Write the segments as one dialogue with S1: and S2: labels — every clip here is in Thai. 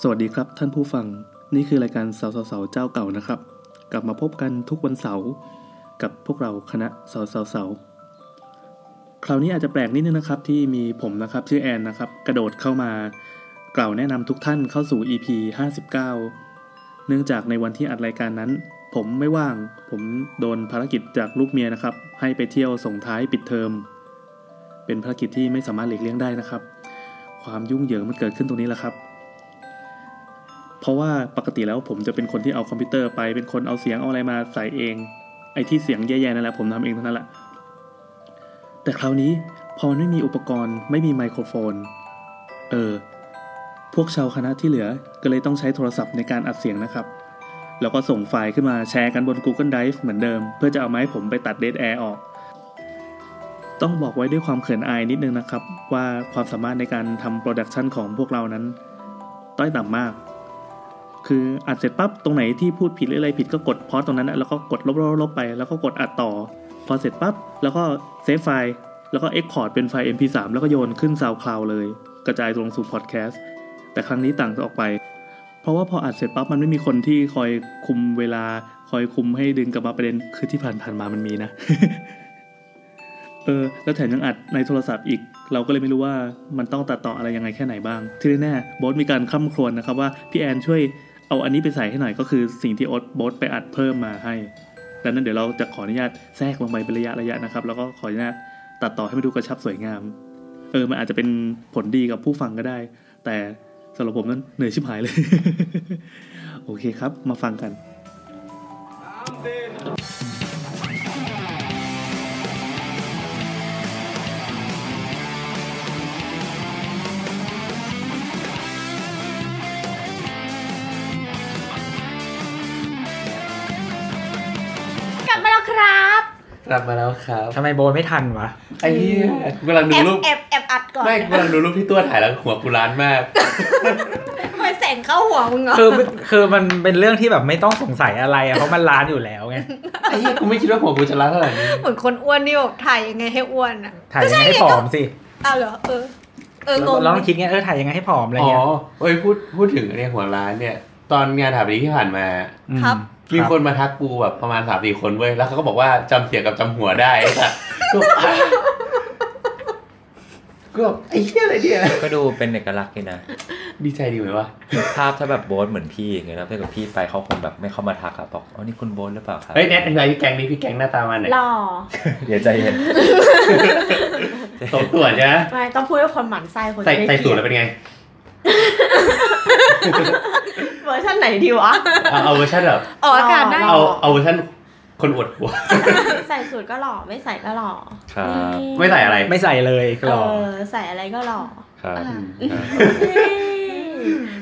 S1: สวัสดีครับท่านผู้ฟังนี่คือรายการสาวสาวเจ้าเก่านะครับ กลับมาพบกันทุกวันเสาร์กับพวกเราคณะสาวสาวสาวคราวนี้อาจจะแปลกนิดนึงนะครับที่มีผมนะครับชื่อแอนนะครับ กระโดดเข้ามากล่าวแนะนำทุกท่านเข้าสู่ EP 59 เนื่องจากในวันที่อัดรายการนั้น ผมไม่ว่าง ผมโดนภารกิจจากลูกเมียนะครับ ให้ไปเที่ยวส่งท้ายปิดเทอม เป็นภารกิจที่ไม่สามารถหลีกเลี่ยงได้นะครับ ความยุ่งเหยิงมันเกิดขึ้นตรงนี้แหละครับ เพราะว่าปกติแล้วผมจะเป็นคนที่เอาคอมพิวเตอร์ไปเป็นคนเอาเสียงเอาอะไรมาใส่เอง ไอ้ที่เสียงแย่ๆนั่นแหละผมทำเองเท่านั้นแหละ แต่คราวนี้พอมันไม่มีอุปกรณ์ไม่มีไมโครโฟน เออ พวกชาวคณะที่เหลือก็เลยต้องใช้โทรศัพท์ในการอัดเสียงนะครับ แล้วก็ส่งไฟล์ขึ้นมาแชร์กันบน Google Drive เหมือนเดิม เพื่อจะเอาไมาให้ผมไปตัดเด a แอร์ออก ต้องบอกไว้ด้วยความเขินอายนิดนึงนะครับ ว่าความสามารถในการทำโปรดักชันของพวกเรานั้น ต้อยต่ำมาก คืออัดเสร็จปั๊บตรงไหนที่พูดผิดหรืออะไรผิดก็กดพอสตรงนั้นนะแล้วก็กดลบลบลบไปแล้วก็กดอัดต่อ พอเสร็จปั๊บแล้วก็เซฟไฟล์แล้วก็เอ็กพอร์ตเป็นไฟล์ MP3 แล้วก็โยนขึ้น SoundCloud เลย กระจายลงสู่พอดแคสต์แต่ครั้งนี้ต่างจะออกไป เพราะว่าพออัดเสร็จปั๊บมันไม่มีคนที่คอยคุมเวลาคอยคุมให้ดึงกลับมาประเด็นคือที่ผ่านๆมามันมีนะ เออแล้วแถมยังอัดในโทรศัพท์อีก เราก็เลยไม่รู้ว่ามันต้องตัดต่ออะไรยังไงแค่ไหนบ้าง ที่แน่ๆโบทมีการคร่ำครวญนะครับว่าพี่แอนช่วยเอาอันนี้ไปใส่ให้หน่อยก็คือสิ่งที่โอ๊ตโบทไปอัดเพิ่มมาให้ดังนั้นเดี๋ยวเราจะขออนุญาตแทรกลงไปเป็นระยะระยะนะครับ แล้วก็ขออนุญาตตัดต่อให้มันดูกระชับสวยงาม เออมันอาจจะเป็นผลดีกับผู้ฟังก็ได้ แต่สำหรับผมนั้นเหนื่อยชิบหายเลย โอเคครับมาฟังกัน
S2: กลับมาแล้วครับ
S3: กลับมาแล้วครับ
S4: ทำไมโบนไม่ทันวะ
S3: ไอ้เหี้ยกำลังดู
S2: แอบ
S3: รูป
S2: แอบแอบอัดก่อน
S3: ไม่กำลังดูรูปพี่ตัวถ่ายแล้วหัวกูร้านมาก
S2: ทำไมแสงเข้าหัวมึงเหรอ
S4: คือคือมันเป็นเรื่องที่แบบไม่ต้องสงสัยอะไรอะเพราะมันล้านอยู่แล้วไง
S3: ไอ้เหี้ยกูไม่คิดว่าหัวกูจะร้านเท่าไหร่นี้
S2: เหมือนคนอ้วนนี่บอกถ่ายยังไงให้อ้วนอ่ะ
S4: ถ่ายยังไงให้ผอมสิ
S2: เอาเหรอเออ เอองง
S4: เราต้องคิดไงเออถ่ายยังไงให้ผอมอะไร
S3: อ๋อ
S4: เงี้ย
S3: เอ้ยพูดพูดถึงเนี่ยหัวร้านเนี่ย ตอนงานถาปนิกที่ผ่านมา
S4: ม
S3: มีคนมาทักกูแบบประมาณสามสี่คนเว้ยแล้วเขาก็บอกว่าจำเสียงกับจำหัวได้ ไอ้สัสกูแบบอ่ะกูแบบไอ้เหี้ยอะไรเนี่ย
S5: ก็ดูเป็นเอกลักษณ์นี่นะ
S3: ดีใจดีไหมวะ
S5: ภาพถ้าแบบโบสเหมือนพี่อย่างเงี้ยนะถ้าเกิดพี่ไปเขาคงแบบไม่เข้ามาทักอะบอกอ๋อนี่คุณโบสหรือเปล่าครับ
S3: เฮ้ยแนทอธิบายพี่แกงนี้พี่แกงหน้าตา มันไหน
S2: หล่อ
S5: เดี๋ยวใจเย็น
S3: สมส่วนใช่ไหม
S2: ไม่ต้องพูดว่าคนหมั่นไส้คน
S3: ใส่
S2: จะได้
S3: ใส่สูตรแล้วเป็นไง
S2: เวอร์ชันไหนดีวะ
S3: เอาเอาเวอร์ชันแบบ
S2: ออกอากาศได้
S3: เอาเอาเวอร์ชันคนอวดหัว
S2: ใส่สูตรก็หล่อไม่ใส่ก็หล่อ
S5: ครับ
S3: ไม่ใส่อะไร
S4: ไม่ใส่เลยก็ห
S2: เอ
S4: รอ
S2: อใส่อะไรก็หล่อ
S5: ครับ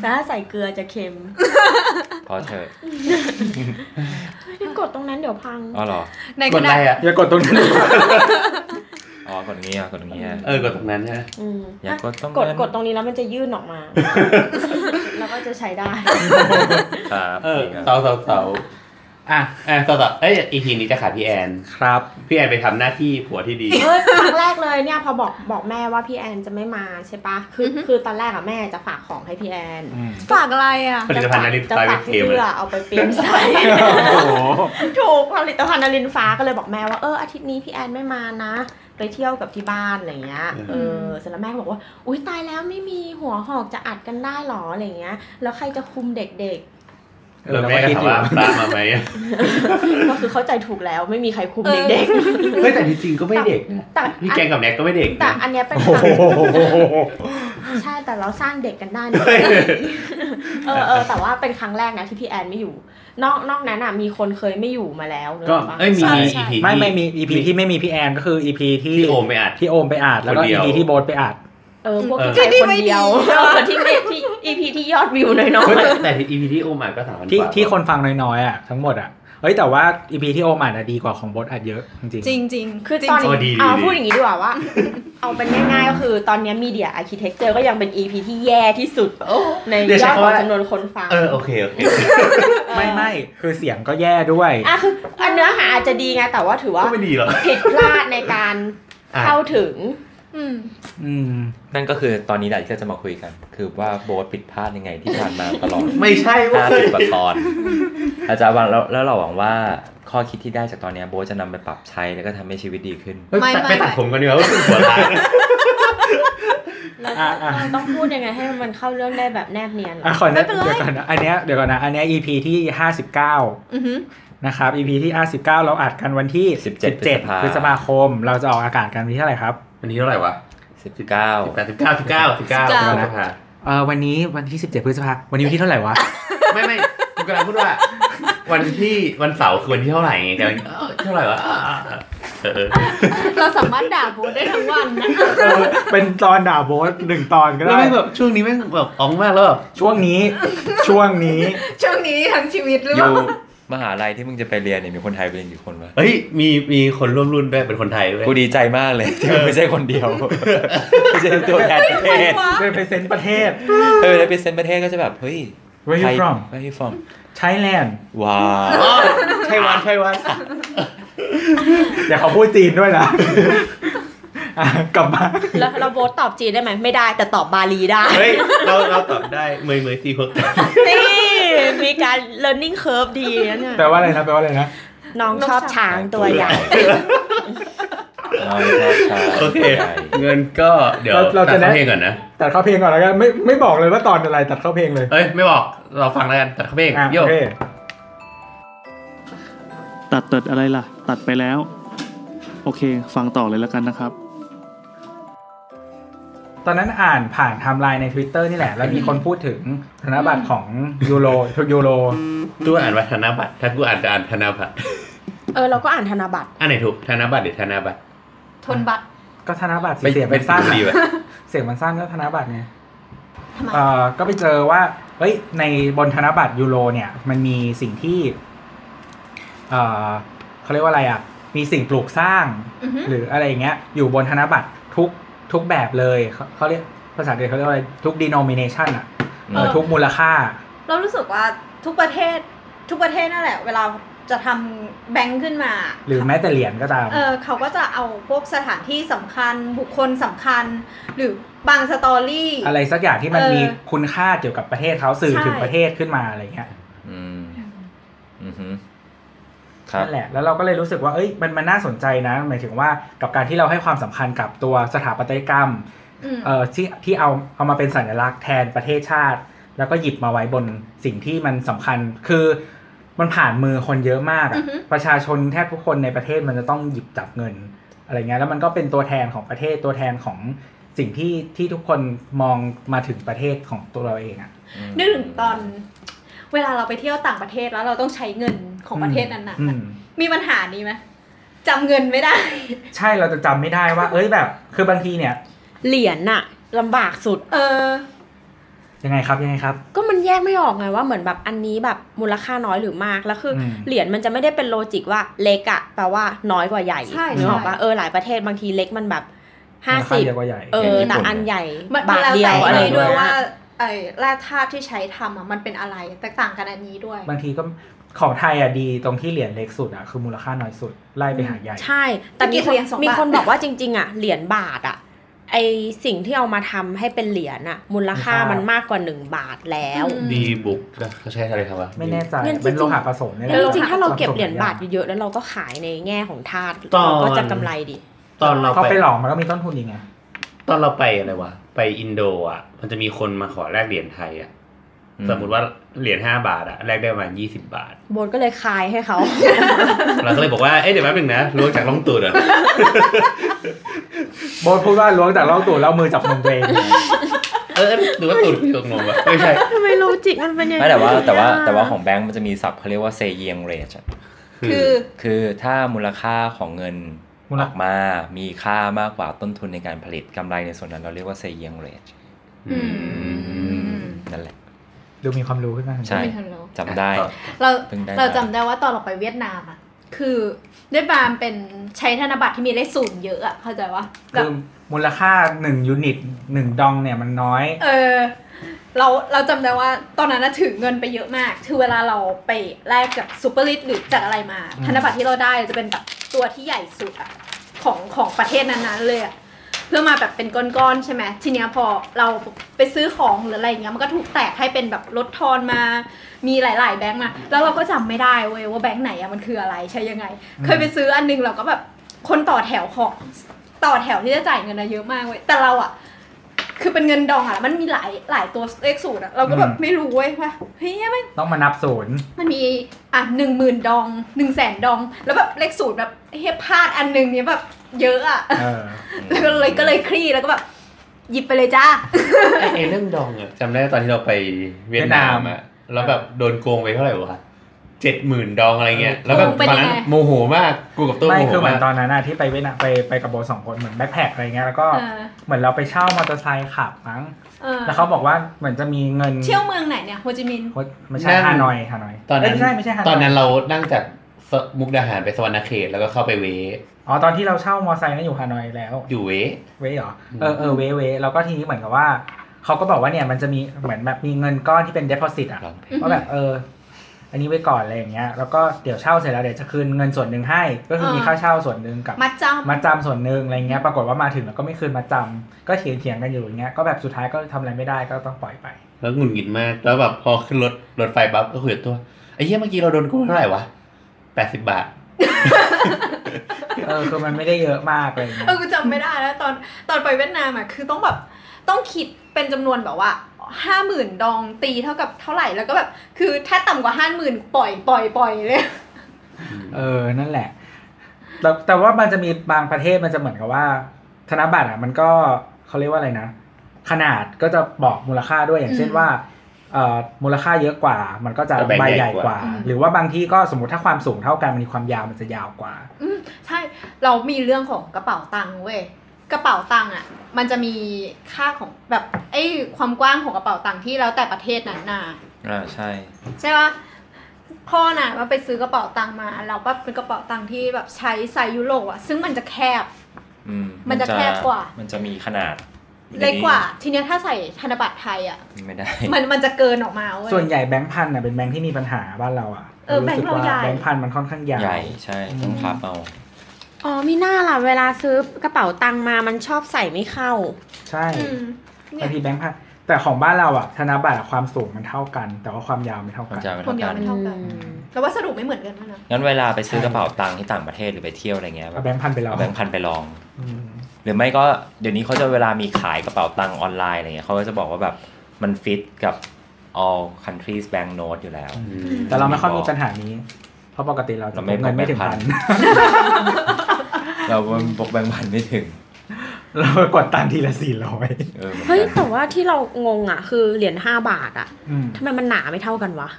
S2: แต่ถ้าใส่เกลือจะเค็ม
S5: พอเถอะ
S2: นี่กดตรงนั้นเดี๋ยวพัง
S5: อ๋อเหรอ
S2: ใน
S3: ก
S2: ข
S3: ด
S2: ณะ
S3: ไลค์อะ
S4: อย่ากดตรงนั้น
S5: อ๋อกดอย่างเงี้ยกดอย่างเงี้ย
S3: เออกดตรงนั้นใช่ไหม
S2: อืม
S5: อยากกดต้อง
S2: กด
S5: นั้น
S2: กดตรงนี้แล้วมันจะยื่นออกมา แล้วก็จะใช้ได้
S5: ครับ
S3: เออ
S5: จริงอะ
S3: เสาเสาเสา
S4: อ่ะ
S3: อ่ะเสาเสาเอ้ยอีพีนี้จะขาดพี่แอน
S4: ครับ
S3: พี่แอนไปทำหน้าที่ผัวที่ดี
S2: เฮ้ยครั้งแรกเลยเนี่ยพอบอกบอกแม่ว่าพี่แอนจะไม่มาใช่ปะคือคือตอนแรกอะแม่จะฝากของให้พี่แอน
S4: อืม
S6: ฝากอะไรอ่ะ
S3: ผลิตภัณฑ์นาริน
S2: จะ
S3: ฟ้า
S2: ฝาก
S3: เวฟเทม
S2: เสื้อเอาไปเปลี่ยนใส่
S4: โอ้โห
S2: ถูกผลิตภัณฑ์นารินฟ้าก็เลยบอกแม่ว่าเอออาทิตย์นี้พี่แอนไม่มานะ ไปเที่ยวกับที่บ้านอะไรเงี้ยเออเสร็จแล้วแม่ก็บอกว่า อุ้ยตายแล้วไม่มีหัวหอกจะอัดกันได้หรออะไรเงี้ย แล้วใครจะคุมเด็ก
S4: เออ
S3: แล้ว
S4: เรา
S3: แม่ก็
S4: ก็คิด
S3: ถาม
S4: อยู่
S3: ว่าปลามาไหม
S2: ๆ ก็คือเข้าใจถูกแล้วไม่มีใครคุมเด็ก
S3: เฮ้ยแต่จริงๆก็ไม่เด็กนะ
S2: ๆแต่
S3: พี่แกงกับแน็กก็ไม่เด็ก
S2: แต่
S3: นะ
S2: อันเนี้ยเป็น
S4: โอ้
S2: ครั้ง
S4: โห
S2: ใช่แต่เราสร้างเด็กกันได้นะ เออเออแต่ว่าเป็นครั้งแรกนะที่พี่แอนไม่อยู่ นอกนอกนั้นอ่ะมีคนเคยไม่อยู่มาแล้วเน
S3: ก็
S2: อะ
S3: เอ้ยมี
S6: ใช่
S3: มี
S6: ใช่
S3: อีพี
S4: ไม่ไม่มีอีพีที่ไม่มีพี่แอนก็คืออีพีที่
S3: ที่โอมไปอัด
S4: ที่โอมไปอัดแล้วก็
S3: คนเดี
S4: อี
S3: ยว
S4: พีที่โบทไปอัด
S2: เออพวก
S3: เออ
S2: ที่ไปคนเดียว เออที่ไม่ที่อีพีที่ยอดวิวน้อย
S3: เฮ้ย
S2: ๆ
S3: แต่แต่อีพีที่โอมอัดก็สามพันก
S4: ที่
S3: ว่า
S4: ที่คนฟังน้อยๆอ่ะทั้งหมดอ่ะเอ้ยแต่ว่าอีพีที่โอมอัดอะดีกว่าของโบทอัดเยอะจริงๆ
S6: จริงจริงๆ
S2: คือ
S6: จริ
S2: ต
S6: ง
S2: อน
S3: โอ้ดีดี
S2: เอา
S3: ดี
S2: พูดอย่างนี้ดีกว่าว่า เอาเป็นง่ายๆก็คือตอนเนี้มีเดียอาร์เคเต็กเจอก็ยังเป็นอีพีที่แย่ที่สุดในยอดของจำนวนคนฟัง
S3: เออโอเคโอเค
S4: ไม่ไม่คือเสียงก็แย่ด้วย
S2: อ่ะคืออันเนื้อหาอาจจะดีไงแต่ว่าถือว่า
S3: ก็ไม่ดีหรอก
S2: ผิดพลาดในการ
S3: อ่ะ
S2: เข้าถึง
S6: ๆ
S2: อืม
S4: อืม
S5: นั่นก็คือตอนนี้แหละที่เราจะมาคุยกัน คือว่าโบ๊ทผิดพลาดยังไงที่ผ่านมาตลอด
S3: ไม่ใช่เว้
S5: ห้าย สิบกว่าตอน อาจารย์หวังแล้วแล้วเราหวังว่าข้อคิดที่ได้จากตอนเนี้ยโบทจะนำไปปรับใช้แล้วก็ทำให้ชีวิตดีขึ้น
S3: เฮ้ย
S2: ไม่
S3: ตัด
S2: ไม่
S3: ไปตัดผมกันดีกว่าว่าหัวร้าน
S2: เรา
S4: อ่ะอ่ะ
S2: เราต้องพูดยังไงให้มันเข้าเรื่องได้แบบแนบเนียน
S4: อ่ะขอ
S2: ไม่
S4: นะ
S2: เป็นไร
S4: เดี๋ยวก่อนนะอันเนี้ยเดี๋ยวก่อนนะอันเนี้ย EP ที่ห้าสิบเก้า
S2: อือหือ
S4: นะครับ EP ที่ 59 เราอัดกันวันที่
S5: 17
S4: 17พฤษภาคม เราจะออกอากาศกันวันที่เท่าไหร่ครับ
S3: วันนี้เท่าไหร่วะสิบแป
S5: 19
S3: ดสิบเก้าสิบเก้าสิบเก้า
S2: สิบเก้า
S4: เอ่อวันนี้วันที่ 17 พฤษภาวันนี้วันที่เท่าไหร่วะ
S3: ไม่ไม่กูกำลังพูดว่า วันที่วันเสาร์คือวันที่เท่าไหร่ไงแต่วันเอ้าเท่าไหร่วะอ่าเออเออ
S2: เราสามารถด่าโบทได้ทั้งวันนะ
S4: เป็นตอนด่าโบสหนึ่งตอนก็
S3: แล้ว
S4: ได้
S3: แม่งแบบช่วงนี้แม่งแบบอ๋องมากแล้วแบบ
S4: ช่วงนี้ ช่วงนี้
S2: ช่วงนี้ทั้งชีวิตหรือ
S5: อ
S2: เป
S5: ยู่
S2: ล่าม
S5: หาลัยที่มึงจะไปเรียนเนี่ยมีคนไทยไปเรียนกี่คนวะ
S3: เฮ้ยมีมีคนร่วมรุ่นด้วยเป็นคนไทยด้วย
S5: กูดีใจมากเลย ที่มึงไม่ใช่คนเดียวไม่ใช่ตัวแทนประเทศ
S4: เป็นเปอร์เซ็นต์ประเทศ
S5: เออแล้วเป็นเซนประเทศก็จะแบบเฮ้ย
S4: Where you
S5: ไทย
S4: from?
S5: Where you from
S4: ไทยแลนด์
S5: ว้าว
S3: ใช่วันใช่วัน
S4: เดี๋ยวเขาพูดจีนด้วยนะ อ่ะกลับมา
S2: แล้วเราโบทตอบจีนได้ไหมไม่ได้แต่ตอบบาลีได้
S3: เฮ้ย เราเราตอบได้เมยเมยซี เพิร์ก
S2: นี่มีการ learning curve ดีนะเนี่ย
S4: แปลว่าอะไรนะ แปลว่าอะไรนะ
S2: น้องชอบช้างตัวใหญ่
S5: น้องชอบชาย
S3: โอเค
S5: ใหญ่
S3: เงินก็เดี๋ยว
S4: เราเราจะ
S3: ตัดเข้า
S4: ได้
S3: เพลงก่อนนะ
S4: ตัดเข้าเพลงก่อนแล้วกันไม่ไม่บอกเลยว่าตอนอะไรตัดเข้าเพลงเลย
S3: เอ้ย ไม่บอก เราฟังแล้วกันตัดเข้าเพลง
S4: อ่ะ
S3: โย
S4: โอกเค
S1: ตัดตัดอะไรล่ะ ตัดไปแล้ว โอเค ฟังต่อเลยแล้วกันนะครับ
S4: ตอนนั้นอ่านผ่านไทม์ไลน์ใน Twitter นี่แหละ แล้วมีคนพูดถึงธนบัตรของยูโรยูโร
S3: ตู้อ่านว่าธนบัตรถ้ากูอ่านจะอ่านธนบัตร
S2: เออ เราก็อ่านธนบัตร
S3: อันไหนถูกธนบัตรหรือธนบัตร
S2: ทนบัตร
S4: ก็ธนบัตรสิเสียงมันสั้น
S3: ไดี
S4: อะ
S3: ป่ะ
S4: เสียงมันสั้นก็ธนบัตรไง
S2: ทำไม
S4: เอ่อก็ไปเจอว่าเฮ้ยในบนธนบัตรยูโรเนี่ย มันมีสิ่งที่เอ่อเขาเรียกว่าอะไรอ่ะ มีสิ่งปลูกสร้าง
S2: อือหือ
S4: หรืออะไรอย่างเงี้ย อยู่บนธนบัตรทุกทุกแบบเลยเขาเขาเรียกภาษาอังกฤษเขาเรียกว่าอะไรทุก denomination อ่ะเออทุกมูลค่า
S6: เรารู้สึกว่าทุกประเทศทุกประเทศนั่นแหละ เวลาจะทำแบงค์ขึ้นมา
S4: หรือแม้แต่เหรียญก็ตาม
S6: เออเขาก็จะเอาพวกสถานที่สำคัญบุคคลสำคัญ หรือบางสตอรี่
S4: อะไรสักอย่างที่มัน
S6: เออ
S4: มีคุณค่าเกี่ยวกับประเทศเขาสื่อ
S6: ใช่
S4: ถึงประเทศขึ้นมาอะไรอย่างเงี้ย
S5: อืมอือหือครับ
S4: นั่นแหละ แล้วเราก็เลยรู้สึกว่า เอ้ย มันมันน่าสนใจนะ หมายถึงว่ากับการที่เราให้ความสำคัญกับตัวสถาปัตยกรรม
S6: อืม
S4: เอ่อ ที่ที่เอาเอามาเป็นสัญลักษณ์แทนประเทศชาติ แล้วก็หยิบมาไว้บนสิ่งที่มันสำคัญ คือ มันผ่านมือคนเยอะมากอะประชาชนแทบทุกคนในประเทศมันจะต้องหยิบจับเงิน อะไรเงี้ย แล้วมันก็เป็นตัวแทนของประเทศ ตัวแทนของสิ่งที่ที่ทุกคนมองมาถึงประเทศของตัวเราเองอะ
S6: นึกถึงตอน เวลาเราไปเที่ยวต่างประเทศแล้วเราต้องใช้เงินของประเทศนั้นๆน่ะ
S4: อืม
S6: มีปัญหานี้ไหมจำเงินไม่ได้
S4: ใช่ เราจะจำไม่ได้ว่า เอ้ย แบบ คือบางทีเนี่ย
S2: เหรียญน่ะลำบากสุด
S6: เออ
S4: ยังไงครับ ยังไงครับ
S2: ก็มันแยกไม่ออกไงว่าเหมือนแบบอันนี้แบบมูลค่าน้อยหรือมาก แล้วคืออ
S4: ม
S2: เหรียญมันจะไม่ได้เป็นโลจิกว่าเล็กอะแปลว่าน้อยกว่าใหญ่
S6: ใช่
S2: นึกออก
S6: ใช่
S2: ปะเออหลายประเทศบางทีเล็กมันแบบห้า
S4: มูลค่
S2: สิบ
S4: เยอะกว่าใหญ่
S2: เอ
S5: อย่าง
S2: อ
S5: ญี่ปุ่น
S2: แต่อันใหญ่
S6: มัน
S2: บาท
S6: แล้ว
S2: เดีย
S6: แต่
S2: ว
S6: อั
S2: อะ
S6: น
S2: ไร
S6: นี้
S2: ด้
S6: ด้
S2: ว
S6: วย ย
S2: ว่า
S6: ว่าไอ้แร่ธาตุที่ใช้ทำอ่ะมันเป็นอะไรแตกต่างกันอันนี้ด้วย
S4: บางทีก็ของไทยอ่ะดีตรงที่เหรียญเล็กสุดอ่ะคือมูลค่าน้อยสุด ไล่ไปหาใหญ่
S2: ใช่ แต่มีค
S6: เมื่อกี้
S2: น
S6: เหรียญสองบาท
S2: มีคนบอกว่าจริง ๆ อ่ะ เหรียญบาทอ่ะ ไอสิ่งที่เอามาทำให้เป็นเหรียญอ่ะ มูลค่า
S4: มูลค่ามั
S2: มันมากกว่าหนึ่งบาทแล้ว
S6: อืม
S3: ดีบุกเขาใช้อะไรครับวะ
S4: ไม่แน่ใจ
S2: เงินจริงๆ
S4: เป็นโลหะผสมเนี่ยแห
S2: แล้
S4: ละ
S2: วจริงๆ ถ้าเรา
S4: ผสม
S2: เก็บเหรียญบาท
S4: อ
S2: เยอะๆ แล้วเราก็ขายในแง่ของธาตุ
S3: ตอน
S2: เราก็จะกำไรดี
S3: ตอนเรา
S4: เขา
S3: ไป
S4: ไปหลอกมันก็มีต้นทุนยังไง
S3: ตอนเราไปอะไรวะไปอินโดอ่ะ มันจะมีคนมาขอแลกเหรียญไทยอ่ะ
S5: อื
S3: สมมติว่าเหรียญห้าบาทอ่ะแลกได้ประมาณยี่สิบบาท
S2: โบนก็เลยคายให้เขา
S3: เราก็เลยบอกว่า เอ๊ะเดี๋ยวแป๊บหนึงนะล้วงจากล่องตูดอ่ะ
S4: โบทพูดว่าล้วงจากเล่าตูดเล่ามือจับนมตัวเอง
S3: เออหรือว่าตูดคือตรงนมอ่ะไม่ใช่
S2: ทำไมโลจิกมันเป็นอย่าง
S5: ไม่แต่ว่าแต่ว่าแต่ว่าของแบงก์มันจะมีศัพท์เขาเรียกว่าเซเยงเรจ
S6: คือ
S5: คือถ้ามูลค่าของเงิน
S4: มูล
S5: ออกมา มีค่ามากกว่าต้นทุนในการผลิตกำไรในส่วนนั้นเราเรียกว่าเซเยงเรจ
S6: อืม ม
S5: นั่นแหละ
S4: ดูมีความรู้ขึ้นมา
S5: ใช่
S6: ไม่ทันแล้ว
S5: จำได้
S6: เรา
S5: เพิ่งได้
S6: เรา
S5: มา
S6: จำได้ว่าตอนเราไปเวียดนามอ่ะ คือเวียดนามเป็นใช้ธนบัตรที่มีเลขศูนย์เยอะอ่ะ เข้าใจว่าแบบ
S4: คือมูลค่าหนึ่งยูนิตหนึ่งดองเนี่ยมันน้อย
S6: เออ เราเราจำได้ว่าตอนนั้นน่ะถือเงินไปเยอะมาก คือเวลาเราไปแลกจากซูเปอร์ลิสหรือจากอะไรมา
S4: อืม
S6: ธนบัตรที่เราได้จะเป็นแบบตัวที่ใหญ่สุดอ่ะของของประเทศนั้นๆเลยอ่ะ เพื่อมาแบบเป็นก้อนๆใช่ไหมทีเนี้ยพอเราไปซื้อของหรืออะไรอย่างเงี้ยมันก็ถูกแตกให้เป็นแบบลดทอนมา มีหลาย ๆ แบงค์มาแล้วเราก็จำไม่ได้เว้ยว่าแบงค์ไหนอะมันคืออะไรใช้ยังไง
S4: อืม
S6: เคยไปซื้ออันหนึงเราก็แบบคนต่อแถวของต่อแถวที่จะจ่ายเงินอะเยอะมากเว้ยแต่เราอะคือเป็นเงินดองอะมันมีหลายหลายตัวเลขศูนย์อะเราก็แบบไม่รู้เว้ยว่าเฮ้ยแม่ง
S4: ต้องมานับศูนย์
S6: มันมีอ่ะหนึ่งหมื่นดองหนึ่งแสนดอง แล้วแบบเลขศูนย์แบบเฮียพลาดอันหนึ่งเนี้ยแบบเยอะอ่ะ
S4: เออ
S6: แล้วก็เลยก็เลยคลี่แล้วก็แบบหยิบไปเลยจ้า
S3: ไอ้ไอ้เรื่องดองอะจำได้ตอนที่เราไปเวียดนามอะแล้วแบบโดนโกงไปเท่าไหร่วะเจ็ดหมื่นดองอะไรเงี้ย แล้วแบบ
S6: โกงไป
S3: ต
S6: ยั
S3: อน
S6: งไง
S3: นั้นโมโหมากกูกับตัว
S4: ไม่
S3: โมโห
S4: คือเหมื
S3: มา
S4: อก นตอนนั้นอะที่ไปเวียดนามไปไปกับโบสองคนเหมือนแบ็คแพคอะไรเงี้ยแล้วก็
S6: เออ
S4: เหมือนเราไปเช่ามอเตอร์ไซค์ขับมั้ง
S6: เออ
S4: แล้วเขาบอกว่าเหมือนจะมีเงิน
S6: เที่ยวเมืองไหนเนี่ยโฮจิมินห์
S4: โอ๊ยไม่ใช่ฮานอยฮานอย
S3: ตอนนั้น
S4: เยไม่ใช่ไม่ใช่ฮานอย
S3: ตอนนั้นเรานั่งจากสมุกดาหารไปสวรรณเขตแล้วก็เข้าไปเว
S4: อ๋อตอนที่เราเช่ามอเตอร์ไซค์นั่นอยู่ฮานอยแล้ว
S3: อยู่เว
S4: เว้ยเหรอ
S3: อืม
S4: เออเออเว้ยเว้ยแล้วก็ทีนี้เหมือนกับว่าเขาก็บอกว่าเนี่ยมันจะมีเหมือนแบบมีเงินก้อนที่เป็น deposit อ่ะ
S3: ลอง
S4: ว่าแบบเออ อันนี้ไว้ก่อนอะไรอย่างเงี้ย แล้วก็เดี๋ยวเช่าเสร็จแล้วเดี๋ยวจะคืนเงินส่วนหนึ่งให้ ก็คือมีค่าเช่าส่วนหนึ่งกับ
S6: มัดเจ้า
S4: มัดจำส่วนหนึ่งอะไรเงี้ยปรากฏว่ามาถึงแล้วก็ไม่คืนมัดจำก็เถียงเถียงๆกันอยู่อย่างเงี้ยก็แบบสุดท้ายก็ทำอะไรไม่ได้ก็ต้องปล่อยไป
S3: แล้วหงุดหงิดมาก แล้วแบบพอขึ้นรถรถไฟปั๊บก็คุยกับตัวไอ้เหี้ยเมื่อกี้เราโดนโกงเท่าไหร่วะแปดสิบบาท
S4: เออคือมันไม่ได้เยอะมากอะไรเงี้ย
S6: เออกูจำไม่ได้แล้วตอนตอนไปเวียดนามอ่ะคือต้องแบบต้องคิดเป็นจำนวนแบบว่าห้าหมื่นดองตีเท่ากับเท่าไหร่แล้วก็แบบคือถ้าต่ำกว่าห้าหมื่นปล่อยปล่อยปล่อยเลย
S4: เออนั่นแหละแต่แต่ว่ามันจะมีบางประเทศมันจะเหมือนกับว่า ธนบัตรอ่ะมันก็เขาเรียกว่าอะไรนะ ขนาดก็จะบอกมูลค่าด้วยอย่างเช่น
S6: อืม
S4: ว่าเอ่อมูลค่าเยอะกว่า มันก็จะ
S3: ก็
S4: ใบ
S3: ใบ
S4: ให
S3: ใหญ่
S4: ญ่ก
S3: ก
S4: ว่า
S3: ว่า
S6: อืม
S4: หรือว่าบางที่ก็สมมติถ้าความสูงเท่ากันมันมีความยาวมันจะยาวกว่า
S6: อืมใช่เรามีเรื่องของกระเป๋าตังค์เว้ยกระเป๋าตังค์อ่ะ มันจะมีค่าของแบบไอ้ความกว้างของกระเป๋าตังค์ที่แล้วแต่ประเทศนั้นน่ะ
S5: อ่าใช่
S6: ใช่ปะพ่อน่ะว่าไปซื้อกระเป๋าตังค์มาแล้วก็เป็นกระเป๋าตังค์ที่แบบใช้ไซส์ยุโรปอ่ะซึ่งมันจะแคบ
S5: อื
S6: มันจะแคบกว่า
S5: นจะมีขนาด
S6: เล็กกว่า ทีเนี้ยถ้าใส่ธนบัตรไทยอ่ะ
S5: ไม่ได้
S6: มันมันจะเกินออกมาเว้ย
S4: ส่วนใหญ่แบงค์พันอ่ะเป็นแบงค์ที่มีปัญหาบ้านเราอ่ะ
S6: เออแบงค์เราใหญ่
S4: แบงค์พันมันค่อนข้างยาว
S5: ใหญ่ใช่ต้องพับเอา
S2: อ๋อมีหน้าล่ะเวลาซื้อกระเป๋าตังค์มามันชอบใส่ไม่เข้า
S4: ใช่
S6: อืมเนี่
S4: บาย งทีแบงค์พันแต่ของบ้านเราอ่ะธนบัตรอะความสูงมันเท่ากัน แต่ว่าความยาวไม่เท่ากั
S5: มั
S4: นน
S5: จะไม่
S6: ควา
S5: เท่าม
S6: ยาว
S5: กั
S6: น ไม่เท่ากันแล้ววัสดุไม่เหมือนกันด้วยนะ
S5: งั้นเวลาไปซื้อกระเป๋าตังค์ที่ต่างประเทศหรือไปเที่ยวอะไรเงี้ยแบ
S4: เอา
S5: บ
S4: แบงค์พันไปแล้ว
S5: เอาแบงค์พันไปลอง
S4: อืม
S5: หรือไม่ก็เดี๋ยวนี้เขาจะเวลามีขายกระเป๋าตังค์ออนไลน์อะไรเงี้ยเขาก็จะบอกว่าแบบมันฟิตกับ all countries bank note อยู่แล้ว
S4: แต่เราไม่ค่อยมีปัญหานี้ เพราะปกติเราจะ
S5: เรา
S4: พ
S5: ไม่
S4: กเงินไม่ถึง
S5: พกแบ
S4: พัน
S5: งค์พั เราพกแบงค์พันไม่ถึง
S4: เรากดตังค์ทีละสี่ร้อย
S5: เออหมือนกัน
S2: เฮ้ยแต่ว่าที่เรางงอ่ะ คือเหรียญห้าบาทอ่ะทำไมมันหนาไม่เท่ากันวะ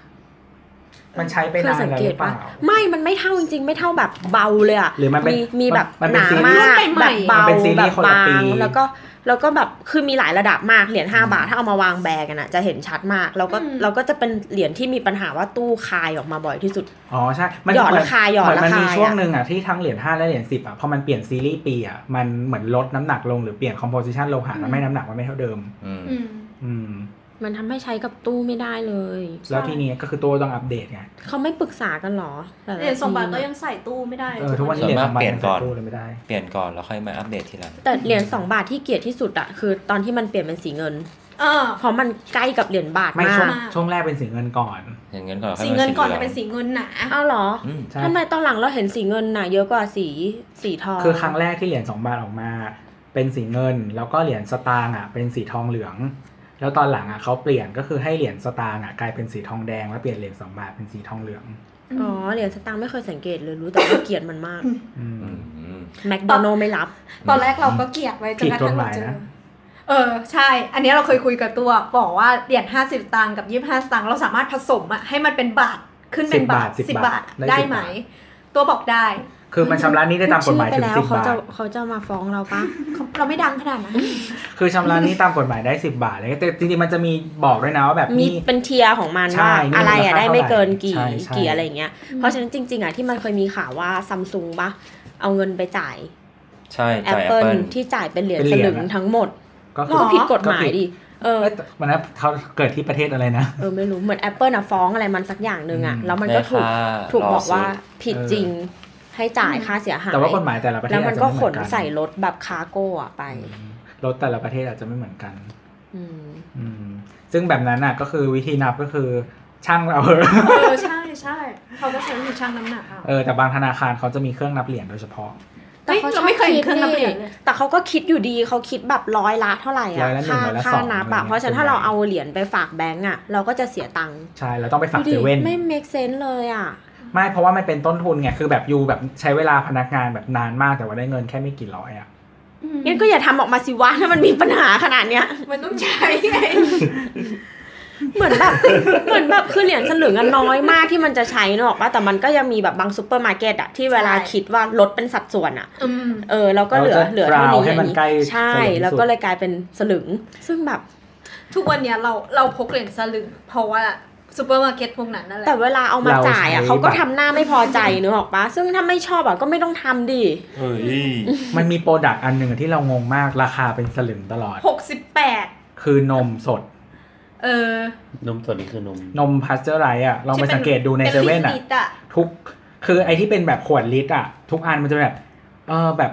S4: มันใช้
S2: เคน
S4: ไปาย น
S2: สัง
S4: แล้ว
S2: เก
S4: ห
S2: ต
S4: รือเป
S2: ปะ
S4: ล่า
S2: ไม่มันไม่เท่าจริงๆ ไม่เท่าแบบเบาเลยอ่ะ
S4: หรือมันเป็น
S2: มีแบบ
S4: มัน
S2: ห
S4: เป็น
S2: นา
S4: ซีรีส์
S6: มัน
S2: มาก
S6: เป็นใหม่
S2: แบบเบา
S4: มันเป็นซีรีส์
S2: แบบ
S4: คนละ
S2: บา
S4: ปี
S2: งแล้วก็แล้วก็แบบคือมีหลายระดับมากเหรียญห้าบาทถ้าเอามาวางแบกกันอ่ะจะเห็นชัดมากแล้วก็
S6: อืม
S2: เราก็จะเป็นเหรียญที่มีปัญหาว่าตู้คายออกมาบ่อยที่สุด
S4: อ๋อใช่
S2: หยอดราคาหยอด
S4: เหมืนมันมี
S2: ราคา
S4: ช่วงหนึ่งอ่ะที่ทั้งเหรียญห้าและเหรียญสิบอ่ะพอมันเปลี่ยนซีรีส์ปีอ่ะมันเหมือนลดน้ำหนักลงหรือเปลี่ยนคอมโพสิชันโลหะแล้วไม่น้ำหนักมันไม่เท่าเดิม
S5: อืม
S6: อืม
S4: อืม
S2: มันทำให้ใช้กับตู้ไม่ได้เลย
S4: แล้วทีนี้ก็คือตัวต้องอัปเดตไง
S2: เขาไม่ปรึกษากันหรอแต่ละ
S6: เหรียญสองบาท
S2: ทีม
S6: ก็
S2: อะ
S6: ยังใส่ตู้ไม่ได้
S4: เออทุกวันนี้เหรียญสองบาทยังใส่ตู้เลยไม่ได้
S5: เปลี่ยนก่อนแล้วค่อยมาอัปเดตทีหลัง
S2: แต่เหรียญสองบาทที่เกลียดที่สุดอะคือตอนที่มันเปลี่ยนเป็นสีเงิน
S6: เออ
S2: เพราะมันใกล้กับเหรียญบาท
S4: ไม่
S2: มา
S4: ช่วง
S2: ก
S6: มาก
S4: ช่วงแรกเป็นสีเงินก่อน
S5: เห็นเงินก่อนแล้วค่อย
S6: สี
S5: มา
S6: เงินก่อนจะ
S5: หลื
S6: เป็นสีเงินหนา
S2: เอาเหรอ
S5: อืม
S4: ใช่
S2: ทำไมตอนหลังเราเห็นสีเงินน่ะเยอะกว่าสีสีทอง
S4: คือครั้งแรกที่เหรียญสองบาทออกมา เป็นสีเงิน แล้วก็เหรียญสตางค์อ่ะเป็นสีทองเหลือง แล้วตอนหลังอ่ะเขาเปลี่ยนก็คือให้เหรียญสตางค์อ่ะกลายเป็นสีทองแดงแล้วเปลี่ยนเหรียญสองบาทเป็นสีทองเหลือง
S2: อ๋อเหรียญสตางค์ไม่เคยสังเกตเลยรู้แต่ว่าเกลียดมันมาก
S4: อืม
S5: อืมอืม
S2: แมคโดนัลไม่รับ
S6: ตอนแรกเราก็เกลียดไว้จนกระทั่งเราเจ
S4: ผิดกฎหมาย
S6: อ
S4: นะ
S6: เออใช่ อันนี้เราเคยคุยกับตัวบอกว่าเหรียญห้าสิบตังค์กับยี่ห้าตังค์เราสามารถผสมอะให้มันเป็นบาทขึ้นเป็นบาท
S4: สิบ
S6: สิบบ
S4: าท
S6: บาท
S4: ได้
S6: ได้
S4: สิบ
S6: ไหม
S4: บาท
S6: ตัวบอกได้
S4: คือมันชำระหนี้ได้ตามกฎหมายถึงสิบ
S2: ชื่อไปแล้วเขา
S4: บา
S2: จะ
S4: ท
S2: เขาจะมาฟ้องเราปะ
S6: เขาเราไม่ดังขนาดนั้น
S4: คือชำระหนี้ตามกฎหมายได้สิบบาทอะไรเงี้ยแต่จริงๆมันจะมีบอกด้วยนะว่าแบบ
S2: มี
S4: นี้
S2: เป็นเทียร์ของมัน
S4: ใช่
S2: ว่าอะไร
S4: มีรา
S2: อะ
S4: คา
S2: ได้ไม่เกินกี่
S4: เท่าไหร่ใช่ใช่
S2: กี่อะไรอย่างเงี้ยเพราะฉะนั้นจริง ๆอะที่มันเคยมีข่าวว่าซัมซุงปะเอาเงินไปจ่าย
S5: ใช่
S2: แอ
S5: จ่า
S2: ป
S5: ยแอป
S2: เปิล
S5: เปิล
S2: ที่จ่ายเป็นเหรียญ
S4: เป็น
S2: ส
S4: เหรียญ
S2: ลึง
S4: อะ
S2: ทั้งหมด
S4: ก็
S2: ก็ผิดกฎหมายดิ เออ
S4: เอ้ยแต่มันนะเขาเกิดที่ประเทศอะไรนะ
S2: เออไม่รู้ เหมือน Apple อ่ะฟ้องอะไรมันสักอย่างหนึ่งอ่ะ
S4: อืม
S2: แล้วมันก็ถูก
S5: ได้ค่า
S2: ถูกบอกว่า
S5: ล
S2: ผิดจริง
S4: เ
S2: ให้จ่ายค่าเสียหาย
S4: แต่ว่ากฎหมายแต่ละประเทศ
S2: แล้วมันก็
S4: อาจจะ
S2: ข
S4: ไม่เหมือน
S2: น
S4: กัน
S2: ใส่รถแบบคาร์โก้อะไป
S4: อืมรถแต่ละประเทศอาจจะไม่เหมือนกัน
S2: อืม
S4: อืม ซึ่งแบบนั้นน่ะก็คือวิธีนับก็คือช่างเราเออ
S6: เออใช่ใช่เขาก็ใช้วิธีชั่งน้ำหนักเอา
S4: เออแต่บางธนาคารเขาจะมีเครื่องนับเหรียญโดยเฉพาะ
S2: แต่เขาชอบ
S6: เฮ้ยเราไม่เคยเห็น
S2: คิด
S6: เครื่องนับเหรียญเลย
S2: แต่เขาก็คิดอยู่ดีเขาคิดแบบร้อยละเท่าไหร่
S4: ร้
S2: อ่ะ
S4: อยละหนึ่ง
S2: ค่า
S4: ร้อยละ
S2: ค่า
S4: สอง
S2: นับ
S4: อะไรเงี้
S2: อะ
S4: ย
S2: เพราะฉะนั้นถ้าเราเอาเหรียญไปฝากแบงก์อะเราก็จะเสียตังค์
S4: ใช่แล้วต้องไปฝาก
S2: ดูดิ
S4: เซเว่น
S2: ไม่ make sense เลยอะ
S4: ไม่เพราะว่ามันเป็นต้นทุนไง คือแบบยูแบบใช้เวลาพนักงานแบบนานมากแต่ว่าได้เงินแค่ไม่กี่ร้อยอะ
S2: งั้นก็อย่าทำออกมาสิวะ ถ้ามันมีปัญหาขนาดเนี้ย
S6: มันต้องใช้ไง
S2: เหมือนแบบ เหมือนแบบคือเหรียญสลึงอะน้อยมากที่มันจะใช้เนกอะว่าแต่มันก็ยังมีแบบบางซูเปอร์มาร์เก็ตอะที่เวลาคิดว่าลดเป็นสัดส่วนอะ
S6: อืม
S2: เออเราก็เหลือเหลือเท่านี้อย่างนี้ใช่แล้วก็เลยกลายเป็นสลึง ซึ่งแบบ
S6: ทุกวันเนี้ยเราเราพกเหรียญสลึงเพราะว่าซูเปอร์มาร์เก็ตพวกนั้นนั่นแห
S2: แต่
S6: ละ
S2: เวลาเอามาจ่ายอ่ะเขาก็ทำหน้าไม่พอใจนึกออกปะซึ่งถ้าไม่ชอบอ่ะก็ไม่ต้องทำดิ
S5: เฮ้ย
S4: มันมีโปรดักต์อันหนึ่งที่เรางงมากราคาเป็นสลึงตลอด
S6: หกสิบแปด
S4: คือนมสด
S6: เออน
S3: มตัวนี้คือนม
S4: นมพาสเจอร์ไรส์อะลองไปสังเกตดูในเซ
S6: ป็
S4: เว่นอะ
S6: ลิตรอะ
S4: ทุกคือไอที่เป็นแบบขวดลิตรอะทุกอันมันจะแบบเออแบ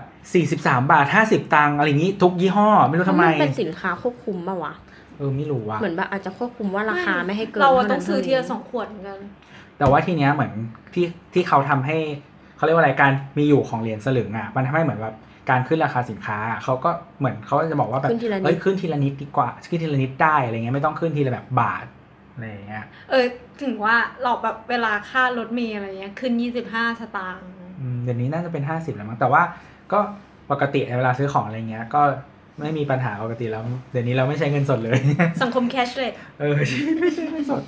S4: บ 43 บาท 50 ตังค์อะไรอย่างนี้ ทุกยี่ห้อ ไม่รู้ทำไม
S2: มันเป็นสินค้าควบคุมปะวะ
S4: เออ ไม่รู้ว่ะ
S2: เหมือนแบบอาจจะควบคุมว่าราคาไม่ให้เกิน
S6: เรา
S2: ท่
S6: อะ
S2: นั้น
S6: ต้องซื้อทีละสอง
S2: เท่านี้
S6: ขวดเหมือนกัน
S4: แต่ว่าทีเนี้ยเหมือนที่ที่เขาทำให้เขาเรียกว่าอะไรการมีอยู่ของเหรียญสลึงอ่ะมันทำให้เหมือนแบบการขึ้นราคาสินค้าอะเขาก็เหมือนเขาจะบอกว่าแบบ
S2: ขึ้นทีละนิ
S4: เฮ้ย
S2: ด
S4: ขึ้นทีละนิดดีกว่าขึ้นทีละนิดได้อะไรเงี้ยไม่ต้องขึ้นทีละแบบบาทอะไรเงี้ย
S6: เออถึงว่าเราแบบเวลาค่ารถเมล์อะไรเงี้ยขึ้นยี่สิบห้าสตางค์
S4: อืมเดี๋ยวนี้น่าจะเป็น 50แล้วมั้งแต่ว่าก็ปกติเวลาซื้อของอะไรเงี้ยก็ไม่มีปัญหาปกติแล้วเดี๋ยวนี้เราไม่ใช้เงินสดเลย
S6: สังคมแคชเลส
S4: เออไม่ใช้เงินสด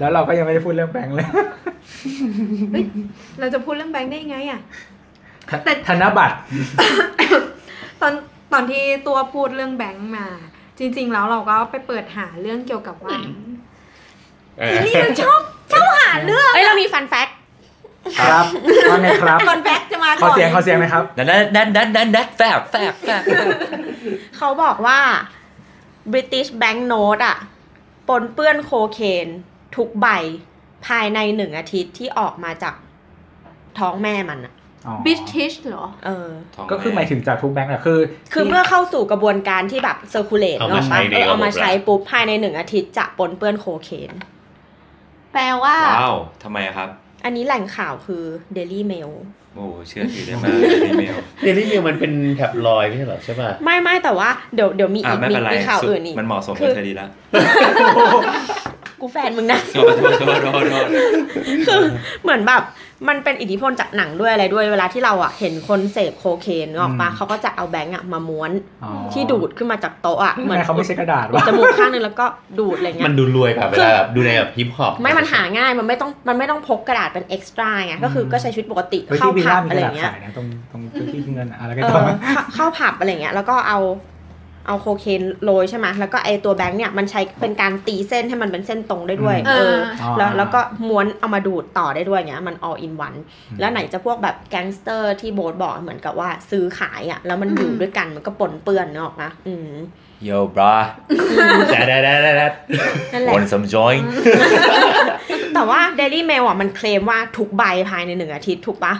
S4: แล้วเราก็ยังไม่ได้พูดเรื่องแบงค์เลย
S6: เราจะพูดเรื่องแบงค์ได้ไงอ่ะ
S4: ธนบัตร
S6: ตอนตอนที่ตัวพูดเรื่องแบงค์มา จริง ๆ แล้วเราก็ไปเปิดหาเรื่องเกี่ยวกับว่าอีนี่มันชอบชอบหาเรื่อง
S2: เอ้ยเรามีฟันแฟก
S4: ครับตอนนี้ครับ
S6: คอนแฟกจะมา
S4: ข
S6: ก่
S4: อ
S6: อน
S4: เสียงขอเสียงหนะครับ
S5: นั่นนั่นนั่นนั่นนั่นแฟบแฟบ แฟบ
S2: เขาบอกว่า British Bank Note อ่ะ ปนเปื้อนโคเคนทุกใบภายในหนึ่งอาทิตย์ที่ออกมาจากท้องแม่มันอะ
S4: อ๋อ
S6: บิชทิชเหรอ
S2: เออ
S4: ก็คือหมายถึงจากทุกแบงค์อะคือ
S2: คือเมื่อเข้าสู่กระบวนการที่แบบเซอร์คูลเลต
S3: เอา
S2: เนาะ
S3: มาใช้ใน
S2: เออเอามา
S3: ระบบละ
S2: ใช้ปุ๊บภายในหนึ่งอาทิตย์จะปนเปื้อนโคเคน
S6: แปลว่า
S5: ว้าวทำไมอะครับ
S2: อันนี้แหล่งข่าวคือ Daily Mail
S5: โอ้โหเชื่อถือได้มากเลยเมล
S3: เดลี่มิวมันเป็นแท็บลอยด์ไม่ใช่เหรอใช่ป่ะ
S2: ไม่ไม่แต่ว่าเดี๋ยวเดี๋ยวมี
S5: อ่ะ
S2: อีก
S5: ไม่
S2: มี
S5: เป็นไร
S2: มีข่าวอื่นอีก
S5: มันเหมาะสม
S2: คื
S5: กับ
S2: อ
S5: เธอดีแล้ว
S2: กูแฟนมึงนะ
S5: โทษโทษโทษโทษโทษ
S2: คือเหมือนแบบมันเป็นอิทธิพลจากหนังด้วยอะไรด้วยเวลาที่เราอ่ะเห็นคนเสพโคเคนนึกออกปะเขาก็จะเอาแบงค์อ่ะมาม้วน
S4: อ๋อ
S2: ที่ดูดขึ้นมาจากโต๊ะอ่ะ
S4: ทำไมเขาไม่ใช่กระดาษ
S2: อุด
S4: วะ
S2: จมูกข้างนึงแล้วก็ดูดอะไรเงี้
S3: มั
S2: ย
S3: นดูรวยป่ะเวลาแบบดูในแบบฮิปฮอป
S2: ไม่มันหาง่ายมันไม่ต้องมันไม่ต้องพกกระดาษเป็นเอ็กซ์ตร้าไงก็คือก็ใช้ชีวิตปกติ
S4: เฮ้ย
S2: เข้า
S4: ที่วิล
S2: ผั
S4: ล่า
S2: บ
S4: มีกระดาษ
S2: อะไรเงี้ย
S4: ขายนะตรงตรงที่เงินอะไรก็
S2: เอ
S4: ต้อ
S2: อง เข้าเข้าผับอะไรเงี้ยแล้วก็เอาเอาโคเคนโรยใช่ไหมแล้วก็ไอตัวแบงค์เนี่ยมันใช้เป็นการตีเส้นให้มันเป็นเส้นตรงได้ด้วย
S6: เออ
S2: แล้วแล้วก็ม้วนเอามาดูดต่อได้ด้วยเงี้ยมัน all in one แล้วไหนจะพวกแบบแก๊งสเตอร์ที่โบทบอกเหมือนกับว่าซื้อขายอ่ะแล้วมันอยู่
S6: อืม
S2: ด้วยกันมันก็ปนเปื้อนเนกออกนะอืม
S5: โยบ รา
S3: แต่ได้ได้ได้ได้
S2: นั่นแห
S5: ว
S2: ละ
S5: นซัมจอย
S2: แต่ว่า Daily Mail อ่ะมันเคลมว่าทุกใบภายในหนึ่งอาทิตย์ถูกปะ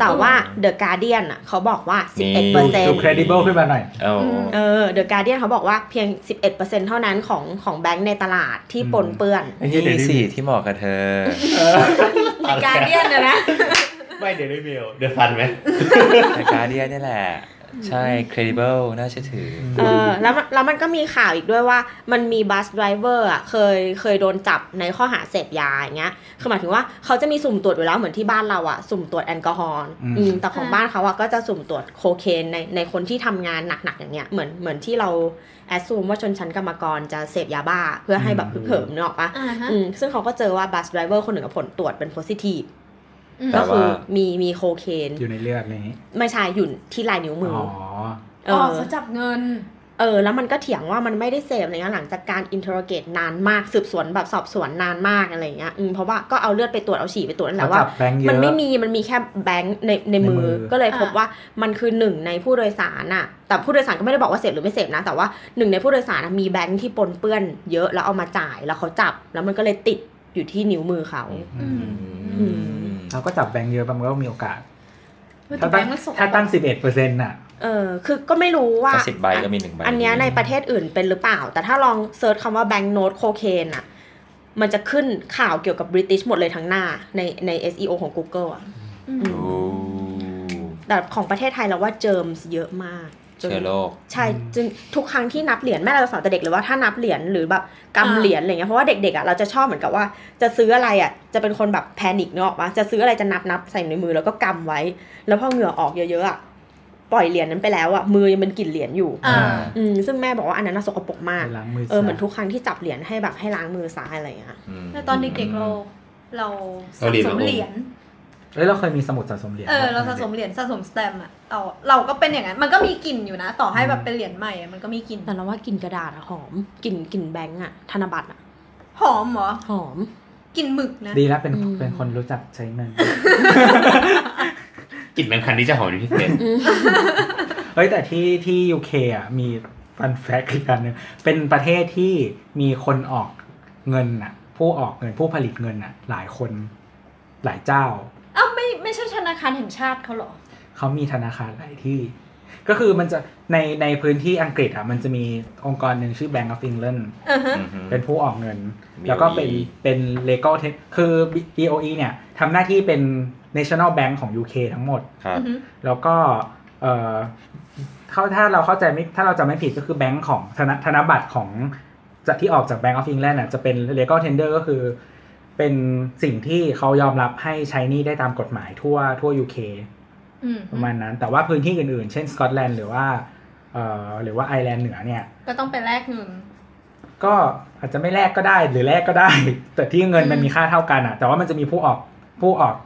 S2: แต่ว่า The Guardian อ่ะเขาบอกว่า 11%เปอร์เซ็น
S4: ดู
S2: ต์
S4: credible ขึ้นมาหน่อย
S5: เอ้า
S2: เออเดอะการเดียนเขาบอกว่าเพียง 11%เท่านั้นของของแบงค์ในตลาดที่
S4: อืม
S2: ปนเปื้อน
S5: ไอ้ที่ดีสี่ที่เหมาะกับเธอ
S6: ในการเดียนนะนะ
S3: ไม่เดลี่มิวเดอะฟันไหม
S5: แต่การเดียนี่ แหละ ใช่ credible น่าเชื่อถือ
S2: เออแล้วมันแล้วมันก็มีข่าวอีกด้วยว่ามันมีบัสไดรเวอร์อ่ะเคยเคยโดนจับในข้อหาเสพยาอย่างเงี้ยคือหมายถึงว่าเขาจะมีสุ่มตรวจอยู่แล้วเหมือนที่บ้านเราอ่ะสุ่มตรวจแอลกอฮอล์
S4: อืม
S2: อืมแต่ของ
S6: อ่า
S2: บ้านเขาอ่ะก็จะสุ่มตรวจโคเคนในในคนที่ทำงานหนักๆอย่างเงี้ยเหมือนเหมือนที่เราแอดซูมว่าชนชั้นกรรมกรจะเสพยาบ้าเพื่อให้แบบพึกเหิมเนกออกปะ
S6: อ่าฮะ
S2: อืมซึ่งเขาก็เจอว่าบัสไดรเวอร์คนหนึ่งอะผลตรวจเป็นโพซิทีฟ
S6: อืม
S5: แต่
S2: ก็
S5: ว่า
S2: คือมีมีโคเคน
S4: อยู่ในเลือดอะไรอย่างนี้
S2: ไม่ใช่อยู่ที่ลายนิ้วมือ
S4: อ๋
S2: อ
S4: อ
S2: เอ
S6: อ๋อ
S2: อ
S6: เขาจับเงิน
S2: เออ แล้วมันก็เถียงว่ามันไม่ได้เสพอะไรเงี้ยหลังจากการอินเทอร์เกตนานมากสืบสวนแบบสอบสวนนานมากอะไรเงี้ยอืมเพราะว่าก็เอาเลือดไปตรวจเอาฉี่ไปตรวจนั่นแห
S4: เขา
S2: ละว่า
S4: จับแบงค์เยอะ
S2: มันไม่มีมันมีแค่แบงค์ในในมือ
S4: ในมือ
S2: ก็เลยพบ
S6: อ่า
S2: ว่ามันคือหนึ่งในผู้โดยสารน่ะ แต่ผู้โดยสารก็ไม่ได้บอกว่าเสพหรือไม่เสพนะ แต่ว่าหนึ่งในผู้โดยสารน่ะมีแบงค์ที่ปนเปื้อนเยอะแล้วเอามาจ่ายแล้วเขาจับ แล้วมันก็เลยติดอยู่ที่นิ้วมือเขา
S4: อืม
S5: อืม
S4: เราก็จับแบงค์เยอะมันก็มีโอกาส
S6: เฮ้ยแต่แบง
S4: ถ้าตั้ง
S6: ค์มันสกปรก
S4: ถ้าตั้งสิบเอ็ดเปอร์เซ็นต์่ะ
S2: เออคือก็ไม่รู้ว่า
S5: ถ้า10ใบก็มีหนึ่งใบ
S2: อันเนี้ยในประเทศอื่นเป็นหรือเปล่า แต่ถ้าลองเซิร์ชคำว่าแบงก์โนดโคเคนอ่ะ มันจะขึ้นข่าวเกี่ยวกับบริติชหมดเลยทั้งหน้าในใน SEO ของ Google อ่ะ
S6: อืม
S5: โอ้
S2: แต่ของประเทศไทยเราว่าเจิมส์เยอะมากจน
S5: เชื้อโรค
S2: ใช่จึงทุกครั้งที่นับเหรียญแม่เราจะสอนแต่เด็กเลยว่าถ้านับเหรียญหรือแบบกำเหรียญอะไรเงี้ยเพราะว่าเด็กๆอ่ะเราจะชอบเหมือนกับว่าจะซื้ออะไรอ่ะจะเป็นคนแบบแพนิคเนกอะปะจะซื้ออะไรจะนับนับใส่ในมือแล้วก็กำไว้ แล้วพอเหงื่อออกเยอะๆอ่ะปล่อยเหรียญนั้นไปแล้วอ่ะมือยังเป็นกลิ่นเหรียญอยู่
S6: อ่า
S2: อืมซึ่งแม่บอกว่าอันนั้นน่ะสกปรกมาก
S4: ล้างมือ
S2: เออเหมือนทุกครั้งที่จับเหรียญให้แบบให้ล้างมือซ้ายอะไรอย่างเงี้ย
S6: แต่ตอนเด็กๆเราเราสะ
S3: เราเรียน
S6: สม
S3: มา
S6: เหรียญ
S4: เอ้ยเราเคยมีสมุดสะสมเหรียญ
S6: เออเราสะสมเหรียญสะสมสแตมป์อะเราเราก็เป็นอย่างนั้น มันก็มีกลิ่นอยู่นะ ต่อให้แบบเป็นเหรียญใหม่อะมันก็มีกลิ่น
S2: แต่เราว่ากลิ่นกระดาษอะหอมกลิ่นกลิ่นแบงก์อะธนบัตรอะ
S6: หอมเหรอ
S2: หอม
S6: กลิ่นหมึกนะ
S4: ดีแล้วเป็น
S2: อืม
S4: เป็นคนรู้จักใช้เงิน
S3: กลิ่นแมงคันที่จะหอมเป็นพิเศษ
S4: เฮ้ยแต่ที่ที่ยูเคอ่ะมีฟันแฟกอีกอันหนึงเป็นประเทศที่มีคนออกเงินอ่ะ ผู้ออกเงินผู้ผลิตเงินอ่ะ หลายคนหลายเจ้า
S6: อ้าวไม่ไม่ใช่ธนาคารแห่งชาติเขาเหรอ
S4: เขามีธนาคารหลายที่ ก็คือมันจะในในพื้นที่อังกฤษอ่ะ มันจะมีองค์กรหนึ่งชื่อ Bank of England
S6: อือฮะ
S4: เป็นผู้ออกเงิน
S5: BOE
S4: แล้วก็เป็นเป็น legal tech คือ BOE เนี่ยทำหน้าที่เป็น national bank ของ UK ทั้งหมด
S5: ครับ
S6: อือฮึ
S4: แล้วก็เออเขาถ้าเราเข้าใจไม่ถ้าเราจำไม่ผิดก็คือแบงก์ของธนธนบัตรของจะที่ออกจาก Bank of England น่ะจะเป็น legal tender ก็คือ เป็นสิ่งที่เขายอมรับให้ใช้หนี่ได้ตามกฎหมายทั่วทั่ว UK
S6: อืม
S4: ประมาณนั้น แต่ว่าพื้นที่อื่นๆ เช่นสกอตแลนด์หรือว่าเอ่อหรือว่าไอร์แลนด์เหนือเนี่ย
S6: ก็ต้องไปแลกเงิน
S4: ก็อาจจะไม่แลกก็ได้หรือแลกก็ได้ แต่ที่เงินมันมีค่าเท่ากันอะแต่ว่ามันจะมีผู้ออกผู้ออก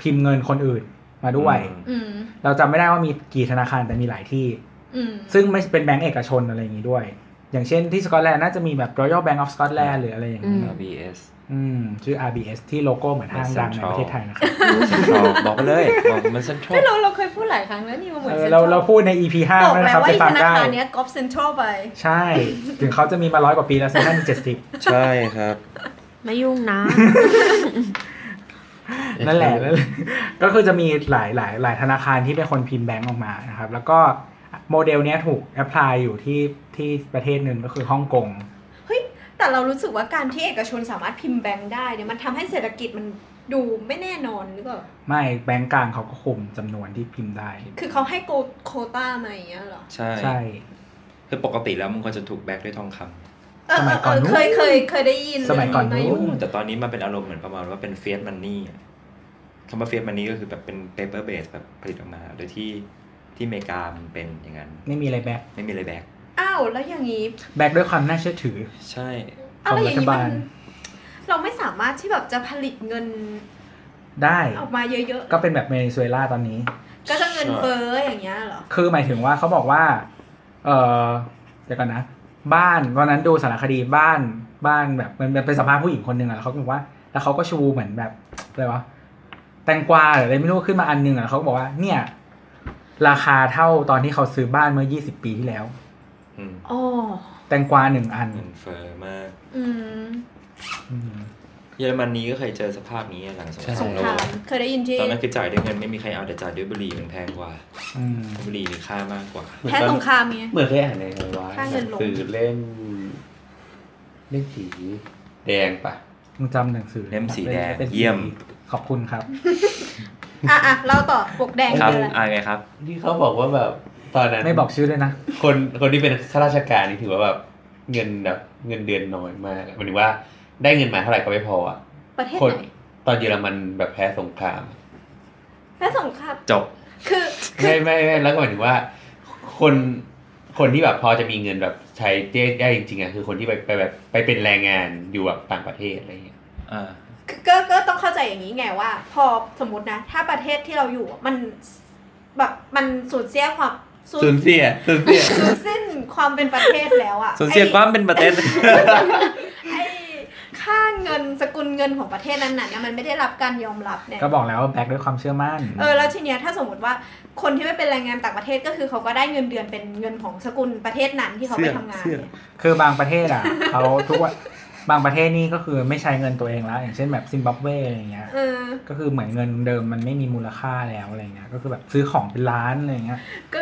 S4: พิมพ์เงินคนอื่นมาด้วย
S6: อืม
S4: เราจำไม่ได้ว่ามีกี่ธนาคารแต่มีหลายที่
S6: อืม
S4: ซึ่งไม่เป็นแบงก์เอกชนอะไรอย่างนี้ด้วย อย่างเช่นที่สกอตแลนด์น่าจะมีแบบ Royal Bank of Scotland หรืออะไรอย่างนี้
S2: อืม
S5: BS
S4: อืมชื่อ RBS ที่โลโก้เหมือนห้างดังในประเทศไทยนะครับ
S5: บอกไปเลยบอกมันเซ็นทรัล
S6: ไม่เราเราเคยพูดหลายครั้งแล้วนี่มันเหมือน
S4: เออเราเราพูดใน EP ห้า
S6: บอก
S4: แล้ว
S6: แล้
S4: นะคว รับ
S6: ว่า
S4: ไป
S6: อีก
S4: ฟั
S6: ธ
S4: ง
S6: นา
S4: ได้
S6: คารเนี้ยกอล์ฟเซ็นทรัลไป
S4: ใช่ ถึงเขาจะมีมาร้อยกว่าปีแล้วเซนทรัลมีเจ็ดสิบ
S5: ใช่ครับ
S2: ไม่ยุ่งนะ
S4: นั่นแหละนั่นแหละ ก็คือจะมีหลายหลายหลายธนาคารที่เป็นคนพิมพ์แบงก์ออกมานะครับ แล้วก็โมเดลเนี้ยถูกแอพพลายอยู่ที่ที่ประเทศหนึ่งก็คือฮ่องกง
S6: แต่เรารู้สึกว่าการที่เอกชนสามารถพิมพ์แบงค์ได้เนี่ยมันทำให้เศรษฐกิจมันดูไม่แน่นอนหรือเปล่า
S4: ไม่แบงก์กลางเขาก็คุมจำนวนที่พิมพ์ได้
S6: คือเขาให้โกโคต้ามาอย่างเงี้ยเหรอ
S5: ใช่
S4: ใช่
S5: คือปกติแล้วมันควรจะถูกแบกด้วยทองค
S6: เออ
S4: ส
S6: เอ
S4: มัย
S6: อเอ
S4: ก่อ
S6: อ
S4: นนู้น
S6: เคยเคยเคยได้ยิน
S4: สมัยก่อนนู้
S6: าน ยู่
S5: ำแต่ตอนนี้มันเป็นอารมณ์เหมือนประมาณว่าเป็นเฟียสมันนี่คำว่าเฟียสมันนี่ก็คือแบบเป็นเปเปอร์เบสแบบผลิตออกมา โดยที่ที่อเมริกามันเป็นอย่างนั้น
S4: ไม่มีอะไรแบก
S5: ไม่มีอะไรแบก
S6: อ้าวแล้วอย่างนี้
S4: แบกด้วยความน่าเชื่อถือ
S5: ใช่
S6: อ้าวแล้วอย่างนี้
S4: ของ
S6: มั
S4: รัฐบาล
S6: นเราไม่สามารถที่แบบจะผลิตเงิน
S4: ได้
S6: ออกมาเยอะ
S4: ก็เป็นแบบเวเนซุเอลาตอนนี้
S6: ๆ ก็จะเงินเฟ้ออย่างเงี้ยเหรอ
S4: คือหมายถึงว่าเขาบอกว่า เออเดี๋ยวกันนะ บ้านวันนั้นดูสารคดีบ้านบ้านแบบมันมันเป็นสัมภาษณ์ผู้หญิงคนหนึ่งอะแล้วเขาก็บอกว่า แล้วเขาก็ชูเหมือนแบบอะไรวะแตงกวาหรืออะไรไม่รู้ขึ้นมาอันหนึงอะแล้วเขาก็บอกว่า เนี่ย ราคาเท่าตอนที่เขาซื้อบ้านเมื่อ 20 ปีที่แล้ว
S5: อืม
S2: อ๋อ
S4: แตงกวาหนึ่งอัน
S5: เงินเฟ้อมาก
S6: อืม
S4: อืม
S5: เยอรมนีก็เคยเจอสภาพนี้หลังสงค
S3: ใช่
S5: ราม
S6: สง
S5: โล
S6: คราก มเคยได้ยินที่
S5: ตอนนั้นคือจ่ายด้วยเงินไม่มีใครเอาแต่จ่ายด้วยบุหรี่มันแพงกว่า
S4: อืม
S5: บุหรี่มีค่ามากกว่า
S6: แพ้สงครามเนี่ย
S3: เหมือนเคยอ่านในไงวะ
S6: ค่าเงินลง
S3: สื่อเล่มเล่มสีแดงปะ
S4: มึงจำหนังสือ
S5: เล่มสีแดง
S4: ป็นสี
S5: เยี่ยม
S4: ขอบคุณครับ
S6: อ่ะอ่ะเราต่อปวกแดง
S5: ครับ
S6: คืออะไร
S5: อายไหมครับ
S3: ที่เขาบอกว่าแบบตอนนั้น
S4: ไม่บอกชื่อด้วยนะ
S3: คนคนที่เป็นข้าราชการนี่ถือว่าแบบเงินแบบเงินเดือนน้อยมากหมายถึงว่าได้เงินมาเท่าไหร่ก็ไม่พออ่ะ
S6: ประเทศ
S3: คน
S6: ไหน
S3: ตอนเยอรมันแบบแพ้สงคราม
S6: แพ้สงคราม
S5: จบ
S6: คือคือ
S3: ไม่ไม่ไม่แล้วก็หมายถึงว่า คนคนที่แบบพอจะมีเงินแบบใช้ได้ได้จริงๆอ่ะคือคนที่ไปไปแบบไปเป็นแรงงานอยู่แบบต่างประเทศอะไรอย่างเงี้ย
S5: อ่า
S6: คือก็ก็ต้องเข้าใจอย่างนี้ไงว่า พอสมมตินะ ถ้าประเทศที่เราอยู่อะมันแบบมันสูญเสียความสูญ
S3: สูญเสียสูญเสีย
S6: สูญสิ้นความเป็นประเทศแล้วอ่ะ
S5: ส่วนเสียความเป็นประเทศ
S6: ไอ้ค่าเงินสกุลเงินของประเทศนั้นน่ะเนี่ยมันไม่ได้รับการยอมรับเนี่ย
S4: ก็บอกแล้วว่าแบกด้วยความเชื่อมั่น
S6: เออแล้วทีเนี้ยถ้าสมมติว่าคนที่ไม่เป็นแรงงานต่างประเทศก็คือเขาก็ได้เงินเดือนเป็นเงินของสกุลประเทศนั้นที่เขาไปทำงานเนี่ย
S4: คือบางประเทศอ่ะ เขาทุกวัน บางประเทศนี่ก็คือไม่ใช้เงินตัวเองแล้ว อย่างเช่นแบบซิมบับเวอะไรอย่างเงี้ย
S6: เออ
S4: ก็คือเหมือนเงินเดิมมันไม่มีมูลค่าแล้วอะไรเงี้ย ก็คือแบบซื้อของเป็นล้านอะไรเงี้ย
S6: ก็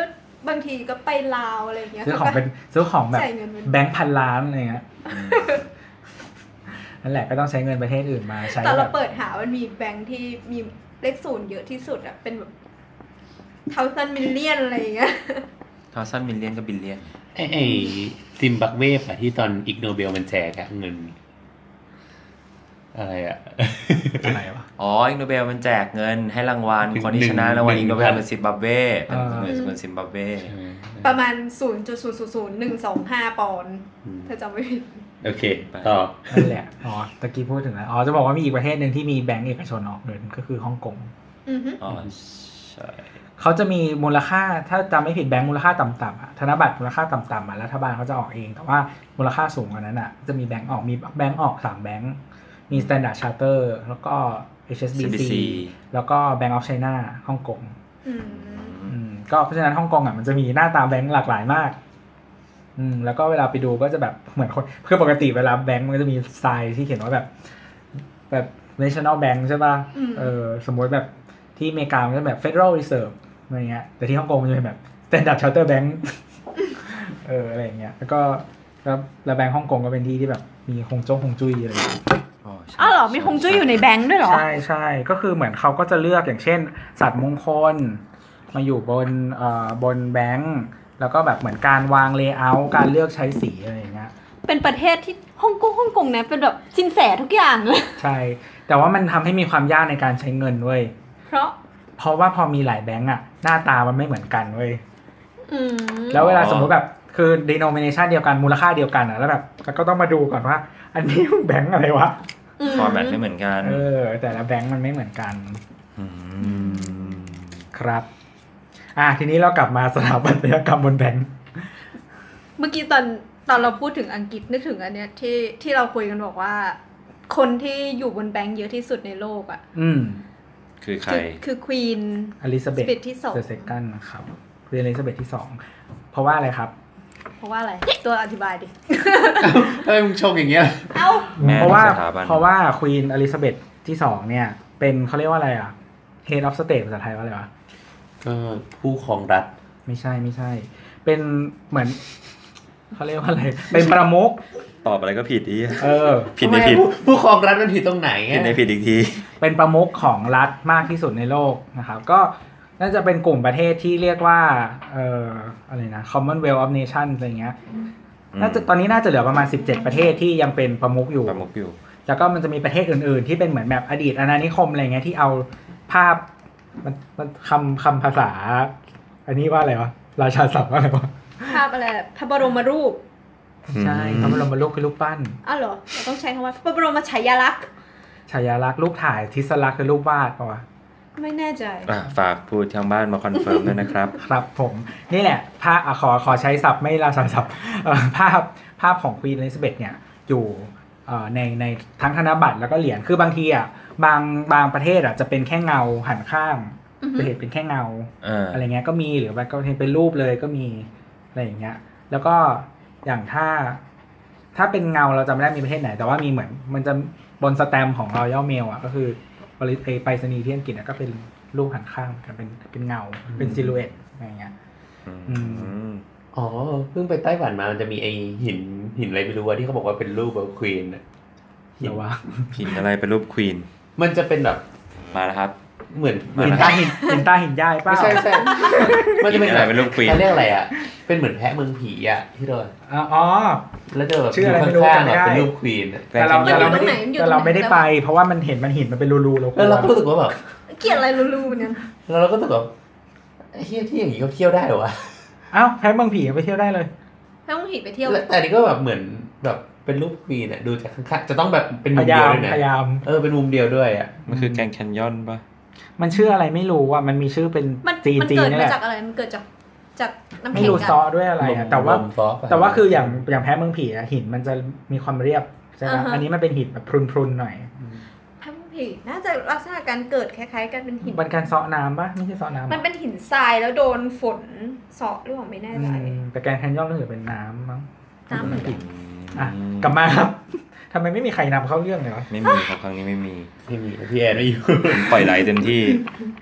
S6: บางทีก็ไปลาวอะไรอย่างเงี้ย
S4: ซื้อของเป็นซื้อของแบบ
S6: ใส่เงินเป็น
S4: แบงค์พันล้านอะไรเงี้ย นั่นแหละก็ต้องใช้เงินประเทศอื่นมาใช้
S6: แต่
S4: แบ
S6: เรา
S4: บ
S6: เปิดหามันมีแบงค์ที่มีเลขศูนย์เยอะที่สุดอะเป็นแบบเทาซันมิลเลียนอะไรอย่างเงี้ย
S5: ทอสันมิลเลียนกับบิลเลียน
S3: ไอ้ไอ้ซิมบักเวฟอะที่ตอนอิกโนเบลมันแจกอะเงิน อะไรอะ
S4: อะไรวะ
S5: อ๋อ อิงโนเบลมันแจกเงินให้รางวัล
S3: หนึ่ง
S5: คนที่ชนะรางวัล
S3: หนึ่
S5: อิ
S3: ง
S5: งโนเบล
S3: พัน
S5: เป็นซิมบับเวเป็น
S4: อ่า
S5: เงินคนซิมบับเว
S6: ประมาณ 0.000125 ปอนด์
S3: อืม
S6: ถ้าจำไม่ผิด
S3: โอเค ต่อ
S4: นั่นแหละ อ๋อ ตะกี้พูดถึงแล้วอ๋อ จะบอกว่ามีอีกประเทศหนึ่งที่มีแบงก์เอกชนออกเงินก็คือฮ่องกง
S6: อือฮึ
S5: อ๋อใช่
S4: เขาจะมีมูลค่าถ้าจำไม่ผิดแบงค์มูลค่าต่ำๆอะธนบัตรมูลค่าต่ำๆอะรัฐบาลเขาจะออกเอง แต่ว่ามูลค่าสูงกว่านั้นอะจะมีแบงค์ออกมีแบงค์ออกสามแบงค์มี Standard Charter แล้วก็
S5: ซีบี
S4: HSBC
S5: ซี
S4: แล้วก็ Bank of China ฮ่องกง
S6: อืม
S4: อืมก็เพราะฉะนั้นฮ่องกงอะมันจะมีหน้าตาแบงค์หลากหลายมากอืมแล้วก็เวลาไปดูก็จะแบบเหมือนคนคือปกติเวลาแบงค์มันก็จะมีทรายที่เขียนว่าแบบ แบบ national bank ใช่ป่ะ
S6: อืม
S4: เออสมมติแบบที่อเมริกามันก็แบบ Federal Reserve อะไรเงี้ยแต่ที่ฮ่องกงมันจะเป็นแบบ Standard Charter Bank เอออะไรเงี้ยแล้วก็แล้วแล้วแบงก์ฮ่องกงก็เป็นที่ที่แบบมีฮงจงฮงจุ้ยอะไรอย่างเงี้ย
S6: อ้าวเหรอ มีฮงจุ้ยอยู่ในแบงค์ด้วยเหรอ
S4: ใช่ใช่ก็คือเหมือนเขาก็จะเลือกอย่างเช่น สัตว์มงคล มาอยู่บนเอ่อบนแบงก์แล้วก็แบบเหมือนการวางเลเยอร์การเลือกใช้สีอะไรอย่างเงี้ย
S6: เป็นประเทศที่ฮ่องกงฮ่องกงนะเป็นแบบสินแสทุกอย่างเลย
S4: ใช่ แต่ว่ามันทำให้มีความยากในการใช้เงินเว้ย
S6: เพราะ
S4: เพราะว่าพอมีหลายแบงก์อะหน้าตามันไม่เหมือนกันเว้ย
S2: อืม
S4: แล้วเวลา
S5: อ๋อ
S4: สมมติแบบคือ denomination เดียวกันมูลค่าเดียวกันอะแล้วแบบก็ต้องมาดูก่อนว่า อันนี้ แบงค์อะไรวะ
S5: ฟอร์แมตไม่เหมือนกัน
S4: เออ แต่ละแบงค์มันไม่เหมือนกัน
S5: ม
S4: ครับ อ่ะทีนี้เรากลับมาสถาปัตยกรรมบนแบงค์
S6: เมื่อกี้ตอนตอนเราพูดถึงอังกฤษนึกถึงอันเนี้ยที่ที่เราคุยกันบอกว่า คนที่อยู่บนแบงค์เยอะที่สุดในโลกอะ่ะ
S4: อืม
S5: คือใคร
S6: คือคือควีน
S4: อลิซาเบธ
S6: Elizabeth ที่สอง
S4: เซกันนะครับคืออลิซาเบธที่สองเพราะว่าอะไรครับ
S6: เพราะว่าอะไร ตัวอธิบายดิ
S3: เอ้ยมึงชงอย่างเงี้ยเหรอ
S6: เอ้า
S5: แม่
S4: เพราะว่า
S5: ในสถาบัน
S4: เพราะว่าควีนอลิซาเบธที่สองเนี่ย เป็นเขาเรียกว่าอะไรอ่ะ head of state ภาษาไทยว่าอะไรวะ
S3: ก็ผู้ครองรัฐ
S4: ไม่ใช่ไม่ใช่ เป็นเหมือนเขาเรียกว่าอะไร เป็นประมุข
S5: ตอบอะไรก็ผิดอีก
S4: เออ
S5: ผิดในผิด
S3: ผู้ผู้ครองรัฐมันผิดตรงไหน
S5: ผิด
S3: อะ
S5: ในผิดอีกที
S4: เป็นประมุขของรัฐมากที่สุดในโลกนะครับ ก็น่าจะเป็นกลุ่มประเทศที่เรียกว่าเอ่ออะไรนะ Commonwealth of Nations อะไรเงี้ยน่าจะตอนนี้น่าจะเหลือประมาณ 17 ประเทศที่ยังเป็นประมุขอยู่
S5: ประมุกอยู่
S4: แล้วก็มันจะมีประเทศอื่นๆ ที่เป็นเหมือนแบบอดีตอาณานิคมอะไรเงี้ยที่เอาภาพมันมันคำคำภาษา อันนี้ว่าอะไรวะ ราชาศัพท์ว่าอะไรวะ
S6: ภาพอะไรพระบรมรูป
S4: ใช่พระบรมรูปคือรูปปั้น
S6: อ้าวเหรอเราต้องใช้คำว่าพระบรมฉายาลักษณ์
S4: ฉายาลักษณ์รูปถ่ายทิศลักษณ์คือรูปวาดปะวะ
S6: ไม่แน่ใจ
S5: อ่ะฝากพูดทางบ้านมาคอนเฟิร์มด้วยนะครับ
S4: ครับผมนี่แหละภาพอ่ะขอขอใช้ศัพท์ไม่ราชาศัพท์เอ่อภาพภาพของควีนอลิซาเบธเนี่ยอยู่เอ่อในในทั้งธนบัตรแล้วก็เหรียญคือบางทีอ่ะบางบางประเทศอ่ะจะเป็นแค่เงาหันข้าง
S6: อือฮึ
S4: จะเห็นเป็นแค่เงา
S5: เออ
S4: อะไรเงี้ยก็มีหรือบางประเทศเป็นรูปเลยก็มีอะไรอย่างเงี้ยแล้วก็อย่างถ้าถ้าเป็นเงาเราจำไม่ได้มีประเทศไหน แต่ว่ามีเหมือนมันจะบนสแตมป์ของ Royal Mail อ่ะก็คือบริษัทไปรษณีย์ที่อังกฤษอะก็เป็นรูปหันข้างเหมือนกันเป็นเป็นเงาเป็นซิลูเอตอะไรอย่างเงี้ย อื
S3: อ๋อเพิ่งไปไต้หวันมามันจะมีไอหินหินอะไรไม่รู้ว่าที่เขาบอกว่าเป็นรูปแบบควีนอะ
S4: เดี๋ยวว่า
S5: ผิดอะไรเป็นรูปควีน
S3: มันจะเป็นแบบ
S5: มาแล้วครับ
S3: เหมือนเหมือ
S4: หิ
S3: น
S4: นตาหินหินตาหินยายเป้า
S3: ไม่ใช่ไม่ใช่ มันจะเป็น
S5: หินอะไรเป็นรูปควีน
S3: เขาเรียกอะไรอ่ะเป็นเหมือนแพะเมืองผีอ่ะที่เรา
S4: อ่ะอ๋อ
S3: แล้วเจอแบบ
S4: ชื่ออะไรไม่รู้
S3: ข้างๆอะ
S4: จำไม่ได้
S3: เป็นรูปควีนอะ
S4: แต่เรา
S6: มันอยู่
S4: แต่เราไม่
S6: ตรงไหน
S4: ได้
S6: มันอยู่
S4: แต่เรา
S6: ตรงไหน
S4: ไม่ได้ไป เพราะว่ามันเห็นมันหินมันเป็นรูๆเราก
S3: แล้ว
S4: ลั
S3: เรา
S4: ว
S3: ก็รู้สึกว่าแบบ
S6: เกลียดอะไรรู้ๆเหมือนกัน
S3: แล้วเราก็รู้สึกแบบไอ้เฮียที่อย่างนี้เขาเที่ยวได้เหรอวะ
S4: เอ้าแพ้เมืองผีไปเที่ยวได้เลย
S6: ต้องหิดไปเที่ยว
S3: แล้วแต่อันนี้ก็แบบเหมือนแบบเป็นรูปควีนอ่ะดูจากข้างๆจะต้องแบบเป็น
S4: พ
S3: มุม
S4: ยา
S3: เดียว
S4: ยาม
S3: ด้วยนะ
S4: พยายาม
S3: เออเป็นมุมเดียวด้วยอ่ะ
S5: มันคือแกงแคนยอนปะ
S4: มันชื่ออะไรไม่รู้ว่ามันมีชื่อเป็น
S6: มัน
S4: จีน
S6: มัน
S4: จีน
S6: เกิด
S4: นี่
S6: มา
S4: แหละ
S6: จากอะไร มันเกิดจากจากน้ำ
S4: ไม่
S6: แข็ง
S4: รู้
S6: กั
S4: ซอด้วยอะไร
S3: ล
S4: อะ
S3: ม
S4: แต่ว่า
S3: ลมซอฟะ
S4: แต่ว่าคืออย่างอย่างแพ้เมืองผีอะหินมันจะมีความเรียบใช่ไหมอันนี้มันเป็นหินแบบพรุนๆหน่อย
S6: ถ้าไม่ผิดน่าจะลักษณะการเกิดคล้ายๆกันเป็นหิน
S4: มันการเซาะน้ำปะไม่ใช่เซาะน้ำ
S6: มันเป็นหินทรายแล้วโดนฝนเสาะหรือเปล่าไม่แน่
S4: อื
S6: ใจ
S4: มแต่แกนแคนยอนรู้สึกเป็นน้ำมั้ง
S6: น้ำเหมือนกัน
S4: อ่ะ กลับมาครับ ธ
S7: ทำไมไม่มีใครนำเข้าเรื่องเลยวะ
S5: ไม่มีครับครั้งนี้ไม่มี
S3: ไม่มีพี่แอนไม่อยู่
S5: ผมปล่อยไหลเต็มที่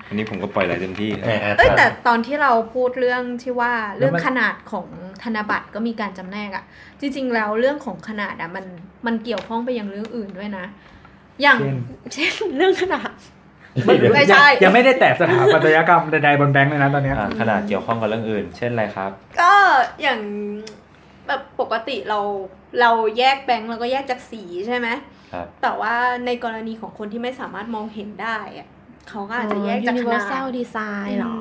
S5: วันนี้ผมก็ปล่อยไหลเต็มที่ครับ
S3: แอน
S6: เอ้ย
S3: ครับ
S6: แต่ตอนที่เราพูดเรื่องที่ว่าเรื่องขนาดของธนบัตรก็มีการจำแนกอะจริง ๆ แล้วเรื่องของขนาดอะมันมันเกี่ยวข้องไปยังเรื่องอื่นด้วยนะ อย่างเช่นเรื่องขนาด ไม่ใช่
S4: ยังไม่ได้แตะสถาปัตยกรรมใดๆบนแบงค์เลยนะตอนเนี้ย
S5: อ่าขนาดเกี่ยวข้องกับเรื่องอื่น เช่นอะไรครับ
S6: ก็อย่างแบบปกติเราเราแยกแบงค์แล้วก็แยกจากสีใช่ไหม
S5: ครับ
S6: แต่ว่าในกรณีของคนที่ไม่สามารถมองเห็นได้อะเขาก็อาจจะแยกจากขนาด
S2: universal design เหรอ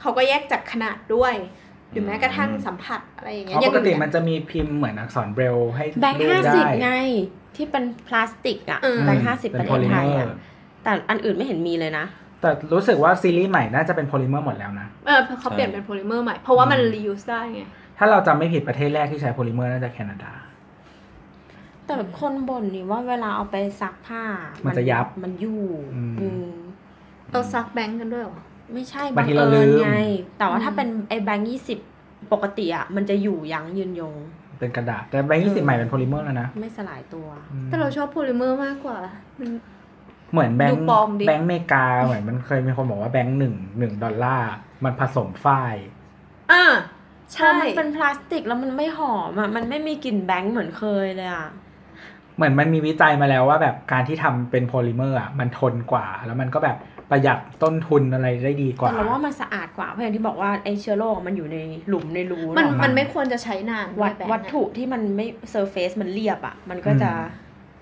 S6: เขาก็แยกจากขนาดด้วย หรือแม้กระทั่งสัมผัสอะไรอย่างเงี้ย
S4: อ๋อปกติ
S6: ยัง
S4: มันจะมีพิมพ์เหมือนอักษรเบรลให้
S2: แบงค์
S4: รูปได้
S2: ห้าสิบไง ที่เป็นพลาสติกอะแบงค์ห้าสิบ
S4: ป็
S2: ประ
S4: น
S2: เท
S4: โพ
S2: ศ
S4: ลิ
S2: ไท
S4: เม
S2: ย
S4: อ
S2: อะ
S4: ร์
S2: แต่อันอื่นไม่เห็นมีเลยนะ
S4: แต่รู้สึกว่าซีรีส์ใหม่น่าจะเป็นโพลิเมอร์หมดแล้วนะ
S6: เออเขาเปลี่ยนเป็นโพลิเมอร์ใหม่ เพราะว่ามัน reuse ได้ไง
S4: ถ้าเราจำไม่ผิดประเทศแรกที่ใช้โพลิเมอร์น่าจะแคนาดา
S2: แต่คนบ่นนี่ว่าเวลาเอาไปซักผ้า
S4: มั
S2: มัน
S4: จะยับ
S2: มันอยู่
S4: อืม
S2: อืม
S6: เราซักแบงค์กันด้วยเหรอ
S2: ไม่ใช่
S4: บางทีเราลืม
S2: ไง แต่ว่าถ้า
S6: อืม
S2: เป็นไอ้แบงค์ยี่สิบปกติอะมันจะอยู่ยั้งยืนยง
S4: เป็นกระดาษ แต่แบงค์ยี่สิบใหม่เป็นโพลิเมอร์แล้วนะ
S2: ไม่สลายตัว
S4: อืม
S6: แต่เราชอบโพลิเมอร์มากกว่า
S4: เหมือนแบง
S6: ดู
S4: ค์
S6: ปลอมดิ
S4: แบงค์อเมริกาเหมือนมันเคยมีคนบอกว่าแบงค์หนึ่งหนึ่งดอลลาร์มันผสมฝ้าย
S6: อ่า
S2: เพราะ
S6: ใช่
S2: มันเป็นพลาสติกแล้วมันไม่หอมอะมันไม่มีกลิ่นแบงค์เหมือนเคยเลยอะ
S4: เหมือนมันมีวิจัยมาแล้วว่าแบบการที่ทำเป็นโพลิเมอร์อ่ะมันทนกว่า แล้วมันก็แบบประหยัดต้นทุนอะไรได้ดีกว่า
S2: แต่เราว่ามันสะอาดกว่า เพราะอย่างที่บอกว่าไอเชื้อโรคมันอยู่ในหลุมในรู
S6: มัน
S2: เอะ
S6: มันไม่ควรจะใช้นาน
S2: วัด
S6: แบบนั้นอะ
S2: วัตถุที่มันไม่เซอร์เฟซมันเรียบอะมันก็จะ
S4: อื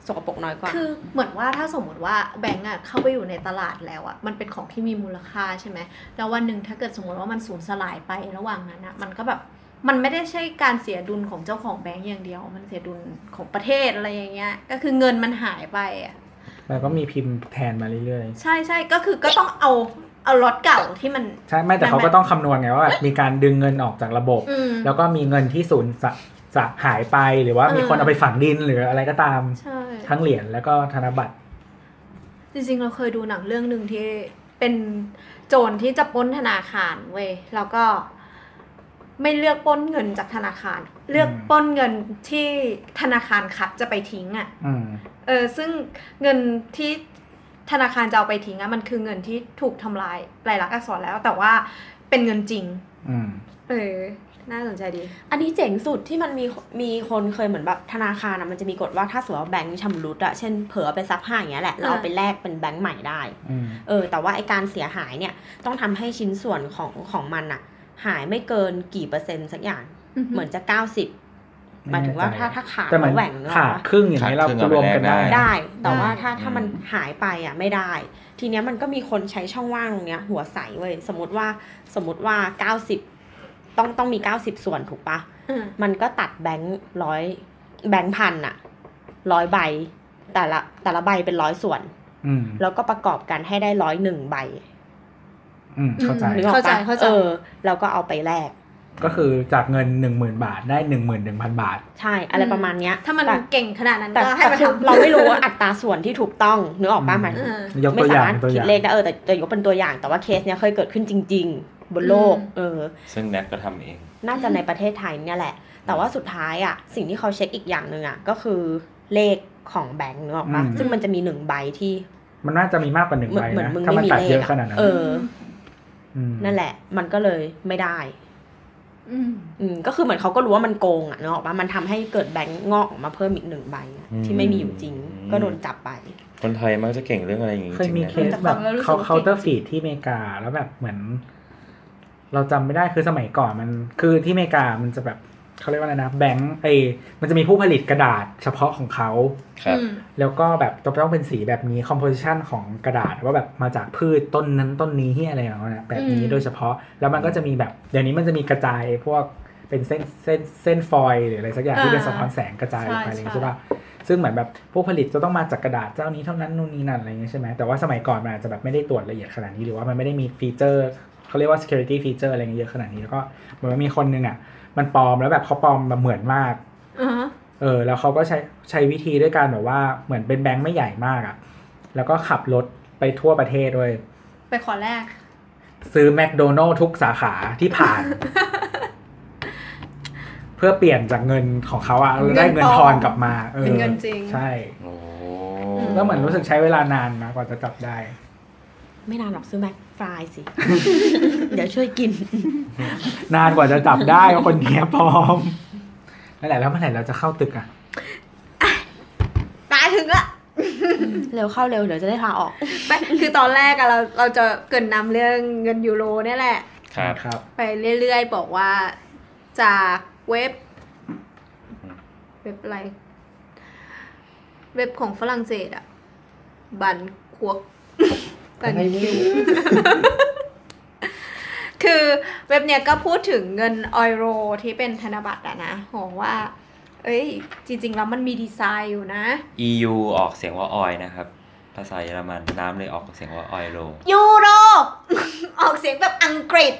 S2: สกปรกน้อยกว่า
S6: คือเหมือนว่าถ้าสมมติว่าแบงค์อ่ะเข้าไปอยู่ในตลาดแล้วอ่ะ มันเป็นของที่มีมูลค่าใช่ไหม แล้ววันหนึ่งถ้าเกิดสมมติว่ามันสูญสลายไประหว่างนั้นอ่ะ มันก็แบบ มันไม่ได้ใช่การเสียดุลของเจ้าของแบงค์อย่างเดียว มันเสียดุลของประเทศอะไรอย่างเงี้ย ก็คือเงินมันหายไปอ่ะ
S4: แล้วก็มีพิมพ์แทนมาเรื่อยๆ
S6: ใช่ใช่ก็คือก็ต้องเอาเอาล็อตเก่าที่มัน
S4: ใช่ไม่แต่
S6: มัน
S4: เขาก็
S6: แบบ
S4: ต้องคำนวณไงว่าแบบมีการดึงเงินออกจากระบบ
S6: อืม
S4: แล้วก็มีเงินที่สูญสะสะหายไปหรือว่า
S6: เออ
S4: มีคนเอาไปฝังดินหรืออะไรก็ตาม
S6: ใช่
S4: ทั้งเหรียญแล้วก็ธนบัตร
S6: จริงๆ เราเคยดูหนังเรื่องหนึ่งที่เป็นโจรที่จะปล้นธนาคารเว้ยแล้วก็ไม่เลือกปล้นเงินจากธนาคาร เลือกปล้นเงินที่ธนาคารคัดจะไปทิ้งอะ่ะ
S4: อืม
S6: เออซึ่งเงินที่ธนาคารจะเอาไปทิ้งอะ่ะมันคือเงินที่ถูกทำลายลายลักษณ์อักษรแล้ว แต่ว่าเป็นเงินจริง
S4: อืม
S6: เออ น่าสนใจดี
S2: อันนี้เจ๋งสุดที่มันมีมีคนเคยเหมือนแบบธนาคารอะมันจะมีกฎว่าถ้าสมมติว่าแบงค์ชำรุดอะเช่นเผลอเอาไปซักผ้าอย่างเงี้ยแหละเราเอาไปแลกเป็นแบงค์ใหม่ได้
S4: อืม
S2: เออแต่ว่าไอการเสียหายเนี่ยต้องทำให้ชิ้นส่วนของของมันอะหายไม่เกินกี่เปอร์เซ็นต์สักอย่าง เหมือนจะ 90หมายถึงว่าถ้าถ้าขาด
S4: แต่เหมือน
S2: แหว่งเนอะ
S4: ขาดครึ่งอย่างนี้เรา
S5: ขาดครึ่ง
S4: รวมกันได้
S5: เอาไปแลก
S2: ได้ แต่ว่าถ้า
S5: ได้
S2: ถ้ามัน
S5: อืม
S2: หายไปอ่ะไม่ได้ ทีเนี้ยมันก็มีคนใช้ช่องว่างตรงเนี้ย หัวใสเว้ยสมมติว่าสมมติว่า 90 ต้องต้องมี 90 ส่วนถูกปะ
S6: อืม
S2: มันก็ตัดแบงค์ร้อยแบงค์พันอะร้อยใบ แต่ละแต่ละใบเป็นร้อยส่วน
S4: อืม
S2: แล้วก็ประกอบกันให้ได้ร้อยหนึ่งใบ
S4: อืมเข้าใจ
S2: หรือออก
S6: เข้าใจ
S2: ปะ
S6: เข้าใจ
S2: เออแล้วก็เอาไปแลก
S4: ก็คือจากเงินหนึ่งหมื่นบาทได้หนึ่งหมื่นหนึ่งพันบาท
S2: ใช่อะไรประมาณเนี้ย
S6: ถ้ามัน
S2: แต่
S6: เก่งขนาดนั้น
S2: แต่
S6: ก็ให้มัน
S2: แต่คือ
S6: ทำ
S2: เราไม่รู้ว่าอัตราส่วนที่ถูกต้องนึกออกปะ
S4: อืม
S2: หมายถึง
S6: เออ
S4: ยก
S2: ไม่
S4: ตัวอ
S2: สา
S4: ย่าง
S2: มารถ
S4: ตัวอ
S2: คิด
S4: ย่าง
S2: เลขได้เออแต่แต่ยกเป็นตัวอย่างแต่ว่าเคสเนี้ยเคยเกิดขึ้นจริง ๆ บนโลก
S6: อืม
S2: เออ
S5: ซึ่งแน็กก็ทำเอง
S2: น่าจะในประเทศไทยเนี่ยแหละ แต่ว่าสุดท้ายอ่ะ สิ่งที่เขาเช็คอีกอย่างหนึ่งอ่ะ ก็คือเลขของแบงค์นึกออกปะ
S4: อืม
S2: ซึ่งมันจะมีหนึ่งใบที่
S4: มันน่าจะมีมากกว่าหนึ่ง
S2: เหมือ
S4: ใบ
S2: นเหมือ
S4: นะ
S2: นมึง
S4: ถ้ามั
S2: ไม่
S4: น
S2: มี
S4: ตัด
S2: เล
S4: เย
S2: ข
S4: อะขนาด
S2: อะ
S4: นั้น
S2: เออ
S4: ม
S2: นั่นแหละ มันก็เลยไม่ได้
S6: อืม
S2: อืมก็คือเหมือนเขาก็รู้ว่ามันโกงอ่ะนึกออกปะมันทำให้เกิดแบงค์งอกออกมาเพิ่มอีกหนึ่งใบอะ
S5: อืม
S2: ที่ไม่มีอยู่จริง ก็โดนจับไป
S5: คนไทยมักจะเก่งเรื่องอะไรอย่างนี้
S4: เคย
S5: จริง
S4: มี
S5: นะ
S4: เค
S6: จริง
S4: ส
S6: นะ
S4: แบบเขาเคาน์เตอร์ฟีดที่อเมริกาแล้วแบบเหมือน เราจำไม่ได้คือสมัยก่อนมันคือที่อเมริกามันจะแบบเขาเรียกว่าอะไรนะแบงค์ไอมันจะมีผู้ผลิตกระดาษเฉพาะของเขา
S5: ครับ
S6: อืม
S4: แล้วก็แบบจะต้องเป็นสีแบบนี้คอมโพสิชันของกระดาษว่าแบบมาจากพืชต้นนั้นต้นนี้ที่อะไรอย่างเงี้ยแบบนี้
S6: อืม
S4: โดยเฉพาะ แล้วมันก็จะมีแบบเดี๋ยวนี้มันจะมีกระจายพวกเป็นเส้นเส้นเส้นฟอยล์หรืออะไรสักอย่างที่เป็นสะท้อนแสงกระจายออกไปอะไรอย่างเงี้ยใช่ปะซึ่งเหมือนแบบผู้ผลิตจะต้องมาจากกระดาษเจ้านี้เท่านั้นนู่นนี่นั่นอะไรอย่างเงี้ยใช่ไหมแต่ว่าสมัยก่อนมันอาจจะแบบไม่ได้ตรวจละเอียดขนาดนี้หรือว่ามันไม่ได้มีฟีเจอร์เขาเรียกว่า security feature อะไรเงี้ยเยอะขนาดนี้แล้วก็เหมือนมันมีคนนึงอ่ะมันปลอมแล้วแบบเขาปลอมแบบเหมือนมาก
S6: อ่าฮะ
S4: เออแล้วเขาก็ใช้ใช้วิธีด้วยการแบบว่าเหมือนเป็นแบงค์ไม่ใหญ่มากอะ่ะ แล้วก็ขับรถไปทั่วประเทศด้วย
S6: ไปขอแรก
S4: ซื้อแมคโดนัลล์ทุกสาขาที่ผ่าน เพื่อเปลี่ยนจากเงินของเขาอะแล้วได้
S6: เงิ
S4: เงิ
S6: น
S4: น
S6: ปลอม
S4: ทอนกลับมาออ
S6: เป็นเงินจริง
S4: ใช่
S3: โอ้
S4: แล้วเหมือนรู้สึกใช้เวลานานนะกว่าจะจับได้
S2: ไม่นานหรอกซื้อแม็กฟรายสิ เดี๋ยวช่วยกิน
S4: นานกว่าจะจับได้ว่าคนเนี้ยพร้อมนั่นแหละแล้วเมื่อไหร่เราจะเข้าตึกอะ
S6: ตายถึงอะ
S2: เร็วเข้าเร็วเดี๋ยวจะได้ลาออก
S6: ไม่ คือตอนแรกอะเราเราจะเกรินนำเรื่องเงินยูโรเนี่ยแหละ
S3: ครับ
S4: ครับ
S6: ไปเรื่อยๆ บอกว่าจากเว็บ เว็บอะไร เว็บของฝรั่งเศสอะบันควักบันคิว คือเว็บเนี้ยก็พูดถึงเงินออยโรที่เป็นธนบัตรอะนะของว่า เอ้ย จริง ๆ แล้วมันมีดีไซน์อยู่นะ
S5: EU ออกเสียงว่าออยนะครับ ภาษาเยอรมันน้ำเลยออกเสียงว่าออยโร
S6: ยูโร ออกเสียงแบบอังกฤษ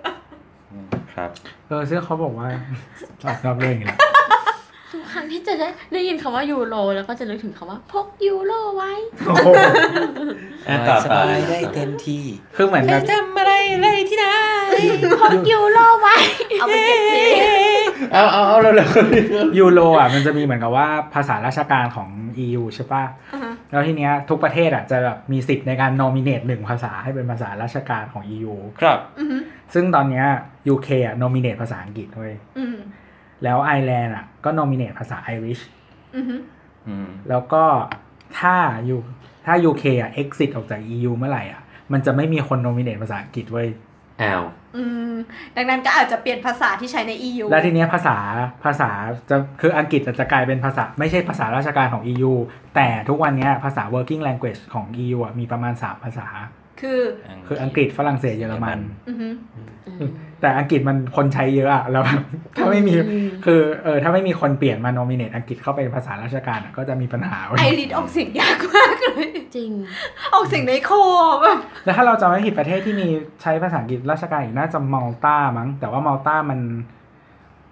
S5: ครับ
S4: เออซึ่งเขาบอก ว่าออกนอกเรื่องอี กแล้ว
S2: ทุกครั้งที่จะได้ได้ยินคำว่ายูโรแล้วก็จะนึกถึงคำว่าพกยูโรไว้
S4: โอ้โห
S3: อ่ะต่อไป
S5: สบายได้เต็มที่
S4: คือเหมือนแบบ
S6: ทำอะไรอะไรที่ไหน
S2: พกยูโรไว้
S6: เอาไปเก็บที่
S3: เอาเอาเอาเร็ว
S4: ยูโรอ่ะมันจะมีเหมือนกับว่าภาษาราชการของ EU ใช่ป่ะ
S6: อ่าฮะ
S4: แล้วทีเนี้ยทุกประเทศอ่ะจะแบบมีสิทธิ์ในการนอมิเนตหนึ่งภาษาให้เป็นภาษาราชการของ EU
S5: ครับ
S6: อือฮึ
S4: ซึ่งตอนเนี้ย UK อ่ะนอมิเนตภาษาอังกฤษเว้ย
S6: อืม
S4: แล้วไอร์แลนด์อ่ะก็นอมิเนตภาษาไอริช
S6: อือฮึ
S5: อืม
S4: แล้วก็ถ้าอยู่ถ้า UK อ่ะ exit ออกจาก EU เมื่อไหร่อ่ะมันจะไม่มีคนนอมิเนตภาษาอังกฤษเว้ย
S3: ๆอ้าว
S6: อืมดังนั้นก็อาจจะเปลี่ยนภาษาที่ใช้ใน EU
S4: แล้วทีเนี้ยภาษาภาษาจะคืออังกฤษจะกลายเป็นภาษาไม่ใช่ภาษาราชการของ EU แต่ทุกวันเนี้ยภาษา working language ของ EU อ่ะมีประมาณ 3 ภาษา
S6: คือ
S4: คืออังกฤษฝรั่งเศสเยอรมัน
S6: อือฮึ
S4: แต่อังกฤษมันคนใช้เยอะอะแล้วแบบถ้าไม่มี
S2: อืม
S4: คือเออถ้าไม่มีคนเปลี่ยนมาโนมิเนตอังกฤษเข้าเป็นภาษาราชการอะก็จะมีปัญหาเว้ย
S6: ไอริสออกเสียงยากมากเลย
S2: จริง
S6: ออกเสียงในโคแบบ
S4: แล้วถ้าเราจำไม่ผิดประเทศที่มีใช้ภาษาอังกฤษราชการอีกน่าจะมัลตามั้ง แต่ว่ามัลตามัน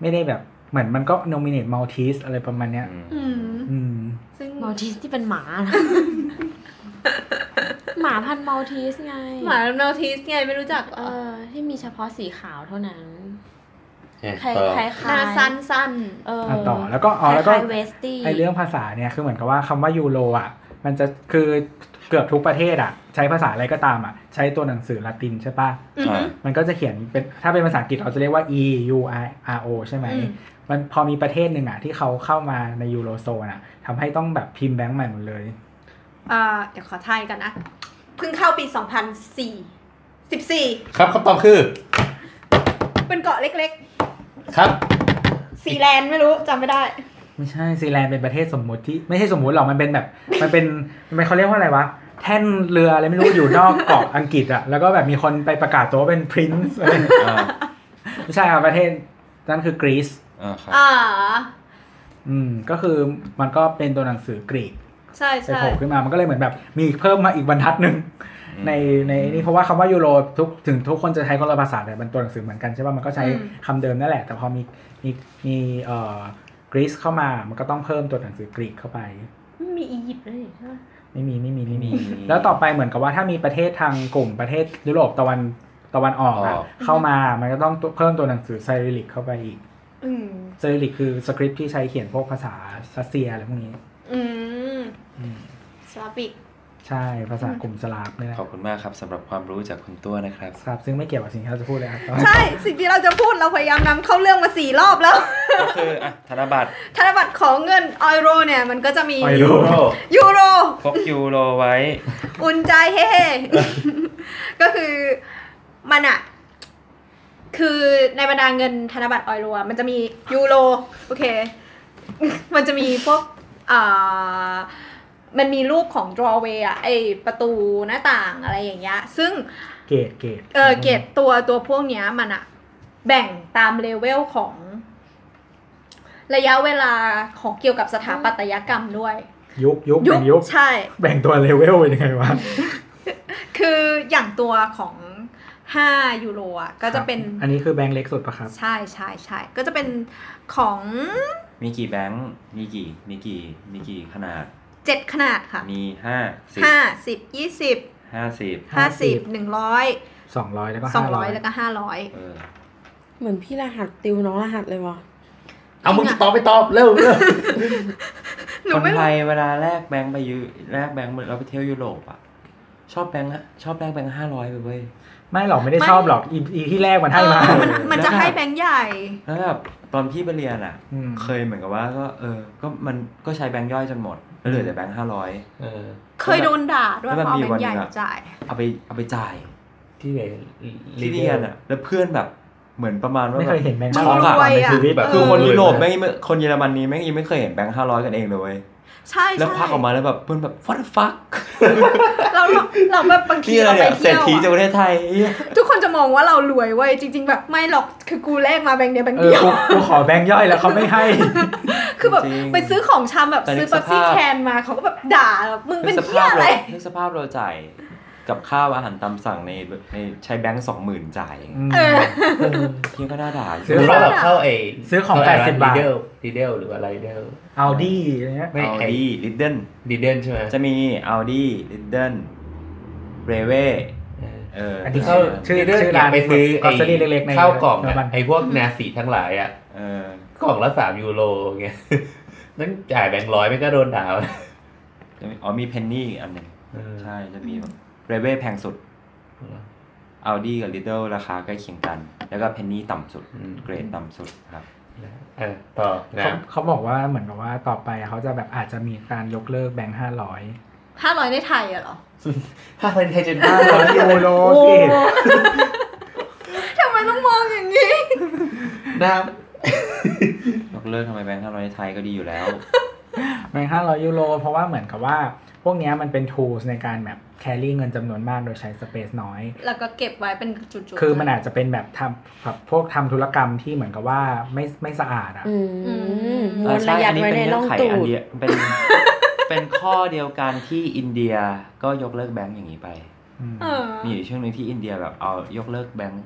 S4: ไม่ได้แบบเหมือนมันก็โนมิเนตมัลทีสอะไรประมาณเนี้ย
S6: อืม
S4: อืม
S6: ซึ่ง
S2: มัลทีสที่เป็นหมานะ หมาพันธุ์มัลทีสไง
S6: หมาโนทิสไงไม่รู้จัก
S2: เออที่มีเฉพาะสีขาวเท่านั้นใคร
S3: ต่อ
S2: ใคร
S6: หน้าสั้นสั้น
S2: เออ
S4: ต่อแล้วก็อ๋อแล้วก็
S2: คล้ายๆเวสตี้
S4: ไอเรื่องภาษาเนี่ยคือเหมือนกับว่าคำว่ายูโรอ่ะ มันจะคือเกือบทุกประเทศอ่ะ ใช้ภาษาอะไรก็ตามอ่ะ ใช้ตัวหนังสือละตินใช่ปะ
S6: ๆอือฮึ
S4: มันก็จะเขียนเป็นถ้าเป็นภาษาอังกฤษเราจะเรียกว่า E U R R O ใช่ไหม
S6: อืม
S4: มันพอมีประเทศหนึ่งอ่ะ ที่เขาเข้ามาในยูโรโซนอ่ะทำให้ต้องแบบพิมพ์แบงค์ใหม่หมดเลย
S6: อ่าเดี๋ยวขอทายกันนะ เพิ่งเข้าปี 2004 14
S3: ครับคำตอบคือ
S6: เป็นเกาะเล็ก
S3: ครับ
S6: ๆ ซีแลนด์ไม่รู้จำไม่ได้
S4: ไม่ใช่ซีแลนด์เป็นประเทศสมมุติที่ไม่ใช่สมมุติหรอกมันเป็นแบบ มันเป็นมันเป็นเขาเรียกว่าอะไรวะ แท่นเรืออะไรไม่รู้อยู่นอกเกาะอังกฤษอ่ะ แล้วก็แบบมีคนไปประกาศตัวว่าเป็นพรินซ์ไม่ใช่ครับประเทศนั่นคือกรีซ
S5: อ่าครับ
S6: อ่า
S4: อืมก็คือมันก็เป็นตัวหนังสือกรีก
S6: ใช่
S4: ไป
S6: ใช่
S4: โผล่ขึ้นมา มันก็เลยเหมือนแบบ มีเพิ่มมาอีกบรรทัดหนึ่งในในนี่เพราะว่าคำว่ายูโรทุกถึงทุกคนจะใช้คนละภาษาแต่มันตัวหนังสือเหมือนกันใช่ป่ะ มันก็ใช้คำเดิมนั่นแหละ แต่พอมีมีมีเอ่อกรีซเข้ามา มันก็ต้องเพิ่มตัวหนังสือกรีกเข้าไป
S2: มีอียิปต์ด้วยนี่ใช่ไหม
S4: ไม่มีไม่มีไม่มี แล้วต่อไปเหมือนกับว่าถ้ามีประเทศทางกลุ่มประเทศยุโรปตะวันตะวันออกอะ
S3: ออก
S4: เข้ามา มันก็ต้องตัวเพิ่มตัวหนังสือไซริลิกเข้าไปอีก
S6: อืม
S4: ไซริลิกคือสคริปต์ที่ใช้เขียนพวกภาษารัสเซียอะไรพวกนี้
S6: อืม
S4: อืม
S6: สลาปิก
S4: ใช่ภาษากลุ่มสลาฟนี่แหละ
S5: ขอบคุณมากครับสำหรับความรู้จากคุณตัวนะครับ
S4: ครับซึ่งไม่เกี่ยวกับสิ่งที่เราจะพูดเลยครับ
S6: ใช่ สิ่งที่เราจะพูดเราพยายามนำเข้าเรื่องมาสี่รอบแล้ว
S5: ก็คืออ่ะธนบัตร
S6: ธนบัตรของเงินออยโรเนี่ย มันก็จะมี
S4: ไม่รู้
S6: ยูโร
S5: พกยูโรไว้
S6: อุ่น ใจเฮ้ก็คือมันอะคือในบรรดาเงินธนบัตรออยโรอะมันจะมียูโรโอเค มันจะมีพวกอ่ามันมีรูปของ drawway อะไอประตูหน้าต่างอะไรอย่างเงี้ยซึ่ง
S4: เกรดเกรด
S6: เออเก็บตัวตัวพวกเนี้ยมันอะแบ่งตามเลเวลของ ระยะเวลาของเกี่ยวกับสถาปัตยกรรมด้วย
S4: ยุคยุคเป็นยุค
S6: ใช่
S4: แบ่งตัวเลเวลเป็นยังไงวะ
S6: คืออย่างตัวของ 5 ยูโรอะก็จะเป็น
S4: อันนี้คือแบงค์เล็กสุดปะครับ
S6: ใช่ใช่ใช่ก็จะเป็นของ
S5: มีกี่แบงค์ มีกี่ มีกี่ มีกี่ขนาด
S6: 7 ขนาดค่ะ
S5: มีห้าสิบ
S6: 5 10 20
S5: ห้าสิบ
S4: 50
S6: 50 100
S4: สองร้อยแล้วก็ห้าร้อย
S6: 200 แล้วก็ 500
S5: เออ
S2: เหมือนพี่รหัสติวน้องรหัสเลยว่ะ
S3: เอามึงจะตอบไปตอบเร็วเร็ว
S6: หนู
S5: คน
S6: ไม่
S5: ไท
S6: รู้
S5: ยเวลาแลกแบงค์ไปยูแลกแบงค์เราไปเที่ยวยุโรปอะชอบแบงค์อะชอบแลกแบงค์ห้าร้อยไปเว้ย
S4: ไม่หรอกไม่ได้ชอบหรอกอีอีที่แรกมัน
S6: เอ
S4: ให้
S6: อ
S4: มา
S6: มันมันจะให้แบงค์ใหญ่
S5: แล้วแบบตอนพี่ไปเรียนอะ
S4: อืม
S5: เคยเหมือนกับว่าก็เออ ก็มันก็ใช้แบงค์ย่อยจนหมดแล้วเหลือแต่แบงค์ห้าร้อย
S3: เออ
S6: เคยโดนด่าด้วย
S5: แล้
S6: เพ
S5: ว
S6: ราะ
S5: มันมี
S6: แบง
S5: วัน
S6: ค์ใหญ่
S5: หนึ่งอะ
S6: จ่าย
S5: เอาไปเอาไปจ่าย
S3: ที่ไหน
S5: ที่เรียนอะแล้วเพื่อนแบบเหมือนประมาณว่า
S4: ไม่เคยเห็นแบงค์
S5: ช็
S4: ร้
S5: อ
S4: อย
S5: ก
S4: บา
S5: อะ
S6: ร
S4: ท
S6: วย
S4: ใน
S6: อะ
S4: ชีวิตแบบ
S5: คือคนยุโรป
S4: ไม่
S5: ไม่ไม่คนเยอรมันนี้ไม่งยังไม่เคยเห็นแบงค์ห้าร้อยกันเองเลยเว้ย
S6: ใช่
S5: แล้ว
S6: ใช่
S5: ควักออกมาแล้วแบบเพื่อนแบบ what the fuck
S6: เราเราแบบบางที
S5: นี่อะไร
S6: เราไป
S5: เนี่ยเศร
S6: เที่ยว
S5: ษฐีจาก
S6: อะ
S5: ประเทศไทยเหี้ย
S6: ทุกคนจะมองว่าเรารวยเว้ยจริง ๆ แบบไม่หรอกคือกูแลกมาแบงค์เดียวแบงค์
S4: เออ
S6: เดียว
S4: กูกูขอแบงค์ย่อยแล้วเขาไม่ให้
S6: คือแบบ
S5: จริง
S6: ไปซื้อของชำแบบ
S5: แต่นึ
S6: ซื้อก เป๊ปซี่
S5: สภาพ
S6: แคนมาเขาก็แบบด่าแบบมึงเป็น
S5: นึกส
S6: เพี้ย
S5: ภาพ
S6: อะไร
S5: เรานึกสภาพเราจ่ายกับข้าวอาหารตามสั่งในในใช้แบงค์สองหมื่นจ่ายอย่างเงี้ย
S6: เออ
S5: เออเที่ยก็น่าด่าอยู่
S4: ซื้อ
S3: เราแบบเข้าไอ้
S4: ซื้อของ80บาท
S3: ดีเดลหรืออะไรเดล
S4: เอาดีอะไรเงี้ย
S3: ไม่
S5: เอา
S3: ไอ้
S5: ดีลิดเดิล
S3: ดีเดนใช่ไหม
S5: จะมีเอาดีลิดเดิลเรเว่
S3: เออ
S5: เออ
S4: อั
S5: อั
S4: นนี้
S3: เข้า
S4: เข้า ชื่
S3: ชื่อ
S4: อชื่
S3: ชื่
S4: อ
S3: อ
S4: ร้า
S3: ร้าน นไปซื้อไอ้
S4: grocery เล็กๆใน
S3: ข้าวกล่อง
S4: ในบ้าน
S3: อะไอ้พวกนาสีทั้งหลายอ่ะ
S5: เออก
S3: ล่องละสามยูโรเงี้ย นั่นจ่ายแบงค์ร้อยไม่ก็โดนด่า
S5: จะมีอ๋อมีเพนนี่อีกอันหนึ่ง
S3: เออ
S5: ใช่จะมีเรเว่แพงสุดเอาดีกับลิดเดิลราคาใกล้เคียงกัน แล้วก็เพนนี่ต่ำสุดเกรดต่ำสุดครับ
S3: เออต่อ
S4: เขา
S3: น้ำ
S4: เขาบอกว่าเหมือนกับว่าต่อไปเขาจะแบบอาจจะมีการยกเลิกแบงค์ห้าร้อย
S6: ห้าร้อยในไทยอะเหรอ
S3: ถ้าเป็นไทยจะได้า
S4: ยูโรสิ
S6: ทำไมต้องมองอย่างนี้
S3: น้
S5: ยกเลิกทำไมแบงค์ห้าร้อยไทยก็ดีอยู่แล้ว
S4: แบงค์ห้าร้อยยูโรเพราะว่าเหมือนกับว่า พวกเนี้ยมันเป็น tools ในการแบบแครี่เงินจำนวนมากโดยใช้สเปซน้อย
S6: แล้วก็เก็บไว้เป็นจุดๆ
S4: คือมันอาจจะเป็นแบบทำแบบพวกทำธุรกรรมที่เหมือนกับว่าไม่ไม่สะอาดอ่ะ
S2: อืม
S5: เอ
S2: ม้ว
S5: อน ใช่
S2: ระยัด
S5: นี้
S2: ไว้ใน
S5: เป็
S2: ร่อง
S5: เงื่
S2: ตู
S5: ไขอัน
S2: ด
S5: เดียวเป็น เป็นข้อเดียวกันที่อินเดียก็ยกเลิกแบงค์อย่างนี้ไป
S4: อืม
S6: เออ
S5: มีอยู่ช่วงหนึ่งที่อินเดียแบบเอายกเลิกแบงค์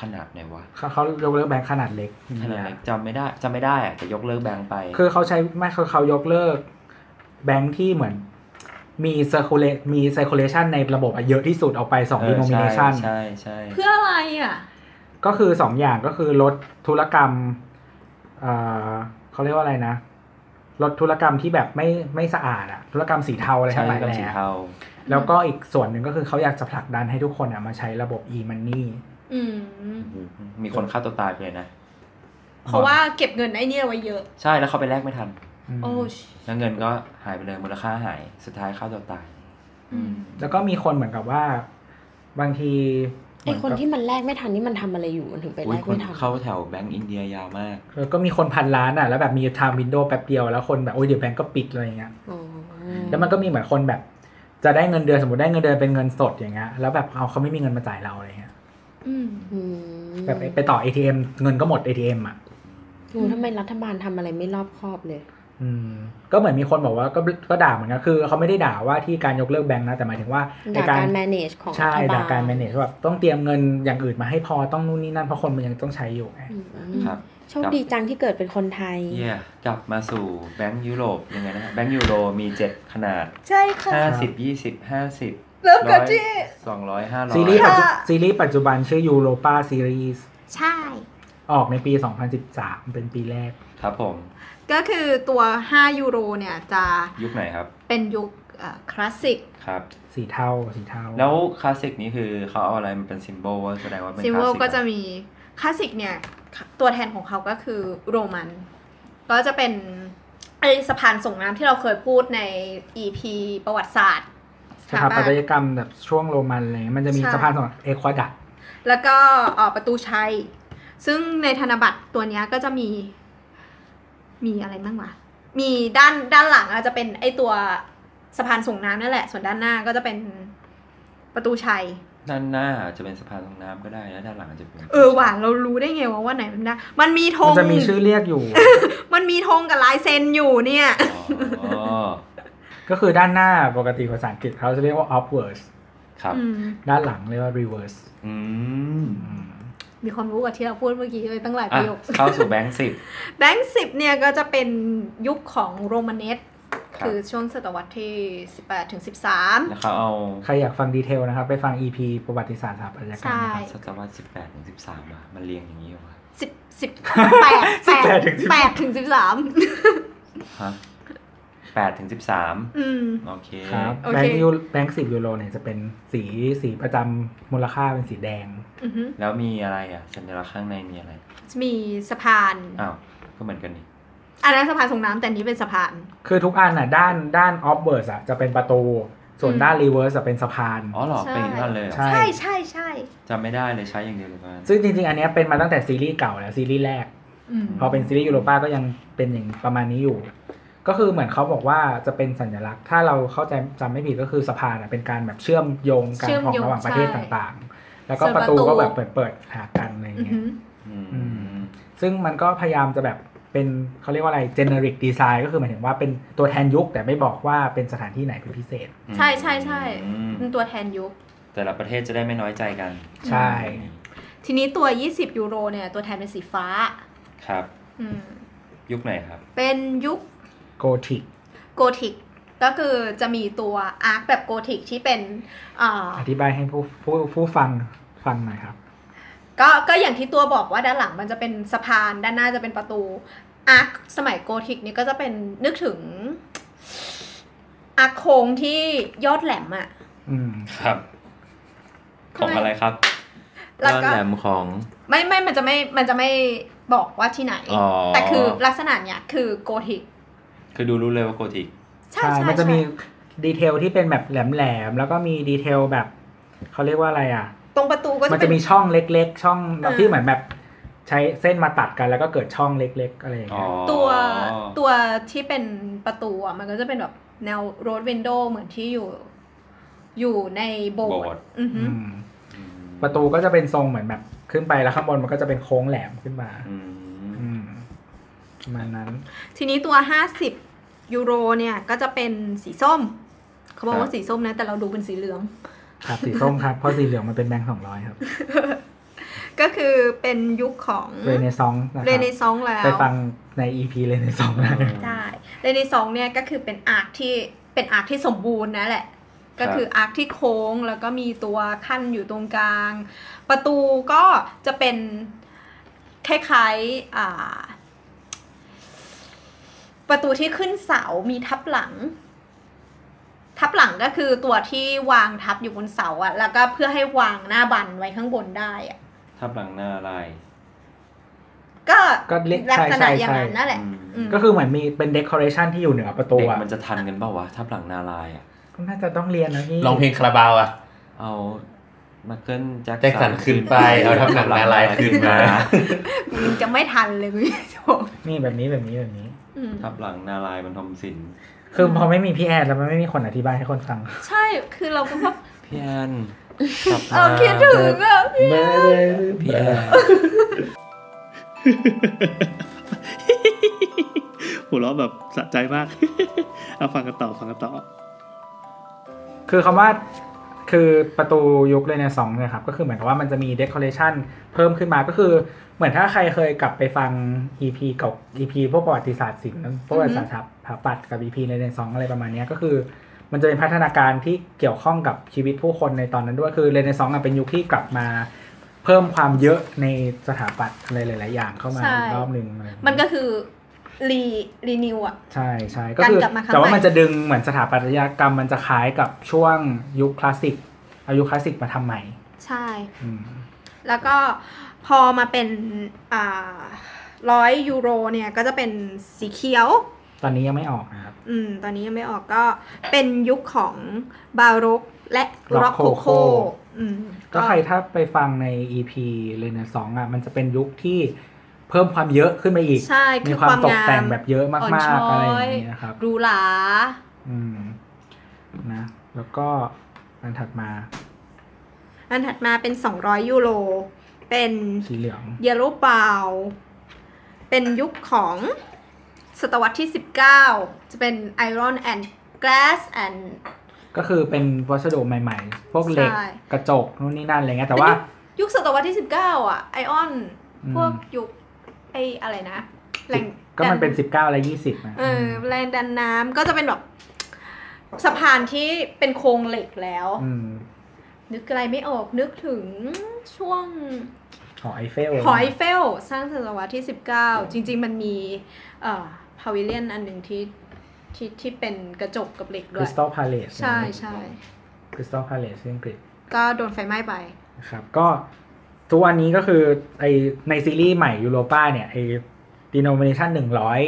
S5: ขนาดไหนวะ
S4: เขาเขายกเลิกแบงค์ขนาดเล็ก
S5: ขนาดไหนจำไม่ได้จำไม่ได้อะแต่ยกเลิกแบงค์ไป
S4: คือเขาใช้ไม่คือเขายกเลิก แบงค์ที่เหมือน มีเซอร์คูลมี circulation ในระบบอะเยอะที่สุดเอาไปสอง
S5: เ
S4: denomination
S5: ใช่ใช่ใช่
S6: เพื่ออะไรอ่ะ
S4: ก็คือสองอย่างก็คือลดธุรกรรมเอ่อเขาเรียกว่าอะไรนะลดธุรกรรมที่แบบไม่ไม่สะอาดอะธุรกรรมสีเทาอะไร
S5: ใช่
S4: ทั้งหลาย
S5: กับ
S4: แห
S5: สี
S4: ล่
S5: เทา
S4: แล้วก็อีกส่วนหนึ่งก็คือเขาอยากจะผลักดันให้ทุกคนอะมาใช้ระบบ e-money
S6: อืม
S5: มีคนฆ่าตัวตายไปเลยนะ
S6: เพราะว่าเก็บเงินไอ้เนี่ยไว้เยอะ
S5: ใช่แล้วเขาไปแลกไม่ทัน
S4: ม
S6: โอ้ช
S5: แล้วเงินก็หายไปเลยมูลค่าหายสุดท้ายฆ่าตัวตาย อืม
S4: แล้วก็มีคนเหมือนกับว่า บางทีเห
S2: ไอ
S4: มือน
S2: คน
S4: กับ
S2: ที่มันแลกไม่ทันนี่มันทำอะไรอยู่มันถึงไป
S5: อุ้
S2: แล
S5: ย
S2: ก
S5: คน
S2: ไม่ทัน
S5: เข้าแถวแบงก์อินเดียยาวมาก
S4: เออก็มีคนพันล้านอะแล้วแบบมีไทม์วินโดว์แป๊บเดียวแล้วคนแบบโอ้ยเดี๋ยวแบงก์ก็ปิดอะไรอย่างเงี้ย
S2: อ๋อ
S4: แล้วมันก็มีเหมือนคนแบบ จะได้เงินเดือนสมมติได้เงินเดือนเป็นเงินสดอย่างเงี้ยแล้วแบบเอาเขาไม่มีเงินมาจ่ายเราอะไรเงี้ย
S6: อืม
S2: อืม
S4: แบบไปต่อ ATM เงินก็หมด ATM อ่ะ
S2: โอ้ทำไมรัฐบาลทำอะไรไม่รอบคอบเลย
S4: อืมก็เหมือนมีคนบอกว่าก็ก็ด่าเหมือนกันคือเขาไม่ได้ด่าว่าที่การยกเลิกแบงค์นะ แต่หมายถึงว่าใน
S2: ด่าการ manage ของ
S4: ใช่
S2: รัฐบาล
S4: ด่าการ manage ว่าแบบต้องเตรียมเงินอย่างอื่นมาให้พอต้องนู่นนี่นั่นเพราะคนมันยังต้องใช้อยู่ไง
S2: อืม
S5: ครับ
S2: โชคดีจังที่เกิดเป็นคนไทย
S5: เยี่ยกลับมาสู่แบงก์ยุโรปยังไงนะฮะแบงก์ยูโรมีเจ็ดขนาด
S6: ใช่ค่ะ
S5: ห้าสิบยี่สิบห้าสิบ
S6: เริ่มกันที่
S5: สองร้อยห้าร้อย
S4: ซีรีส์ปัจจุ
S6: ค่ะ
S4: ซีรีส์ปัจจุบันชื่อ Europa Series
S6: ใช่
S4: ออกในปี 2013 เป็นปีแรก
S5: ครับผม
S6: ก็คือตัว 5 ยูโรเนี่ยจะ
S5: ยุคไหนครับ
S6: เป็นยุคคลาสสิก
S5: ครับ
S4: สีเทาสีเทา
S5: แล้วคลาสสิกนี้คือเขาเอาอะไรมันเป็นซิมโบลว่าแสดงว่าเป็นค
S6: ซิม
S5: ลาส
S6: โบ
S5: สิ
S6: ล
S5: ก
S6: ก็จะมีคลาสสิกเนี่ย ตัวแทนของเขาก็คือโรมัน ก็จะเป็นไอสะพานส่งน้ำที่เราเคยพูดใน EP ประวัติศาสตร์
S4: สถา
S6: สถา
S4: ปัตย
S6: ปัตย์
S4: กรรมแบบช่วงโรมันอะไรเงี้ยมันจะมี
S6: ใช่
S4: สะพานของเอควาดัก
S6: แล้วก็เอ่อประตูชัย ซึ่งในธนบัตรตัวเนี้ยก็จะมี มีอะไรบ้างวะมีด้านด้านหลังอาจจะเป็นไอตัวสะพานส่งน้ำนั่นแหละ ส่วนด้านหน้าก็จะเป็นประตูชัย
S5: ด้านหน้าจะเป็นสะพานลงน้ำก็ได้นะด้านหลังอาจจะเป็น
S6: เออหวานเรารู้ได้ไงว่าว่าไหนมันนะมันมีธ
S4: มั
S6: ง
S4: นจะมีชื่อเรียกอยู่
S6: มันมีธงกับลายเซ็นอยู่เนี่ย
S5: อ๋อ
S4: ก็คือด้านหน้าปกติภาษาอังกฤษเขาจะเรียกว่า upwards
S5: ครับ
S6: อืม
S4: ด้านหลังเรียกว่า reverse
S5: อืม
S6: มีความรู้กับที่เราพูดเมื่อกี้ไปตั้งหลายป
S5: อ่ะ
S6: ระโยค
S5: เข้าสู่แบงก์สิบ
S6: แบงค์สิบเนี่ยก็จะเป็นยุคของโรมาเนส
S5: ครับ
S6: คือช่วงศตวรรษที่ 18ถึง
S5: แล้
S6: 13
S5: วเขาเอา
S4: ใครอยากฟังดีเทลนะครับ ไปฟัง EP ประวัติศาสตร์สถาปัตยกรรม
S6: ใช่
S4: นะครับ
S5: ศตวรรษสิบแปดถึงสิบสามมามันเรียงอย่างนี้วะ
S6: สิบสิบแป ด
S4: 18ถึง
S6: แปดถึงสิบสาม
S5: ฮะแปดถึงสิบสาม
S6: อืม
S5: โอเค
S4: ครับ
S6: โอ
S4: แบ
S6: เค
S4: งค์ยูแบงค์สิบยูโรเนี่ยจะเป็นสีสีประจำมูลค่าเป็นสีแดง
S6: อือฮึ
S5: แล้วมีอะไรอ่ะสัญลักษณ์ข้างในมีอะไร
S6: จะมีสะพาน
S5: อ้าวก็เหมือนกันนี่
S6: อันนั้นสะพานส่งน้ำแต่อันนี้เป็นสะพาน
S4: คือทุกอันน่ะด้านด้านออฟเบิร์สอ่ะจะเป็นประตู ส่วน
S6: อืม
S4: ด้านรีเวิร์สจะเป็นสะพาน
S5: อ๋อเหรอ
S6: ใช่
S5: เป็นอย่างนั้นเลยเหรอ
S4: ใช่
S6: ใช่ใช่ใช่
S5: จำไม่ได้เลยใช้อย่างเดียวเลยมัน
S4: ซึ่งจริงๆ อันเนี้ยเป็นมาตั้งแต่ซีรีส์เก่าแล้วซีรีส์แรก
S6: อืม
S4: พอเป็นซีรีส์ยูโรปาก็ยังเป็นอย่างประมาณนี้อยู่ ก็คือเหมือนเขาบอกว่าจะเป็นสัญลักษณ์ ถ้าเราเข้าใจจำไม่ผิดก็คือสะพานน่ะเป็นการแบบเชื่อมโยงการของระหว่างประเทศต่างๆ แล้วก็ประตูก็แบบเปิดเปิดๆหากันอะไรอย่าง
S6: อือ
S4: เงี้ย
S6: ฮึ
S5: อืม
S4: อืม ซึ่งมันก็พยายามจะแบบเป็นเขาเรียกว่าอะไร generic design ก็คือหมายถึงว่าเป็นตัวแทนยุค แต่ไม่บอกว่าเป็นสถานที่ไหนเป็นพิเศษ
S6: ใช่ใช่ใช่
S5: อืม
S6: เป็นตัวแทนยุค
S5: แต่ละประเทศจะได้ไม่น้อยใจกัน
S4: ใช่
S6: ทีนี้ตัว 20 ยูโรเนี่ย ตัวแทนเป็นสีฟ้า
S5: ครับ
S6: อืม
S5: ยุคไหนครับ
S6: เป็นยุค
S4: โกธิก
S6: โกธิก ก็คือจะมีตัวอาร์คแบบโกธิกที่เป็นเอ่อ
S4: อธิบายให้ผู้ผู้ผู้ฟังฟังหน่อยครับ
S6: ก็ก็อย่างที่ตัวบอกว่าด้านหลังมันจะเป็นสะพานด้านหน้าจะเป็นประตู อาร์คสมัยโกธิกนี่ก็จะเป็นนึกถึง อาร์คโค้งที่ยอดแหลมอะ
S4: อืม
S5: ครับ ของ
S6: ทำไม
S5: อะไรครับ
S6: แล้ว
S5: ยอด
S6: ก็
S5: แหลมของ
S6: ไม่ไม่มันจะไม่มันจะไม่บอกว่าที่ไหน
S5: อ๋อ
S6: แต่คือลักษณะเนี้ยคือโกธิก
S5: คือดูรู้เลยว่าโกธิก
S6: ใช่ใช่
S4: มันจะ
S6: ใช่
S4: มีดีเทลที่เป็นแบบแหลมๆ แล้วก็มีดีเทลแบบเขาเรียกว่าอะไรอ่ะ
S6: ตรงประตูก็
S4: มัน
S6: จะ
S4: จะ
S6: เป็น
S4: มีช่องเล็กๆ ช่อง
S6: เออ
S4: ที่เหมือนแบบใช้เส้นมาตัดกันแล้วก็เกิดช่องเล็กๆ อะไรอย่าง
S5: อ๋อ
S4: เงี้ย
S6: ตัวตัวที่เป็นประตูอ่ะ มันก็จะเป็นแบบแนวโรดวินโดว์เหมือนที่อยู่ อยู่ในโบ
S5: โบ
S6: ส
S5: ส
S6: ถ์
S5: ถ์
S6: อือฮึ
S4: อืมประตูก็จะเป็นทรงเหมือนแบบขึ้นไปแล้วข้างบนมันก็จะเป็นโค้งแหลมขึ้นมา
S5: อืม
S4: อืมประมาณนั้น
S6: ทีนี้ตัว 50 ยูโรเนี่ย ก็จะเป็นสีส้ม เขาบอกว่าสีส้มนะ แต่เราดูเป็นสีเหลือง
S4: ครับสีส้มครับ เพราะสีเหลืองมันเป็นแบงค์สองร้อยครับ
S6: ก็คือเป็นยุคของ
S4: เรเนซองส์นะค
S6: เร
S4: รับ
S6: เนซองส์แล้ว
S4: ไปฟังในอีพีเรเนซองส์ได้
S6: ได้เรเนซองส์เนี่ยก็คือเป็นอาร์คที่เป็นอาร์คที่สมบูรณ์นะแหละ ก็คืออาร์คที่โค้งแล้วก็มีตัวขั้นอยู่ตรงกลาง ประตูก็จะเป็นคล้ายๆอ่า ประตูที่ขึ้นเสา มีทับหลัง ทับหลังก็คือตัวที่วางทับอยู่บนเสาอะแล้วก็เพื่อให้วางหน้าบันไว้ข้างบนได้อะ
S5: ทับหลังหน้าลาย
S6: ก็
S4: ก็เรียก
S6: ลัก
S4: ใช่
S6: ษณะ
S4: ใช่
S6: อย่าง
S4: ใช่
S6: นั้นนั่นแหละ
S5: อืม
S6: อืม
S4: ก็คือเหมือนมีเป็นเดคอเรชันที่อยู่เหนือประตู
S5: เด็ก
S4: อะ
S5: มันจะทันกันเปล่าวะทับหลังหน้าลายอ่ะ
S4: ก็น่าจะต้องเรียนนะพี่
S3: ลองเพลงคาราบาวอ่ะ
S5: เอามาเกิลแจ็ค
S3: แจ็คสันขึ้นไปเอาทับหลังหน้าลายขึ้นมา
S6: มึงจะไม่ทันเลยมึงจะบอก
S4: นี่แบบนี้แบบนี้แบบนี้
S6: อืม
S5: ทับหลังหน้าลายมันทอมสิน
S4: คือพอไม่มีพี่แอดแล้วมันไม่มีคนอธิบายให้คนฟัง
S6: ใช่ คือเราก็แบบ
S5: พี่แอน
S6: เราคิดถึงอะพี่
S5: พี่แอน
S1: หัวเราะแบบสะใจมาก เอาฟังกันต่อฟังกันต่อ
S4: คือคำว่าคือประตูยุคเลยในสองส์เนะครับ ก็คือเหมือนกับว่ามันจะมีเดคอเรชันเพิ่มขึ้นมาก็คือ เหมือนถ้าใครเคยกลับไปฟัง EP เก่า EP พวกประวัติศาสตร์ศิลป์พวกประวัติศาสตร์สถาปัตย์กับ EP ในในสองส์อะไรประมาณเนี้ยก็คือ มันจะเป็นพัฒนาการที่เกี่ยวข้องกับชีวิตผู้คนในตอนนั้นด้วยคือเรเนซองส์อะเป็นยุคที่กลับมา เพิ่มความเยอะในสถาปัตย์อะไรหลาย ๆ อย่างเข้ามาอีกรอบหนึ่งอะไรอย่างเงี้ย
S6: มันก็คือ รีรีนิวอะ
S4: ใช่ใช่ก็คื
S6: กา
S4: อ
S6: รกลับมาครั้ง
S4: แต่ว่า
S6: ใหม่
S4: มันจะดึงเหมือนสถาปัตยกรรมมันจะคล้ายกับช่วงยุคคลาสสิกเอายุคคลาสสิกมาทำใหม่
S6: ใช่
S4: อืม
S6: แล้วก็พอมาเป็นอ่าร้อยยูโรเนี่ย ก็จะเป็นสีเขียว
S4: ตอนนี้ยังไม่ออกนะครับ
S6: อืม ตอนนี้ยังไม่ออกก็เป็นยุคของบารุกและร็อกโค
S4: Rococo
S6: โคอืม
S4: ก็ใครถ้าไปฟังใน EP เลยนะสองอ่ะมันจะเป็นยุคที่เพิ่มความเยอะขึ้นไปอีก
S6: ใช่คือ
S4: มีความ
S6: ความ
S4: ตกแต่ง
S6: งาม
S4: แบบเยอะมา
S6: อ่อนช้
S4: ก
S6: อย
S4: ๆ อะไรอย่างนี้ยนะครับ
S6: หรูหลา
S4: อืมนะแล้วก็อันถัดมา
S6: อันถัดมาเป็น 200 ยูโร เป็น
S4: สีเหลือง
S6: เยลโลเปาเป็นยุคของศตวรรษที่ 19 จะเป็น Iron and Glass and
S4: ก็คือเป็นวัสดุใหม่ ๆ พวกเหล็ก
S6: ใช่
S4: กระจกนู่นนี่นั่นอะไรเงี้ยแต่ว่า
S6: ยุคศตวรรษที่ 19 อ่ะ ไอออน
S4: อืม
S6: พวกยุคไออะไรนะแรง
S4: ก็มันเป็น
S6: ดั
S4: สิบเก้าและยี่สิบนะ
S6: เออ
S4: ม
S6: แรงดันน้ำก็จะเป็นแบบสะพานที่เป็นโครงเหล็กแล้ว
S4: อืม
S6: นึกอะไรไม่ออกนึกถึงช่วง
S4: หอไอเฟล
S6: หอไอเฟลสร้างศตวรรษที่ 19 จริง ๆ มันมีเอ่อพาวิเลียนอันหนึ่งที่ที่ที่เป็นกระจกกับเหล็ก
S4: ค
S6: ด้ว
S4: ริ
S6: ย
S4: สตัลพาเลส
S6: ใช่ใช่
S4: คริสตัลพาเลสที่อังกฤษ
S6: ก็โดนไฟไหม้ไป
S4: นะครับก็ทุกวันนี้ก็คือไอในซีรีส์ใหม่ยูโรป้าเนี่ยไอดีโนมิเนชันหนึ่งร้อย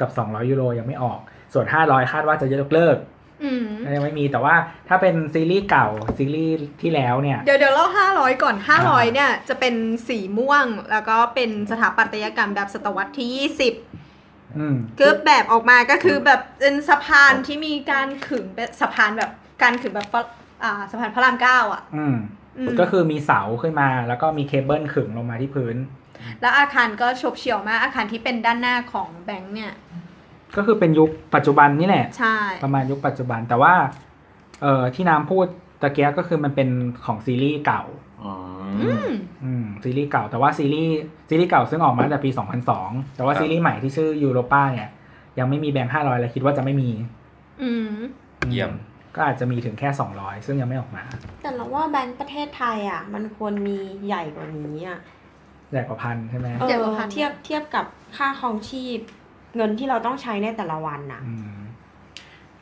S4: กับ 200 ยูโรยังไม่ออก ส่วน 500 คาดว่าจะยกเลิก
S6: อืม
S4: ยังไม่มีแต่ว่าถ้าเป็นซีรีส์เก่าซีรีส์ที่แล้วเนี่ย
S6: เดี๋ยวเดี๋ยวเล่า 500 ก่อน
S4: อ่า
S6: 500 เนี่ยจะเป็นสีม่วง แล้วก็เป็นสถาปัตยกรรมแบบศตวรรษที่ 20
S4: อืม
S6: คือแบบออกมาก็คือแบบเป็นสะพานที่มีการขึงเป็นสะพานแบบการขึงแบบฝรอ่าสะพานพระรามเก้าอ่ะ
S4: อืม
S6: อืม
S4: ก็คือมีเสาขึ้นมาแล้วก็มีเคเบิลขึงลงมาที่พื้น
S6: แล้วอาคารก็ชบเฉี่ยวมากอาคารที่เป็นด้านหน้าของแบงค์เนี่ย
S4: ก็คือเป็นยุคปัจจุบันนี่แหละ
S6: ใช่
S4: ประมาณยุคปัจจุบันแต่ว่าเอ่อที่น้ำพูดตะเกียกก็คือมันเป็นของซีรีส์เก่า
S3: อ๋อ
S6: อืม
S4: อืมซีรีส์เก่าแต่ว่าซีรีส์ซีรีส์เก่าซึ่งออกมาตั้งแต่ปี 2002 แต่ว่าซีรีส์ใหม่ที่ชื่อยูโรป้าเนี่ย ยังไม่มีแบงค์500 และคิดว่าจะไม่มี
S6: อืม
S5: เยี่ยม
S4: ก็อาจจะมีถึงแค่ 200 ซึ่งยังไม่ออกมา
S2: แต่เราว่าแบรนด์ประเทศไทยอ่ะ มันควรมีใหญ่กว่านี้อ่ะ
S4: ใหญ่กว่าพันใช่ไหม
S2: เอ
S6: ใหญ่กว่าพั
S2: อน เทียบเทียบกับค่าครองชีพ เงินที่เราต้องใช้ในแต่ละวันน่ะ
S4: อืม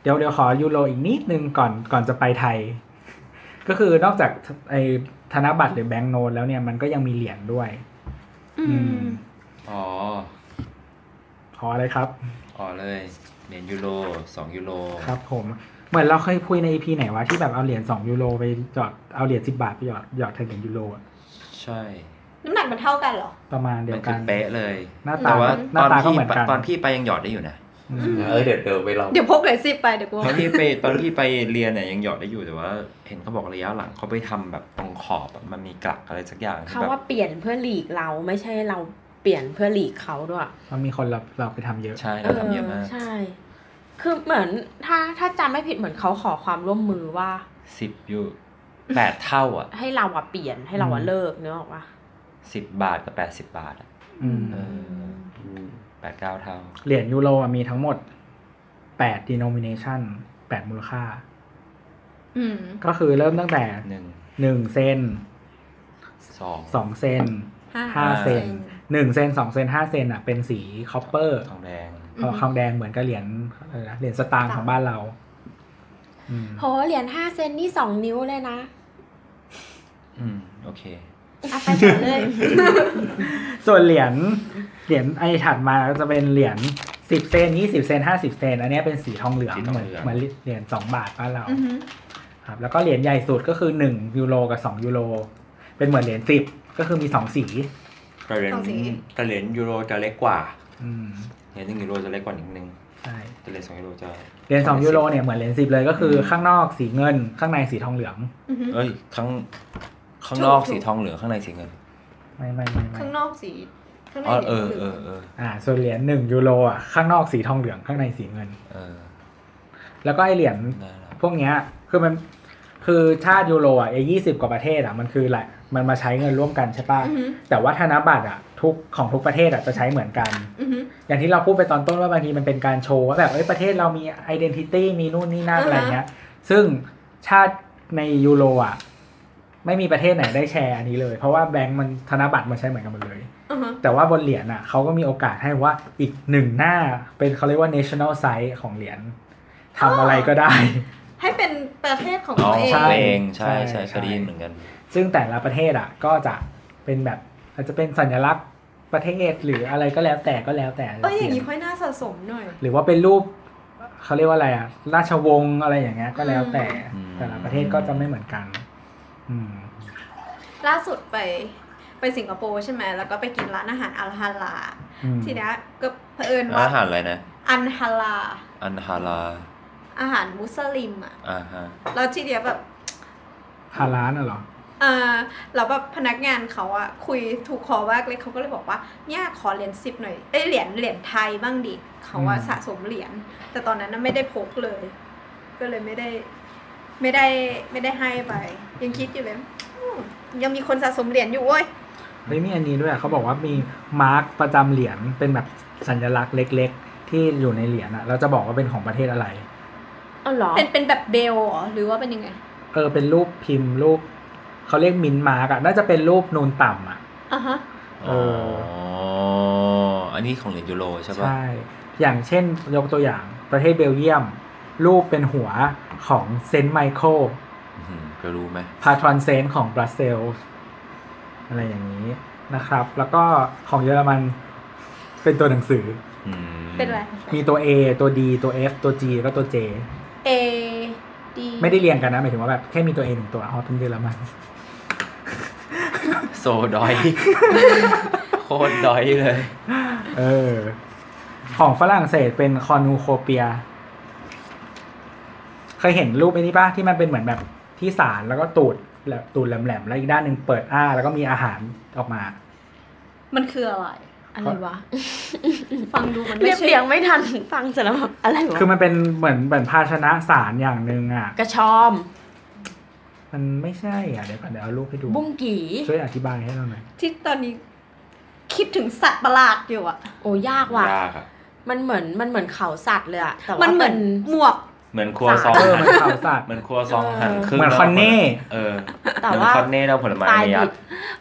S4: เดี๋ยวเดี๋ยวขอยูโรอีกนิดนึงก่อนก่อนจะไปไทย ก็คือนอกจากไอธนบัตรหรือแบงก์โนตแล้วเนี่ยมันก็ยังมีเหรียญด้วย
S6: อื
S4: อื
S6: ม
S4: ม
S5: อ๋อ
S4: ขออะไรครับ
S5: อ๋อเลยเหรียญยูโรสองยูโร
S4: ครับผมเหมือนเราเคยพูดใน EP ไหนวะที่แบบเอาเหรียญ2ยูโรไปหยอดเอาเหรียญ10 บาทไปหยอดหยอดแทนเหรียญยูโรอะ
S5: ใช่
S6: น้ำหนักมันเท่ากันเหรอ
S4: ประมาณเดีย
S5: มัน
S4: ว
S5: คื
S4: กั
S5: อน เป๊ะเลย
S4: หน้า
S5: แต่
S4: ตา
S5: ว่า
S4: หน้า
S5: ตอน
S4: ตาก็
S5: พี่
S4: เหมือนกัน
S5: ตอนพี่ไปยังหยอดได้อยู่นะ
S4: อืม
S3: เออเดี๋ยวเดี๋ยวไปลอง
S6: เดี๋ยวพกเลยสิบไปเดี๋ยวกู
S5: ตอนพี่ไปตอนพี่ไปเรียนเนี่ยยังหยอดได้อยู่แต่ว่า เห็นเขาบอกระยะหลังเขาไปทำแบบตรงขอบอะมันมีกลักอะไรสักอย่างที่
S2: เขา
S5: แบบ
S2: ว่าเปลี่ยนเพื่อหลีกเราไม่ใช่เราเปลี่ยนเพื่อหลีกเขาด้วย
S4: มันมีคนเราเราไปทำเยอะ
S5: ใช่เราทำเยอะมาก
S2: ใช่ คือเหมือนถ้าถ้าจำไม่ผิดเหมือนเขาขอความร่วมมือว่า
S5: สิบยูแปดเท่าอ่ะ
S2: ให้เราอะเปลี่ยนให้เรา
S4: อื
S2: อะ
S4: ม
S2: เลิกเนื้อออกปะ
S5: สิบบาทกับแปดสิบบาทอะ
S4: อืม
S5: เออแปดเก้าเท่า
S4: เหรียญยูโรอะมีทั้งหมด 8 denomination 8 มูลค่า
S6: อืม
S4: ก็คือเริ่มตั้งแต่
S5: หนึ่ง
S4: 1 เซน
S5: สอง
S4: 2 เซน
S6: ห้า
S4: 5 เซน
S5: เซน
S4: 1 เซน 2 เซน 5 เซนอ่ะเป็นสีคอปเปอร์
S5: ทองแดง
S6: อืม
S4: ทองแดงเหมือนกับเหรียญอะไรนะเหรียญสตางค์ของบ้านเราอืม
S2: โหเหรียญห้าเซนนี่สองนิ้วเลยนะ
S5: อืม โอเค
S2: เอาไปต่อเลย
S4: ส่วนเหรียญเหรียญไอถัดมาก็จะเป็นเหรียญ10 เซน 20 เซน 50 เซน อันเนี้ยเป็นสีทองเหลือง
S5: สีทอง
S4: เหมือน
S5: เหลือง
S4: เหมือนเหรียญ2บาทบ้านเรา
S6: อือหือ
S4: ครับแล้วก็เหรียญใหญ่สุดก็คือ 1 ยูโรกับ 2 ยูโร เป็นเหมือนเหรียญ10 ก็คือมี 2 สี
S5: แต่เหรียญแต่เหรียญยูโรจะเล็กกว่า
S4: อืม
S5: เหรียญหนึ่งยูโรจะเล็กกว่านิดนึง
S4: ใช่
S5: แต่เหรียญสองยูโรจะ
S4: เหรียญ2ยูโรเนี่ยเหมือนเหรียญ10 เลยก็คือข้างนอกสีเงินข้างในสีทองเหลือง
S6: อือหือ
S5: เอ้ยข้างข้างนอก
S6: ถูก
S5: สีทองเหลืองข้างในสีเงิน
S4: ไม่ไม่ไม่ไม่
S6: ข้างนอกสี ข้างใน
S5: อ๋อเอ
S6: สีห
S5: อ
S6: ลืง
S5: เออเออ
S4: อ่าส่วนเหรียญ1ยูโรอ่ะข้างนอกสีทองเหลืองข้างในสีเงิน
S5: เออ
S4: แล้วก็ไอเหรียญ
S5: น่ารัก
S4: พวกเนี้ยคือมันคือชาติยูโรอ่ะไอยี่สิบกว่าประเทศอ่ะมันคือแหละมันมาใช้เงินร่วมกันใช่ป่ะ
S6: อือหือ
S4: แต่ว่าธนบัตรอ่ะทุกของทุกประเทศอ่ะจะใช้เหมือนกัน
S6: อือหือ
S4: อย่างที่เราพูดไปตอนต้นว่าบางทีมันเป็นการโชว์ว่าแบบเอ้ยประเทศเรามี identity มีนู่นนี่นั่น
S6: อ่าฮะ
S4: อะไรเงี้ย ซึ่งชาติในยูโรอ่ะ ไม่มีประเทศไหนได้แชร์อันนี้เลย เพราะว่าแบงก์มันธนบัตรมันใช้เหมือนกันหมดเลย
S6: อือหือ
S4: แต่ว่าบนเหรียญอ่ะเขาก็มีโอกาสให้ว่าอีกหนึ่งหน้าเป็นเขาเรียกว่า national size ของเหรียญทำอะไรก็ได้
S6: ให้เป็นประเทศของ
S5: อ๋อ
S6: ตัวเอง
S5: ของตัวเองใช่
S4: ใช่
S5: ใช่
S4: ใช่
S5: เคยได้ยินเหมือนกัน
S4: ซึ่งแต่ละประเทศอ่ะ ก็จะเป็นแบบ อาจจะเป็นสัญลักษณ์ประเทศหรืออะไรก็แล้วแต่ก็แล้วแต่
S6: เอ้ยอย่างนี้ค่อยน่าสะสมหน่อย
S4: หรือว่าเป็นรูปเขาเรียกว่าอะไรอะราชวงศ์อะไรอย่างเงี้ยก็แล้วแต่
S5: อืม
S4: แต่ละประเทศก็จะไม่เหมือนกัน อืม
S6: ล่าสุดไปไปสิงคโปร์ใช่ไหม แล้วก็ไปกินร้านอาหารอัลฮาลา
S4: อืม
S6: ทีเนี้ยก็เผอิญ
S5: ร้า
S6: ว่าน
S5: อาหารอะไรนะ
S6: อันฮาลา
S5: อันฮาลา
S6: อาหารมุสลิมอ่ะ
S5: อ่าฮะ
S6: แล้วทีเนี้ยแบบ
S4: ฮาร้านน่ะเหรอ
S6: เออแล้วแบบพนักงานเขาอะคุยถูกคอมากเลยเขาก็เลยบอกว่าเนี่ยขอเหรียญสิบหน่อยเอ้ยเหรียญเหรียญไทยบ้างดิเขาว่า
S4: อืม
S6: สะสมเหรียญแต่ตอนนั้นน่ะไม่ได้พกเลย ก็เลยไม่ได้ ไม่ได้ไม่ได้ให้ไป ยังคิดอยู่เลยอืมยังมีคนสะสมเหรียญอยู่เว้ย
S4: เฮ้ยมีอันนี้ด้วยอะเขาบอกว่ามีมาร์กประจำเหรียญเป็นแบบสัญลักษณ์เล็ก ๆ ที่อยู่ในเหรียญอะเราจะบอกว่าเป็นของประเทศอะไร
S2: เอาเหรอ
S6: เป็นเป็นแบบเบลเหรอหรือว่าเป็นยังไง
S4: เออเป็นรูปพิมพ์รูปเขาเรียกมินมาร์กอะน่าจะเป็นรูปนูนต่ำอะ
S6: อ่ะฮะ
S4: โอ้
S5: อ๋ออันนี้ของเหรียญยูโรใช่ปะ
S4: ใช่ อย่างเช่นยกตัวอย่างประเทศเบลเยียม รูปเป็นหัวของเซนต์ไมเคิล
S5: อื้อหือจะรู้ไหม
S4: พาทรอนเซนต์ของบราเซลส์อะไรอย่างนี้นะครับ แล้วก็ของเยอรมันเป็นตัวหนังสือ
S5: อืม
S6: เป็นอะไร
S4: มีตัว A ตัว D ตัว F ตัว G แล้วก็ตัว J
S6: A D
S4: ไม่ได้เรียงกันนะหมายถึงว่าแบบแค่มีตัว A หนึ่งตัวเอาเป็นเยอรมัน
S5: โซดอย โคตรดอยเลย
S4: เออ ของฝรั่งเศสเป็นคอนูโคเปีย เคยเห็นรูปไอ้นี่ปะที่มันเป็นเหมือนแบบที่สารแล้วก็ตูดแล้วตูดแหลมๆแล้วอีกด้านหนึ่งเปิดอ้า แล้วก็มีอาหารออกมา
S6: มันคืออะไร
S4: อะไรวะ
S6: ฟังดูมัน
S2: เรี
S6: ไม่
S2: ยบ
S6: ใช่
S2: เรียงไม่ทันฟังเสร็จแล้วแบบอะไรวะ
S4: คือมันเป็นเหมือนเหมือนภาชนะสารอย่างหนึ่งอ่ะ
S2: กระชอม
S4: มันไม่ใช่อ่ะ เดี๋ยวก่อนเดี๋ยวเอารูปให้ดู
S2: บุ้งกี่
S4: ช่วยอธิบายให้เราหน่อย
S6: ที่ตอนนี้คิดถึงสัตว์ประหลาดอยู่อะ
S2: โอ้ยากว่ะ
S5: ยากอ่ะ มัน
S2: มันเหมือนมันเหมือนเขาสัตว์เลยอะแต่ว่า
S6: มันเหมือนหมวก
S5: เหมือนครัวซอง
S4: เออ
S5: หั่
S4: มัน
S5: น
S4: ข่าวสัตว์
S5: เหมือนครัวซองหั่นครึ่ง
S4: เหมือน
S5: แล้ว
S4: คอนเน่
S5: เออ
S2: แต่
S5: เหมือน
S2: ว่า
S5: คอนเน่แล้วผลไม้
S2: ตาย
S5: ในยั
S2: ดิ
S5: ด
S2: บ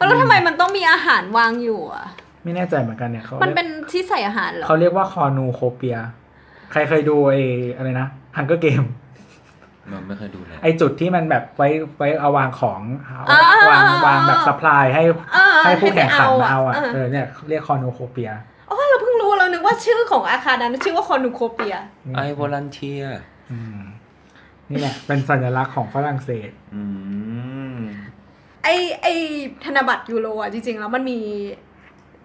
S6: แล้วทำไมมันต้องมีอาหารวางอยู่อะ
S4: ไม่แน่ใจเหมือนกันเนี่ยเขา
S6: มัน
S4: เรียก
S6: เป็นที่ใส่อาหารเหรอ
S4: เขาเรียกว่าคอนูโคเปีย ใครเคยดูไอ้อะไรนะฮังเกอร์เกม
S5: มันไม่เคยดูเลย
S4: ไอจุดที่มันแบบไว้ไว้เอาวางของ
S6: อ่า
S4: เอาวาง
S6: อ่าว
S4: างแบบ
S6: อ่า
S4: สป라이ให้
S6: อ่า
S4: ให้ผู้แข่งขัน
S6: ไป
S4: มาเอาอ่ะ
S6: เ
S4: เออเนี่ยเรียกคอโนโคเปีย
S6: อ๋อเราเพิ่งรู้เรานึกว่าชื่อของอาคารนั้นชื่อว่าคอนูโคเปีย
S5: ไอ้วอลันเทีย
S4: อืมนี่แหละเป็นสัญลักษณ์ของฝรั่งเศส
S5: อืม
S6: ไอไอธนบัตรยูโรอ่ะจริงๆ แล้วมันมี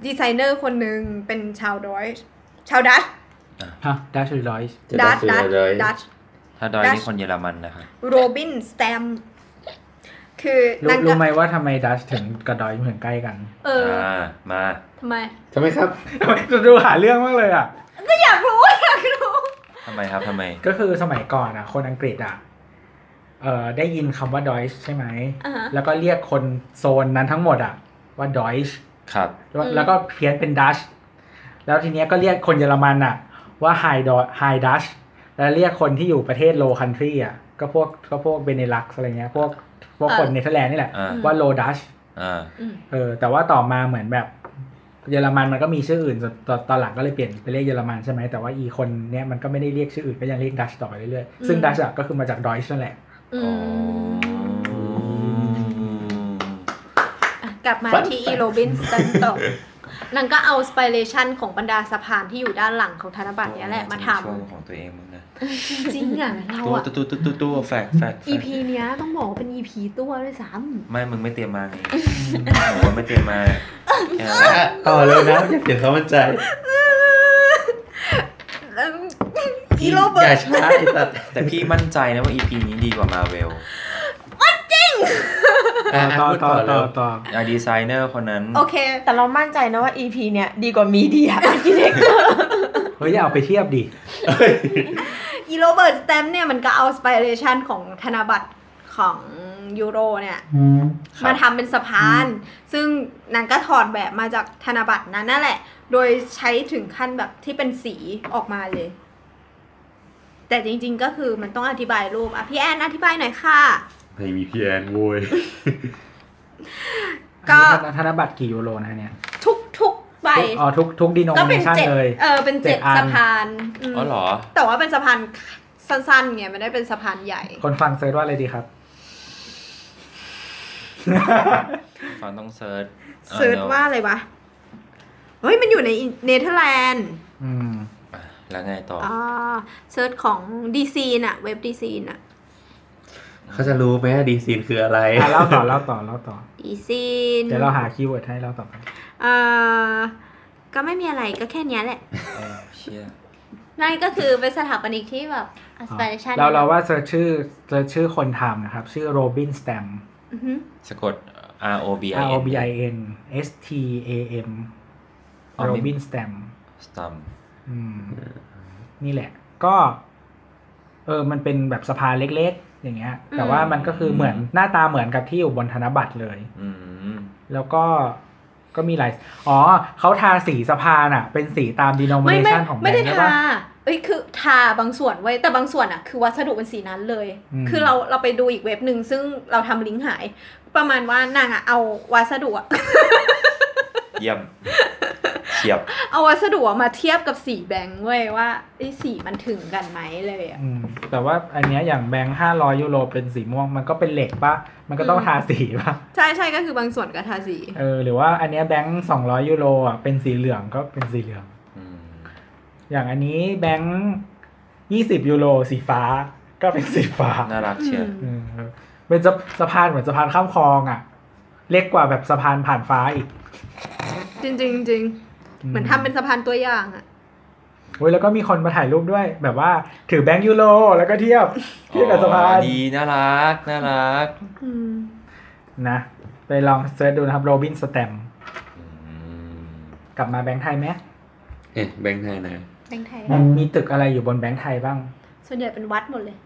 S6: ดีไซเนอร์คนหนึ่งเป็นชาวดอยช์ชาวดัตช์
S4: ฮะดัชหรือดอยช์
S3: จะได้
S6: ดัตช์
S3: ซื้อ
S6: ดัตช์ดัต
S3: อะไร
S6: ช์
S5: ถ้าดอย
S6: Dutch
S5: นี่คนเยอรมันนะครับ
S6: โรบินสแตมคือ
S4: รู้
S6: นางก็
S4: รู้ไหมว่าทำไมดัชถึงกับดอยเหมือนใกล้กัน
S6: เออ
S5: อ่ามา
S6: ทำไม
S3: ใช่ไหมครับ
S4: ดูหาเรื่องมากเลยอ่ะ
S6: อยากรู้ อยากรู้
S5: ทำไมครับทำไม
S4: ก็คือสมัยก่อนอ่ะ คนอังกฤษอ่ะเอ่อได้ยินคำว่าดอยช์ใช่ไหม
S6: อ่าฮะ
S4: แล้วก็เรียกคนโซนนั้นทั้งหมดอ่ะ ว่าดอยช์
S5: ครับ
S4: แล้ว
S6: อืม
S4: แล้วก็เพี้ยนเป็นดัช แล้วทีเนี้ยก็เรียกคนเยอรมันอะว่าไฮดอไฮดัช แล้วเรียกคนที่อยู่ประเทศโลคันทรีอะก็พวกก็พวกเบเนลักอะไรเงี้ย พวกพวกคนเนเธอร์แลนด์นี่แหละ
S5: อ่า
S4: ว่าโลดัช
S5: อ่า
S4: เออ แต่ว่าต่อมาเหมือนแบบ เยอรมันมันก็มีชื่ออื่นจนตอนตอนหลังก็เลยเปลี่ยนไปเรียกเยอรมันใช่ไหมแต่ว่าอีคนเนี้ยมันก็ไม่ได้เรียกชื่ออื่นก็ยังเรียกดัชต่อไปเรื่อยๆ ซึ่งดัชอะก็คือมาจากดอยช์นั่นแหละ
S6: อื
S5: อ๋อ
S6: ม
S5: อ
S6: อ่ะกลับมา
S3: Fun
S6: ที่
S3: fact
S6: อีโรบินสแตมต่ อนางก็เอาส i r เ t ชันของบรรดาสะพานที่อยู่ด้านหลังของธนบัตรเนี้ยแหละมาท
S5: ช่วงของตัวเองมึงนะ
S6: ำจริงอ่ะเรา
S5: ตัว
S6: อ่ะ
S5: ตัวตัวตัวตัวแฟกแฟก
S6: EP เนี้ยต้องบอกว่าเป็น EP ตัวด้วยซ้ำ
S5: ไม่ มึงไม่เตรียมมาไงผมว่าไม่เตรียมมาแค่นั้น
S3: ต่อเลยนะอย่าเปลี่ยนความมั่นใจ
S6: อีโรเบิ
S3: อ
S6: ร์
S3: ย่า
S6: ต
S3: ช้าไอ้สัตว์
S5: แต่พี่มั่นใจนะว่า EP นี้ดีกว่ามาเวล
S4: ต่
S3: ะ
S4: อต่อ
S3: พูด
S4: ต่อ
S3: เล
S4: ต่อย ต่อ
S5: อาดีไซเนอร์คนนั้น
S6: โอเค
S2: แต่เรามั่นใจนะว่า EP เนี้ยดีกว่ามีเดียกิเล็ก
S4: เฮ้ยอย่าเอาไปเทียบดิ
S6: อีโรเบิร์ตสแตมป์เนี่ยมันก็เอาสไปเรชันของธนบัตรของยูโรเนี่ย
S5: ครับ
S6: มาทำเป็นสะพาน ซึ่งนางก็ถอดแบบมาจากธนบัตรนั้นนั่นแหละ โดยใช้ถึงขั้นแบบที่เป็นสีออกมาเลย แต่จริงๆก็คือมันต้องอธิบายรูปอ่ะพี่แอนอธิบายหน่อยค่ะ
S3: ไม่มีพี่แอนโว้ย
S6: ก็
S4: อันนี้ธนธนบัตรกี่ยูโรนะเนี่ย
S6: ทุกทุกใบ
S4: อ๋อทุกทุกดีโน
S6: ก็
S4: มิเน
S6: เป็น
S4: ชั่น
S6: เจ็ด
S4: เลย
S6: เออเป็นเจ็ด
S4: เจ็ดอัน
S6: สะพานอืม
S5: อ๋อเหรอ
S6: แต่ว่าเป็นสะพานสั้นๆไงมันได้เป็นสะพานใหญ่
S4: คนฟังเซิร์ชว่าอะไรดีครับ
S5: ฟังต้องเซิร์ช
S6: เซิร์ชว่าอะไรวะ เฮ้ย มันอยู่ในเนเธอร์แลนด์
S4: อืม
S5: อ่ะแล้วไงต่อ
S6: อ่าเซิร์ชของดีซีน่ะ เว็บดีซีน่ะ
S3: เขาจะรู้ไหมดีซีนคืออะไร
S4: อ่ะเล่าต่อเล่าต่อเล่าต่อ
S6: ดีซีน
S4: เดี๋ยวเราหาคีย์เวิร์ดให้เล่าต่อไป
S6: อ่าก็ไม่มีอะไรก็แค่เนี้ยแหละ
S5: เออเชี่ย
S6: นั่นก็คือเป็นสถาปนิกที่แบบอัส
S4: อ๋อ
S6: ไ r เ t ชัน
S4: เราเราว่าเซิร์ชชื่อเซิร์ชชื่อคนทำนะครับ ชื่อโรบินส t ตม
S5: สะกด R O B I
S4: R
S5: N
S4: O B I N S T A M
S5: อ๋อนี่
S4: โรบินส t ตม
S5: สตัม
S4: อืม นี่แหละ ก็ เออ มันเป็นแบบสะพานเล็กๆ อย่างเงี้ย แต่ว่ามันก็คือเหมือนหน้าตาเหมือนกับที่อยู่บนธนบัตรเลย
S5: อืม
S4: แล้วก็ก็มีหลาย อ๋อ เขาทาสีสะพานอ่ะ เป็นสีตาม
S6: ไม่ไม่
S4: denomination ของแบร
S6: ไม่
S4: น
S6: ได้
S4: ด์ใช่
S6: ทา
S4: ปะ
S6: เอ้ยคือทาบางส่วนไว้ยแต่บางส่วนอ่ะ คือวัสดุเป็นสีนั้นเลย
S4: อืม
S6: คือเราเราไปดูอีกเว็บหนึ่งซึ่งเราทำลิงก์หาย ประมาณว่านางอ่ะเอาวัสดุอ่ะ
S5: เยี่ยมเฉียบ
S7: เอาวัสดุอะมาเทียบกับสีแบงค์เว้ยว่าไอ้สีมันถึงกันไหมเลยอะ
S4: อืมแต่ว่าอันเนี้ยอย่างแบงค์ห้าร้อยยูโรเป็นสีม่วง มันก็เป็นเหล็กปะมันก็ต้อง
S7: อืม
S4: ทาสีปะ
S7: ใช่ใช่ก็คือบางส่วนก็ทาสี
S4: เออหรือว่าอันเนี้ยแบงค์สองร้อยยูโรอ่ะเป็นสีเหลืองก็เป็นสีเหลือง
S5: อืม
S4: อย่างอันนี้แบงค์ยี่สิบยูโรสีฟ้าก็เป็นสีฟ้า
S5: น่ารักเชียว
S4: เออเป็นสะสะพานเหมือนสะพานข้ามคลองอ่ะ เล็กกว่าแบบสะพานผ่านฟ้าอีก
S7: จริงจริงจริงเหมือนทำเป็นสะพานตัวอย่างอะ
S4: โอ้ยแล้วก็มีคนมาถ่ายรูปด้วย แบบว่าถือแบงค์ยูโรแล้วก็เทียบเทียบกับสะพาน
S5: อ๋อดีน่ารักน่ารัก
S7: อืม
S4: นะ ไปลองเสิร์ชดูนะครับโรบินส a ตม
S5: อืม
S4: กลับมาแบงค์ไทยไหม
S3: เอ๊ะแบงค์ไทยนะ
S7: แบงค์ไทย
S4: มันมีตึกอะไรอยู่บนแบงค์ไทยบ้าง
S7: ส่วนใหญ่เป็นวัดหมดเลย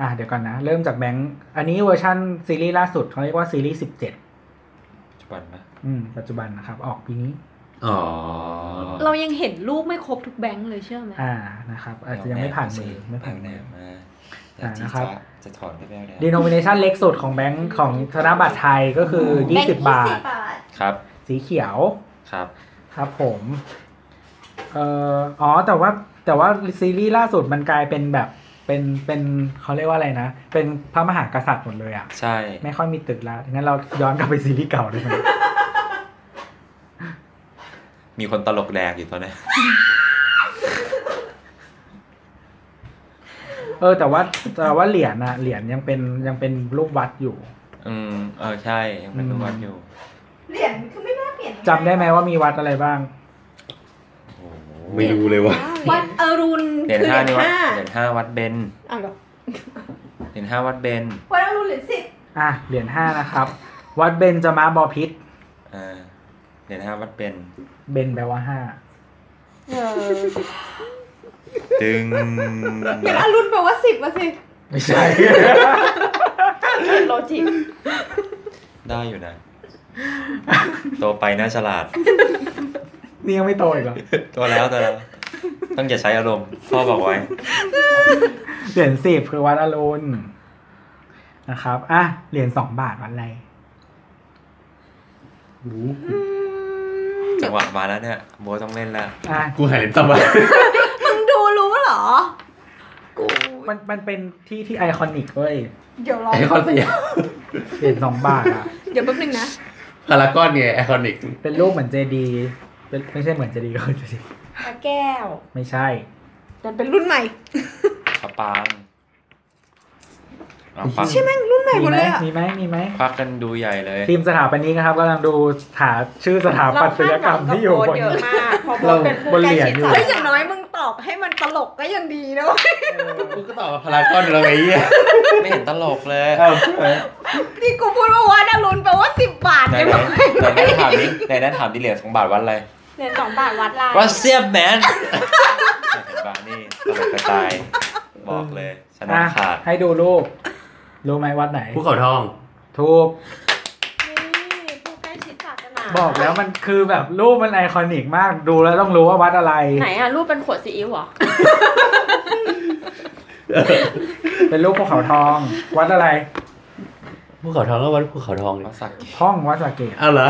S4: อ่ะเดี๋ยวก่อนนะ เริ่มจากแบงค์อันนี้เวอร์ชั่นซีรีส์ล่าสุดเขาเรียกว่าซีรีส์สิบเจ็ด
S5: ปัจจุบันไหม
S4: ปัจจุบันนะครับ ออกปีนี้
S3: อ๋อ
S7: เรายังเห็นรูปไม่ครบทุกแบงค์เลยเชื่อไหม
S4: อ่านะครับ อาจจะยังไม่ผ่านมือไม่ผ่าน
S5: แน
S4: มือ
S5: วมา
S4: อ่านะครับ
S5: จะถอนได้แล้วเนี่ย
S4: ดีโนมิเนชันเล็กสุดของแบงค์ของธนบัตรไทยก็คือ 20 บาท
S7: ท
S5: ครับ
S4: สีเขียว
S5: ครับ
S4: ครับผมเอ่ออ๋อแต่ว่าแต่ว่าซีรีส์ล่าสุดมันกลายเป็นแบบเป็นเป็นเขาเรียกว่าอะไรนะ เป็นพระมหากษัตริย์หมดเลยอ่ะ
S5: ใช่
S4: ไม่ค่อยมีตึกละงั้นเราย้อนกลับไปซีรีส์เก่าเลยไหม
S5: มีคนตลกแดกอยู่ตอนเนี้ย
S4: เออแต่ว่าแต่ว่าเหรียญนะเหรียญยังเป็นยังเป็นรูปวัดอยู่
S5: อืมเออใช่ยังเป็นวัดอยู่
S7: เหรียญคือไม่น่าเปลี่ยน
S4: จำได้ไหมว่ามีวัดอะไรบ้าง
S5: โอ้โห
S3: ไม่รู้เลยว่า
S7: วัดอรุณ
S5: เห
S7: คื
S5: รีย
S7: อ
S5: ญ
S7: เหรี
S5: ห้าย
S7: ญ
S5: นี่
S7: ห้า
S5: วัดเหรียญห้าวัดเบน
S7: อ้าวเหรอ
S5: เหรียญห้าวัดเบน
S7: วัดอรุณเหรียญสิบ
S4: อ่ะเหรียญห้านะครับ วัดเบนจมาบอพิษ
S5: อ่าเหรียญห้าวัดเบน
S4: เบนแปลว่าห้า
S7: เออ
S5: ตึง
S7: เหรียญอรุณแปลว่าสิบว่ะสิ
S4: ไม่ใช่
S2: โลจิก
S5: ได้อยู่นะโตไปน่าฉลาด
S4: นี่ยังไม่โตอีกเหรอ
S5: ตัวแล้วตัวแล้ว ต้องอย่าใช้อารมณ์พ่อบอกไว้
S4: เหรียญสิบคือวัดอรุณนะครับ อ่ะเหรียญสองบาทวัดอะไร
S5: จังหวะมาแล้วเนี่ยโบทต้องเล่นแล้ว
S4: อ่ะ
S3: กูหายเลนส์ต่อมา
S7: มึงดูรู้เหรอ กู
S4: มันมันเป็นที่ที่ไอคอนิกเว้ย
S7: เดี๋ยวรอ
S3: ไอคอนสยาม
S4: เหรียญสองบาทอ่ะ
S7: เดี๋ยวแป๊บนึงนะ
S3: พารากอนไงไอคอนิก
S4: เป็นรูปเหมือนเจดีย์เป็นไม่ใช่เหมือนเจดีย์ก็คือเจดีย์
S2: พระแก้ว
S4: ไม่ใช่
S7: มันเป็นรุ่นใหม่
S5: ปะปางเอาควัก
S7: ใช่ไหมงรุ่นใหม่หม
S4: มี
S7: ด
S4: ไหม
S7: เลยอะ
S4: มีไหมมีไหม
S5: ควักกันดูใหญ่เลย
S4: ทีมสถาปนิกนะครับกำลังดูหาชื่อสถาปัตยกรรมที่อยู่บ
S2: เราคาดหวัง
S4: น
S2: กับโบ๊ทเยอะมากเพราะโบ๊ทเป็นผู้ใกล้ชิด
S4: เราบนเหรียญอยู่
S7: เฮ้ยอย่างน้อยมึงตอบให้มันตลกก็ยังดีนะเว้ย
S3: กูก็ตอบว่าพารากอนเราไงเหี้ย
S5: ไม่เห็นตลกเลย
S4: เอ้า
S7: ที่กูพูดว่าวัดอรุณแปลว่าสิบบาท
S5: ไหน
S7: ยัง
S5: ไหน
S7: ไม่
S5: ไหนนั่นถามดิไหนนั่นถามดิเหรียญสองบาทวัดอะไร
S2: เหรียญสองบาทวัดลาย
S5: รัสเซียแมนเห็นปะนี่ตลกกระจายบอกเลยชนะ
S4: อ่ะ
S5: ขาด
S4: ให้ดูรูปรู้ไหมวัดไหน
S3: ภูเขาทอง
S4: ถูก
S2: นี่ผู้ใกล้ชิดศาสนา
S4: บอกแล้วมันคือแบบรูปมันไอคอนิกมากดูแล้วต้องรู้ว่าวัดอะไร
S2: ไหนอ่ะรูปเป็นขวดซีอิ๊วเหรอ
S4: เป็นรูปภูเขาทอง วัดอะไร
S3: ภูเขาทองก็วัดภูเขาทองดิ
S5: วัดสักเกต
S4: ห้องวัดสระเกต
S3: อ้าวเหรอ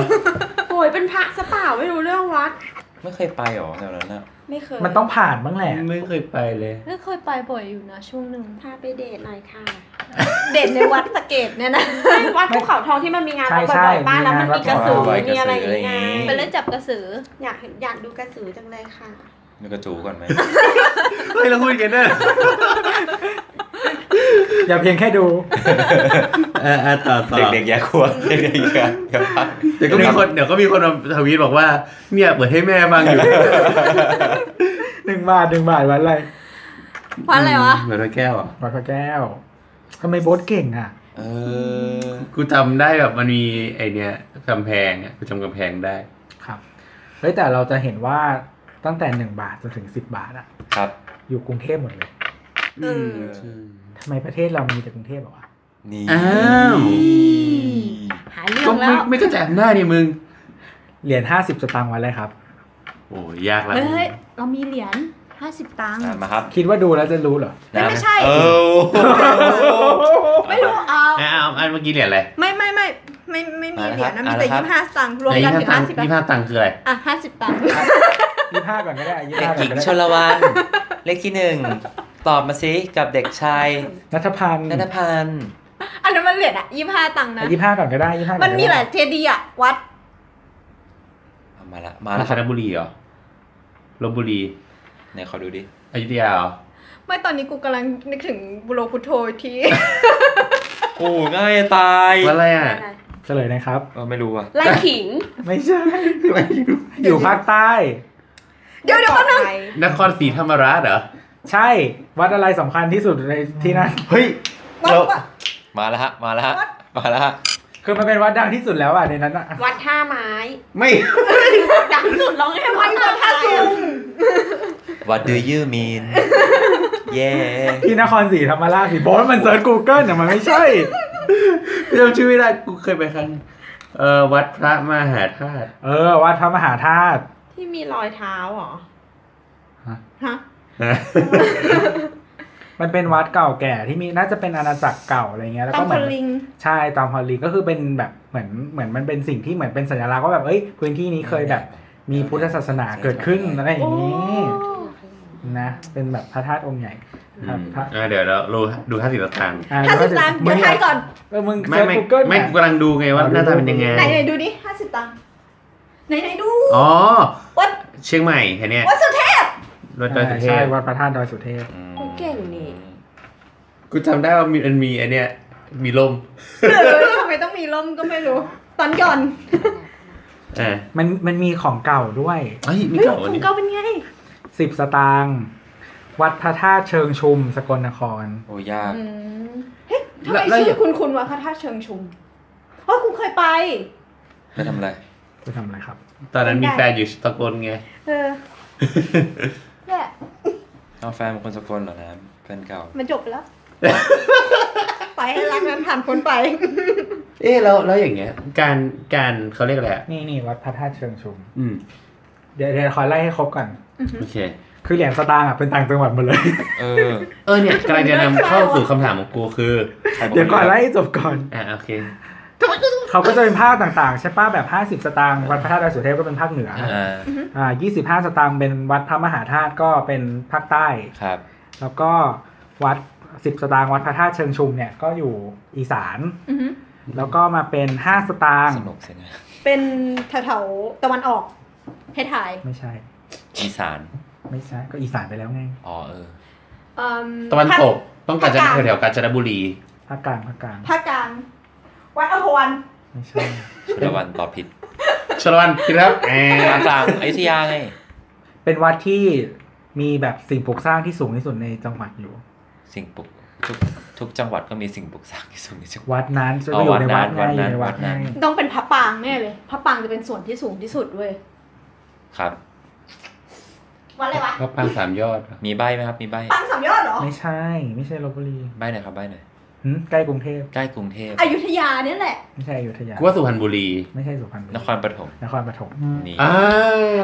S2: โอ้ยเป็นพระซะเปล่าไม่รู้เรื่องวัด
S5: ไม่เคยไปหรอแถวนั้นน่ะ
S2: ไม่เคย
S4: มันต้องผ่านบ้างแหละ
S3: ไม่เคยไปเลย
S6: ไม่เคยไปบ่อยอยู่นะช่วงหนึ่ง
S2: พาไปเดทหน่อยค่ะ
S7: เด่นในวัดสะเกตเนี่ยนะ
S2: ไม่วัดภูเขาทองที่มันมีงานวัดบ่อยๆป้าแล้วมันมีกระสือมีอะไรอย่างเงี้ย
S7: เป็นเล่นจับกระสือ
S2: อยากเห็นอยากดูกระสือจังเลยค่ะ
S5: มีกระจูก่อนไหม
S3: เฮ้ยเราพูดกันเนี่ย
S4: อย่าเพียงแค่ดู
S3: เออเออต่อต่อ
S5: เด็กๆอย่าคว รเด็กๆอย่าอย่าพัก
S3: เดี๋ยวก็มีคนเดี๋ยวก็มีคนมาทวีตบอกว่า เนี่ยเปิดให้แม่ฟังอยู่
S4: หนึ่งบาทหนึ่งบาทวัดอะไร
S7: วัดอะไรวะ
S3: เหมือนพระแก้วอ่ะ
S4: วัดพระแก้วทำไมโบ๊ทเก่งอ่ะ
S5: เออ
S3: กูจำได้แบบมันมีไอเนี้ยกำแพงอ่ะกูจำกำแพงได้
S4: ครับเฮ้ยแต่เราจะเห็นว่าตั้งแต่หนึ่งบาทจนถึงสิบบาทอะ
S5: ครับ
S4: อยู่กรุงเทพหมดเลย
S7: เออ
S4: ทำไมประเทศเรามีแต่กรุงเทพเหรอวะ
S5: นี่
S3: อ้าว
S7: หาเรื่อ
S3: ก็
S7: งแล้
S3: ไม่
S7: ว
S3: ไม่ก็แจกหน้านี่มึง
S4: เหรียญห้าสิบสตางค์วันเลยครับ
S3: โอ้ยยากละ
S7: เฮ้ย เรามีเหรียญ
S6: ห้าสิบตังค์
S5: อ่ะมาครับ
S4: คิดว่าดูแล้วจะรู้เหรอ
S6: ไม่ไม่ใช่
S5: เออ
S6: ไม่รู้เอา
S3: อ่ะเอาอันเมื่อกี้เหรียญอะไร
S7: ไม่ไม่ไม่ไม่ไม่มีเหรียญนะมี
S3: เอาละ
S7: แต่
S3: ครับ
S7: ยี่สิบห้าสตางค์รวมกันถึง
S3: ตัง
S7: ห้า
S3: ค์
S7: สิบ
S3: ยี่สิบห้าตังค์คืออะไร
S6: อ่ะห้าสิบตังค์
S4: ยี่ห้าก่อนก็ได้ยี่
S5: เด็ก
S4: ห้า
S5: ห
S4: ก่อ
S5: ญิ
S4: น
S5: ง
S4: ก็ได้
S5: ชลวัน เลขที่หนึ่งตอบมาสิกับเด็กชาย
S4: นัทพันธ์
S5: นันทพันธ์
S6: อันนั้นมันเหรียญอ่ะยี่ห้าตังค์นะ
S4: ยี่ห้าก่อนก็ได้ยี่ห้าก่อน
S6: มั
S4: ก็
S6: น
S4: ได้
S6: มีหลายเจดีย์อ่ะ วัด
S5: มาละมา
S3: รา
S5: ละ
S3: ชบุรีเหรอลบบุรี
S5: ไหนขอดูดิ
S3: อยุธยาเหรอ
S7: ไม่ตอนนี้กูกำลังนึกถึงบุโรพุทโธอีกที่
S5: โอ้ง่ายตาย
S3: วัดอะไรอ่ะ
S4: เฉลยนะครับ
S5: เออไม่รู้อ่ะ
S2: ไล่ขิง
S4: ไม่ใช่ อยู่ภาคใต้
S7: เดี๋ยวเดี๋ยวแป๊บนึง
S3: นครศรีธรรมราชเหรอ
S4: ใช่วัดอะไรสำคัญที่สุดในที่นั่น
S3: เฮ้ย
S7: วัด
S3: เรา
S7: วะ
S5: มาละฮะมาละฮะ
S7: วัด
S5: มาละฮะ
S4: คือมันเป็นวัดดังที่สุดแล้วอ่ะในนั้นอ่ะ
S2: วัดท่าไม้
S3: ไม่
S2: ดังสุดร้องไห้วัดท่าไม้
S5: วัดดูยูมีนเย่
S4: ที่นครศรีธรรมราชสิบอกว่ามันเซิร์ช Google เนี่ยมันไม่ใช่
S3: จำชื่อไม่ได้กูเคยไปครั้งเอ่อวัดพระมหาธาตุ
S4: เออ วัดพระมหาธาตุ
S2: ที่มีรอยเท้าเหรอ
S4: มันเป็นวัดเก่าแก่ที่มีน่าจะเป็นอาณาจักรเก่าอะไรเงี้ยแล้ว
S7: ตา
S4: ก็
S7: มค
S4: เหมือน น
S7: ลิง
S4: ใช่ตามฮอลลีก็คือเป็นแบบเหมือนเหมือนมันเป็นสิ่งที่เหมือนเป็นสัญลักษณ์ว่าแบบเอ้ยพื้นที่นี้เคยแบบมีพุทธศาสนาเกิดขึ้นอะไรอย่างนี้นะเป็นแบบพระธาตุองค์ใหญ่ครับพระ
S3: อ่าเดี๋ยวเราดูดูห้าสิบตังค์
S4: อ่
S7: ห้าสิบตังค์เดี๋ยวทายก่อน
S4: เออมึง
S3: ไม่
S4: เซิร์ช
S3: ไม่
S4: กูเกิล
S3: ไม่กูกำลังดูไงว่าหน้าตาเป็นยังไง
S7: ไหนไหนดูดิห้าสิบตังค์ไหนไหนดู
S3: อ๋อ
S7: วัด
S3: เชียงใหม่แค่เนี้ย
S7: วัดสุเทพ
S3: รถดอยสุเท
S4: ใช่
S3: พ
S4: วัดพระธาตุดอยสุเทพ
S5: อืม
S2: เก่งนี่
S3: กูจำได้ว่ามีมันมีไอเนี้ยมีลม
S7: เออทำไมต้องมีล่มก็ไม่รู้ ตอนก่อน
S3: อ่า
S4: มันมันมีของเก่าด้วย
S3: เฮ้ยมี
S7: เฮ้ย
S3: เก่า
S7: ข
S3: อั
S7: อ
S3: น
S7: ง
S3: นี้
S7: เก่าเป็นไง
S4: สิบสตางค์วัดพระธาตุเชิงชุมสกลนคร
S5: โอ้ยาก
S7: อืมทำไม
S3: แล้ว
S7: ชื่อคุณคุณวะพระธาตุเชิงชุมเพราะคุณเคยไป
S5: ไม่ทำอะไร
S4: จะทำอะไรครับ
S3: ตอนนั้นมีแฟนอยู่สกลไง
S7: เอ อเนี่ย
S5: เอาแฟนเป็นคนสกลเหรอนะแฟนเก่า
S7: มันจบไป แล้ว ไปให้รักนั้นผ่านพ้นไป
S3: เอ๊ะแล้วแล้วอย่างเงี้ย การการเขาเรียกอะไรอ่ะ
S4: นี่นี่วัดพระธาตุเชิงชุม
S3: อืม
S4: เดี๋ยวเดี๋ยวขอไล่ให้ครบก่อน
S3: โอเค
S4: คือเหรียญสตางค์อ่ะเป็นต่างจังหวัดหมดเลย
S5: เออ
S3: เออเนี่ยกำลังจะนำเข้าสู่คำถามของกูคือ
S5: ใครบ
S4: เดี๋ยวก่อนไล่
S5: ไม่
S4: ให้จบก่อน
S3: อ่าโอเค
S4: เขาก็จะเป็นภาคต่างๆ ใช่ป้าแบบ 50 สตางค์วัดพระธาตุดอยสุเทพก็เป็นภาคเหนือ
S5: อ่า
S4: อ่า25 สตางค์เป็นวัดพระมหาธาตุก็เป็นภาคใต้
S5: ครับ
S4: แล้วก็วัด 10 สตางค์วัดพระธาตุเชิงชุมเนี่ยก็อยู่อีสาน
S7: อือฮึ
S4: แล้วก็มาเป็น 5 สตางค์
S5: สนุกสินะ
S7: เป็นแถวๆตะวันออก ให้ถ่าย
S4: ไม่ใช่
S5: อีสาน
S4: ไม่ใช่ ก็อีสานไปแล้วไง
S5: อ๋อเออ
S7: เอิ่ม
S3: ตะวันตก
S7: ภาค
S3: ต้องกาญจนแถวๆกาญจนบุรี
S4: ภาคกลางภาคกลาง
S7: ภาคกลาง วัดอภวัน
S4: ไม่ใช่
S5: ชุลวันตอบผิด
S3: ชลวันพี่ครับแอ
S5: ภาค
S3: บ
S5: กลางอยุธยาไง
S4: เป็นวัดที่มีแบบสิ่งปลูกสร้างที่สูงที่สุดในจังหวัดอยู่
S5: สิ่งปลุกทุกทุกจังหวัดก็มีสิ่งปลุกสร้างที่สูงที่สุด
S4: วัดนั้นจะ
S5: เอา
S4: อยู่ในวัด
S5: วั
S4: ไงอ
S5: ด
S4: ยู่
S5: นั้น
S4: ในวัด
S5: วัดนั้
S4: ไง
S5: น
S7: ต้องเป็นพระปางแน่เลยพระปางจะเป็นส่วนที่สูงที่สุดเว้ย
S5: ครับ
S7: วัดอะไรวะ
S3: พระปางสามยอด
S5: มีใบไหมครับ มีใบ
S7: ปางสามยอดเหรอ
S4: ไม่ใช่ ไม่ใช่ลบบุรี
S5: ใบหน่อยครับใบหน่อย
S4: หึใกล้กรุงเทพ
S5: ใกล้กรุงเทพ
S7: อยุธยาเนี่ยแหละ
S4: ไม่ใช่อยุธยา
S3: กูว่าสุพรรณบุรี
S4: ไม่ใช่สุพรรณบุรี
S5: นครปฐม
S4: นครปฐม
S5: นี่
S3: อ่า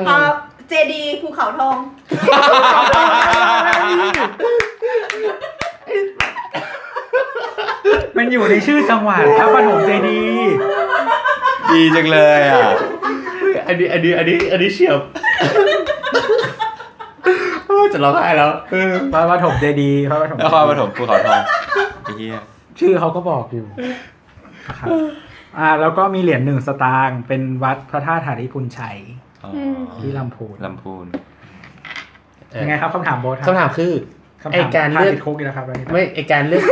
S7: เอ่อเจดีย์ภูเขาทอง
S4: มันอยู่ในชื่อจังหวัดพระปฐมเจดีย์
S5: ดีจังเลยอ่ะ
S3: อันนี้อันนี้อันนี้อันนี้เฉียบเออจะร้องไห้แล้วเออ
S4: พระปฐมเจดีย์พระปฐม
S5: นครปฐมภูเขาทองไอ้เหี้ย
S4: ชื่อเขาก็บอกอยู่ครับอ่า แล้วก็มีเหรียญหนึ่งสตางค์เป็นวัดพระธาตุหาริพุนชัย
S5: อ๋อ
S4: ที่ลำพูน
S5: ลำพูน
S4: ยังไงครับคำถามโบทครับ
S3: คำถามคือ
S4: คำ
S3: ไอ้
S4: ถาม
S3: การ
S4: พา
S3: เลือก
S4: ติดคุกอีกแล้วครับวันนี้
S3: ไม่ไอการเลือก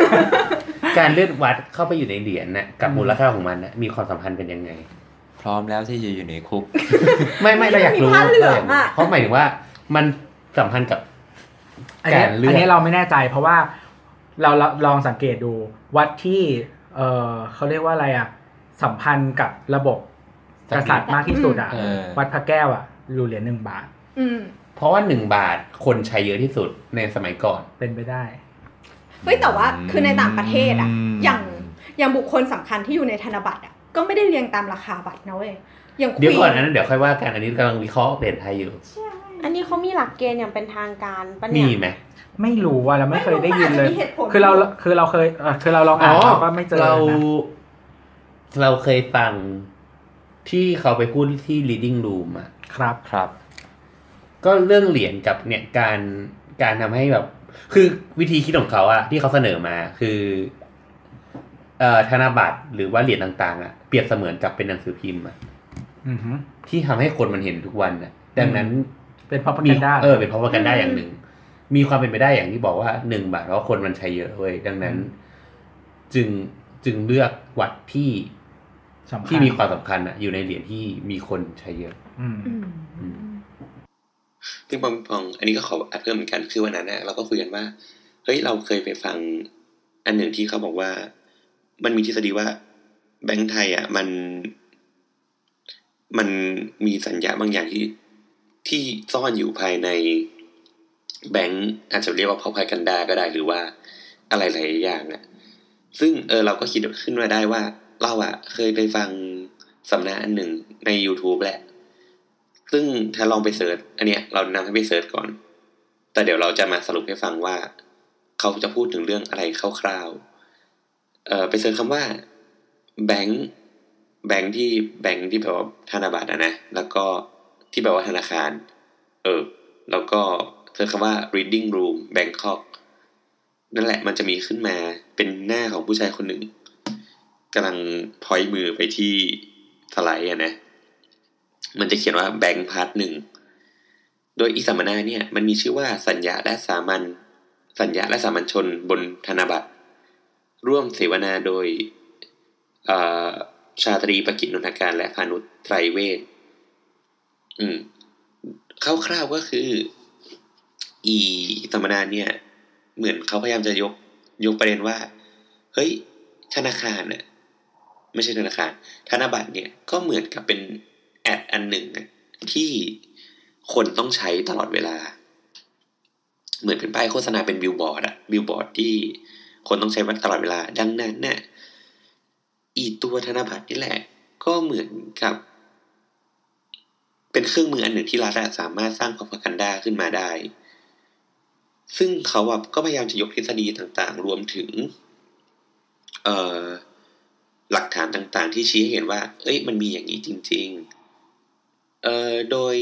S3: การเลือกวัดเข้าไปอยู่ในเหรียญน่ะกับมูลค่าของมันน่ะมีความสัมพันธ์เป็นยังไง
S5: พร้อมแล้วที่จะอยู่ในคุก
S3: ไม่ไม่เราอยากรู้
S7: มีผ้าเหลืองอะ
S3: เพราะหมายถึงว่ามันสัมพันธ์กับ
S4: อันเนี้ย
S3: การเลือก
S4: อันเนี้ยเราไม่แน่ใจเพราะว่าเราเราลองสังเกตดูวัดที่ เออเขาเรียกว่าอะไรอ่ะ สัมพันธ์กับระบบกษัตริย์มากที่สุดอ่ะ
S5: เออ
S4: วัดพระแก้วอ่ะรูเหรียญหนึ่งบาท
S7: อืม
S3: เพราะว่าหนึ่งบาทคนใช้เยอะที่สุดในสมัยก่อน
S4: เป็นไปได้
S7: เฮ้ยแต่ว่าคือในต่างประเทศอะ
S5: ม
S7: อย่างอย่างบุคคลสำคัญที่อยู่ในธนบัตรอะก็ไม่ได้เรียงตามราคาบัตรนะเว้ยอย่าง
S3: เดี๋ยว
S7: ควี
S3: ก่อนอันนั้นเดี๋ยวค่อยว่ากันอันนี้กำลังวิเคราะห์เหรียญไทยอยู่
S7: ใช่
S2: อันนี้เขามีหลักเกณฑ์อย่างเป็นทางการปะ
S3: มี
S2: เนี่ย
S3: ไหม
S4: ไม่รู้ว่าเราไม่เคยได้ยินเลย
S7: ไม่รู้ว่าอาจจะมีเหตุผล
S4: คือเราคือเราเคยเอ่อคือเราลองอ่านแล้วก็ไม่เจอ
S3: เรา
S4: นะ
S3: เราเคยฟังที่เขาไปพูดที่ reading room อ่ะ
S4: ครับ
S5: ครับ
S3: ก็เรื่องเหรียญกับเนี่ยการการทำให้แบบ คือวิธีคิดของเขาอะที่เขาเสนอมาคือเอ่อธนบัตรหรือว่าเหรียญต่างๆอะเปรียบเสมือนกับเป็นหนังสือพิมพ์อะ
S4: อือหือ
S3: ที่ทำให้คนมันเห็นทุกวันอะดังนั้น
S4: เป็นพอ
S3: มี
S4: พันด้า
S3: เออเป็นเพราะว่ากันได้อย่างหนึ่ง มีความเป็นไปได้อย่างที่บอกว่าหนึ่งบาทเพราะคนมันใช้เยอะเว้ยดังนั้น จึงจึงเลือกวัดที่
S4: สำคัญ
S3: ที่มีความสำคัญอะอยู่ในเหรียญที่มีคนใช้เยอะ
S4: อืม
S8: ปิงปองปิงปองอันนี้ก็ขออัดเพิ่มเหมือนกันคือวันนั้นน่ะเราก็คุยกันว่าเฮ้ยเราเคยไปฟัง อันหนึ่งที่เขาบอกว่า มันมีทฤษฎีว่า แบงก์ไทยอ่ะมัน มันมีสัญญาบางอย่างที่ที่ซ่อนอยู่ภายใน แบงก์อาจจะเรียกว่าพอพายกันดาก็ได้หรือว่าอะไรหลายอย่างอ่ะ ซึ่งเออเราก็คิดขึ้นมาได้ว่า เราอ่ะ เคยไปฟังสำนักอันหนึ่งใน YouTube แหละ ซึ่งถ้าลองไปเสิร์ชอันเนี้ยเราแนะนำให้ไปเสิร์ชก่อน แต่เดี๋ยวเราจะมาสรุปให้ฟังว่า เขาจะพูดถึงเรื่องอะไรคร่าวๆเอ่อไปเสิร์ชคำว่าแบงค์แบงค์ที่แบงค์ที่แปลว่าธนบัตรอะนะ แล้วก็ที่แปลว่าธนาคาร เออ แล้วก็เสิร์ชคำว่า reading room Bangkok นั่นแหละมันจะมีขึ้นมาเป็นหน้าของผู้ชายคนหนึ่งกำลังพอยมือไปที่สไลด์อะนะ มันจะเขียนว่าแบงค์พาร์ทหนึ่ง โดยอีสัมมนาเนี่ยมันมีชื่อว่าสัญญาและสามัญสัญญาและสามัญชนบนธนบัตร ร่วมเสวนาโดยเอ่อชาตรีประกิจนนทการและพานุษย์ไตรเวชอืมคร่าวๆก็คือ อีสัมมนาเนี่ย เหมือนเขาพยายามจะยกยกประเด็นว่า เฮ้ย ธนาคารน่ะไม่ใช่ธนาคาร ธนบัตรเนี่ยก็เหมือนกับเป็นแอดอันหนึ่งอะที่คนต้องใช้ตลอดเวลา เหมือนเป็นป้ายโฆษณาเป็นบิลบอร์ดอะบิลบอร์ดที่คนต้องใช้มันตลอดเวลา ดังนั้นเนี่ยอีตัวธนบัตรนี่แหละ ก็เหมือนกับ เป็นเครื่องมืออันหนึ่งที่รัฐอะสามารถสร้างความพักันดาขึ้นมาได้ ซึ่งเขาอะก็พยายามจะยกทฤษฎีต่างๆ รวมถึง เอ่อ หลักฐานต่างๆ ที่ชี้ให้เห็นว่า เอ้ย มันมีอย่างนี้จริง ๆ เอ่อ โดย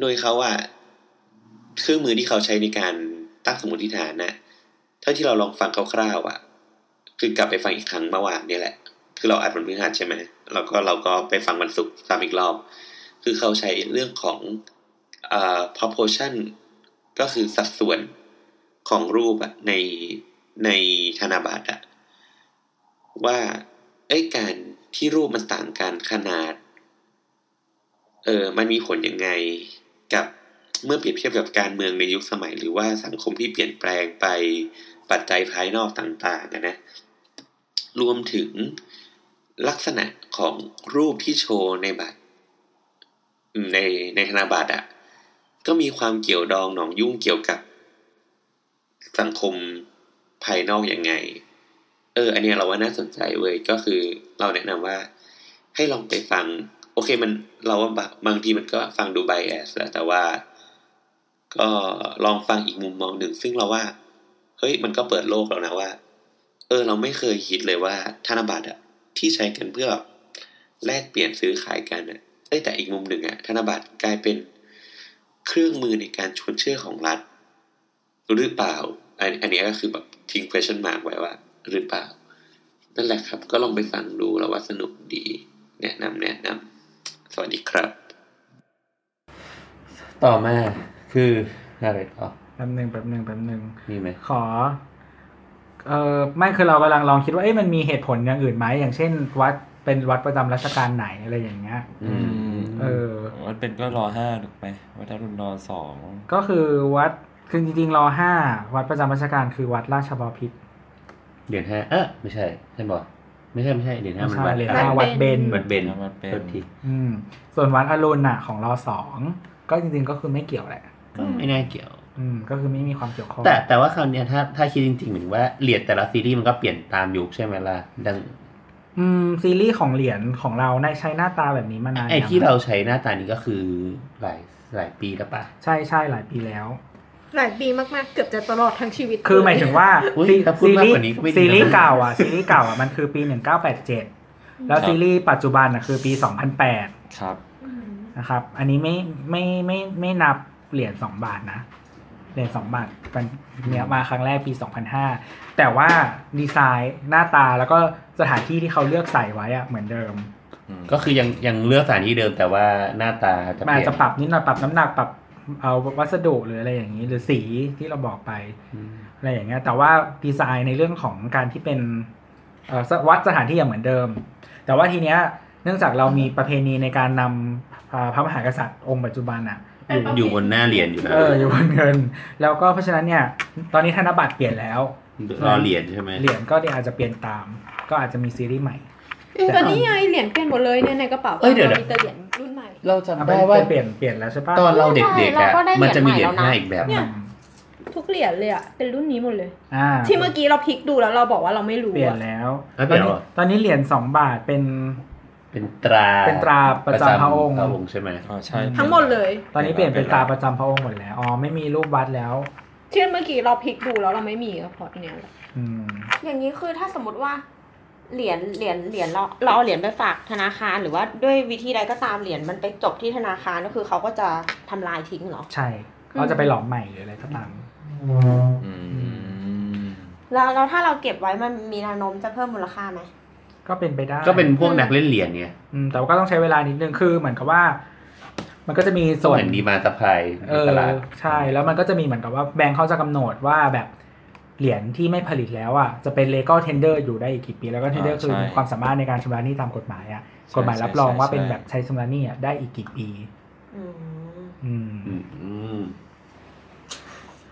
S8: โดยเขาอะเครื่องมือที่เขาใช้ในการตั้งสมมติฐานนะเท่าที่เราลองฟังคร่าวๆอะคือกลับไปฟังอีกครั้งเมื่อวานเนี่ยแหละ คือเราอัดวันพฤหัสใช่ไหมแล้วก็เราก็ไปฟังวันศุกร์ซ้ำอีกรอบ คือเขาใช้เรื่องของเอ่อ proportion ก็คือสัดส่วนของรูปอะในในธนบัตรอะ ว่าเอ้ยการที่รูปมันต่างกันขนาด เออมันมีผลยังไงกับเมื่อเปรียบเทียบกับการเมืองในยุคสมัย หรือว่าสังคมที่เปลี่ยนแปลงไปปัจจัยภายนอกต่างๆอะนะ รวมถึงลักษณะของรูปที่โชว์ในบัตรอืมในในธนบัตรอะ่ะ ก็มีความเกี่ยวดองหนองยุ่งเกี่ยวกับ สังคมภายนอกยังไง เออ อันเนี้ยเราว่าน่าสนใจเว้ย ก็คือเราแนะนำว่า ให้ลองไปฟัง โอเคมันเราว่าบางบางทีมันก็ฟังดูไบแอสแหล้วแต่ว่า ก็ลองฟังอีกมุมมองหนึ่ง ซึ่งเราว่า เฮ้ยมันก็เปิดโลกแล้วนะว่า เออ เราไม่เคยคิดเลยว่าธนบัตรอะที่ใช้กันเพื่อแบบแลกเปลี่ยนซื้อขายกันอะเอ้ยแต่อีกมุมหนึ่งอะธนบัตรกลายเป็นเครื่องมือในการชวนเชื่อของรัฐ หรือเปล่า อันอันเนี้ยก็คือแบบทิ้ง question mark ไว้ว่า หรือเปล่า นั่นแหละครับ ก็ลองไปฟังดูแล้วว่าสนุกดี แนะนำแนะนำสวัสดีครับ
S3: ต่อมาคืออะไรต่อ
S4: แป๊บหนึ่งแป๊บหนึ่งแป๊บหนึ่ง
S3: มีไหม
S4: ขอ เออไม่คือเรากำลังลองคิดว่าเอ้ยมันมีเหตุผลอย่างอื่นไหมอย่างเช่น วัดเป็นวัดประจำรัชกาลไหนอะไรอย่างเงี้ย
S3: อืม
S4: เออ
S5: มันเป็นก็รอห้าถูกไหมวัดอรุณรอสอง
S4: ก็คือวัดคือจริงๆรอห้าวัดประจำรัชกาลคือวัดราชบพิตร
S3: เหรียญห้าเออไม่ใช่ใช่บอกไม่ใช่ไม่ใช่เหรียญห้า
S4: ไม่
S3: มัน
S4: ใช่
S3: วัด
S4: เลย
S3: วัด
S4: นะวัดเบน
S3: วัดเบน
S5: วัดเป็น
S3: โทษที
S4: อืม ส่วนวัดอรุณน่ะของรอสองก็จริงๆก็คือไม่เกี่ยวแหละ
S3: ก็ไม่น่าเกี่ยว
S4: อืม ก็คือไม่มีความเกี่ยวข้อง
S3: แต่แต่ว่าคราวเนี้ยถ้าถ้าคิดจริงๆเหมือนว่าเหรียญแต่ละซีรีส์มันก็เปลี่ยนตามยุคใช่ไหมล่ะดัง
S4: อืมซีรีส์ของเหรียญของเราในใช้หน้าตาแบบนี้มานาน
S3: ไอ้
S4: ยัง
S3: ที่เราใช้หน้าตานี้ก็คือหลายหลายปีแล้วปะ
S4: ใช่ใช่หลายปีแล้ว
S7: หลายปีมากๆ เกือบจะตลอดทั้งชีวิต
S4: คือหมายถึงว่า
S3: อุ๊ย
S4: ซี
S3: ถ้าพูด
S4: ซี
S3: มาก
S4: รี
S3: ก
S4: ส์
S3: ว่านี้ก็ไม่ดีนะ
S4: ซีรีส์เก่า อ่ะซีรีส์เก่าอ่ะมันคือปี 1987 แล้ว
S5: ครับ
S4: ซีรีส์ปัจจุบันอ่ะคือปี 2008
S5: ครับ
S4: นะครับ อันนี้ไม่ไม่ไม่ไม่นับเหรียญสองบาทนะ เหรียญสองบาทมันเนี่ยมาครั้งแรกปี 2005 แต่ว่าดีไซน์หน้าตาแล้วก็สถานที่ที่เขาเลือกใส่ไว้อะเหมือนเดิม
S3: ก็คือยังยังเลือกสถานที่เดิมแต่ว่าหน้าตาจะเป
S4: มันอา
S3: ลี่ย
S4: จจะ
S3: น
S4: ปรับนิดหน่อยปรับน้ำหนักปรับเอาวัสดุหรืออะไรอย่างนี้ หรือสีที่เราบอกไป
S3: อืม
S4: อะไรอย่างเงี้ยแต่ว่าดีไซน์ในเรื่องของการที่เป็นเอ่อวัดสถานที่อย่างเหมือนเดิม แต่ว่าทีเนี้ยเนื่องจากเรามีประเพณีในการนำเอ่อพระมหากษัตริย์องค์ปัจจุบันอะอยู่
S3: อยู่บนหน้าเหรียญอยู่แล้ว
S4: เอออยู่บนเงิน แล้วก็เพราะฉะนั้นเนี่ยตอนนี้ธนบัตรเปลี่ยนแล้ว
S3: รอเหรียญใช่ไหม
S4: เหรียญก็เดี๋ยวอาจจะเปลี่ยนตาม ก็อาจจะมีซีรีส์ใหม่
S6: ตอนนี้ไงเหรียญเปลี่ยนหมดเลยเนี่ยในกระเป๋า
S3: เอ้ยเดี๋ยวๆ
S6: มีแต่เหรียญรุ่นใหม่
S3: เราจำได้ว่า
S4: เปลี่ยนเปลี่ยนแล้วใช่ปะ
S3: ตอนเราเด็กๆ
S2: เรา
S3: อ่ะ
S2: ก็ได้เหรียญ
S3: มันจะมีเหรียญ
S2: ใหม่
S3: ห
S2: แล้ว
S3: น้าอีกแบบ
S2: นะ
S6: เนี่ย ทุกเหรียญเลยอะเป็นรุ่นนี้หมดเลย
S4: อ่า
S6: ที่เมื่อกี้เราพลิกดูแล้วเราบอกว่าเราไม่รู้
S4: เปลี่ยน
S6: อะ
S4: แล้ว
S3: แล้ว
S4: ตอน
S3: เดี๋ยว
S4: นี้
S3: อะ
S4: ตอนนี้เหรียญสองบาทเป็น
S3: เป็นตรา
S4: เป็นตราประจำพระองค์
S3: พระองค์ใช่ไหม
S5: อ๋อใช่
S6: ทั้งหมดเลย
S4: ตอนนี้เปลี่ยนเป็น
S5: เป็น
S4: ตา
S5: ตา
S4: ประจำพระองค์หมดแล้ว อ๋อ ไม่มีรูปวัดแล้ว
S6: ที่เมื่อกี้เราพลิกดูแล้วเราไม่มีก็เพราะเนี่ยแหละ
S4: อืม
S2: อย่างนี้คือถ้าสมมติว่าเหรียญเหรียญเหรียญเราเราเอาเหรียญไปฝากธนาคารหรือว่าด้วยวิธีใดก็ตามเหรียญมันไปจบที่ธนาคารก็คือเขาก็จะทำลายทิ้งเหรอ
S4: ใช่เขาจะไปหลอมใหม่หรืออะไรก็ตาม
S5: อืม
S2: แล้วแล้วถ้าเราเก็บไว้มันมีแนวโน้มจะเพิ่มมูลค่าไหม
S4: ก็เป็นไปได้
S3: ก็เป็นพวกนักเล่นเหรียญไง
S4: อืมแต่ว่าก็ต้องใช้เวลานิดนึง คือเหมือนกับว่า มันก็จะมีส่วน
S3: เหมือนดีมาสะพาย
S4: เออ
S3: ตลาด
S4: ใช่ แล้วมันก็จะมีเหมือนกับว่าแบงค์เขาจะกำหนดว่าแบบเหรียญที่ไม่ผลิตแล้วอ่ะ จะเป็นเล g a เทนเดอร์อยู่ได้อีกกี่ปี แล้วก็เทนเดอร์คือมีความสามารถในการชำระหนี้ตามกฎหมายอ่ะ กฎหมายรับรองว่าเป็นแบบใช้ชำระหนี้อ่ะได้อีกกี่ปี
S2: อืม
S4: อืม
S3: อืม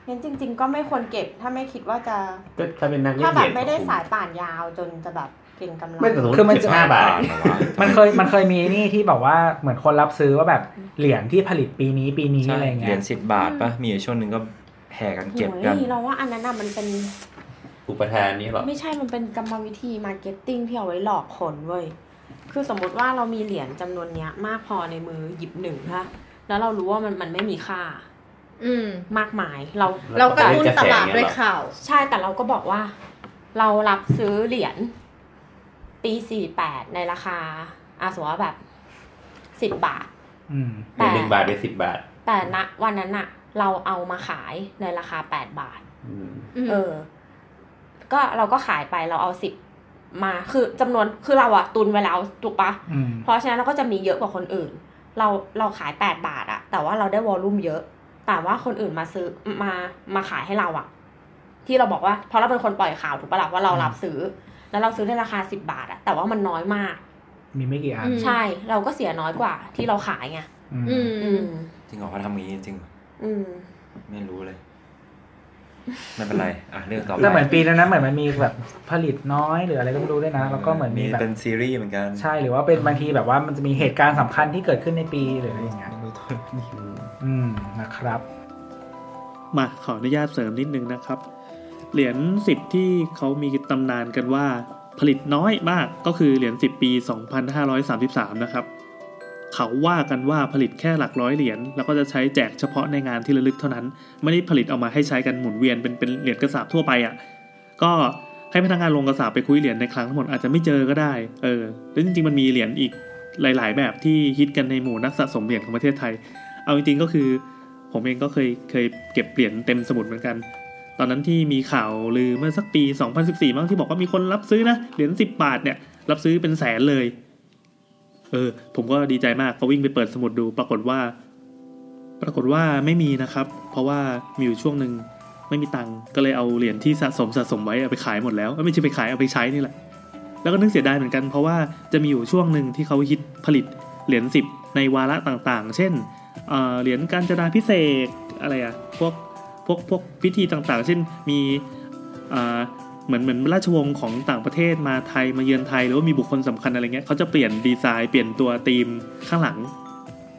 S2: งั้นจริง ๆ ก็ไม่ควรเก็บถ้าไม่คิดว่าจะ
S3: ก็ถ้าเป็นนักเล่น
S2: ถ้า
S3: เห
S2: แบ
S3: รีย
S2: บ
S3: ญ
S2: ไม่ได้สาย
S3: ก็
S2: ป่านยาวจนจะแบบเก่งกำไร
S3: คุ้มไม่แต่สมมติ
S4: คือมันจะ
S3: สิบห้าบาท
S5: แต่ว่า
S4: มันเคยมันเคยมีนี่ที่แบบว่าเหมือนคนรับซื้อว่าแบบเหรียญที่ผลิตปีนี้ปีนี้
S5: ใช่
S4: อะไร
S5: เห
S4: เงี้
S5: รีย
S4: ย
S5: ญสิบบาทปะมีอยู่ช่วงหนึ่งก็แห่กัน
S2: โอ้ย
S5: เก็บกัน
S2: เราว่าอันนั้นน่ะมันเป็น
S3: อุปทานนี้หรอ
S2: ไม่ใช่มันเป็นกรรมวิธีมาร์เก็ตติ้งที่เอาไว้หลอกคนเว้ยคือสมมติว่าเรามีเหรียญจำนวนเนี้ย มากพอในมือหยิบหนึ่งค่ะแล้วเรารู้ว่ามันมันไม่มีค่า
S6: อืม
S2: มากมายเรา
S6: เรากระตุ้นตลาดด้วยข่าว
S2: ใช่แต่เราก็บอกว่า เรารับซื้อเหรียญปีสี่แปดในราคาอาสมมติว่าแบบสิบบาท
S4: อืม
S3: เดี๋ยวหนึ่งบาทได้สิบบาท
S2: แต่ณวันนั้นอะเราเอามาขายในราคาแปดบาท
S3: อืม
S6: อืม
S2: เออ ก็เราก็ขายไปเราเอาสิบมาคือจำนวนคือเราอะตุนไว้แล้วถูกปะ
S4: อืม
S2: เพราะฉะนั้นเราก็จะมีเยอะกว่าคนอื่น เราเราขายแปดบาทอะแต่ว่าเราได้วอลลุ่มเยอะ แต่ว่าคนอื่นมาซื้อมามาขายให้เราอะที่เราบอกว่าเพราะเราเป็นคนปล่อยข่าวถูกปะล่ะว่าเรารับซื้อ แล้วเราซื้อในราคาสิบบาทอะแต่ว่ามันน้อยมาก
S4: มีไม่กี่อัน
S6: อืม
S2: ใช่ เราก็เสียน้อยกว่าที่เราขายไง
S4: อื
S6: อื
S4: ม
S2: อื
S6: ม
S2: ม
S5: จริงเหรอเขาทำอย่างนี้จริงเหรอ
S2: อืม
S5: ไม่รู้เลย ไม่เป็นไร อ่ะเรื่องต่อไป
S4: แต่เหมือนปีนั้นนะเหมือนมันมีแบบผลิตน้อยหรืออะไรก็ไม่รู้ด้วยนะ แล้วก็เหมือนมีแบบ
S5: เป็นซีรีส์เหมือนกัน
S4: ใช่หรือว่าเป็นบางทีแบบว่ามันจะมีเหตุการณ์สำคัญที่เกิดขึ้นในปีหรืออะไรอย่างเงี้ย
S5: ไม่รู้ตัวนี้
S4: อืมนะครับ
S1: มาขออนุญาตเสริมนิดนึงนะครับ เหรียญสิบที่เขามีตำนานกันว่า ผลิตน้อยมากก็คือเหรียญ10 ปี 2533 นะครับ เขาว่ากันว่าผลิตแค่หลักร้อยเหรียญแล้วก็จะใช้แจกเฉพาะในงานที่ระลึกเท่านั้น ไม่ได้ผลิตเออกมาให้ใช้กันหมุนเวียนเป็นเป็นเหรียญกระสาบทั่วไปอะ่ะก็ให้พนักงานลงกระสาบไปคุยเหรียญในครั้งทั้งหมดอาจจะไม่เจอก็ได้เออแล้วจริงๆมันมีเหรียญอีกหลาย ๆ แบบที่ฮิตกันในหมู่นักสะสมเหรียญของประเทศไทย เอาจริงๆก็คือ ผมเองก็เคยเคยเก็บเหรียญเต็มสมุดเหมือนกัน ตอนนั้นที่มีข่าวลือเมื่อสักปี 2014มั้งที่บอกว่ามีคนรับซื้อนะ เหรียญ10 บาทเนี่ย รับซื้อเป็นแสนเลย เออ ผมก็ดีใจมากก็วิ่งไปเปิดสมุดดู ปรากฏว่า ปรากฏว่าไม่มีนะครับ เพราะว่ามีอยู่ช่วงหนึ่งไม่มีตังค์ก็เลยเอาเหรียญที่สะสมสะสมไว้เอาไปขายหมดแล้วเอ้ยไม่ใช่ไปขายเอาไปใช้นี่แหละ แล้วก็นึกเสียดายเหมือนกันเพราะว่าจะมีอยู่ช่วงหนึ่งที่เขาฮิตผลิตเหรียญ10 ในวาระต่างๆ เช่น เอ่อเหรียญการจนาพิเศษกอะไรอะพวกพวกพวกพิธีต่างๆ เช่นมีเอ่อเหมือนเหมือนราชวงศ์ของต่างประเทศมาไทยมาเยือนไทยหรือว่ามีบุคคลสำคัญอะไรเงี้ยเขาจะเปลี่ยนดีไซน์เปลี่ยนตัวธีมข้างหลัง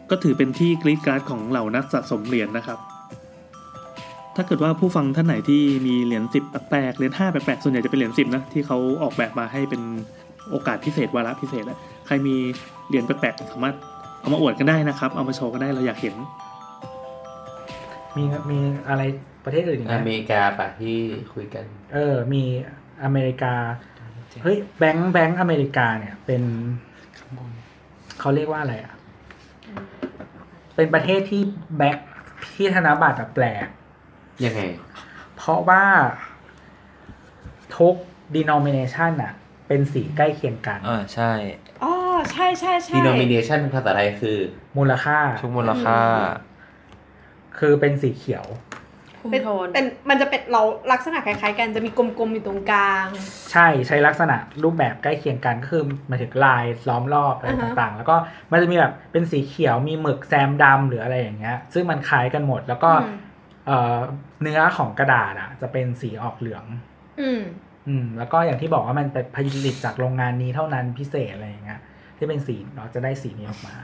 S1: ก็ถือเป็นที่กรีดกราร์ดของเหล่านักสะสมเหรียญนะครับ ถ้าเกิดว่าผู้ฟังท่านไหนที่มีเหรียญ10แปลกๆเหรียญ5แปลกๆส่วนใหญ่จะเป็นเหรียญ10นะที่เขาออกแบบมาให้เป็น โอกาสพิเศษวาระพิเศษอะใครมีเหรียญแปลกๆสามารถเอามาอวดกันได้นะครับ เอามาโชว์กันได้เราอยากเห็น
S4: มีมีอะไรประเทศอื่นอีกไหม
S3: อเมริกาปะที่คุยกัน
S4: เออ มีอเมริกา เฮ้ยแบงค์แบงค์อเมริกาเนี่ยเป็นเขาเรียกว่าอะไรอ่ะ เป็นประเทศที่แบงค์ที่ธนบัตรอะแปลก
S3: ยังไง
S4: เพราะว่าทุก denomination อ่ะ เป็นสีใกล้เคียงกัน
S5: อ่าใช่
S2: อ๋อใช่ใช่ใช่
S3: denomination ภาษาไทยคือ
S4: มูลค่า
S5: ทุกมูลค่า
S4: คือเป็นสีเขียว
S2: คุม
S6: เป็น
S2: โทน
S6: เป็นมันจะเป็นเราลักษณะคล้ายๆกันจะมีกลมๆอยู่ตรงกลาง
S4: ใช่ใช้ลักษณะรูปแบบใกล้เคียงกันก็คือหมายถึงลายล้อมรอบอะไร
S6: อ่าฮะ
S4: ต่างๆ แล้วก็มันจะมีแบบเป็นสีเขียวมีหมึกแซมดำหรืออะไรอย่างเงี้ย ซึ่งมันคล้ายกันหมด แล้วก็เอ่อเนื้อของกระดาษอ่ะ จะเป็นสีออกเหลือง
S6: อืม
S4: อืมแล้วก็อย่างที่บอกว่ามันเป็นผลิตจากโรงงานนี้เท่านั้นพิเศษอะไรอย่างเงี้ยที่เป็นสีเราจะได้สีนี้ออกมา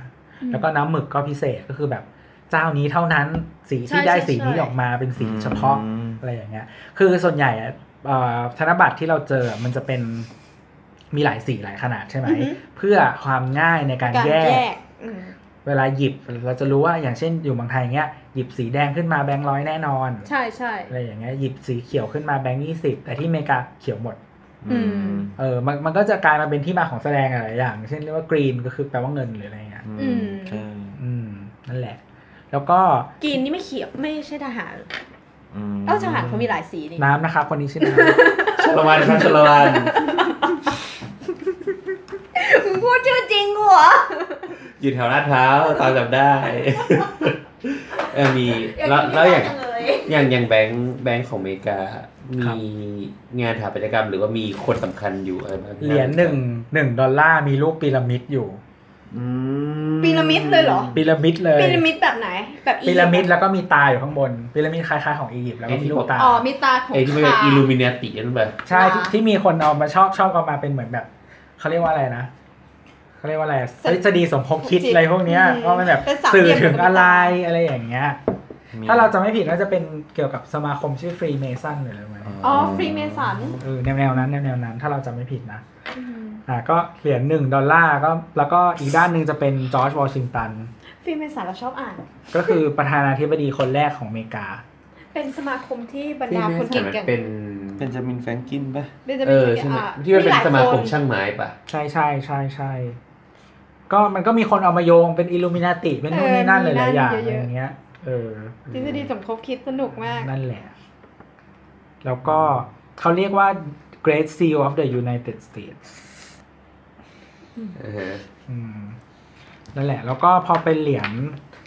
S6: อืม
S4: แล้วก็น้ำหมึกก็พิเศษก็คือแบบเจ้านี้เท่านั้นสีที่
S6: ใช่
S4: ได้
S6: ใช่
S4: สีนี้
S6: ใช่
S4: ออกมาเป็นสีเฉพาะอะไรอย่างเงี้ย คือส่วนใหญ่อะเอ่อธนบัตรที่เราเจอมันจะเป็นมีหลายสีหลายขนาดใช่ไหม เพื่อความง่ายในการ
S6: การ
S4: แย
S6: แย
S4: ก
S6: กอืม
S4: เวลาหยิบเราจะรู้ว่าอย่างเช่นอยู่เมืองไทยเงี้ยหยิบสีแดงขึ้นมาแบงค์ร้อยแน่นอน
S6: ใช่ใช่
S4: อะไรอย่างเงี้ยหยิบสีเขียวขึ้นมาแบงค์ยี่สิบแต่ที่อเมริกาเขียวหมด
S6: อืม
S4: เออมันมันก็จะกลายมาเป็นที่มาของแสดงหลายๆอย่าง เช่นเรียกว่ากรีนก็คือแปลว่าเงินหรืออะไรอย่างเงี้ย
S6: อืม
S5: ใช่
S4: อืม นั่นแหละ แล้วก็
S6: กรีนนี่ไม่เขียวไม่ใช่ทหาร
S5: ม
S6: เอ้าทหารเขามีหลายสีนี่
S4: น้ำนะคะคนนี้ชื่อน้
S3: ชลวันครับชลวัน
S6: มึงพูดชื่อจริงกูเหรอ
S3: อยู่แถวลาดพร้าวตามจับ ได้ เออมีแล้วแล้วอย่างอย่างอย่างแบงค์แบงค์ของอเมริกา มีงานถาปัตยกรรม หรือว่ามีคนสำคัญอยู่อะไรบ้าง
S4: ำ เหรียญหนึ่งหนึ่งดอลลาร์มีรูปพีระมิดอยู่
S6: พีระมิดเลยเหรอ
S4: พีระมิดเลย
S6: พีระมิดแบบไหน แบบอียิป
S4: พี
S6: ต์
S4: ระมิดแล้วก็มีตาอยู่ข้างบนพีระมิดคล้ายๆของอียิปต์แล้วก็มีรูปตา
S6: อ๋อมีตาของ
S3: ไอ้ที่มันเป็น
S6: ขาว
S3: อิลูมินาตินั่นแบบ
S4: ใช่ที่
S6: อ่า
S4: ที่มีคนเอามาชอบชอบเอามาเป็นเหมือนแบบเขาเรียกว่าอะไรนะเขาเรียกว่าอะไรทฤษฎีสมคบคิด
S6: สมคบคิด
S4: อะไรพวกเนี้ย
S6: อืม
S4: ว่ามันแบบ
S6: เป็นสาม
S4: สื่อ
S6: เหลี่ยม
S4: ถึงอะไรอะไรอย่างเงี้ย
S5: มี
S4: ถ้าเราจะไม่ผิดน่าจะเป็นเกี่ยวกับสมาคมชื่อฟรีเมซันหรืออะไรประมาณนี้
S6: อ๋อฟรีเมสัน
S4: เออแนวๆนั้นแนวๆนั้นถ้าเราจำไม่ผิดนะ อ่าก็เหรียญหนึ่งดอลลาร์ก็แล้วก็อีกด้านหนึ่งจะเป็นจอร์จวอชิงตัน
S6: ฟรีเมสันเราชอบอ่าน
S4: ก็คือประธานาธิบดีคนแรกของอเมริกา
S6: เป็นสมาคมที่บรร
S3: ที่
S6: ดา
S3: มั
S6: คน
S3: น
S6: เก่ง
S3: เป็น
S5: เป็นจามินแฟรงกินปะ
S6: ๆเป็นจะ
S3: เอ
S6: มี
S3: อใช่ไหมที่มันเป็นสมาคมช่างไม้ป่ะ
S4: ใช่ใช่ใช่ใช่ก็มันก็มีคนเอามาโยงเป็นอิลูมินาติเป็นนู่นนี่นั่นหลายๆอย่างอะไรอย่างเงี้ย เออ
S6: ทฤษฎีสมคบคิดสนุกมาก
S4: นั่นแหละ แล้วก็เขาเรียกว่า Great Seal of the United States
S3: เออ
S4: อืมนั่นแหละ แล้วก็พอเป็นเหรียญ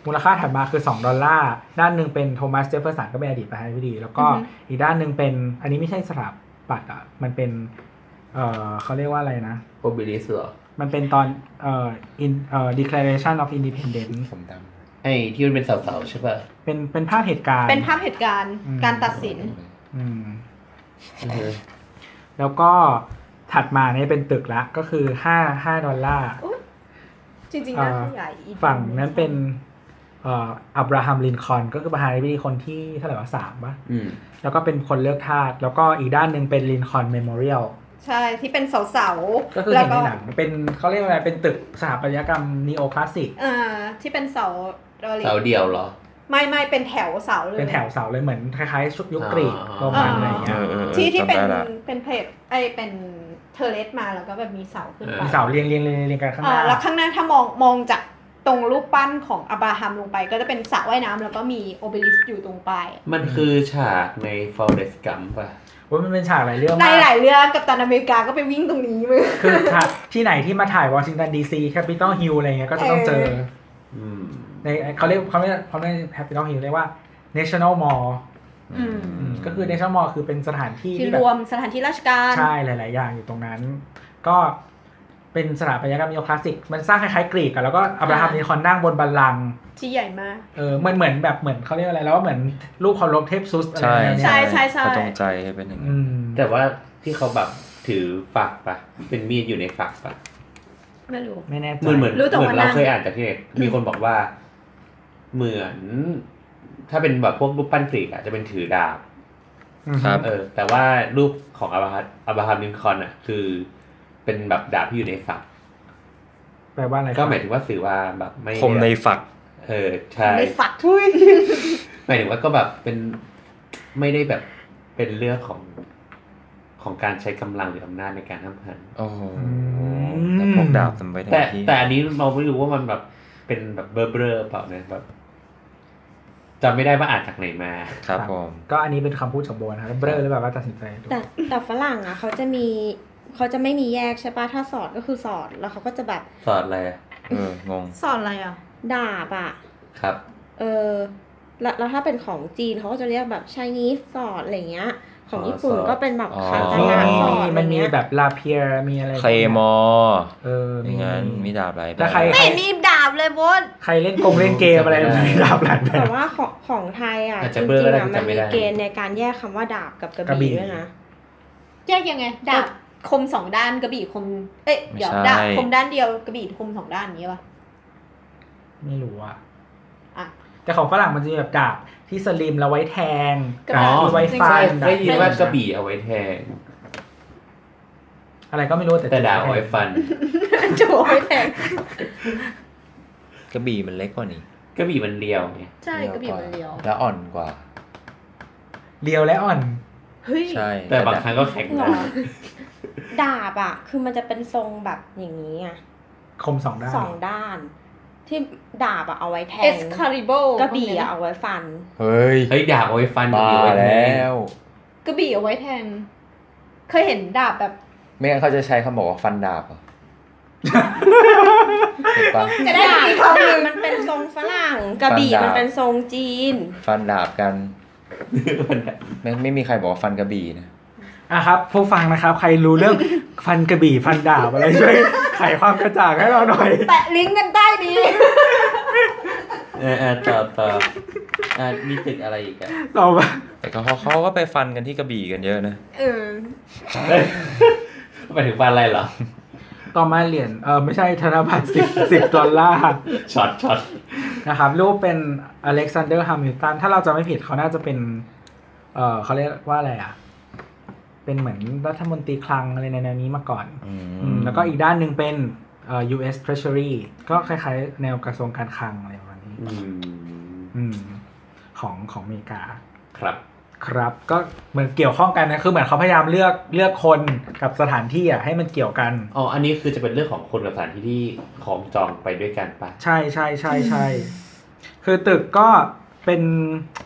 S4: มูลค่าถัดมาคือ 2 ดอลลาร์ ด้านหนึ่งเป็นโทมัสเจฟเฟอร์สันก็เป็นอดีตประธานาธิบดี แล้วก็อีกด้านหนึ่งเป็น อันนี้ไม่ใช่สถาปัตย์อ่ะ มันเป็น เออเขาเรียกว่าอะไรนะ
S3: โอบิลิสเหรอ
S4: มันเป็นตอนเอ่อ in เอ่อ declaration of independence
S3: ผมจำไอ้ที่มันเป็นเสาๆใช่ป่ะ
S4: เป็นเป็นภาพเหตุการณ์
S6: เป็นภาพเหตุการณ์
S4: อืม
S6: การตัดสิน
S4: อืม
S3: เออ
S4: แล้วก็ถัดมาเนี่ยเป็นตึกละ ก็คือห้าห้าดอลลาร์
S6: จริงๆน่า
S4: อ่า
S6: ขยายอีก
S4: ฝั่งนั้นเป็น เอ่ออับราฮัมลินคอล์นก็คือประธานาธิบดีคนที่เท่าไหร่วะสามปะ
S3: อืม
S4: แล้วก็เป็นคนเลือกทาสแล้วก็อีกด้านหนึ่งเป็นลินคอ l ์นเมม o เรียล
S6: ใช่ที่เป็นเสาๆ
S4: ก็คือ
S6: แล้ว
S4: เห็นในหนังเป็นเขาเรียกอะไรเป็นตึกสถาปัตยกรรมนีโอคลาสสิก
S6: อ่าที่เป็นเสาดอลลิ
S3: เสาเดียวเหรอ
S6: ไม่ไม่เป็นแถวเสาเลย
S4: เป็นแถวเสาเลยเหมือนคล้ายๆชุดยุคกรีก
S3: อ๋อ
S4: โรมันอะไรอย่างเงี้ย
S6: ที่ที่เป็น
S5: จำได้ละ
S6: เป็นเพลทไอเป็นเทเลสมาแล้วก็แบบมีเสาขึ้นไป
S4: มีเสาเรียงเรียงเรียงเรียงกันข้างห
S6: อ่า
S4: น้า
S6: แล้วข้างหน้าถ้ามองมองจากตรงรูปปั้นของอับราฮัมลงไป ก็จะเป็นสระว่ายน้ำแล้วก็มีโอเบลิสอยู่ตรงปลาย
S3: มันคือฉากใน Forest Gump ป่ะ
S4: โอ้ยมันเป็นฉากหลายเรื่อง
S6: ใน
S4: มาก
S6: หลายเรื่องกับตันอเมริกาก็ไปวิ่งตรงนี้มึง
S4: คือฉากที่ไหนที่มาถ่ายวอชิงตันดีซีแคปิตอลฮิลอะไรเงี้ยก็จะต้องเจอ
S6: เออ
S3: อืม
S4: ในเขาเรียกเขาไม่เขาไม่แคปิตอลฮิลเรียกว่า national mall
S6: อืม
S4: อืมก็คือ national mall คือเป็นสถานที่
S6: ที่
S4: ที่แบ
S6: ร
S4: บ
S6: วมสถานที่ราชการ
S4: ใช่หลาย ๆ อย่างอยู่ตรงนั้น ก็เป็นสถาปัตยกรรมนีโอคลาสสิก มันสร้างคล้าย ๆ กรีกอะแล้วก็อับราฮัม
S6: อ่า
S4: ลินคอล์นนั่งบนบัลลังก์
S6: ที่ใหญ่มาก
S4: เออเหมือนเหมือนแบบเหมือนเขาเรียกว่าอะไรแล้วว่าเหมือนรูปเคารพเทพซุสอะไร
S5: ใช่
S4: แนวเนี้
S6: ใช่
S4: ย
S6: ใช่ใช่
S5: เขาจงใจให้เป็นอย่างนั้
S4: อื
S5: น
S4: ม
S3: แต่ว่าที่เขาแบบถือฝักปะเป็นมีดอยู่ในฝักปะ
S6: ไม่รู้
S4: ไม่แน่ใจ
S3: เหมือนเหมือน
S6: รู้แต่
S3: เหมือ
S6: ว่าน
S3: เรา
S6: นาง
S3: เคยอ่านจากที่ไหนมีคนบอกว่า เหมือน ถ้าเป็นแบบพวกรูปปั้นกรีกอะจะเป็นถือดาบ
S4: อืม
S3: เออ แต่ว่ารูปของอับราฮัมอับราฮัมลินคอล์นอะคือ เป็นแบบดาบที่อยู่ในฝัก
S4: แปลว่าอะไร
S3: ก็หมายถึงว่าสื่อว่าแบบไม่
S5: คมในฝัก
S3: เออใช่
S6: ในฝัก
S3: อุ๊ย หมายถึงว่าก็แบบเป็นไม่ได้แบบเป็นเรื่องของของการใช้กำลังหรืออำนาจในการห้ามหัน
S5: โอ้โหแล้วพกดาบทำไปได้
S3: แต่
S5: ที่
S3: แต่อันนี้เราไม่รู้ว่ามันแบบเป็นแบบเบอร์เบอร์เปล่านะแบบจำไม่ได้ว่าอ่านจากไหนมา
S5: ครับผม
S4: ก็อันนี้เป็นคำพูดจากโบนะครับเบลอหรือเปล่าว่าตัดสินใจดู
S2: แต่แต่ฝรั่งอ่ะเขาจะมีเขาจะไม่มีแยกใช่ปะถ้าสอดก็คือสอดแล้วเขาก็จะแบบ
S3: สอดอะไรอะ
S5: เอองง
S6: สอนอะไรอ่ะ
S2: ดาบอ่ะ
S3: ครับ
S2: เออแล้วแล้วถ้าเป็นของจีนเขาก็จะเรียกแบบ Chinese สอดอะไรเงี้ย ของ
S5: อ๋อ
S2: ญี่ปุ่น
S5: สอด
S2: ก็เป็นแบบ
S5: อ๋อ
S2: คาตา
S4: มี
S2: นะ
S4: มี
S2: สอ
S4: มี
S2: ด
S4: มันมี
S2: อะไรเงี้ย
S4: แบบลาเพียมีอะไร
S5: เคลมอ
S4: เออ
S5: อย่างนั้นมีดาบอะไร
S4: แต่ใคร
S6: ไม่
S4: ใคร
S6: เห็นมีดาบเลยบน
S4: ใครเล่นกงเล่นเกมอะไร
S3: จำไม่ได้
S4: มีดาบหลายแบ
S2: แต่
S4: บ
S2: ว่าของของไทยอ่ะ
S3: อาจ
S2: จ
S3: จะ
S2: ริง
S3: เบลอ
S2: ๆ
S3: ได้
S2: อ่ะมัน
S3: จำไม่
S2: มี
S3: ได้
S2: เกณฑ์ในการแยกคำว่าดาบกับก
S4: ก
S2: ระ
S4: ระบี่
S2: บี่ด้วยนะ
S6: แยกยังไง ดาบคมสองด้านกระบี่คม เอ๊ะเดี๋ยว
S5: ไม่ใช่
S6: ดาบคมด้านเดียวกระบี่คมสองด้านอย่างนี้ป่ะ
S4: ไม่รู้อะ
S6: อ่ะ
S4: แต่ของฝรั่งมันจะมีแบบดาบที่สลิมแล้วไว้แทง
S6: กระ
S4: ดา
S6: ดาษ
S4: บที่ไว้ฟั
S3: ใช่
S4: นดาบ
S3: ได้ยินว่า
S4: ที่
S3: กระบี่เอาไว้แทง
S4: อะไรก็ไม่รู้แต่
S3: แต่ดาบเอาไว้ฟัน
S6: จะบอกไม่แพง
S5: กระบี่มันเล็กกว่านี้
S3: กระบี่มันเรียวไง
S6: ใช่กระบี่มันเดียว
S5: แล้วอ่อนกว่า
S4: เรียวและอ่อน
S6: เฮ้ย
S5: ใช่
S3: แต่บางครั้งก็แข็ง
S2: หร
S3: นะ
S2: อดาบอ่ะ คือมันจะเป็นทรงแบบอย่างนี้อ่ะ
S4: คมสองด้าน
S2: สองด้าน ที่ดาบอ่ะเอาไว้แทง
S6: Excalibur
S2: กระบี่อ่ะเอาไว้ฟัน
S5: เฮ้ย
S3: เฮ้ยดาบเอาไว้ฟันกระ
S5: บ้า
S3: บี่เอาไว้แท
S5: แล้
S3: ง
S5: ว
S6: กระบี่เอาไว้แทง เคยเห็นดาบแบบ
S5: ไม่งั้นเขาจะใช้คำบอกว่าฟันดาบเหรอ ถูกปะ
S6: จะได้ตีความ
S2: ดา
S6: ลื
S2: บ
S6: ม
S2: มันเป็นทรงฝรั่งกระบี่มันเป็นทรงจีน
S5: ฟันดาบกัน ไม่ไม่มีใครบอกว่าฟันกระบี่นะ
S4: อ่ะครับผู้ฟังนะครับ ใครรู้เรื่อง ฟันกระบี่ฟันดาบอะไรช่วย ไขความกระจ่างให้เราหน่อย
S6: แปะลิงก์กันใต้นี้
S3: เออเออต่อต่ออ่ะมีตึกอะไรอีกอะ
S4: ต่อมา
S5: แต่ก็เขาเขาก็ไปฟันกันที่กระบี่กันเยอะนะ
S6: เออ
S3: เฮ้ยไปถึงฟันอะไรเหรอ
S4: ต่อมาเหรียญเออไม่ใช่ธนบัตร สิบสิบดอลลาร์
S3: ช็อตช็อต
S4: นะครับ รูปเป็นอเล็กซานเดอร์ฮามิลตันถ้าเราจะไม่ผิดเขาน่าจะเป็น เออเขาเรียกว่าอะไรอ่ะ เป็นเหมือนรัฐมนตรีคลังอะไรในแนวนี้มาก่อน
S5: อืม
S4: อืมแล้วก็อีกด้านหนึ่งเป็นเอ่อ U.S. Treasury ก็คล้ายๆ แนวกระทรวงการคลังอะไรประมาณนี้
S3: อืม
S4: อืมของของอเมริกา
S3: ครับ
S4: ครับ ก็เหมือนเกี่ยวข้องกันนะ คือเหมือนเขาพยายามเลือกเลือกคนกับสถานที่อ่ะให้มันเกี่ยวกัน
S3: อ๋ออันนี้คือจะเป็นเรื่องของคนกับสถานที่ที่ของจองไปด้วยกันปะ
S4: ใช่ใช่ใช่ใช่คือตึกก็เป็น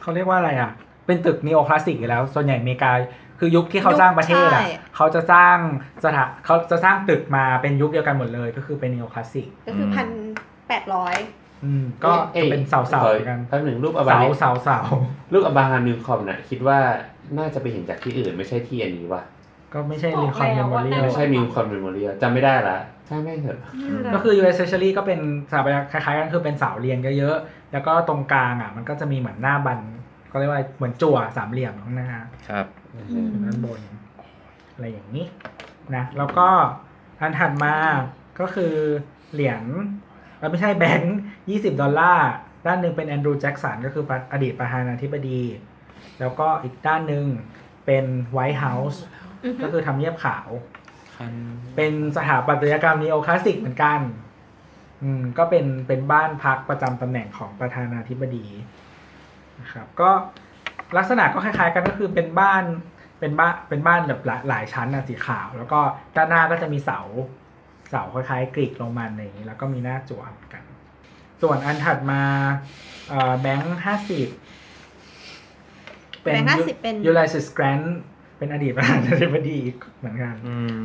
S4: เขาเรียกว่าอะไรอ่ะ เป็นตึกนีโอคลาสสิกอยู่แล้ว ส่วนใหญ่อเมริกาคือยุคที่เขาสร้างประเทศอ่ะ
S6: ใช่
S4: เขาจะสร้างสถาเขาจะสร้างตึกมาเป็นยุคเดียวกันหมดเลย ก็คือเป็นนีโอคลาสสิก
S6: ก็คือพันแปดร้อย
S4: อืมก็
S3: อ้ย
S4: จะเป็นเสาๆเหมือนกัน
S3: แป๊บหนึ่งรูปอบา
S4: เสา
S3: ฮาน
S4: เสาเสา
S3: รูปอบาฮานิวคอมน่ะคิดว่าน่าจะไปเห็นจากที่อื่นไม่ใช่ที่อันนี้ว่ะ
S4: ก็ไม่ใช่ลินคอล์นเมมโมเรียล
S3: ไม่ใช่มิวคอมเมมโมเรียลจำไม่ได้ละถ้างแม่งเถอะ
S4: ก็คือ U.S. Treasury ก็เป็นสถาปัตยกรรมคล้ายๆกันคือเป็นเสาเรียงเยอะๆ แล้วก็ตรงกลางอ่ะ มันก็จะมีเหมือนหน้าบันก็เรียกว่าเหมือนจั่วสามเหลี่ยมข้างหน้า
S5: ครับ
S4: อยู่ด้านบน อะไรอย่างนี้นะ แล้วก็อันถัดมาก็คือเหรียญเอ้ยไม่ใช่แบงค์ยี่สิบดอลลาร์ด้านหนึ่งเป็นแอนดรูว์แจ็กสันก็คือประอดีตประธานาธิบดี แล้วก็อีกด้านหนึ่งเป็นไวท์เฮาส์ก็คือทำเนียบขาว
S5: คัน
S4: เป็นสถาปัตยกรรมนีโอคลาสสิกเหมือนกัน อืม ก็เป็นเป็นบ้านพักประจำตำแหน่งของประธานาธิบดีนะครับ ก็ลักษณะก็คล้ายๆ กันก็คือเป็นบ้าน เป็นบ้านเป็นบ้านแบบหลายหลายชั้นนะสีขาว แล้วก็ด้านหน้าก็จะมีเสา เสาคล้ายๆกรีกโรมันอะไรอย่างนี้ แล้วก็มีหน้าจั่วเหมือนกัน ส่วนอันถัดมาเอ่อแบงค์ห้าสิบ
S6: แบงค์50เป็น
S4: ยูไลซิสแกรนเป็นอดีตประธานาธิบดีเหมือนกัน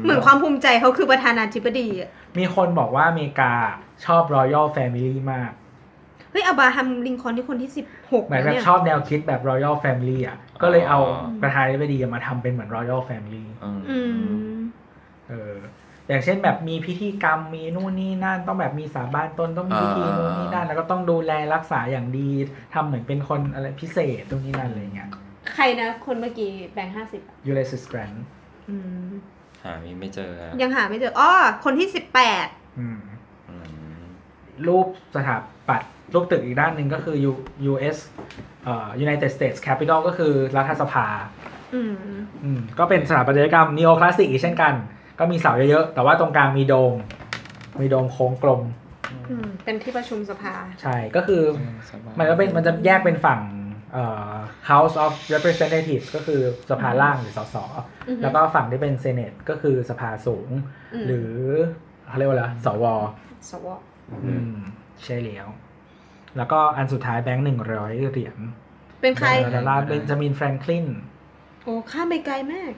S6: เหมือนความภูมิใจเขาคือประธานาธิบดีอะ
S4: มีคนบอกว่าอเมริกาชอบ Royal Family มาก
S6: เฮ้ยอับบราฮัมลิงคอล์นที่คนที่สิบหก
S4: เหมือนแบบ
S6: เนี่ย
S4: ชอบแนวคิดแบบ Royal Family อ่ะ ก็เลยเอาประธานาธิบดีมาทำเป็นเหมือน Royal Family
S6: อืม
S4: เออ อย่างเช่นแบบมีพิธีกรรมมีนู่นนี่นั่น ต้องแบบมีสาบานตนต้องมีพิธีนู่นนี่นั่น แล้วก็ต้องดูแลรักษาอย่างดีทำเหมือนเป็นคนอะไรพิเศษตรงนี้นั่นอะไรเงี้ย
S6: ใครนะ คนเมื่อกี้แบงค์ห้าสิบ
S4: Ulysses Grant
S5: หามีไม่เจอครับ
S6: ยังหาไม่เจอ อ๋อ คนที่สิบแปด
S4: อืม
S5: อืม
S4: รูปสถาปัตย์รูปตึกอีกด้านหนึ่งก็คือ U US เอ่อ United States Capitol ก็คือรัฐสภา
S6: อืม
S4: อืมก็เป็นสถาปัตยกรรมนีโอคลาสสิกอีกเช่นกัน ก็มีเสาเยอะๆ แต่ว่าตรงกลางมีโดม มีโดมโค้งกลม
S7: อืมเป็นที่ประชุมสภา
S4: ใช่ ก็คือ มันก็เป็นมันจะแยกเป็นฝั่งเอ่อ House of Representatives ก็คือสภาล่างหรือสส
S7: อือฮึ
S4: แล้วก็ฝั่งที่เป็น Senate ก็คือสภาสูง
S7: ม
S4: หรือเขาเรียกว่าอะไรสว
S7: สว
S4: อืม ใช่แล้ว แล้วก็อันสุดท้ายแบงค์หนึ่งร้อยเหรียญ
S7: เป็นใคร
S4: ดอลลาร์เบนจามินแฟรงคลิน
S7: โอ้ข้ามไปไกลมาก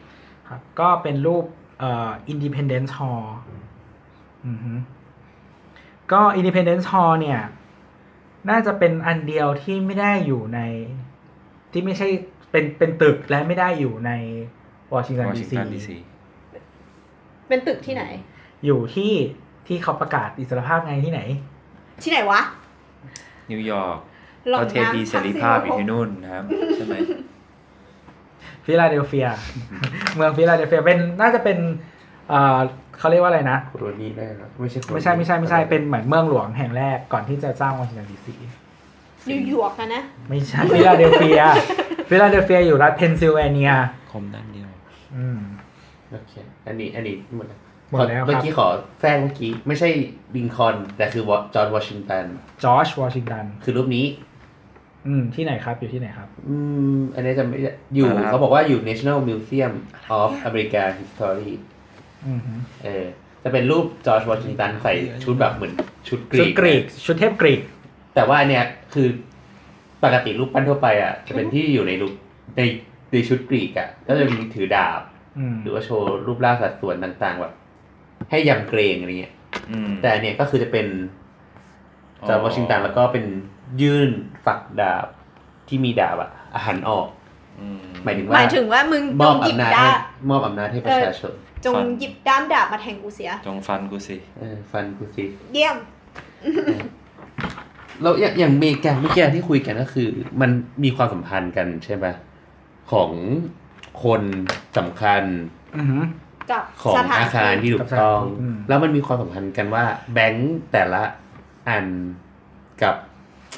S4: ครับก็เป็นรูปเอ่อ Independence Hall อือฮึก็ Independence Hall เนี่ย น่าจะเป็นอันเดียวที่ไม่ได้อยู่ใน ที่ไม่ใช่เป็นเป็นตึกและไม่ได้อยู่ในวอชิงตัน
S5: วอ
S4: ดี
S5: ชิง
S4: ซี
S5: ตันดีซี
S7: เป็นตึกที่ไหน
S4: อยู่ที่ที่เขาประกาศอิสรภาพไงที่ไหน
S7: ที่ไหนวะ
S5: นิวยอร์ก
S7: หล่อง
S5: เราเทพีเสรีภาพอยู่ที่นู่นนะครับใช่ไหม
S4: ฟิลาเดลเฟีย เมืองฟิลาเดลเฟียเป็นน่าจะเป็นเอ่อเขาเรียกว่าอะไรนะ
S3: โคโรนีได้เหรอไม่ใช่โคโรนี
S4: ไม่ใช่ไม่ใช่ไม่ใช่เป็นเหมือนเมืองหลวงแห่งแรกก่อนที่จะสร้างวอชิงตันดีซี
S7: นิวยอร์กอะนะ
S4: ไม่ใช่ ฟิลาเดลเฟีย ฟิลาเดลเฟียอยู่รัฐเพนซิลเวเนีย
S5: คมด้านเดียว
S4: อืม
S3: โอเคอันนี้อันนี้หมดแล้ว
S4: หมดแล้วครับ
S3: เมื่อกี้ขอแฟงเมื่อกี้ ไม่ใช่ลิงคอล์นแต่คือจอร์นวอชิงตัน
S4: จอร์จวอชิงตัน
S3: คือรูปนี้
S4: อืม ที่ไหนครับ อยู่ที่ไหนครับ
S3: อืม อันนี้จะไม่ได้อยู่
S5: อะไรครับ
S3: เขาบอกว่าอยู่ National Museum of American History
S4: อืมฮึ
S3: เออจะเป็นรูปจอร์จวอชิงตันใส่ชุดแบบเหมือนชุดกรี
S4: ชุด
S3: ก
S4: กรีก ชุดเทพกรีก
S3: แต่ว่าอันเนี่ยคือปกติรูปปั้นทั่วไปอ่ะ จะเป็นที่อยู่ในรูปในในชุดกรีกอ่ะ ก็จะมีถือดาบ
S4: อืม
S3: หรือว่าโชว์รูปร่างสัดส่วนต่างๆแบบให้ยำเกรงอะไรเงี้ย
S5: อืม
S3: แต่อันเนี่ยก็คือจะเป็นจอร์จวอชิงตันแล้วก็เป็นยื่นฝักดาบที่มีดาบอ่ะอาหารออก
S5: อืม
S3: หมายถึง
S7: ห
S3: ว่า
S7: มายถึงว่ามึง
S3: ม
S7: จ
S3: อบ
S7: งหยิบ
S3: อำนาจ
S7: ด้า
S3: ให้
S7: ม
S3: มอบอำนาจให้ประชาชน
S7: จง
S5: ฟัน
S7: หยิบด้ามดาบมาแทงกูเสีย
S5: จงฟันกูสิ
S3: เออฟันกูสิ
S7: เยี่ยม
S3: แล้วอย่างอย่างอเมริกาเมื่อกี้ที่คุยกันก็คือ มันมีความสัมพันธ์กันใช่ไหมของคนสำคัญ
S4: อือฮึ
S7: กับ
S3: ของ
S7: สถาน
S3: อาคาร
S7: ที่
S3: ที่ถูกต้อง
S4: กับสถานที่อืม
S3: แล้วมันมีความสัมพันธ์กันว่า แบงค์แต่ละอันกับ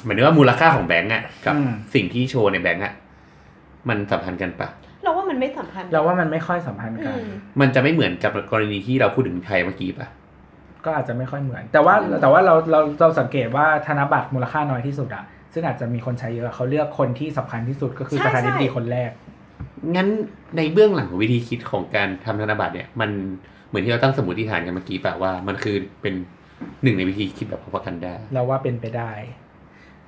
S3: หมายถึงว่ามูลค่าของแบงค์อ่ะกับ
S4: อืม
S3: สิ่งที่โชว์ในแบงค์อ่ะมันสัมพันธ์กันปะ
S7: เราว่ามันไม่สำคัญ
S4: เราว่ามันไม่ค่อยสัมพันธ์กัน
S7: อืม
S3: มันจะไม่เหมือนกับกรณีที่เราพูดถึงไทยเมื่อกี้ปะ
S4: ก็อาจจะไม่ค่อยเหมือน แต่ว่าแต่ว่าเราเราเราสังเกตว่าธนบัตรมูลค่าน้อยที่สุดอะซึ่งอาจจะมีคนใช้เยอะ เขาเลือกคนที่สำคัญที่สุดก็คือ
S7: ใช่
S4: ประธานาธิบดี
S7: ใช่
S4: คนแรก
S3: งั้นในเบื้องหลังของวิธีคิดของการทำธนบัตรเนี่ย มันเหมือนที่เราตั้งสมมติฐานกันเมื่อกี้ปะว่า มันคือเป็นหนึ่งในวิธีคิดแบบพอกันได้
S4: เราว่าเป็นไปได้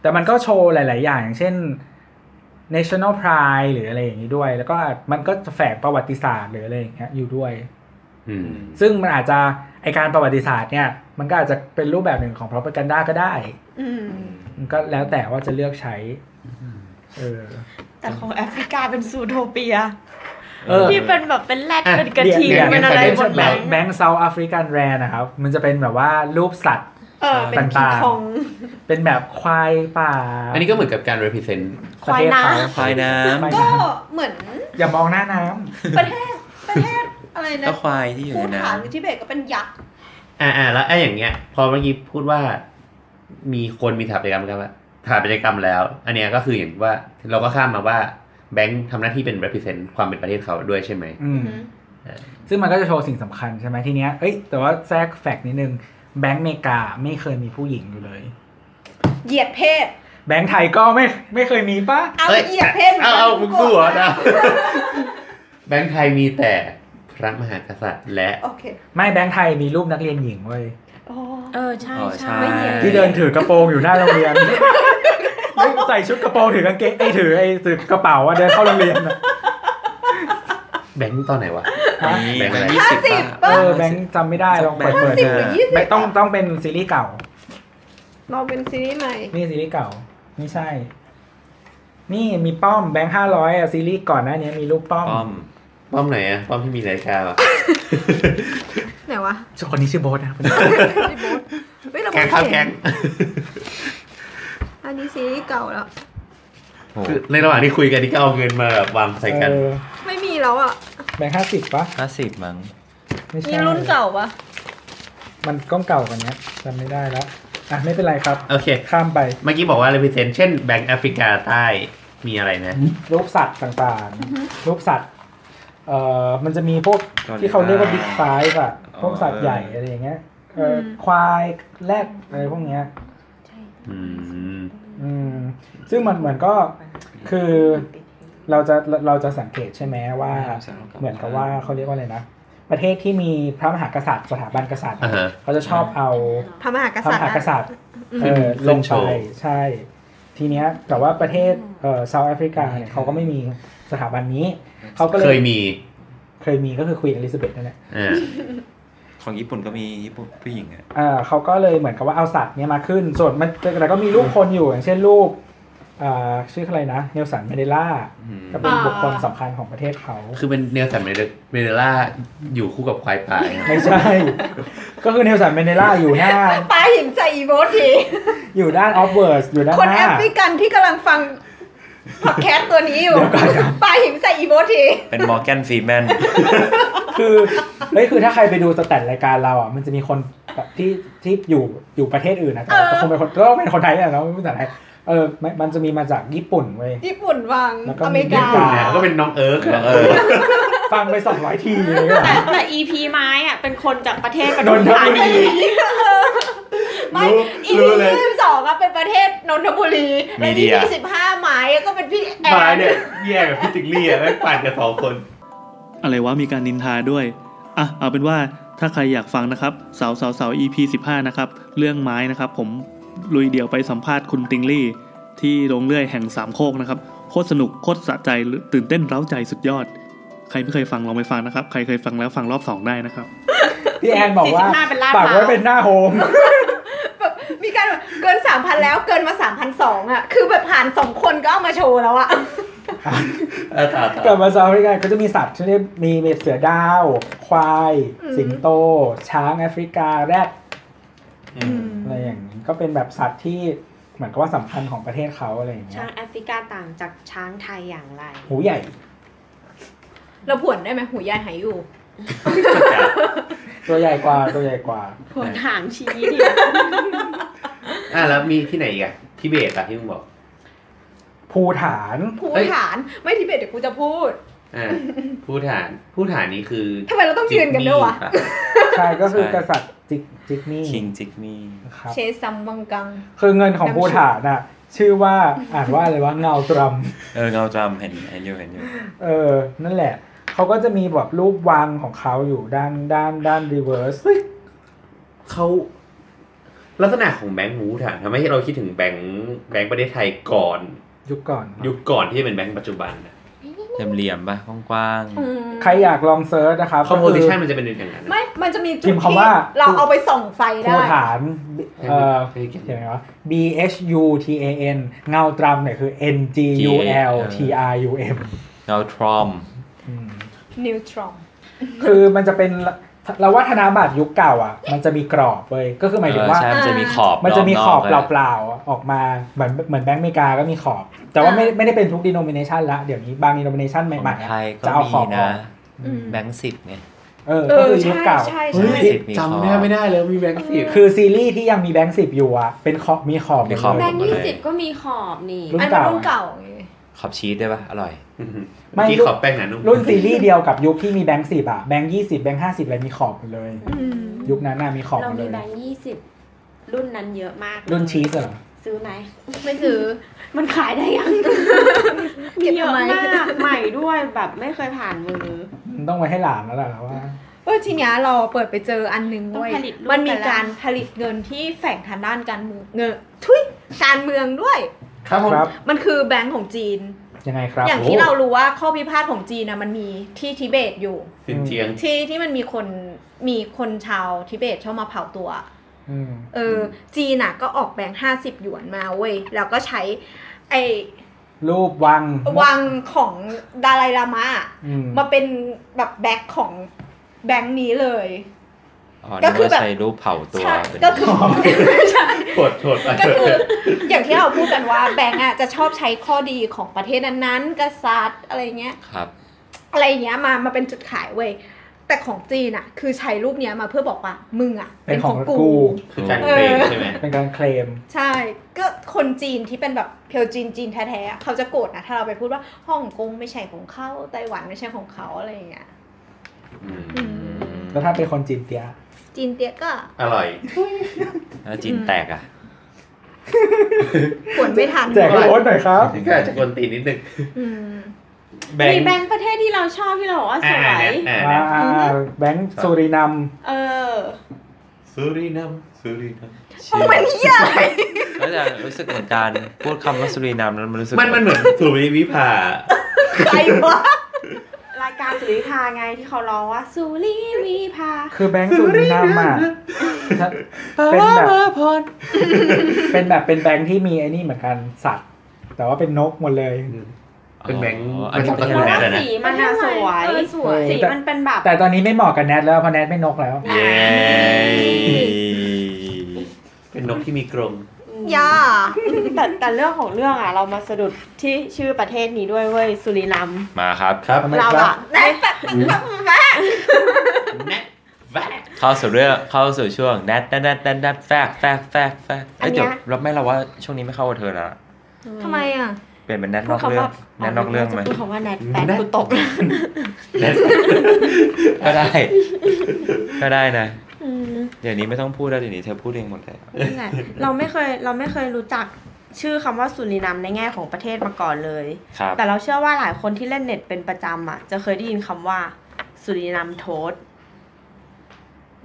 S4: แต่มันก็โชว์หลาย ๆ อย่างอย่างเช่น national pride หรืออะไรอย่างนี้ด้วย แล้วก็มันก็จะแฝงประวัติศาสตร์หรืออะไรอย่างเงี้ยอยู่ด้วย
S3: อืม
S4: ซึ่งมันอาจจะไอการประวัติศาสตร์เนี่ย มันก็อาจจะเป็นรูปแบบหนึ่งของ propaganda ก็ได้
S7: อืม
S4: มันก็แล้วแต่ว่าจะเลือกใช้ เออ
S2: แต่ของแอฟริกาเป็นซูโทเปีย
S4: เออ
S2: ที่เป็นแบบเป็นแรด
S3: อ่ะ
S2: เป็นกระทิง
S4: เดี๋ยว
S2: เป็นอะไรหมดเลย
S4: แบงค์เซาท์แอฟริกันแรนะครับ มันจะเป็นแบบว่ารูปสัตว์
S7: เออ เป็น
S4: ต่า
S7: ขี้
S4: งๆ
S7: คอง
S4: เป็นแบบควายป่า
S3: อันนี้ก็เหมือนกับการ represent
S2: ควายน้ำ
S5: ควายน้ำ
S4: ควาย
S7: ก็
S4: น้
S7: เหมือน
S4: ำอย่ามองหน้าน้
S7: ประเทศประเทศอะไรนะ
S5: แล้วควายที่อยู่
S7: ภู
S5: ในน้
S7: ฐานหรือทิเบตก็เป็นยักษ์
S3: อ่าอ่าแล้วไอ้อย่างเงี้ย พอเมื่อกี้พูดว่า มีคนมีสถาปัตยกรรมกันว่าสถาปัตยกรรมแล้ว อันเนี้ยก็คืออย่างว่าเราก็ข้ามมาว่าแบงค์ทำหน้าที่เป็น represent ความเป็นประเทศเขาด้วยใช่ไหม
S4: ำอืม ซึ่งมันก็จะโชว์สิ่งสำคัญใช่ไหมทีเนี้ย เอ้ย แต่ว่าแทรกแฟกต์นิดนึง แบงก์อเมริกาไม่เคยมีผู้หญิงอยู่เลย
S7: เหยียดเพศ
S4: แบงก์ไทยก็ไม่ไม่เคยมีปะ
S7: เอา
S3: เอ้ย
S7: เหยียดเพศหมืนกัน
S3: เอาเอามึงสู้เหรอ
S7: นะ
S3: นะแบงค์ไทยมีแต่พระมหากษัตริย์และ
S7: โอเค
S4: ไม่แบงก์ไทยมีรูปนักเรียนหญิงเว้ย
S7: โอ้
S2: เออ ใช่
S5: ำอ๋อ
S2: ใช่
S5: ใช่
S4: ที่เดินถือกระโปรงอยู่หน้าโรงเรียน ไม่ใส่ชุดกระโปรงถือกางเกงไอ้ยถือไอ้ถือกระเป๋าอะเดินเข้าโรงเรียนอะ
S3: แบงค์ตอนไหนวะ
S5: มี
S3: แบงค์อะไร
S5: ยี่สิบ
S4: เอบ
S5: าท
S4: อแบงค์จำไม่ได้ลองเปิดเปิด
S7: สิ
S4: ดู
S7: บหรือยี่สิบ
S4: ไม่ต้องต้องเป็นซีรีส์เก่า
S7: เราเป็นซีรีส์ใหม่
S4: นี่ซีรีส์เก่า ไม่ใช่ นี่มีป้อมแบงค์ห้าร้อยอะซีรีส์ก่อนหน้านี้มีรูปป้อม
S5: ป้อม
S3: ป้อมไหนอะป้อมที่มีนาฬิกาอะ
S7: ไหนวะ
S4: คนนี้ชื่อโบ๊ทนะครับ
S7: พี่บุ๊คเฮ้ยเรา
S3: แกงครับแก ง
S7: อันนี้ซีรีส์เก่าแล้ว
S5: โอ้
S3: คือในระหว่างที่คุยกันนี่ก็เอาเงินมาแบบวางใส่กัน
S4: เออ
S7: ไม่มีแล้วอ่ะ
S4: แบงค์ห้าสิบปะ
S5: ห้าสิบมั้ง
S4: ไม่ใช่
S7: นี่รุ่นเก่าปะ
S4: มันกล้องเก่ากว่านี้จำไม่ได้แล้วอ่ะไม่เป็นไรครับ
S3: โอเค
S4: ข้ามไป
S3: เมื่อกี้บอกว่า represent เช่นแบงค์แอฟริกาใต้มีอะไรนะ
S4: รูปสัตว์ต่างๆ รูปสัตว์ เอ่อมันจะมีพวก
S5: ก่อน
S4: ที่เขาเรียกว่าบิ๊กไฟฟ์อะ
S5: อ๋อ
S4: พวกสัตว์ใหญ่อะไรอย่างเงี้ยเอ่ออ
S6: ม
S4: ควายแรดอะไรพวกเนี้ย
S3: อืม
S4: อืมซึ่งมันเหมือนก็คือเราจะเราจะสังเกตใช่ไหมว่า เหมือนกับว่าเขาเรียกว่าอะไรนะ ประเทศที่มีพระมหากษัตริย์สถาบันกษัตริย์
S3: อ่าฮะ
S4: เขาจะชอบเอา
S9: พระมหาก
S4: พระ
S9: ษัต
S4: ม
S9: ริย์
S4: หากษัตริย์เออล
S3: ขึ้
S4: ง
S3: นโช
S4: ไป
S3: ว์
S4: ใช่ ทีเนี้ยแต่ว่าประเทศเอ่อเซาท์แอฟริกาเนี่ยเขาก็ไม่มีสถาบันนี้ เขาก็เล
S3: เค
S4: ย
S3: ยมี
S4: เคยมีก็คือควีนอลิซาเบธนั่นแหละ
S3: อ่า
S5: ของญี่ปุ่นก็มีญี่ปุ่นผู้หญิงอ่ะ
S4: เอ่อเขาก็เลยเหมือนกับว่าเอาสัตว์เนี่ยมาขึ้น ส่วนมันแต่ก็มีรูปคนอยู่อย่างเช่นรูปเอ่อชื่ออะไรนะเนลสันเมเดล่า
S5: อืม
S4: ก็เป็นบุคคลสำคัญของประเทศเขา
S3: คือเป็นเนลสันเมเดเมเดล่าอยู่คู่กับควายป่าเนี่ย
S4: ไม่ใช่ ก็คือเนลสันเมเดล่าอยู่หน้า
S6: ปลาหินใส่อีโบสที
S4: อยู่ด้านออฟเวิร์สอยู่ด้าน
S6: คน
S4: ห
S6: แอ
S4: น้า
S6: ฟริกันที่กำลังฟังพอดแคสต์ตัวนี้อยู่ปลาหินใส่อีโบสที
S5: เป็นมอร์แกนฟรีแมน
S4: คือเฮ้ยคือถ้าใครไปดูสแตทรายการเราอ่ะมันจะมีคนแบบที่ที่อยู่อยู่ประเทศอื่นนะแต่ก็คงเป็นคนก็เป็นคนไทยแหละเนาะไม่เป็นไทยเออมันมันจะมีมาจากญี่ปุ่นเว้ย
S6: ญี่ปุ่นวาง
S4: แล้วก็มี
S6: อเมริกา
S3: ญี่ปุ่นเนี่ยก็เป็นน้องเอิร์กอะเออ
S4: ฟังไปสองร้อยทีเลยอะ
S2: แต่แต่ EP ไม้อะเป็นคนจากประเทศ
S4: นนทบุรี
S6: ไม่ อี
S3: รู้
S6: พี
S3: เลย
S6: ยี่สิบสองอะเป็นประเทศนนทบุรี
S5: มี
S6: และ
S5: เดี
S6: อี
S5: ย
S6: พีสิบห้าไม้อะก็เป็นพี่แอน
S3: มาเนี่ยแย่กับพี่ติ๊กลี่อะแล้วปั่นกันสองคน
S1: อะไรวะมีการนินทาด้วย อ่ะ เอาเป็นว่าถ้าใครอยากฟังนะครับ สาวสาวสาว EP 15 นะครับ เรื่องไม้นะครับ ผมลุยเดี่ยวไปสัมภาษณ์คุณติงลี่ ที่โรงเลื่อยแห่งสามโคกนะครับ โคตรสนุก โคตรสะใจตื่นเต้นเร้าใจสุดยอด ใครไม่เคยฟังลองไปฟังนะครับ ใครเคยฟังแล้วฟังรอบสองได้นะครับ
S4: พี่แอนบอกว่า
S2: 45เป็นลาด
S4: ปาก
S2: พ
S4: ไว้
S2: ร้าว
S4: เป็นหน้าโฮม
S6: แบบมีการแบบเกินสามพันแล้วเกินมาสามพันสองอะคือแบบผ่านสองคนก็เอามาโชว์แล้วอะ
S3: เออต่อต่อก
S4: ลับมาเซาท์แอฟริกาก็จะมีสัตว์ชนิดมีมีเสือดาว ควาย สิงโต ช้างแอฟริกาแรดอะไรอย่างนี้ก็เป็นแบบสัตว์ที่เหมือนกับว่าสำคัญของประเทศเขาอะไรอย่างเงี้
S2: ช้าย งแอฟริกาต่างจากช้างไทยอย่างไร
S4: หูใหญ่
S9: เราผวนได้ไหมหูยายหายอยู่
S4: ตัวใหญ่กว่าตัวใหญ่กว่า
S2: หัวหางชี้ดิ
S3: อ่ะแล้วมีที่ไหนอีกอะทิเบตอะที่มึงบอก
S4: ภูฐาน
S6: ภู
S3: เอ้ย
S6: ฐานไม่ทิเบตเดี๋ยวกูจะพูด
S3: อ่าผู้ฐานผู้ฐานนี้คือ
S6: ทำไมเราต้องยืนกันด้วยวะ
S4: ใช่ก็คือ
S5: ใช่
S4: กษัตริย์จิกจิกมี่
S5: คิงจิกมี
S4: ครับ
S6: เชซัมวังกัง
S4: คือเงินของภูฐานอ่ะ ชื่อว่าอ่านว่าอะไรว่าเงาตรำ
S5: เออเงาจำเห็นเห็นอยู่เห็นอยู่
S4: เออ นั่นแหละ เขาก็จะมีแบบรูปวางของเขาอยู่ด้านด้านด้านรีเวิร์ส
S3: เขาลักษณะของแบงค์หมูฐานทำให้เราคิดถึงแบงค์แบงค์ประเทศไทยก่อน
S4: ยุคก่อน
S3: ยุคก่อนที่จะเป็นแบงค์ปัจจุบันนะ
S5: เหลี่ยมๆป่ะกว้าง
S4: ใครอยากลองเซิร์ชนะครับ
S3: คอมโพ
S4: ก็
S3: สิ
S4: คือ
S3: ชันมันจะเป็นอย่างนั้นนะ
S6: ไม่มันจะมีจุ
S4: พิ
S6: ด
S4: มพ์
S6: ที่
S4: คำว่า
S6: เราเอาไปส่องไฟ
S4: ภู
S6: ได้
S4: ฐานเอ่อ
S3: เคยเขียน
S4: เขียนไงวะ B H U T A N เงาตรำเนี่ยคือ N G U L T R U M
S5: ๆเงาทรอม
S4: อืม
S6: นิวตรอน
S4: คือมันจะเป็นเราว่าธนบัตรยุคเก่าอ่ะ มันจะมีกรอบเว้ยก็คือหมายถึงว่า
S5: เออใช่มันจะมีขอบ
S4: มันจะมีขอบ
S5: รนก
S4: เปล่าๆออกมาเหมือนเหมือนแบงก์อเมริกาก็มีขอบ แต่ว่าไม่ไม่ได้เป็นทุกดีโนมิเนชันละเดี๋ยวนี้บางดีโนมิเนชันให
S5: ของ
S4: ม่ๆอะ
S5: ไทยก็
S4: จะเอา
S5: มี
S4: ขอบอ
S5: นะ
S4: อก
S5: แบงค์สิบไง
S4: เออก็คือยุคเก่า
S6: ใช่
S3: เฮ้
S6: ใช่
S3: ย
S5: สิบมี
S3: จำ
S5: ข้อ
S3: แม่ไม่ได้เลยมีแบงค์สิบ
S4: คือซีรีส์ที่ยังมีแบงค์สิบอยู่อะเป็นขอบมีขอบหมด
S5: มีขอบ
S4: เล
S2: แบ
S4: ย
S2: งค์ยี่สิบก็มีขอบนี่
S4: รุ่
S6: อัน
S4: น
S6: เป็น
S4: เก่า
S6: รุ่นเก่าไง
S5: ขอบชีสได้ป่ะ อร่อย
S4: ไม่
S3: เมื่อกี้ขอบแป้งหนานุ่ม
S4: รุ่นซีรีส์เดียวกับยุคที่มีแบงค์สิบอะแบงค์ยี่สิบแบงค์ห้าสิบอะไรมีขอบหมดเลย
S6: อืม
S4: ยุคนั้นน่ะมีขอบห
S2: เรา
S4: มดเล
S2: มี
S4: ย
S2: แบงค์ยี่สิบรุ่นนั้นเยอะมาก
S4: รุ่นชีสเหรอ
S2: ซื้อไหม
S6: ไม่ซื้อ
S2: มันขายได้ยัง
S6: เก็บ
S2: เยอะ
S6: ทำไม
S2: มากใหม่ด้วยแบบไม่เคยผ่านมือ
S4: มันต้องไว้ให้หลานแล้วล่ะว่า
S6: เออทีเนี้ยเราเปิดไปเจออันหนึงเว้ย
S2: ต้องผลิตรูป
S6: มันมี
S2: ไปแล้ว
S6: การผลิตเงินที่แฝงทางด้านการเมืองเงินทุยการเมืองด้วย
S3: ครับผม
S4: ครับ
S6: มันคือแบงก์ของจีน
S4: ยังไงครับ
S6: อย่างที่เรารู้ว่าข้อพิพาทของจีนนะมันมีที่ทิเบตอยู่
S3: สินเจียง
S6: ที่ที่มันมีคนมีคนชาวทิเบตชอบมาเผาตัว
S4: อืม
S6: เออจีนอ่ะก็ออกแบงค์ห้าสิบหยวนมาเว้ย แล้วก็ใช้ไอ้
S4: รูปวัง
S6: วังของดาลายลามะอะ
S4: อืม
S6: มาเป็นแบบแบ็คของแบงค์นี้เลย
S5: อ๋อ
S6: ก็
S5: นี่
S6: คือ
S5: ว่า
S6: แบบ
S5: ใช้รูปเผาตัว
S6: ใช่
S5: เป็น
S6: ก็คือใช่
S3: โทษโทษไป
S6: ก็คืออย่างที่เราพูดกันว่าแบงก์อ่ะจะชอบใช้ข้อดีของประเทศนั้นๆกษัตริย์อะไรเงี้ย
S5: ครับ
S6: อะไรอย่างเงี้ยมามาเป็นจุดขายเว้ย แต่ของจีนอะคือใช้รูปเนี้ยมาเพื่อบอกว่ามึงอะ
S4: เป็นของกู
S3: คือการเคลมใช่ไหม
S4: เป็นการเคลม
S6: ใช่ ก็คนจีนที่เป็นแบบเพียวจีนจีนแท้ๆอะเขาจะโกรธนะถ้าเราไปพูดว่าฮ่องกงไม่ใช่ของเขาไต้หวันไม่ใช่ของเขาอะไรอย่างเงี้ย
S3: อืม
S4: แล้วถ้าเป็นคนจีนเตี้ย
S6: จีนเตี้ยก็
S3: อร่อย
S5: แล้วจีนแตกอ่ะ
S6: ขวนไม่ทัน
S4: แจกโค้ดหน่อยครับ
S3: ก็อาจจะกวนตีนนิดนึง
S6: อืม
S3: แบง
S2: มี
S3: ค์
S2: แบงค์ประเทศที่เราชอบที่เราบอกว่าส
S3: อ่า
S2: วย
S3: อ่า
S4: อ่า
S3: อ่า
S4: แบงค์สุรินัม
S2: เออ
S3: ซูรินัมซูรินัม
S6: มันเหี้ยอะไร
S5: แล้วจะรู้สึกเหมือนการพูดคำว่าสุรินามแล้วมันรู้สึก
S3: มันมันเหมือนสุริวิภา
S6: ใครวะ
S2: รายการสุริพาไงที่เขาร้องว่าสุริวีพา
S4: คือแบงค์สุรินัมอ่ะเป็นแบบเป็นแบบเป็นแบงค์ที่มีไอ้นี่เหมือนกันสัตว์ แต่ว่าเป็นนกหมดเลย
S3: เป็นแบงค์
S5: อ๋ออันนี้
S3: มั
S5: เป็น น
S3: จะ
S5: แบ
S3: ป็
S5: ง
S3: น
S5: ค์
S2: สีมันน่ะสวย
S6: เออสวย
S4: เออ
S2: สีมันเป็นแบบ
S4: แต่ตอนนี้ไม่เหมาะกับแนทแล้วเพราะแนทไม่นกแล้ว
S5: เย้
S3: เป็นนกที่มีกรง
S6: ย่า
S2: แต่แต่เรื่องของเรื่องอ่ะ เรามาสะดุดที่ชื่อประเทศนี้ด้วยเว้ยสุรินัมย์
S5: มาครับ
S3: ครับ
S4: ทำไม
S2: เรา
S4: ครับ
S2: อ่ะได้แต่
S5: เข้าสู่เรื่องเข้าสู่ช่วงแนทแนทแนทแนทแนทแฟกแฟกแฟกแฟกเอ้ยเดี๋ยวรับไม่เราว่าช่วงนี้ไม่เข้ากับเธอละ
S6: ทำไมอ่ะ
S5: เปลี่ยนเป็นแนทน
S2: พูด
S5: อกเรื่อ
S2: คำ
S5: ง
S2: ว่า
S5: แนทนอกเรื่องไหม
S2: พูดคำว่าแนทแฟนกูตก
S5: ก็ได้ ก็ได้นะเดี๋ยวนี้ไม่ต้องพูดแล้วเดี๋ยวนี้เธอพูดเองหมดเลย
S2: นั่นแหละเราไม่เคยเราไม่เคยรู้จักชื่อคำว่าสุรินัมย์ในแง่ของประเทศมาก่อนเลย
S5: ครับ
S2: แต่เราเชื่อว่าหลายคนที่เล่นเน็ตเป็นประจำอ่ะ จะเคยได้ยินคำว่าสุรินัมย์โทษ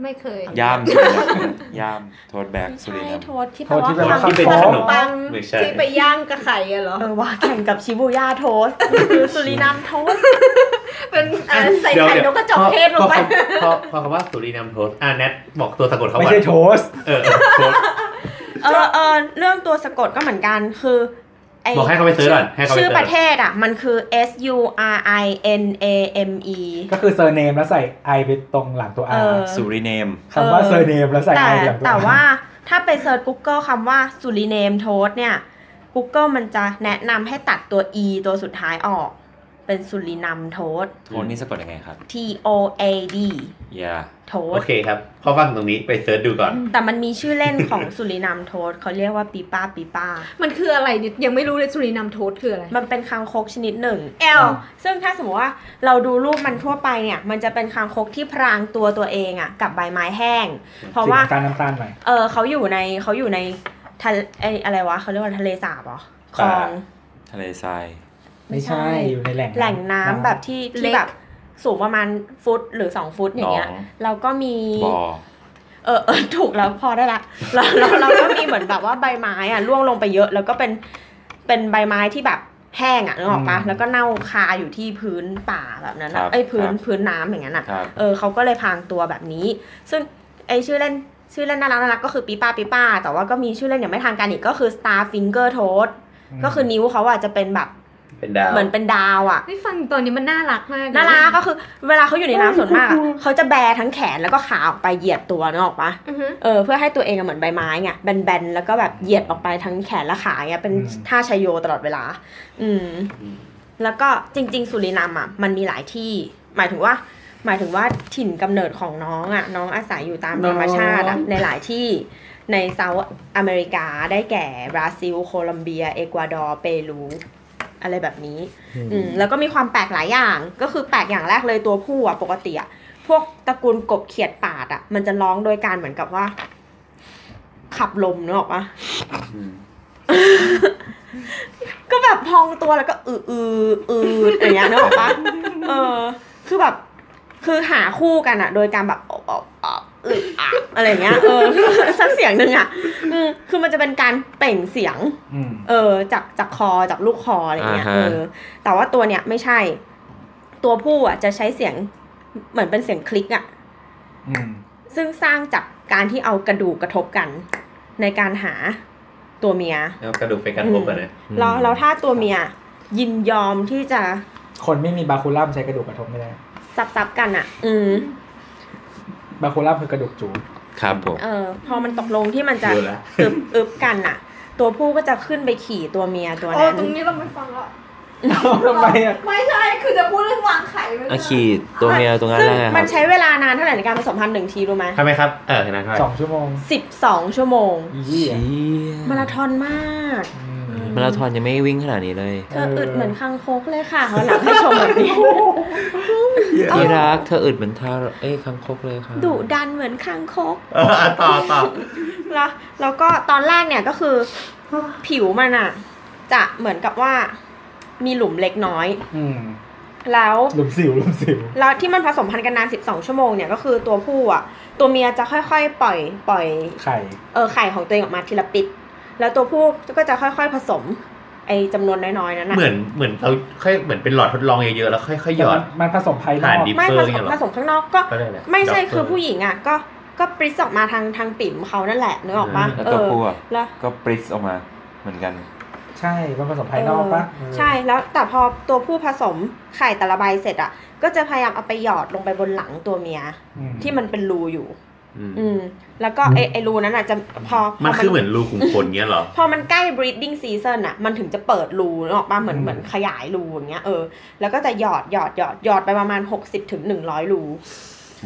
S6: ไม่เคย
S5: ย่ามสุรินามย่ามโทษแบก
S2: ไม่
S5: สุริ
S2: ใช่
S5: นาม
S2: โทษที่
S4: โทษที่แปล
S2: แปล
S4: ว่า
S2: ว่า
S3: ที่เป็นขนม
S6: ปัง
S3: ไม่ใช่
S6: ที่ไปย่างกระไข่อะเหรอ
S2: เออว่าแข่งกับชิบูย่าโทสคือสุรินัมย์โทส
S6: เป็นเอ่อใส่ไข่นกกระจอกเทศลงไป
S3: พอพอคำว่าสุรินัมโทสอ่าแนทบอกตัวสะกดเขา
S4: ไม่
S3: ก่อน
S4: ใช่โทส
S3: เออเออโทส
S2: เออเออเรื่องตัวสะกดก็เหมือนกันคือไ
S3: บอกให้เขาไปซื้อก่อนให้เขาไป
S2: ชื่อ
S3: ซื้อ
S2: ประเทศอ่ะ มันคือ S U R I N A M E
S4: ก็คือเซอร์เนมแล้วใส่ไอไปตรงหลังตัว
S2: เอ
S4: อา
S2: อ
S5: สุริเนม
S4: คำว่า
S2: เออ
S4: เซอร์เนมแล้วใส่
S2: แต่
S4: ไอหลังตัว
S2: แต่ว่าถ้าไปเซิร์ช Google คำว่าสุริเนมโทสเนี่ย Google มันจะแนะนำให้ตัดตัว E ตัวสุดท้ายออก เป็นสุรินัมโทส
S5: โทนนี่สะกดยังไงครับ
S2: T O A D
S5: อย่า
S2: โท
S3: โอ
S2: ส
S3: เคครับพอฟังตรงนี้ไปเซิร์ชดูก่อน
S2: แต่มันมีชื่อเล่นของสุรินัมโทสเขาเรียกว่าปีป้าปีป้า
S6: มันคืออะไรเนี่ยยังไม่รู้เลยสุรินัมโทษคืออะไร
S2: มันเป็นคางคกชนิดหนึ่ง
S6: L
S2: ซึ่งถ้าสมมติว่าเราดูรูปมันทั่วไปเนี่ย มันจะเป็นคางคกที่พรางตัวตัวเองอะ่ะ กับใบไม้แห้ง เพราะว่า
S4: สีน้ำตาลน้ำตาลหน่อย
S2: เออเขาอยู่ในเขาอยู่ในทะเลไออะไรวะเขาเรียกว่าทะเลสาบเหรอคลอง
S5: ทะเลทราย
S4: ไม่ใช่ อยู่ในแหล่ง
S2: แหล่งน้ำแบบที่
S6: เล็
S2: ที่
S6: ก
S2: แบบสูงประมาณฟุตหรือสองฟุตอย่างเงี้ย
S5: หนอง
S2: เราก็มี
S5: บ่อ
S2: เออเออถูกแล้วพอได้ละเราเราเราก็มีเหมือนแบบว่าใบไม้อ่ะร่วงลงไปเยอะ แล้วก็เป็นเป็นใบไม้ที่แบบแห้งอ่ะนึกออกปะแล้วก็เน่าคาอยู่ที่พื้นป่าแบบนั้น
S5: ค
S2: อ่ะ
S5: รับ
S2: ไอ้ยพื้น
S5: ครับ
S2: พื้นน้ำอย่างนั้นอ่ะ
S5: ครับ
S2: เออเขาก็เลยพรางตัวแบบนี้ ซึ่งไอ้ชื่อเล่นชื่อเล่นน่ารักน่ารักก็คือปีป้าปีป้า แต่ว่าก็มีชื่อเล่นอย่างไม่ทางการอีกก็คือ star finger toad ก็คือนิ้วเขาอ่ะจะเป็นแบบ
S3: เป็นดาว
S2: เหมือนเป็นดาวอ่ะ
S6: ไม่ฟังตอนนี้มันน่ารักมากเลย
S2: น่ารักก็คือเวลาเขาอยู่ในน้ำส่วนมากอะเขาจะแบทั้งแขนแล้วก็ขาออกไปเหยียดตัวนึกออกปะ
S6: อือฮึ
S2: เออเพื่อให้ตัวเองอะเหมือนใบไม้ไงแบนๆแล้วก็แบบเหยียดออกไปทั้งแขนและขาไงเป็น
S4: อืม
S2: ท่าชายโยตลอดเวลา อืม แล้วก็จริง ๆ สุรินัมอ่ะมันมีหลายที่ หมายถึงว่า หมายถึงว่าถิ่นกำเนิดของน้องอ่ะน้องอาศัยอยู่ตามธรรมชาติอะในหลายที่ในเซาท์อเมริกาได้แก่บราซิล โคลัมเบีย เอกวาดอร์เปรูอะไรแบบนี้ อืมแล้วก็มีความแปลกหลายอย่างก็คือแปลกอย่างแรกเลยตัวผู้อ่ะปกติอ่ะพวกตระกูลกบเขียดป่าดอ่ะ มันจะร้องโดยการเหมือนกับว่า ขับลมนึกออกปะก็แบบพองตัวแล้วก็อืออืออืออย่างเงี้ยนึกออกปะเออ คือแบบ คือหาคู่กันอ่ะ โดยการแบบออบออบออบอืออ่ะอะไรอย่างเงี้ยเออสักเสียงหนึ่งอ่ะอืมคือมันจะเป็นการเปล่งเสียง
S4: อืม
S2: เออจากจากคอจากลูกคออะไรเงี้ย
S5: อ่า
S2: เอ
S5: ฮะ
S2: อแต่ว่าตัวเนี้ยไม่ใช่ ตัวผู้อ่ะจะใช้เสียงเหมือนเป็นเสียงคลิกอ่ะ
S4: อืม
S2: ซึ่งสร้างจากการที่เอากระดูกกระทบกัน ในการหาตัวเมีย
S3: เอากระดูกไปกันพบกันนะ
S2: เราเราถ้าตัวเมียยินยอมที่จะ
S4: คนไม่มีบาคูลัมใช้กระดูกกระทบไม่ได้
S2: ซับซับๆกันอ่ะ อืม
S4: บาคูลัมคือกระดูกจูบ
S5: ครับผม
S2: เออพอมันตกลงที่มันจะ
S3: ดูแล้ว
S2: อึบอึบกันอ่ะ ตัวผู้ก็จะขึ้นไปขี่ตัวเมียตัว
S6: โอ้
S2: นั้น
S6: ตรงนี้เราไม่ฟังละ
S4: ทำไมอ่ะ
S7: ไม่ใช่คือจะพูดเรื่องวางไข่ไม่
S10: อา
S7: ใช่
S10: ขีดตัวเมียตัวงาน
S2: ซึ่ง
S10: ได้ไงค
S2: มั
S10: รั
S2: น
S10: บ
S2: ใช้เวลานานเท่าไหร่ในการผสมพันธุ์หนึ่งทีรู้ไหม
S3: ทำไมครับ เออเห็นไหมครับ
S4: สองชั่วโมง
S2: สิบสองชั่วโมง
S4: เยี่ย
S10: เชี่ย
S2: มาราธอนมาก
S10: มาราธอนยังไม่วิ่งขนาดนี้เลย
S2: เธออึดเหมือนคางคกเลยค่ะเขาหลังให้ชมแบบนี้
S10: ที่รักเธออึดเหมือนท่าเอ้ยคังคกเลยค่ะ
S2: ดุดันเหมือนคางคก
S3: เออต่อต่อ
S2: แล้วแล้วก็ตอนแรกเนี่ยก็คือ ผิวมันอ่ะ จะเหมือนกับว่ามีหลุมเล็กน้อย
S4: อืม
S2: แล้ว
S4: หลุมสิวหลุมสิว
S2: แล้วที่มันผสมพันธุ์กันนาน 12 ชั่วโมงเนี่ยก็คือตัวผู้อ่ะ ตัวเมียจะค่อยๆ ปล่อย ปล่อย
S4: ไข่
S2: เออไข่ของตัวเองออกมาทีละปิด แล้วตัวผู้ก็จะค่อยๆผสม ไอ้จำนวนน้อยๆนั้นนะ
S3: เหมือนเหมือนเราค่อยเหมือนเป็นหลอดทดลองเยอะๆแล้วค่อยๆหยอด
S4: มันผสมภายน
S3: ผ่า
S4: อน ก
S3: ดิบ
S2: ไม่ผสม
S3: เปอร์เนี่ยเหรอ
S2: ผสมข้างนอกก็
S3: ก็ด้แหละ
S2: ไม่ใช่
S3: ดก
S2: คือ
S3: เพิ่ม
S2: ผู้หญิงอ่ะ ก็ก็ปริศออกมาทางทางปิ่มเขานั่นแหละนึกออกปะ
S10: แล้ว
S2: เอ
S10: ตัว
S2: อ
S10: ผู้อะ
S2: แล้ว
S10: ก็ปริศออกมาเหมือนกัน
S4: ใช่ มันผสมภายนอกปะ
S2: เออใช่แล้วแต่พอตัวผู้ผสมไข่แต่ละใบเสร็จอ่ะ ก็จะพยายามเอาไปหยอดลงไปบนหลังตัวเมีย
S4: อืม
S2: ที่มันเป็นรูอยู่
S3: อืม
S2: อืม แล้วก็ไอไอรูนั้นอ่ะจะพอ
S3: มัน
S2: พ
S3: คือเหมือนรูขุมขนเงี้ยเหรอ
S2: พอมันใกล้ breeding season อ่ะ มันถึงจะเปิดรูนึกออกปะเหมือนเหมือนขยายรูอย่างเงี้ยเออแล้วก็จะหยอดหยอดหยอดหยอดไปประมาณ 60ถึง100 รู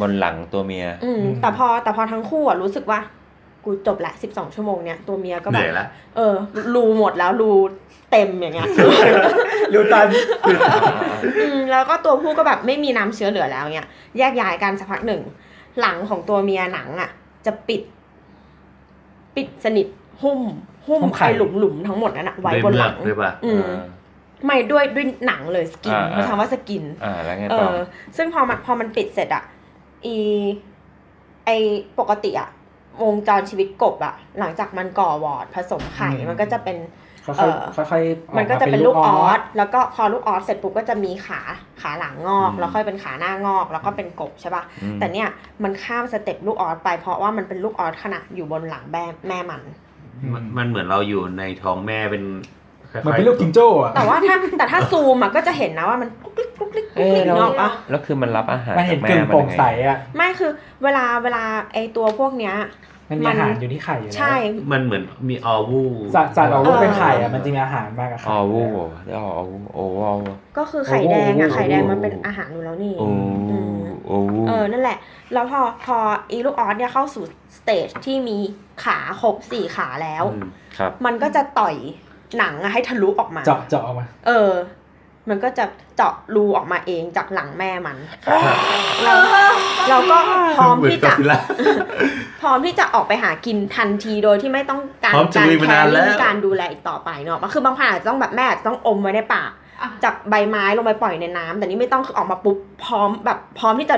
S10: บนหลังตัวเมีย
S2: อืม แต่พอแต่พอทั้งคู่อ่ะรู้สึกว่า กูจบละ12 ชั่วโมงเนี้ยตัวเมียก็
S3: เห
S2: แบ
S3: นื่อ
S2: บ
S3: ยละ
S2: เออ รูหมดแล้วรูเต็มอย่างเงี้ย
S4: รูตัน
S2: อืมแล้วก็ตัวผู้ก็แบบไม่มีน้ำเชื้อเหลือแล้วเนี่ยแยกย้ายกันสักพักหนึ่ง หลังของตัวเมียหนังอ่ะ จะปิด ปิดสนิทหุ้ม หุ้ม
S4: หุ้มไข่
S2: ไข่หลุมหลุมๆทั้งหมดนั้นอะไว้
S3: ด้วย
S2: บน
S3: เมื
S2: ห
S3: อ
S2: ลั
S3: ก
S2: ง
S3: ด้วยป่ะ
S2: อืมไม่ด้วยด้วยหนังเลยสกิน
S10: อ่า
S2: เขาใช้คำว่าสกิน
S10: อ่าแล้วไง
S2: เอ
S10: ต่อ
S2: อ ซึ่งพอมันพอมันปิดเสร็จอ่ะอีไอปกติอ่ะ วงจรชีวิตกบอ่ะ หลังจากมันก่อวอร์ดผสมไข่
S4: อืม
S2: มันก็จะเป็น
S4: ค่อย
S2: เออ
S4: ๆค่อยๆ
S2: มันก็จะ
S4: ออา
S2: เป็นลูกออ
S4: ส
S2: ส แล้วก็พอลูกออสเสร็จปุ๊บก็จะมีขาขาหลังงอก แล้วค่อยเป็นขาหน้างอก แล้วก็เป็นกบใช่ปะ่ะ
S10: อืม
S2: แต่เนี่ยมันข้ามสเต็ปลูกออสไปเพราะว่ามันเป็นลูกออสขนาดอยู่บนหลังแม่แม่มัน
S3: มันมันเหมือนเราอยู่ในท้องแม่เป็นค่อยๆ
S4: มันเป็นลูกจิงโจ้อะ
S2: แต่ว่าถ้าแต่ถ้าซูมอะก็จะเห็นนะว่ามันกรุ๊กกริ๊กกรุ๊กกริ๊กกรุ๊ก
S10: เอ้
S2: ก
S10: ย
S2: ริ๊ก
S10: เรา
S2: นกออกปะ
S10: แล้วคือมันรับอาหาร
S4: มันเห็น
S10: จาก
S4: กึ่ง
S10: แมั
S4: โปร่ง
S10: ยัไ
S4: ใสอะ
S2: ไม่คือเวลาเวลาไอตัวพวกเนี้ย
S4: มันมี
S2: มัน
S4: อาหารอยู่ที่ไข่อยู่แล้ว
S2: ใช่
S3: มันเหมือนมีออวู
S4: สัตว์สัตว์เราลูกเป็นไข่อะมันจะมีอาหารมากกับไข่
S10: อ๋อวูโวเดี๋ยวอ๋อวูโอวอว
S2: ก็คือไข่แดงอะไข่แดงมันเป็นอาหารอยู่แล้วนี่
S10: โอโอวู
S2: เออ นั่นแหละ แล้วพอพออีลูกออสเนี่ยเข้าสู่สเตจที่มีขาครบสี่ขาแล้ว
S10: อืมครับ
S2: มันก็จะต่อยหนังอะให้ทะลุออกมา
S4: เจาะเจาะออกมา
S2: เออ มันก็จะเจาะรูออกมาเองจากหลังแม่มันแล้วเราก็พร้อมที่จะ
S3: เหมือนกอริลลา
S2: พร้อมที่จะออกไปหากินทันทีโดยที่ไม่ต้องการ
S3: พร้อมจะ
S2: การ
S3: ลุยมานานแล้ว
S2: แคร์การดูแลอีกต่อไปเนาะคือบางคนอาจจะต้องแบบแม่อาจจะต้องอมไว้ในปาก
S7: อ่ะ
S2: จากใบไม้ลงไปปล่อยในน้ำแต่นี่ไม่ต้องคือออกมาปุ๊บพร้อมแบบพร้อมที่จะ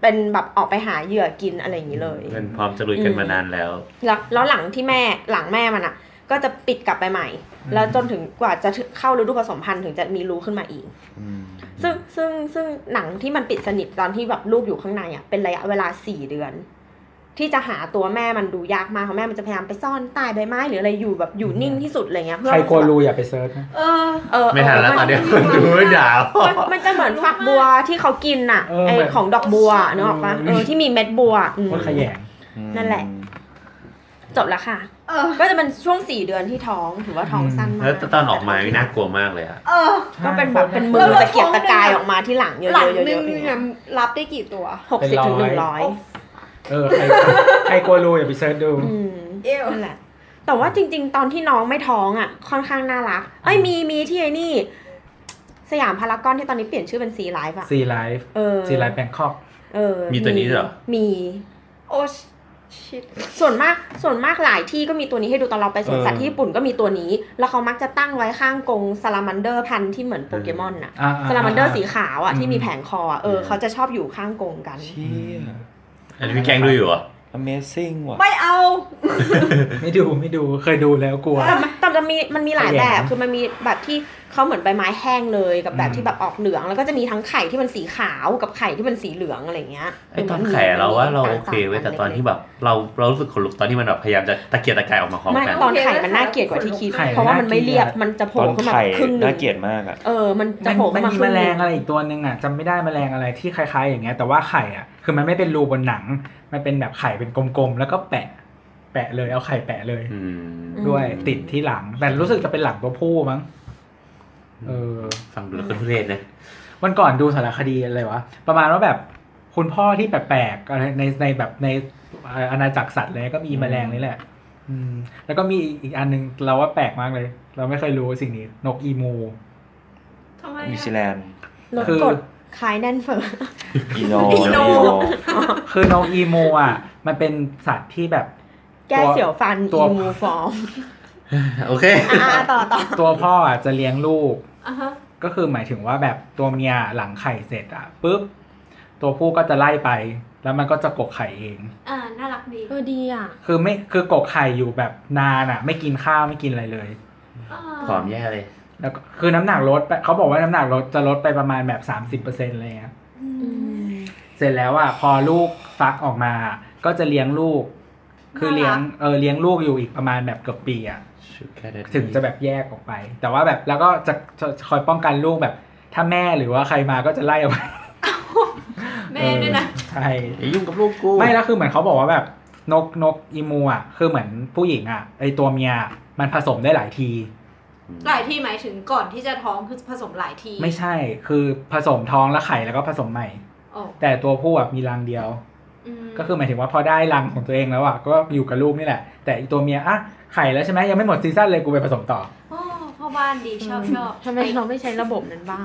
S2: เป็นแบบออกไปหาเหยื่อกินอะไรอย่างนี้เลย
S3: มันพร้อมจะลุยกันมานานแล้ว
S2: แล้วแล้วหลังที่แม่หลังแม่มันอ่ะ ก็จะปิดกลับไปใหม่ แล้วจนถึงกว่าจะถึงเข้าฤดูผสมพันธุ์ถึงจะมีรูขึ้นมาอีก
S10: อืม
S2: ซึ่งซึ่งซึ่งหนังที่มันปิดสนิทตอนที่แบบลูกอยู่ข้างในอ่ะเป็นระยะเวลาสี่เดือน ที่จะหาตัวแม่มันดูยากมากเพราะแม่มันจะพยายามไปซ่อนใต้ใบไม้หรืออะไรอยู่แบบอยู่นิ่งที่สุดอะไรเงี้ยเพื่อ
S4: ใครกลัวรูอย่าไปเซิร์ชนะ
S7: เออ
S2: เออ
S3: ไม่ทันแล้วตอนเนี้ย
S2: มั
S3: ดูไม่ด่าพ่อ
S2: มัน มันจะเหมือนฝักบัวที่เขากินอ่ะ
S4: เออ
S2: ไอ
S4: เหมือน
S2: ของดอกบัวเนกอะปะ
S4: อืม
S2: เออที่มีเม็ดบัวอืม
S4: โคนขยง
S2: นั่นแหละ จบแล้วค่ะ
S7: เออ
S2: ก็จะเป็นช่วงสี่เดือนที่ท้องถือว่าท้องสั้นมาก
S3: แล้วตอนออกมาไม่น่ากลัวมากเลยอะ
S7: เออ
S2: ก็เป็นแบบเป็นมือ
S7: แล้วเรา
S2: ตะเกียกตะกาย
S7: ท้องหนึ่ง
S2: ออกมาที่หลังเยอะๆ
S7: หลัง
S2: เยอะๆ
S7: นึง
S2: อย่างเงี้
S7: เนี่ย
S2: ย
S7: รับได้กี่ตัว
S2: หกสิบถึงหนึ่งร้อย
S4: เออใครใครกลัวรูอย่าไปเซิร์ชดู
S2: อืม
S7: เอว
S2: นั่นแหละ แต่ว่าจริง ๆ ตอนที่น้องไม่ท้องอ่ะ ค่อนข้างน่ารัก เอ้ยมีมีที่ไอ้นี่ สยามพารากอนที่ตอนนี้เปลี่ยนชื่อเป็นซีไลฟ์อ่ะ
S4: ซีไลฟ์
S2: เออ
S4: ซีไลฟ์แบงคอก
S2: เออ
S3: มีตัวนี้ด้วยเหรอ
S2: มี
S7: โอ้ชิต
S2: ส่วนมากส่วนมากหลายที่ก็มีตัวนี้ให้ดูตอนเราไปสวนสัตว์ที่ญี่ปุ่นก็มีตัวนี้ แล้วเขามักจะตั้งไว้ข้างกรงซาลามันเดอร์พันธุ์ที่เหมือนโปเกมอนน่ะ
S4: อ่า
S2: ซาลามันเดอร์สีขาวอ่ะ
S4: อืม
S2: ที่มีแผงคออ่ะเออเขาจะชอบอยู่ข้างกรงกัน
S10: เชี่ย
S3: อันนี้พี่แกงดูอยู่เหรอ
S10: Amazing ว่ะ
S7: ไม่เอา
S4: ไม่ดูไม่ดูเคยดูแล้วกลัว
S2: แต่มันแต่มันมีมันมีหลาย
S4: ขยะ
S2: แบบคือมันมีแบบที่เขาเหมือนใบไม้แห้งเลยกับแบบ
S4: อืม
S2: ที่แบบออกเหลือง แล้วก็จะมีทั้งไข่ที่มันสีขาวกับไข่ที่มันสีเหลืองอะไรอย่างเงี้ย
S3: ไอตอนแข่เราว่าเราโอเคเว้ยแต่ตอนที่แบบเราเรารู้สึกขนลุกตอนที่มันแบบพยายามจะตะเกียกตะกายออกมาพร้อม
S2: ไม่
S3: กัน
S2: ตอนไข่มันน่าเกลียดกว่าที่คิด
S4: ไข่
S2: เพราะว่ามันไม่เรียบ
S4: น่าเกลียด
S2: มันจะโผ
S10: ต
S2: ล่
S10: อน
S2: ขึ้นมา
S10: ไข่
S2: ครึ่งหนึ
S10: น่าง เกลียดมากอ่ะ
S2: เออมันจะ
S4: มัน
S2: โผล่
S4: มั
S2: ขึ้
S4: นมี
S2: นมาค
S4: แม
S2: รึ่ง
S4: ลง
S2: หนึง
S4: อะไรอีกตัวหนึ่งอ่ะจำไม่ได้แมลงอะไรที่คล้ายๆ อย่างเงี้ยแต่ว่าไข่อ่ะคือมันไม่เป็นรูบนหนัง มันเป็นแบบไข่เป็นกลมๆแล้วก็แปะ แปะเลยเอาไข่แปะเลย
S3: อืม
S4: ด้วยติดที่หลัง แต่รู้สึกจะเป็นหลังตัวผู้มั้ง เออ
S3: ฟังดูแล้วก็ทุเรศนะ
S4: วันก่อนดูสารคดีอะไรวะ ประมาณว่าแบบคุณพ่อที่แปลกๆอะไรในในแบบในอาณาจักรสัตว์เลยก็มีแมลงนี่แหละ อืม แล้วก็มีอีกอันหนึงเราว่าแปลกมากเลย เราไม่เคยรู้สิ่งนี้ นกอีมู
S6: ทำไม
S5: นิวซีแลนด์
S2: รถ
S4: คือ
S2: กดขายแน่นเฟอ
S5: อีโน
S2: อีโน
S4: คือนกอีมูอ่ะ มันเป็นสัตว์ที่แบบ
S2: แก้เสียวฟัน
S4: ตั
S2: อี
S4: ว
S2: มูฟอร์ม
S3: โอเค
S2: อ่าต่อต่อ
S4: ตัวพ่ออ่ะจะเลี้ยงลูก
S6: อ่ะฮะ
S4: ก็คือหมายถึงว่าแบบตัวเมียหลังไข่เสร็จอ่ะปุ๊บตัวผู้ก็จะไล่ไป แล้วมันก็จะกกไข่เอง
S6: อ่าน่ารักดี
S2: เออดีอ่ะ
S4: คือไม่คือกกไข่อยู่แบบนานอ่ะ ไม่กินข้าวไม่กินอะไรเลย
S3: ผอมแย่เลย
S4: แล้วก็คือน้ำหนักลดไปเขาบอกว่าน้ำหนักลดจะลดไปประมาณแบบสามสิบเปอร์เซ็นต์อะไรเงี้ยเสร็จแล้วอ่ะพอลูกฟักออกมา ก็จะเลี้ยงลูก คือเลี้ยงเออเลี้ยงลูกอยู่อีกประมาณแบบเกือบปีอ่ะ
S3: Sugar daddy
S4: ถึงจะแบบแยกออกไป แต่ว่าแบบแล้วก็จะจะจะคอยป้องกันลูกแบบ ถ้าแม่หรือว่าใครมาก็จะไล่ออกไป
S6: แม่ด้วยนะ
S4: เออใช่
S3: อย่ายุ่งกับลูกกู
S4: ไม่แล้วคือเหมือนเขาบอกว่าแบบนกนกอีมูอ่ะคือเหมือนผู้หญิงอ่ะไอตัวเมียมันผสมได้หลายที
S6: หลายที่หมายถึงก่อนที่จะท้องคือผสมหลายที
S4: ไม่ใช่ คือผสมท้องแล้วไข่แล้วก็ผสมใหม่
S6: โอ้
S4: แต่ตัวผู้อะมีรังเดียว
S6: ม
S4: ก็คือหมายถึงว่าพอได้รังของตัวเองแล้วอะก็อยู่กับลูกนี่แหละ แต่อีตัวเมียอะไข่แล้วใช่ไหมยังไม่หมดซีซั่นเลยกูไปผสมต่อ
S6: โอ้พ่อบ้านดีชอบชอบ
S2: ทำไมเราไม่ใช้ระบบนั้นบ้าง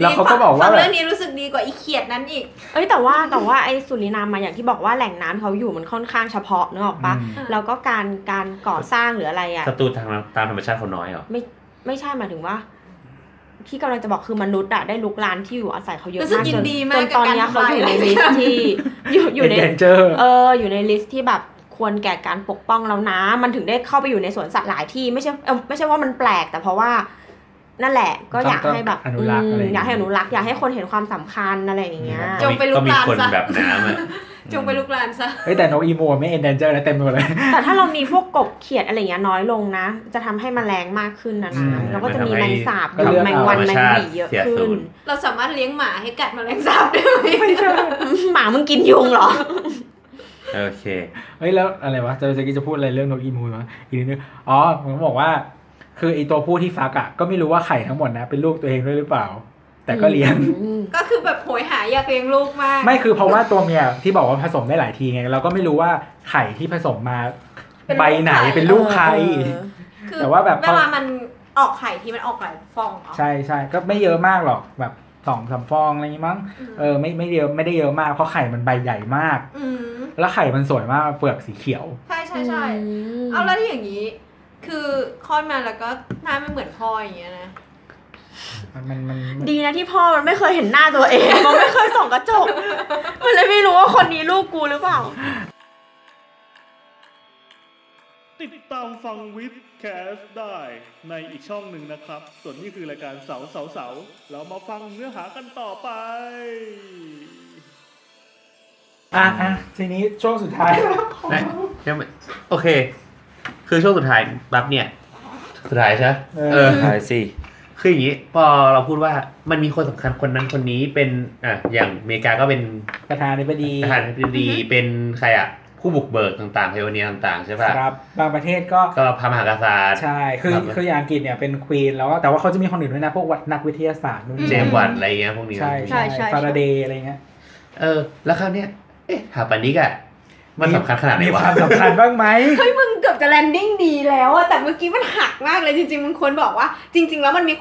S4: แล้วเขาก็บอกว่า
S6: ฟัง
S4: แบบ
S6: เรื่องนี้รู้สึกดีกว่าอีเขียดนั้นอีก
S2: เอ้ยแต่ว่าแต่ว่าไอ้สุรินามมาอย่างที่บอกว่าแหล่งน้ำเขาอยู่มันค่อนข้างเฉพาะเนกอะปะ
S4: อืม
S2: แล้วก็การการก่อสร้างหรืออะไรอ่ะ
S3: ศัตรูทางตามธรรมชาติเขาน้อยเหรอ
S2: ไม่ไม่ใช่หมายถึงว่า ที่กำลังจะบอกคือมนุษย์อะได้ลุกลานที่อยู่อาศัยเขาเยอะ
S6: รู้สึก
S2: มาก
S6: ยิ
S2: จ
S6: น
S2: น
S6: ดี
S2: จ
S6: มาก
S2: น
S6: กับ
S2: ตอนเนี้ย
S6: การ
S2: เขาอยู่ใน
S6: ทำลาย
S2: ลิสต์ที่ อยู่อยู่ใน
S4: เดนเจอร์
S2: เอออยู่ในลิสต์ที่แบบควรแก่การปกป้องแล้วนะ มันถึงได้เข้าไปอยู่ในสวนสัตว์หลายที่ไม่ใช่เออไม่ใช่ว่ามันแปลก แต่เพราะว่า นั่นแหละ ก็อยากให้แบบ
S4: ต้องอนุรักษ์อะไรอย่างเงี้ย
S2: อยากให้อนุรักษ์อยากให้คนเห็นความสำคัญอะไรอย่างเงี้ย
S6: จงไปลุก
S3: ก็มี
S6: ลาน
S3: คน
S6: ซะ
S3: แบบน้ำอ่ะ
S6: จงไปลุกลานซะ
S4: เฮ้ยแต่นกอีโมไม่เอ็นเดนเจอร์นะเต็มไปหมดเลย
S2: แต่ถ้าเรามีพวกกบเขียดอะไรอย่างเงี้ยน้อยลงนะ จะทำให้แมลงมากขึ้นนะ
S4: ใช่
S2: นะแล้วก็จะมี
S3: มันทำให้
S2: แมงสาบ
S4: ก็เลื
S2: กับอก แมงวันแมงหวี
S3: เอา
S2: เยอะ
S3: เสียศู
S2: ขึ้
S3: น
S2: น
S3: ย์
S6: เราสามารถเลี้ยงหมาให้กัดแมลงสาบได้ไหม
S2: หมามึงกินยุงเหรอ
S3: โอเค
S4: เฮ้ยแล้วอะไรวะจะจะกี้จะพูดอะไรเรื่องนกอีมูวะอีกนิดนึงอ๋อผมบอกว่า คือไอตัวผู้ที่ฟักอะก็ไม่รู้ว่าไข่ทั้งหมดนะเป็นลูกตัวเองด้วยหรือเปล่า แต่ก็เลี้ยง
S6: ก็คือแบบโหยหาอยากเลี้ยงลูกมาก
S4: ไม่คือเพราะว่าตัวเมียที่บอกว่าผสมได้หลายทีไงเราก็ไม่รู้ว่าไข่ที่ผสมมาใบไหนเป็นลูกใคร
S6: คือ
S4: แต่ว่าแบบ
S6: เวลามันออกไข่ที่มันออกหลายฟองเหรอ
S4: ใช่ใช่ก็ไม่เยอะมากหรอกแบบสองสามฟองอะไรอย่างงี้มั้งเออไม่ไม่เยอะไม่ได้เยอะมากเพราะไข่มันใบใหญ่มาก
S6: อืม
S4: แล้วไข่มันสวยมากเปลือกสีเขียว
S6: ใช่ใช่ใช่เอาแล้วที่อย่างนี้ คือคลอดมาแล้วก็หน้าไม่เหมือนพ่ออย่างเงี้ยนะ
S4: มันมันมัน
S2: ดีนะที่พ่อมันไม่เคยเห็นหน้าตัวเอง มันไม่เคยส่องกระจก มันเลยไม่รู้ว่าคนนี้ลูกกูหรือเปล่า
S1: ติดตามฟังวิดแคสได้ในอีกช่องหนึ่งนะครับ ส่วนนี้คือรายการเสาเสาเสาเรามาฟังเนื้อหากันต่อไป
S4: อ่ะอ่ะทีนี้ช่วงสุดท้าย
S3: ได้ใช่ไหมโอเค คือช่วงสุดท้ายรับเนี่ย สุดท้ายใช่ไหม
S4: เออ
S3: เออ
S5: ใช่สิ
S3: คืออย่างนี้พอเราพูดว่ามันมีคนสำคัญคนนั้นคนนี้เป็นอ่ะอย่างอเมริกาก็เป็น
S4: ประธานาธิบดี
S3: ประธานาธิบดีเป็นใครอ่ะ ผู้บุกเบิกต่างๆไพโอเนียต่างๆใช่ป่ะ
S4: ครับบางประเทศก็
S3: ก็พระมหากษัตริย์
S4: ใช่คือ
S3: ครับ
S4: คืออย่างอังกฤษเนี่ยเป็นควีนแล้วก็แต่ว่าเขาจะมีคนอื่นด้วยนะพวกวัดนักวิทยาศาสตร์นู่นนี่
S3: เจมส์วัตต์อะไรเงี้ยพวกนี้
S4: ใช่
S2: ใช่
S4: ใช่
S2: ใช่
S4: ฟาราเดย์อะไรเงี้ย
S3: เออ แล้วคราวเนี้ยเอ๊ะหาปันนี้กอะมันสำคัญขนาดไหน
S4: มีค
S3: ะ
S4: ววามสำคัญบ้างไหม
S6: เฮ้ยมึงเกือบจะแลนดิ้งดีแล้วอะแต่เมื่อกี้มันหักมากเลยจริงๆมึงควรบอกว่า จริง ๆ แล้วมันมี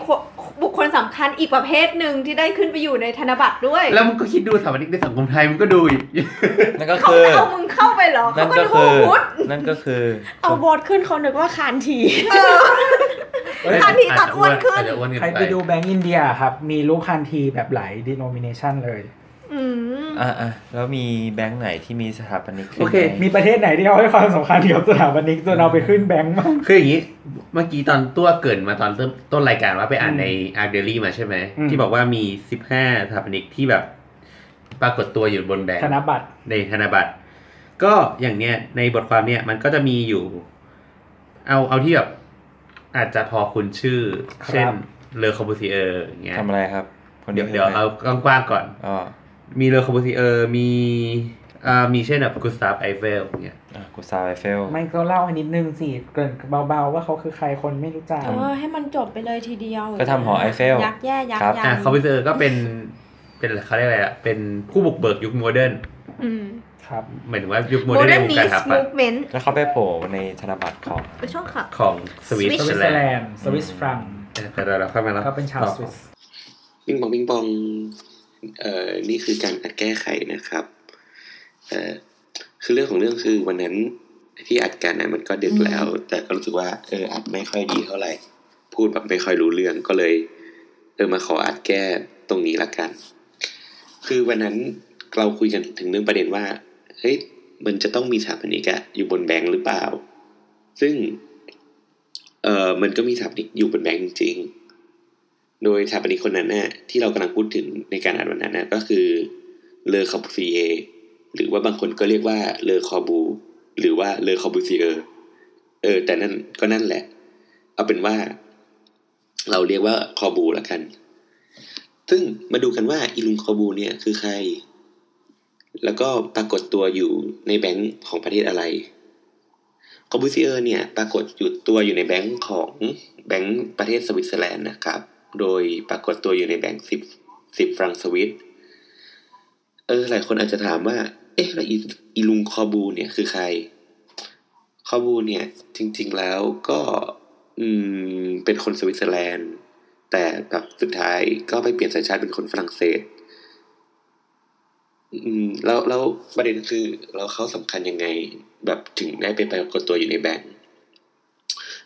S6: บุคคลสำคัญอีกประเภทหนึ่งที่ได้ขึ้นไปอยู่ในธนบัตรด้วย
S3: แล้วมึงก็คิดดูสถามนิกในสังคมไทยมึงก็ดูอีก
S5: นั่นก็
S6: เขา
S5: คือ
S6: จะเอามึงเข้าไปเหรอ
S5: นั่
S6: เขา
S5: น
S6: ก็
S5: ก็
S6: ดู
S5: คือ
S6: พุทธ
S5: นั่นก็คือ
S2: เอาโบทขึ้นเขานึกว่าคานที
S6: คันทีตัดอ้วนขึ้น
S3: อาจจะอ้วนขึ้น
S4: ใครไปดูแบงก์อินเดียครับ มีรูปคันทีแบบหลาย denomination เลย
S6: อืม
S5: อ่ะอ่ะแล้วมีแบงค์ไหนที่มีสถาปนิกขึ้น
S3: โอเค
S5: ไห
S4: มีประเทศไหนที่เขาให้ความสำคัญเกี่ยวกับสถาบันนิกจนเอาไปขึ้นแบงก์มั้าง
S3: คืออย่างนี้เมื่อกี้ตอนตัวเกรินมาตอนเริ่มต้นรายการว่าไปอ่านในอาร์เดลี่มาใช่ไหม
S4: อืม
S3: ที่บอกว่ามี 15สถาปนิกที่แบบ ปรากฏตัวอยู่บนแบง
S4: ธ
S3: ค์
S4: นบัตร
S3: ในธนบัตร ก็อย่างเนี้ยในบทความเนี้ยมันก็จะมีอยู่ เอาเอาที่แบบอาจจะพอคุณชื่อ
S4: ครับ
S3: เช่นเลอคอมบูซีเออร์อย่างเงี้ย
S5: ทำอะไรครับ คน
S3: เดี๋ยว
S5: คื
S3: เดี๋ยว
S5: ใคร
S3: เอากว้างๆก่อน
S5: อ๋อ
S3: มีเลอคอมบูซีเออร์มี อ่ามีเช่นแบบกุสตาฟไอเฟลเนี่ย
S5: กุสตาฟไอเฟล
S4: ไม่ก็เล่าให้นิดนึงสิ เกริ่นเบาๆ ว่าเขาคือใครคนไม่รู้จัก
S11: เออให้มันจบไปเลยทีเดียว
S5: ก็ทำหอไอเฟล
S11: ยักษ์แย่ยัก
S5: ครับ
S11: ษ์ยั
S3: อ่ะ
S11: น
S3: คอมพิวเตอร์ก็เป็นเป็นอะไรเขาเรียกอะไรอ่ะเป็นผู้บุกเบิกยุคโมเดิร์น
S6: อืม
S4: ครับ
S3: หมายถึงว่ายุคโมเดิร์นใน
S6: Modern
S3: วงการ
S6: Needs
S3: สถาปัตย์
S6: Movement
S5: แล้วเขาไปโผล่ในธนบัตรของ
S6: ไปช่องขับ
S3: ของสวิต
S4: ส
S3: เซ
S4: วิ
S3: อ
S4: ต
S3: ร์
S4: เซ
S3: แล
S4: อร์แล
S3: นด์
S4: นด์สวิสฟรัง
S3: แต่เราเข้ามาแล้ว
S4: ก็เป็นชาวสวิส
S8: ปิงปองปิงปองเอ่อนี่คือการอัดแก้ไขนะครับเอ่อคือเรื่องของเรื่องคือวันนั้นที่อัดกันนะมันก็ดึกแล้ว แต่ก็รู้สึกว่าเอออัดไม่ค่อยดีเท่าไหร่ พูดแบบไม่ค่อยรู้เรื่องก็เลย เออมาขออัดแก้ตรงนี้ละกัน คือวันนั้นเราคุยกันถึงเรื่องประเด็นว่าเฮ้ยมันจะต้องมีสถาปนิกอะอยู่บนแบงค์หรือเปล่า ซึ่ง เออมันก็มีสถาปนิกอยู่บนแบงค์จริงๆ โดยสถาปนิกคนนั้นน่ะที่เรากำลังพูดถึงในการอ่านวันนั้นน่ะก็คือเลอคอบูซีเอหรือว่าบางคนก็เรียกว่าเลอคอบู หรือว่าเลอคอบูซีเออเออ แต่นั่นก็นั่นแหละ เอาเป็นว่า เราเรียกว่าคอบูละกัน ซึ่งมาดูกันว่าอีลุงคอบูเนี่ยคือใคร แล้วก็ปรากฏตัวอยู่ในแบงก์ของประเทศอะไร คอบูซิเออร์เนี่ยปรากฏอยู่ตัวอยู่ในแบงก์ของแบงก์ประเทศสวิตเซอร์แลนด์นะครับ โดยปรากฏตัวอยู่ในแบงก์สิบสิบฟรังก์สวิสเออหลายคนอาจจะถามว่า เอ๊ะแล้วอีอีลุงคอบูเนี่ยคือใคร คอบูเนี่ยจริงๆแล้วก็อืมเป็นคนสวิตเซอร์แลนด์ แต่แบบสุดท้ายก็ไปเปลี่ยนสัญชาติเป็นคนฝรั่งเศส อืมแล้วแล้วประเด็นคือแล้วเขาสำคัญยังไง แบบถึงได้ไปปรากฏตัวอยู่ในแบงค์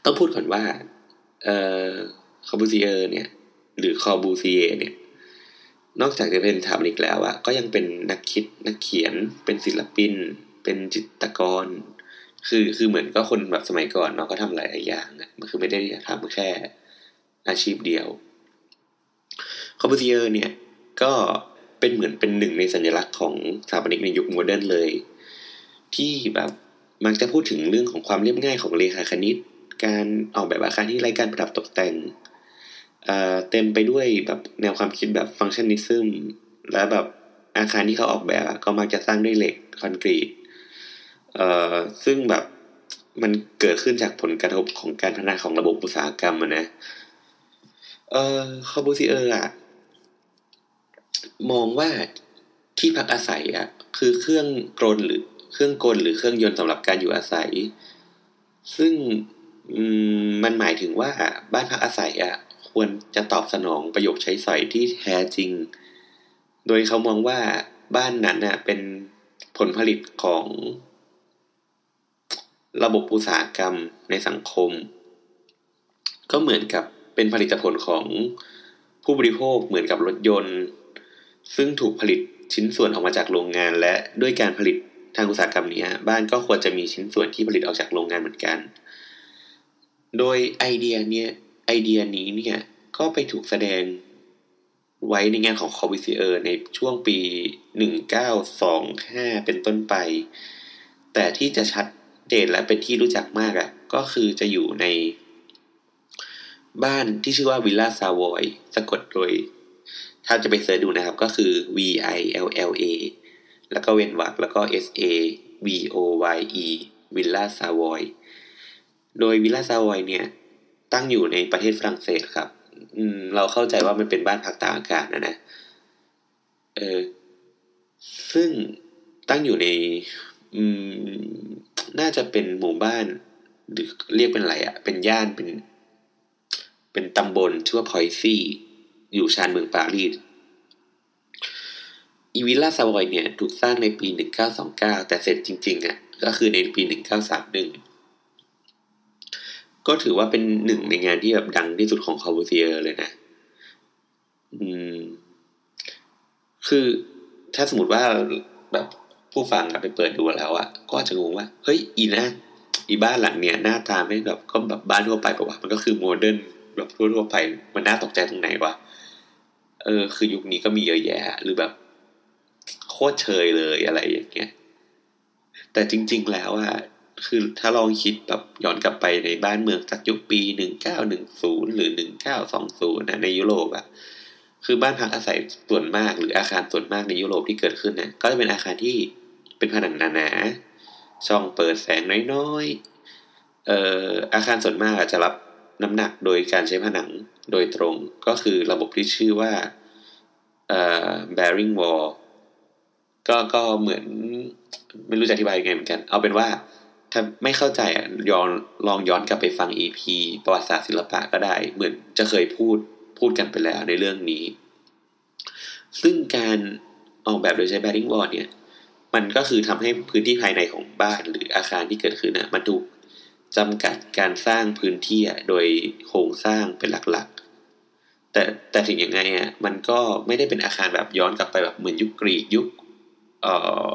S8: ต้องพูดก่อนว่า เอ่อคอบูซีเออร์เนี่ย หรือคอบูซีเอเนี่ย นอกจากจะเป็นสถาปนิกแล้วอะก็ยังเป็นนักคิดนักเขียน เป็นศิลปิน เป็นจิตรกร คือคือเหมือนก็คนแบบสมัยก่อนเนาะก็ทำหลายๆอย่างอะมันคือไม่ได้ทำแค่อาชีพเดียว คอมพิวเตอร์เนี่ยก็เป็นเหมือนเป็นหนึ่งในสัญลักษณ์ของสถาปนิกในยุคโมเดิร์นเลย ที่แบบมักจะพูดถึงเรื่องของความเรียบง่ายของเลขาคณิต การออกแบบอาคารที่ไร้การประดับตกแต่งเอ่อเต็มไปด้วยแบบแนวความคิดแบบฟังก์ชันนิซึมและแบบอาคารที่เขาออกแบบอะก็มักจะสร้างด้วยเหล็กคอนกรีตเอ่อซึ่งแบบมันเกิดขึ้นจากผลกระทบของการพัฒนาของระบบอุตสาหกรรมอะนะ เออคอบูซิเออร์อะมองว่าที่พักอาศัยอะคือเครื่องกลหรือเครื่องกลหรือเครื่องยนต์สำหรับการอยู่อาศัย ซึ่งอืมมันหมายถึงว่าบ้านพักอาศัยอะควรจะตอบสนองประโยคใช้สอยที่แท้จริง โดยเขามองว่าบ้านนั้นน่ะเป็นผลผลิตของ ระบบอุตสาหกรรมในสังคม ก็เหมือนกับเป็นผลิตผลของผู้บริโภคเหมือนกับรถยนต์ ซึ่งถูกผลิตชิ้นส่วนออกมาจากโรงงาน และด้วยการผลิตทางอุตสาหกรรมเนี้ยบ้านก็ควรจะมีชิ้นส่วนที่ผลิตออกจากโรงงานเหมือนกัน โดยไอเดียเนี้ยไอเดียนี้เนี่ยก็ไปถูกแสดงไว้ในงานของคอวิซิเออร์ในช่วงปี 1925 เป็นต้นไป แต่ที่จะชัดเจนและเป็นที่รู้จักมากอะ่ะก็คือจะอยู่ใน บ้านที่ชื่อว่าวิลล่าซาวอยสะกดโดย ถ้าจะไปเสิร์ชดูนะครับ ก็คือ V I L L A แล้วก็เว้นวรรคแล้วก็ S A V O Y E วิลล่าซาวอยโดยวิลล่าซาวอยเนี่ย ตั้งอยู่ในประเทศฝรั่งเศสครับ อืม เราเข้าใจว่ามันเป็นบ้านพักตากอากาศนะนะ เออ ซึ่งตั้งอยู่ใน อืม น่าจะเป็นหมู่บ้าน หรือเรียกเป็นอะไรอะ่ะ เป็นย่านเป็น เป็นตำบลชื่อว่าพอยซี่ อยู่ชานเมืองปารีสอีวิลล่าซาวอยเนี่ย ถูกสร้างในปี 1929 แต่เสร็จจริง ๆอะ่ะก็คือในปี 1931 ก็ถือว่าเป็นหนึ่งในงานที่แบบดังที่สุดของคาบูเซียเลยนะ อืม คือถ้าสมมติว่าแบบผู้ฟังอะไปเปิดดูแล้วอะก็อาจจะงงว่า เฮ้ย อีนะ อีบ้านหลังเนี่ยหน้าตาไม่แบบก็แบบบ้านทั่วไปแบบว่ามันก็คือโมเดิร์นแบบทั่วๆไป มันน่าตกใจตรงไหนวะเออ คือยุคนี้ก็มีเยอะแยะ หรือแบบ โคตรเชยเลยอะไรอย่างเงี้ยแต่จริง ๆ แล้วอะคือถ้าลองคิดแบบย้อนกลับไปในบ้านเมืองสักยุคปีหนึ่งเก้าหนึ่งศูนย์หรือหนึ่งเก้าสองศูนย์ในยุโรปอะคือบ้านพักอาศัยส่วนมาก หรืออาคารส่วนมากในยุโรปที่เกิดขึ้นเนี่ยก็จะเป็นอาคารที่ เป็นผนังหนาๆช่องเปิดแสงน้อยๆเอ่ออาคารส่วนมากอาจจะรับน้ำหนักโดยการใช้ผนังโดยตรงก็คือระบบที่ชื่อว่าเอ่อ bearing wall ก็ก็เหมือนไม่รู้จะอธิบายยังไงเหมือนกัน เอาเป็นว่า ถ้าไม่เข้าใจอ่ะย้อนลองย้อนกลับไปฟัง EP ประวัติศาสตร์ศิลปะก็ได้ เหมือนจะเคยพูดพูดกันไปแล้วในเรื่องนี้ ซึ่งการออกแบบโดยใช้ bearing wall เนี่ย มันก็คือทำให้พื้นที่ภายในของบ้านหรืออาคารที่เกิดขึ้นน่ะมันถูกจำกัดการสร้างพื้นที่อ่ะโดยโครงสร้างเป็นหลักๆ แต่แต่ถึงยังไงอ่ะมันก็ไม่ได้เป็นอาคารแบบย้อนกลับไปแบบเหมือนยุคกรีกยุคเอ่อ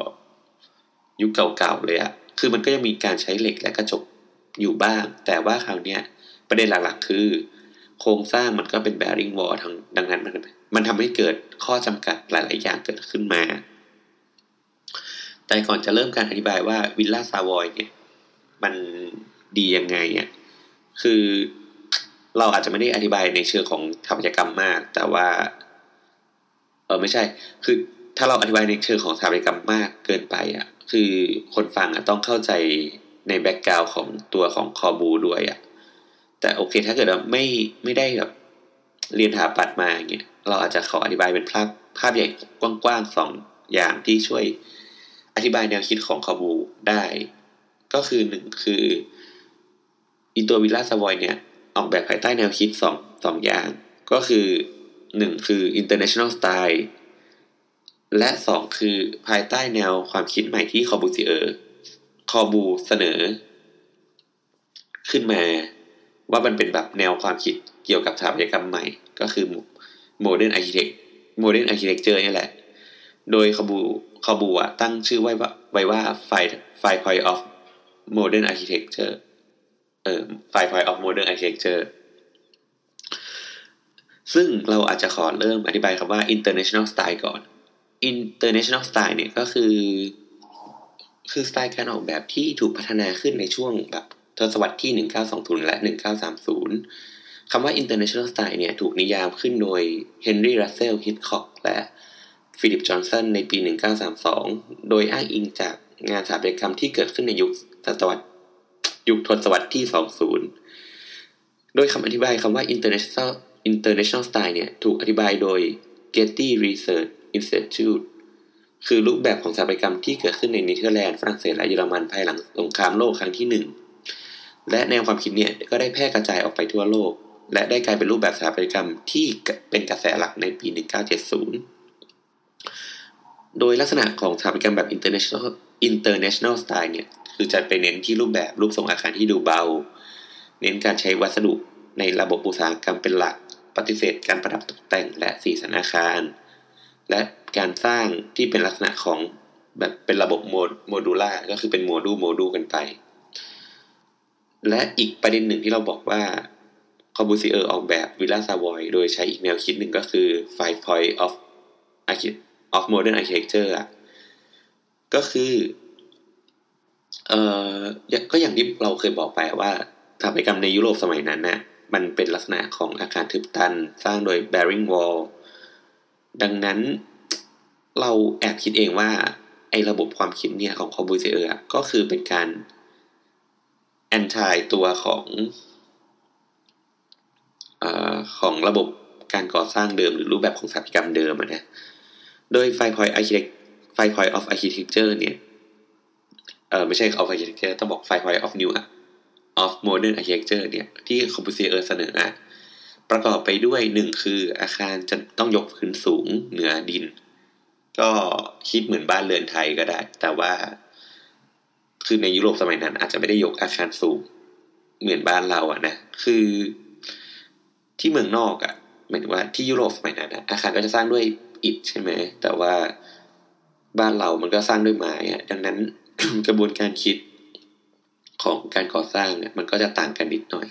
S8: ยุคเก่าๆเลยอะคือมันก็ยังมีการใช้เหล็กและกระจกอยู่บ้าง แต่ว่าคราวเนี้ยประเด็นหลักๆ คือ โครงสร้างมันก็เป็น bearing wall ทางดังนั้นมันมันทำให้เกิดข้อจำกัดหลายๆ อย่างเกิดขึ้นมา แต่ก่อนจะเริ่มการอธิบายว่าวิลล่าซาวอยเนี่ย มันดียังไงเนี่ยคือเราอาจจะไม่ได้อธิบายในเชิงของทาปัตยกรรมมาก แต่ว่า เออไม่ใช่ คือถ้าเราอธิบายในเชิงของสถาปัตยกรรมมากเกินไปอ่ะ คือคนฟังอ่ะต้องเข้าใจในแบ็กกราวของตัวของคอบูด้วยอ่ะ แต่โอเคถ้าเกิดว่าไม่ไม่ได้แบบเรียนสถาปัดมาอย่างเงี้ยเราอาจจะขออธิบายเป็นภาพภาพใหญ่กว้างๆสองอย่างที่ช่วยอธิบายแนวคิดของคอบูได้ ก็คือหนึ่งคืออินตัววิลล่าสวอยเนี่ย ออกแบบภายใต้แนวคิดสองสองอย่าง ก็คือหนึ่งคือ international style และ 2 คือภายใต้แนวความคิดใหม่ที่คอบูซิเออร์คอบูเสนอ ขึ้นมาว่ามันเป็นแบบแนวความคิดเกี่ยวกับสถาปัตยกรรมใหม่ ก็คือโมเดิร์นอาร์เคเต็กโมเดิร์นอาร์เคเต็กเจอร์นี่แหละ โดยคอบูคอบูอะตั้งชื่อไว้ว่าไว้ว่าไฟไฟพอยออฟโมเดิร์นอาร์เคเต็กเจอร์เออไฟพอยออฟโมเดิร์นอาร์เคเต็กเจอร์ซึ่งเราอาจจะขอเริ่มอธิบายคำว่า international style ก่อน international style เนี่ยก็คือ คือสไตล์การออกแบบที่ถูกพัฒนาขึ้นในช่วงแบบทศวรรษที่ 1920 และ 1930 คำว่า international style เนี่ยถูกนิยามขึ้นโดย Henry Russell Hitchcock และ Philip Johnson ในปี 1932 โดยอ้างอิงจากงานสถาปัตยกรรมที่เกิดขึ้นในยุคศตวรรษยุคทศวรรษที่ 20 โดยคำอธิบายคำว่า international international style เนี่ยถูกอธิบายโดย Getty Research Institute คือรูปแบบของสถาปัตยกรรมที่เกิดขึ้นในเนเธอร์แลนด์ฝรั่งเศสและเยอรมันภายหลังสงครามโลกครั้งที่หนึ่งและแนวความคิดเนี่ยก็ได้แพร่กระจายออกไปทั่วโลก และได้กลายเป็นรูปแบบสถาปัตยกรรมที่เป็นกระแสหลักในปี 1970 โดยลักษณะของสถาปัตยกรรมแบบ international international style เนี่ยคือจะไปเน้นที่รูปแบบรูปทรงอาคารที่ดูเบา เน้นการใช้วัสดุในระบบอุตสาหกรรมเป็นหลัก ปฏิเสธการประดับตกแต่งและสีสันอาคารและการสร้างที่เป็นลักษณะของแบบเป็นระบบโมโมดูล่าก็คือเป็นโมดูลโมดูลกันไป และอีกประเด็นหนึ่งที่เราบอกว่าคอบูซิเออร์ออกแบบวิลล่าซาวอยโดยใช้อีกแนวคิดหนึ่งก็คือ five point of archi- of modern architecture อะก็คือเอ่อก็อย่างที่เราเคยบอกไปว่าสถาปัตยกรรมในยุโรปสมัยนั้นน่ะมันเป็นลักษณะของอาคารทึบตัน สร้างโดย bearing wall ดังนั้นเราแอบคิดเองว่า ไอ้ระบบความคิดเนี่ยของคอบูเซเออร์ก็คือเป็นการแอนทายตัวของเอ่อของระบบการก่อสร้างเดิมหรือรูปแบบของสถาปัตยกรรมเดิมอะนะ โดยไฟพอยไอคิเล็กไฟพอยออฟไอคิเทคเจอร์เนี่ยเออไม่ใช่ออฟไอคิเทคเจอร์ต้องบอกไฟพอยออฟนิวอะออฟโมเดิร์นไอคิเทคเจอร์เนี่ยที่คอบูเซเออร์เสนออะประกอบไปด้วยหนึ่งคืออาคารจะต้องยกพื้นสูงเหนือดิน ก็คิดเหมือนบ้านเรือนไทยก็ได้ แต่ว่า คือในยุโรปสมัยนั้น อาจจะไม่ได้ยกอาคารสูงเหมือนบ้านเราอะนะคือที่เมืองนอกอะหมายถึงว่าที่ยุโรปสมัยนั้นอะอาคารก็จะสร้างด้วยอิฐใช่ไหมแต่ว่าบ้านเรามันก็สร้างด้วยไม้อะดังนั้น กระบวนการคิดของการก่อสร้างเนี่ยมันก็จะต่างกันนิดหน่อย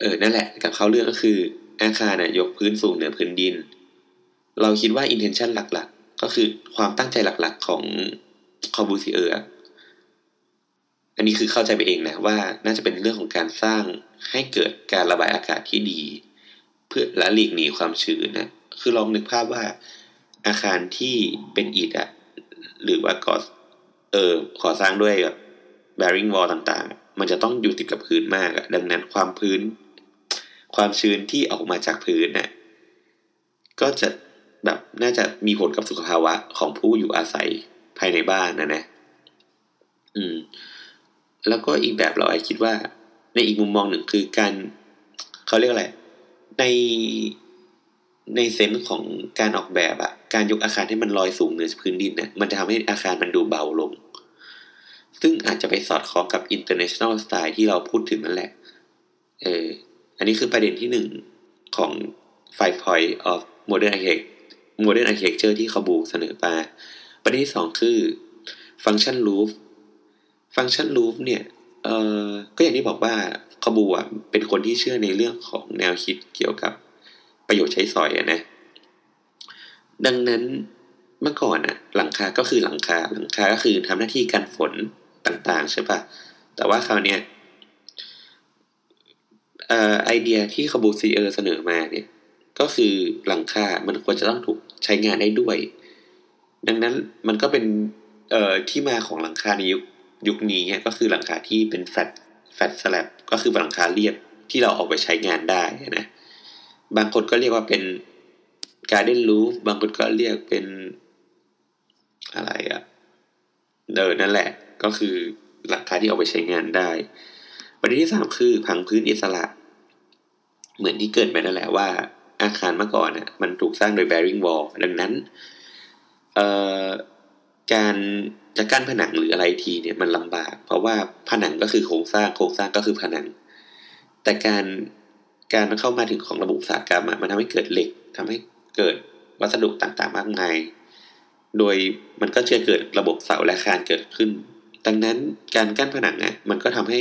S8: เออ นั่นแหละ กับเขาเรื่องก็คือ อาคารน่ะยกพื้นสูงเหนือพื้นดิน เราคิดว่า intention หลักๆ ก็คือความตั้งใจหลักๆ ของคอบูซิเออร์อันนี้คือเข้าใจไปเองนะว่าน่าจะเป็นเรื่องของการสร้างให้เกิดการระบายอากาศที่ดี เพื่อละหลีกหนีความชื้นนะ คือลองนึกภาพว่าอาคารที่เป็นอิฐอะ หรือว่าก่อเออก่อสร้างด้วยแบบแบริ่งวอลต่างๆอะมันจะต้องอยู่ติดกับพื้นมากอะดังนั้นความพื้น ความชื้นที่ออกมาจากพื้นเนี่ยก็จะแบบน่าจะมีผลกับสุขภาวะของผู้อยู่อาศัยภายในบ้านนะนะอืม แล้วก็อีกแบบเราไอคิดว่า ในอีกมุมมองหนึ่งคือการเขาเรียกอะไร ในในเซนส์ของการออกแบบอะการยกอาคารให้มันลอยสูงเหนือพื้นดินเนี่ยมันจะทำให้อาคารมันดูเบาลง ซึ่งอาจจะไปสอดคล้องกับ international style ที่เราพูดถึงนั่นแหละ เออ อันนี้คือประเด็นที่หนึ่งของ five point of modern architect modern architecture ที่คาบูเสนอมา ประเด็นที่สองคือ function roof function roof เนี่ย เออก็อย่างที่บอกว่าคาบูอ่ะเป็นคนที่เชื่อในเรื่องของแนวคิดเกี่ยวกับประโยชน์ใช้สอยอะนะ ดังนั้นเมื่อก่อนอะหลังคาก็คือหลังคา หลังคาก็คือทำหน้าที่กันฝนต่างๆ ใช่ปะแต่ว่าคราวเนี้ยเอ่อไอเดียที่คาบูซีเออร์เสนอมาเนี่ย ก็คือหลังคา มันควรจะต้องถูกใช้งานได้ด้วย ดังนั้นมันก็เป็นเอ่อที่มาของหลังคาในยุคยุคนี้เนี่ยก็คือหลังคาที่เป็นแฟลตแฟลตสแลบก็คือหลังคาเรียบที่เราเออกไปใช้งานได้นะ บางคนก็เรียกว่าเป็นการเด้นรูฟบางคนก็เรียกเป็นอะไรอะเออนั่นแหละ ก็คือหลักฐานที่เอาไปใช้งานได้ ประเด็นที่สามคือผังพื้นอิสระ เหมือนที่เกิดไปนั่นแหละว่า อาคารเมื่อก่อนน่ะมันถูกสร้างโดย bearing wall ดังนั้นเอ่อการจะกั้นผนังหรืออะไรทีเนี่ยมันลำบาก เพราะว่าผนังก็คือโครงสร้างโครงสร้างก็คือผนัง แต่การการเข้ามาถึงของระบบอุตสาหกรรมอะมันทำให้เกิดเหล็กทำให้เกิดวัสดุต่างๆ มากมาย โดยมันก็เชื่อเกิดระบบเสาและคานเกิดขึ้น ดังนั้นการกั้นผนังอะมันก็ทำให้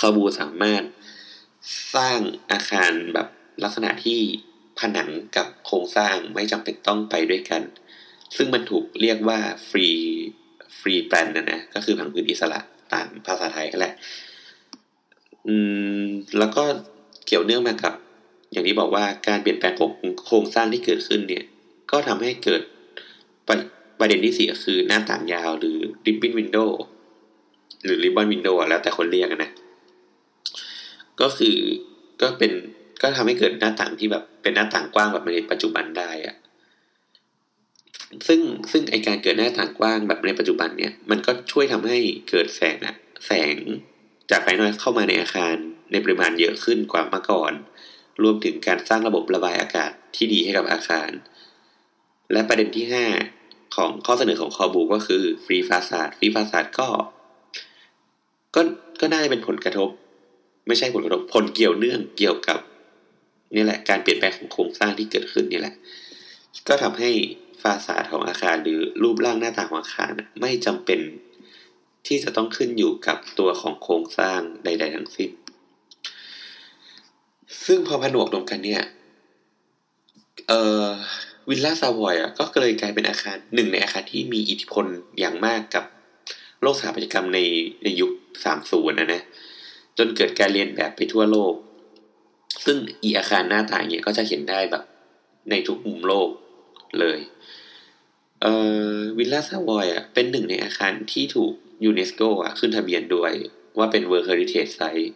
S8: คาบูสามารถสร้างอาคารแบบลักษณะที่ผนังกับโครงสร้างไม่จำเป็นต้องไปด้วยกัน ซึ่งมันถูกเรียกว่าฟรีฟรีแปลนนะนะก็คือผังพื้นอิสระตามภาษาไทยก็แหละ อืมแล้วก็เกี่ยวเนื่องมากับ อย่างที่บอกว่าการเปลี่ยนแปลงของโครงสร้างที่เกิดขึ้นเนี่ย ก็ทำให้เกิดประประเด็นที่สี่ก็คือหน้าต่างยาวหรือริบบิ้นวินโดว์หรือริบบอนวินโดว์แล้วแต่คนเรียกอะนะ ก็คือก็เป็นก็ทำให้เกิดหน้าต่างที่แบบเป็นหน้าต่างกว้างแบบในปัจจุบันได้อะซึ่งซึ่งไอการเกิดหน้าต่างกว้างแบบในปัจจุบันเนี่ย มันก็ช่วยทำให้เกิดแสงอะแสง จากภายนอกเข้ามาในอาคารในปริมาณเยอะขึ้นกว่าเมื่อก่อน รวมถึงการสร้างระบบระบายอากาศที่ดีให้กับอาคาร และประเด็นที่ 5 ของข้อเสนอของคอบูก็คือฟรีฟาซาดฟรีฟาซาดก็ ก็ก็น่าจะเป็นผลกระทบ ไม่ใช่ผลกระทบผลเกี่ยวเนื่องเกี่ยวกับนี่แหละ การเปลี่ยนแปลงของโครงสร้างที่เกิดขึ้นนี่แหละ ก็ทำให้ฟาซาดของอาคารหรือรูปร่างหน้าต่างของอาคารน่ะไม่จำเป็น ที่จะต้องขึ้นอยู่กับตัวของโครงสร้างใด ๆ ทั้งสิ้น ซึ่งพอผนวกรวมกันเนี่ย เอ่อวิลล่าซาวอยอ่ะก็เลยกลายเป็นอาคารหนึ่งในอาคารที่มีอิทธิพลอย่างมากกับโลกสถาปัตยกรรมในในยุค 30 นะนะ จนเกิดการเรียนแบบไปทั่วโลก ซึ่งอีอาคารหน้าต่างเนี่ยก็จะเห็นได้แบบในทุกมุมโลกเลย เอ่อวิลล่าซาวอยอ่ะเป็นหนึ่งในอาคารที่ถูกยูเนสโกอ่ะขึ้นทะเบียนด้วยว่าเป็น World Heritage Site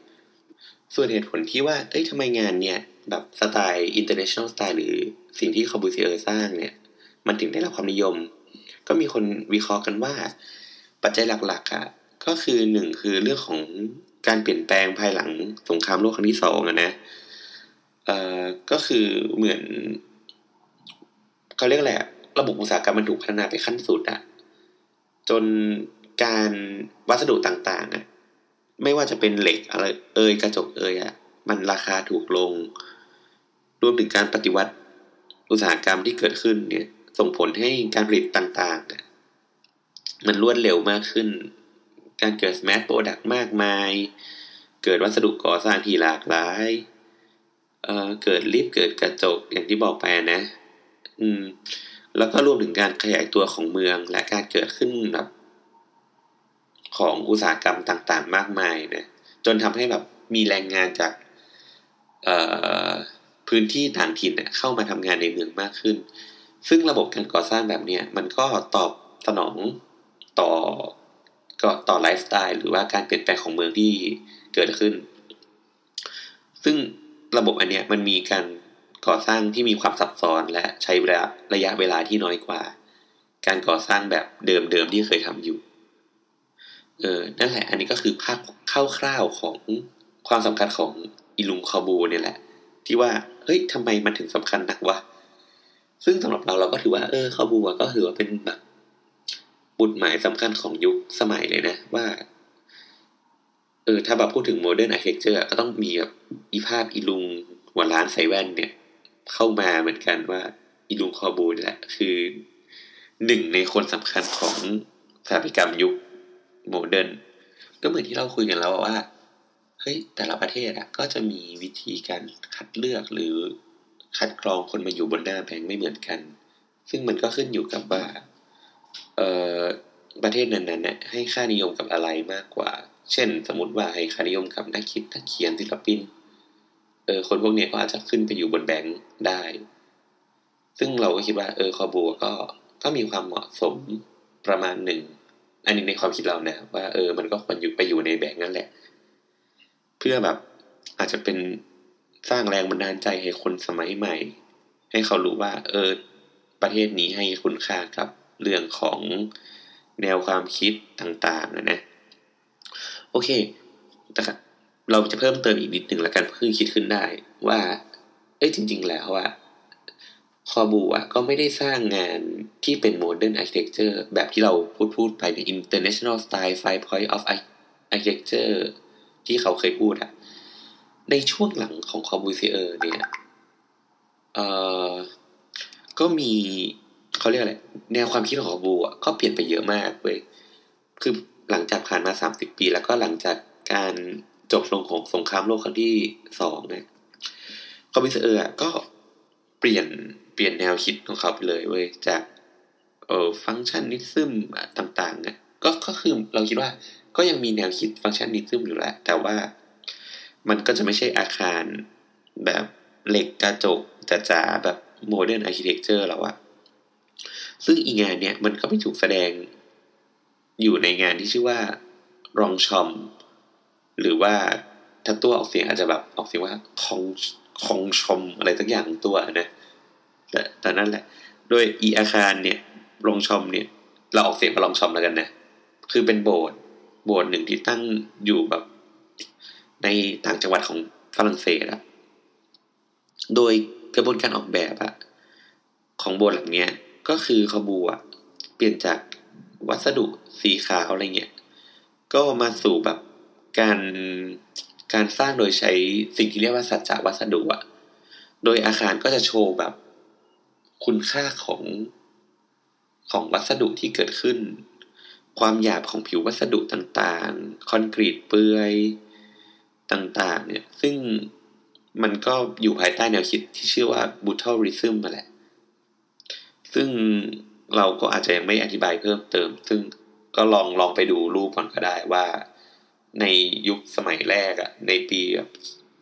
S8: ส่วนเหตุผลที่ว่า เอ้ยทำไมงานเนี่ย แบบสไตล์ international style หรือสิ่งที่คาบูเซียร์สร้างเนี่ย มันถึงได้รับความนิยม ก็มีคนวิเคราะห์กันว่า ปัจจัยหลักๆอ่ะก็คือหนึ่งคือเรื่องของการเปลี่ยนแปลงภายหลังสงครามโลกครั้งที่สองอะนะ เอ่อก็คือเหมือน เขาเรียกอะไรอะระบบอุตสาหกรรมมันถูกพัฒนาไปขั้นสุดอะจนการวัสดุต่างๆอะไม่ว่าจะเป็นเหล็กอะไรเอยกระจกเอยอะมันราคาถูกลง รวมถึงการปฏิวัติอุตสาหกรรมที่เกิดขึ้นเนี่ย ส่งผลให้การผลิตต่างๆอะมันรวดเร็วมากขึ้น การเกิดแมสโปรดักต์มากมาย เกิดวัสดุก่อสร้างที่หลากหลายเอ่อเกิดลิฟต์เกิดกระจกอย่างที่บอกไปนะ อืม แล้วก็รวมถึงการขยายตัวของเมืองและการเกิดขึ้นแบบ ของอุตสาหกรรมต่างๆ มากมายนะจนทำให้แบบมีแรงงานจากเอ่อพื้นที่ต่างถิ่นน่ะเข้ามาทำงานในเมืองมากขึ้น ซึ่งระบบการก่อสร้างแบบเนี้ยมันก็ตอบสนองต่อก็ต่อไลฟ์สไตล์หรือว่าการเปลี่ยนแปลงของเมืองที่เกิดขึ้น ซึ่งระบบอันเนี้ยมันมีการก่อสร้างที่มีความซับซ้อนและใช้ระยะระยะเวลาที่น้อยกว่า การก่อสร้างแบบเดิมๆที่เคยทำอยู่ เออ นั่นแหละ อันนี้ก็คือภาพคร่าวๆของความสำคัญของอิลุงคาบูเนี่ยแหละ ที่ว่า เฮ้ยทำไมมันถึงสำคัญนักวะ ซึ่งสำหรับเราเราก็ถือว่า เออคาบูอะก็ถือว่าเป็นแบบบุตรหมายสำคัญของยุคสมัยเลยนะ ว่า เออ ถ้าแบบพูดถึงโมเดิร์นอาร์เคเจอร์ก็ต้องมีแบบอีภาพอีลุงหัวล้านใส่แว่นเนี่ย เข้ามาเหมือนกันว่าอีลุงคาบูนี่แหละ คือหนึ่งในคนสำคัญของสถาปัตยกรรมยุค โมเดิร์นก็เหมือนที่เราคุยกันแล้วอะว่า เฮ้ย แต่ละประเทศอะก็จะมีวิธีการคัดเลือกหรือคัดกรองคนมาอยู่บนหน้าแบงค์ไม่เหมือนกัน ซึ่งมันก็ขึ้นอยู่กับว่า เอ่อประเทศนั้นๆเนี่ยให้ค่านิยมกับอะไรมากกว่า เช่น สมมติว่าให้ค่านิยมกับนักคิดนักเขียนศิลปิน เออคนพวกเนี้ยก็อาจจะขึ้นไปอยู่บนแบงค์ได้ ซึ่งเราก็คิดว่า เออคอบัวก็ก็มีความเหมาะสมประมาณหนึ่ง อันนี้ในความคิดเรานะว่าเออมันก็ควรอยู่ไปอยู่ในแบงค์นั่นแหละ เพื่อแบบอาจจะเป็นสร้างแรงบันดาลใจให้คนสมัยใหม่ ให้เขารู้ว่า เออ ประเทศนี้ให้คุณค่ากับเรื่องของแนวความคิดต่างๆนะนะโอเคแต่ครับเราจะเพิ่มเติมอีกนิดหนึ่งละกันเพิ่งคิดขึ้นได้ ว่า เอ้ยจริง ๆ แล้วอะคอบูอะก็ไม่ได้สร้างงานที่เป็นโมเดิร์นอาร์เคเต็กเจอร์แบบที่เราพูดพูดไปใน International Style Five Point of Architecture ที่เขาเคยพูดอะในช่วงหลังของคอบูซิเออร์เนี่ย เอ่อ ก็มีเขาเรียกอะไร แนวความคิดของคอบูอะก็เปลี่ยนไปเยอะมากเว้ย คือหลังจากผ่านมาสามสิบปี แล้วก็หลังจากการจบลงของสงครามโลกครั้งที่สองเนี่ยคอบูซิเออร์อะก็เปลี่ยนเปลี่ยนแนวคิดของเขาไปเลยเว้ยจากเอ่อฟังชันนิซึมต่างๆอะก็ก็คือเราคิดว่า ก็ยังมีแนวคิดฟังก์ชันนิซึมอยู่แหละ แต่ว่ามันก็จะไม่ใช่อาคารแบบเหล็กกระจกจ๋าๆแบบโมเดิร์นอาร์เคเต็กเจอร์แล้วอะซึ่งอีงานเนี่ยมันก็ไปถูกแสดงอยู่ในงานที่ชื่อว่ารองชอม หรือว่าถ้าตัวออกเสียงอาจจะแบบออกเสียงว่าคองคองชอมอะไรสักอย่างตัวนะ แต่แต่นั่นแหละ โดยอีอาคารเนี่ยรองชอมเนี่ย เราออกเสียงว่าลองชอมแล้วกันนะ คือเป็นโบสถ์โบสถ์หนึ่งที่ตั้งอยู่แบบ ในต่างจังหวัดของฝรั่งเศสอะโดยกระบวนการออกแบบอะของโบสถ์หลังเนี้ย ก็คือขบูอะเปลี่ยนจากวัสดุสีขาวอะไรเงี้ย ก็มาสู่แบบการการสร้างโดยใช้สิ่งที่เรียกว่าสัจจะวัสดุอะโดยอาคารก็จะโชว์แบบ คุณค่าของของวัสดุที่เกิดขึ้น ความหยาบของผิววัสดุต่างๆ คอนกรีตเปื่อยต่างๆ เนี่ย ซึ่งมันก็อยู่ภายใต้แนวคิดที่ชื่อว่า b r u t a l i s m มาแหละ ซึ่งเราก็อาจจะยังไม่อธิบายเพิ่มเติม ซึ่งก็ลองลองไปดูรูปก่อนก็ได้ว่า ในยุคสมัยแรกอะในปีแบบ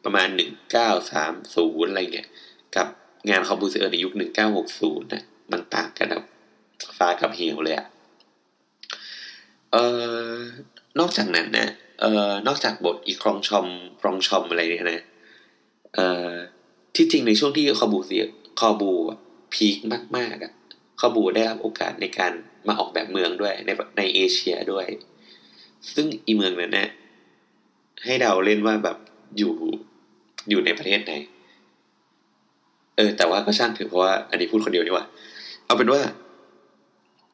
S8: ประมาณ 1930 อะไรเงี้ย กับงานคอมพิวเตอร์ในยุค 1960นะมันต่างกันแบบฟ้ากับเหวเลยอะเอ่อนอกจากนั้นนะเอ่อนอกจากบทอีครองชอมครองชอมอะไรเนี่ยนะเอ่อที่จริงในช่วงที่คอบูเสียคอบูอะพีคมากๆอะคอบูได้รับโอกาสในการมาออกแบบเมืองด้วยในในเอเชียด้วย ซึ่งอีเมืองนั้นนะให้เดาเล่นว่าแบบอยู่อยู่ในประเทศไหน เออ แต่ว่าก็ช่างเถอะเพราะว่าอันนี้พูดคนเดียวดีกว่า เอาเป็นว่า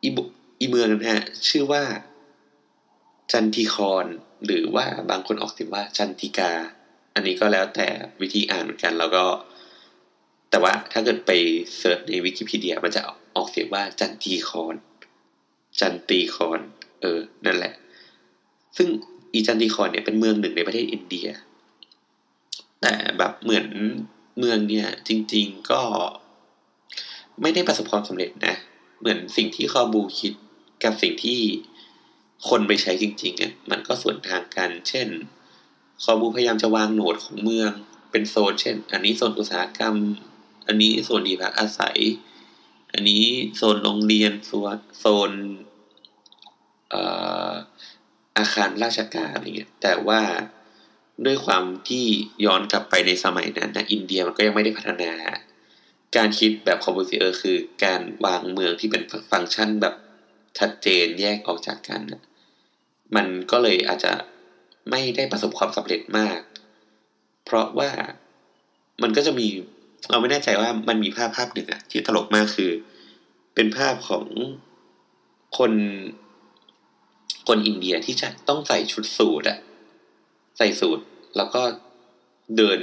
S8: อีบุอีเมืองนั้นฮะ ชื่อว่า จันทีคอนหรือว่าบางคนออกเสียงว่าจันทิกา อันนี้ก็แล้วแต่วิธีอ่านเหมือนกัน แล้วก็ แต่ว่าถ้าเกิดไปเสิร์ชในวิกิพีเดีย มันจะออกเสียงว่าจันทีคอน จันตีคอน เออ นั่นแหละ ซึ่งอีจันตีคอนเนี่ยเป็นเมืองหนึ่งในประเทศอินเดีย แต่แบบเหมือนเมืองเนี่ย จริง ๆก็ ไม่ได้ประสบความสำเร็จนะ เหมือนสิ่งที่คอบูคิดกับสิ่งที่คนไปใช้จริงๆเนี่ยมันก็ส่วนทางกัน เช่น คอบูพยายามจะวางโหนดของเมืองเป็นโซน เช่น อันนี้โซนอุตสาหกรรม อันนี้โซนที่พักอาศัย อันนี้โซนโรงเรียนโซนโซนเอ่ออาคารราชการอะไรเงี้ยแต่ว่าด้วยความที่ย้อนกลับไปในสมัยนั้นนะอินเดียมันก็ยังไม่ได้พัฒนา การคิดแบบคอมบูซิเออร์คือการวางเมืองที่เป็นฟังก์ชันแบบชัดเจนแยกออกจากกันนะมันก็เลยอาจจะไม่ได้ประสบความสำเร็จมาก เพราะว่ามันก็จะมี เราไม่แน่ใจว่ามันมีภาพภาพหนึ่งอะที่ตลกมากคือ เป็นภาพของคนคนอินเดียที่จะต้องใส่ชุดสูทอะใส่สูทแล้วก็เดิน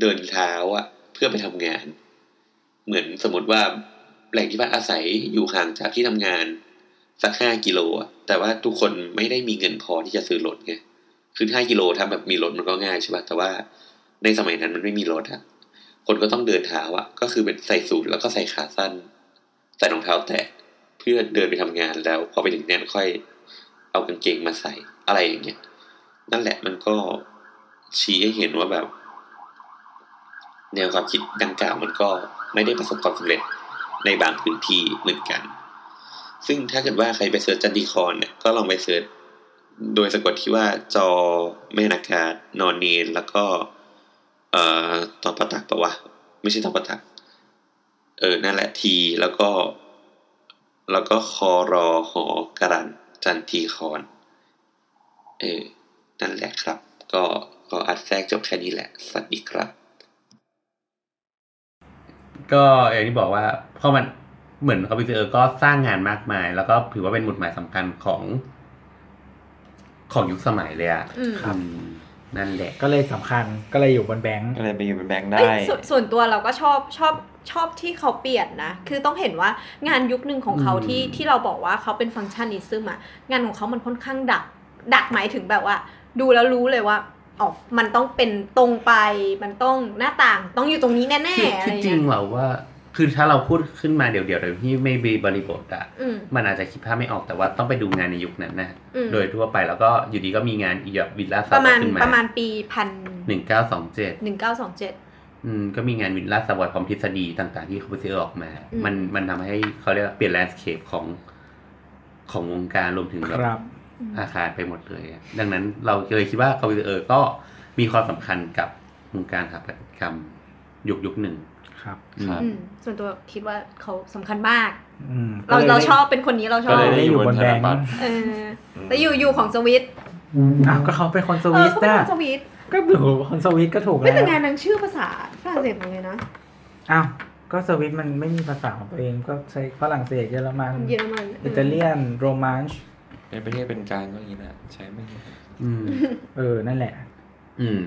S8: เดินเท้าอะเพื่อไปทำงาน เหมือนสมมติว่าแหล่งที่พักอาศัยอยู่ห่างจากที่ทำงาน สักห้ากิโลอะแต่ว่าทุกคนไม่ได้มีเงินพอที่จะซื้อรถไงคือห้ากิโลถ้าแบบมีรถมันก็ง่ายใช่ป่ะแต่ว่าในสมัยนั้นมันไม่มีรถอะ คนก็ต้องเดินเท้าอะก็คือเป็นใส่สูทแล้วก็ใส่ขาสั้น ใส่รองเท้าแตะเพื่อเดินไปทำงานแล้ว พอไปถึงเนี่ยค่อย เอากางเกงมาใส่อะไรอย่างเงี้ยนั่นแหละมันก็ชี้ให้เห็นว่าแบบ แนวความคิดดังกล่าวมันก็ไม่ได้ประสบความสำเร็จในบางพื้นที่เหมือนกัน ซึ่งถ้าเกิดว่าใครไปเสิร์ชจันทีคอนเนี่ยก็ลองไปเสิร์ชโดยสะกดที่ว่าจอแม่นากาศนอนเนนแล้วก็ เอ่อตอประตักปะวะ ไม่ใช่ตอประตัก เออ นั่นแหละทีแล้วก็ แล้วก็คอรอหอการัน จันทีคอน เออ นั่นแหละครับ ก็ก็อัดแทรกจบแค่นี้แหละ สวัสดีครับ
S3: ก็อย่างที่บอกว่าเพราะมันเหมือนคอมพิวเตอร์ก็สร้างงานมากมาย แล้วก็ถือว่าเป็นหมุดหมายสำคัญของ ของยุคสมัยเลยอะ
S6: อืม
S4: ครับ
S3: อืมนั่นแหละ
S4: ก็เลยสำคัญก็เลยอยู่บนแบงค์
S5: อะไรไปอยู่เป็นแบงค์
S6: เอ้
S5: ได้
S6: ยสส่วนตัวเราก็ชอบชอบชอบที่เขาเปลี่ยนนะ คือต้องเห็นว่างานยุคหนึ่งของเขา
S3: อืม
S6: ที่ที่เราบอกว่าเขาเป็นฟังก์ชันนิซึมอะงานของเขามันค่อนข้างดัก ดักหมายถึงแบบว่า ดูแล้วรู้เลยว่าอ๋อมันต้องเป็นตรงไป มันต้องหน้าต่างต้องอยู่ตรงนี้แน่
S3: ที่
S6: ๆอะไร
S3: ที่จริ
S6: เงี้
S3: ง
S6: ย
S3: เราว่า คือถ้าเราพูดขึ้นมาเดี๋ยวๆโดยที่ไม่มีบริบทอะ
S6: อืม
S3: มันอาจจะคิดภาพไม่ออกแต่ว่าต้องไปดูงานในยุคนั้นนะ
S6: อืม
S3: โดยทั่วไปแล้วก็อยู่ดีก็มีงานอียิปต์วิลล่าซา
S6: ประ
S3: ว
S6: มาณ
S3: ขึ้นมา
S6: ประมาณปีพัน
S3: หนึ่งเก้าสองเจ็ด
S6: หนึ่งเก้าสองเจ็ด
S3: อืมก็มีงานวินล่าสวอร์พร้อมทฤษฎีต่างๆที่เขาไปซื้อออกมา
S6: อืม
S3: มันมันทำให้เขาเรียกว่าเปลี่ยนแลนด์สเคปของของวงการรวมถึงแบ
S4: ครับ
S3: อาคารไปหมดเลยอะดังนั้นเราเลยคิดว่าคอมพิวเตอร์ก็มีความสำคัญกับวงการสถาปัตยกรรมยุคยุคหนึ่ง
S4: ครับ
S3: อืม
S6: อืมส่วนตัวคิดว่าเขาสำคัญมาก
S4: อืม
S6: เรา
S4: ก็ลย
S6: เราชอบเป็นคนนี้เราช
S5: ก็
S6: อบ
S5: เลยได้
S4: ได้อยู่บนแบงค์
S6: เออแต่อยู่อยู่ของสวิต
S4: อ้าวก็เขาเป็นคนส
S6: เอ
S4: วิ
S6: อ
S4: ส
S6: เขาเป็น
S4: นะ
S6: คนสวิต
S4: ก็ถือว่าคนสวิสก็ถูก
S6: ไม่
S4: แล้ว
S6: แต่งานนางชื่อภาษาฝรั่งเศสหมดเลยนะ
S4: อ้าวก็สวิสมันไม่มีภาษาของตัวเองก็ใช้ฝรั่งเศสเยอรมัน
S6: เยอรมัน
S4: อิตาเลียนโรมันช์
S5: ในประเทศเป็นกลางก็อย่างนี้นะใช้ไม่เยอะ
S3: อืม
S4: เออนั่นแหละ
S3: อืม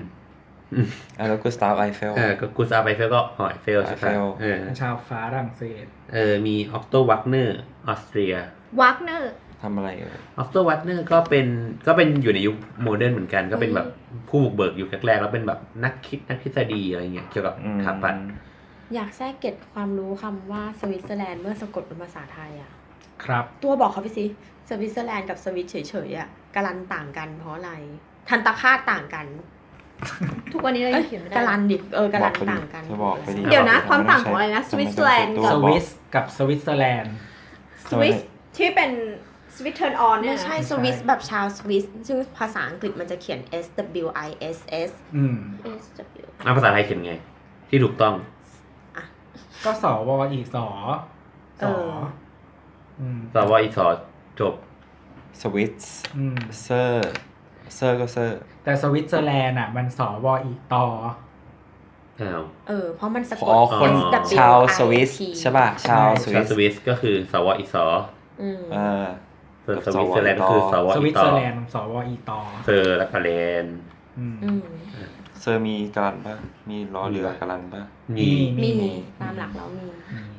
S5: อ่ะแล้วก็สตาร์ไอเฟล
S3: เออก็กูซาไปเฟลก็หอยเฟลใช่ไหม
S5: Eiffel
S3: เออ
S4: ชาวฝรั่งเศส
S3: เออมีออกโตวักเนอร์ออสเตรีย
S6: วักเนอร์
S5: ทำอะไรเอ่ย
S3: ออฟเตอร์วัตเนอร์ก็เป็นก็เป็นอยู่ในยุคโมเดิร์นเหมือนกัน ก็เป็นแบบผู้บุกเบิกยุคแรกๆแล้วเป็นแบบนักคิดนักทฤษฎีอะไรเงี้ยเกี่ยวกับ
S5: อืม
S3: สถาปัตย์
S2: อยากแทรกเก็ตความรู้คำว่าสวิตเซอร์แลนด์เมื่อสะกดเป็นภาษาไทยอ่ะ
S4: ครับ
S2: ตัวบอกเขาไปสิสวิตเซอร์แลนด์กับสวิตเฉยๆอ่ะการันต่างกันเพราะอะไร ทันตคาตต่างกัน
S6: ทุกวันนี้เรายังเขียนไม่ได้
S2: การันดิเออการันต่างกัน
S5: เธอบอกไปดิ
S6: เดี๋ยวนะ ความต่างของ
S5: ม่
S6: อะไรนะส
S5: ใช้
S6: วิตเซอร์แลนด์กับ
S4: สวิสกับสวิตเซอร์แลนด์
S6: สวิสที่เป็นสวิตเทิร์นออนเนี่
S2: ไม่
S6: ยนะ
S2: ใช่
S4: ไม่ใช่
S2: สวิสแบบชาวสวิสซึ่งภาษาอังกฤษมันจะเขียน S W I S S
S4: อืม
S2: S W
S3: อ่ะภาษาไทยเขียนไง ที่ถูกต้อง
S4: ก็สวอีกสอส
S2: เอ
S4: อ
S2: อ
S4: ืม
S3: สวอีสอจบ
S5: สวิส
S4: อืม
S5: เซอร์เซอร์ก็เซอร์
S4: แต่สวิตเซอร์แลนด์อ่ะ มันสวอีกต่อ
S3: อ้าว
S2: เออ เพราะมันสะก
S5: พ
S2: ด
S5: อคน
S2: S W I T
S5: ชาวสวิสใช่ป่ะ ชาวส
S3: ชา
S5: วิ
S3: ว
S5: ส
S3: สวิสก็คือสวอีสอ
S2: อืม
S5: เออ
S3: ส่วนสวิตเซอร์แลนด์ก็คือสว
S4: ส
S3: อี
S4: วิต
S3: ส
S4: เซ
S3: อ
S4: อร์แลนด์สวอีกต่อ
S3: เซอร์และกาเลนด์
S4: อืม
S2: อืม
S5: เซอร์มีการันป่ะ มีล้อเรือ
S3: มีปะ
S5: การันป่ะ
S3: นี่
S2: มีตามหลักเรามี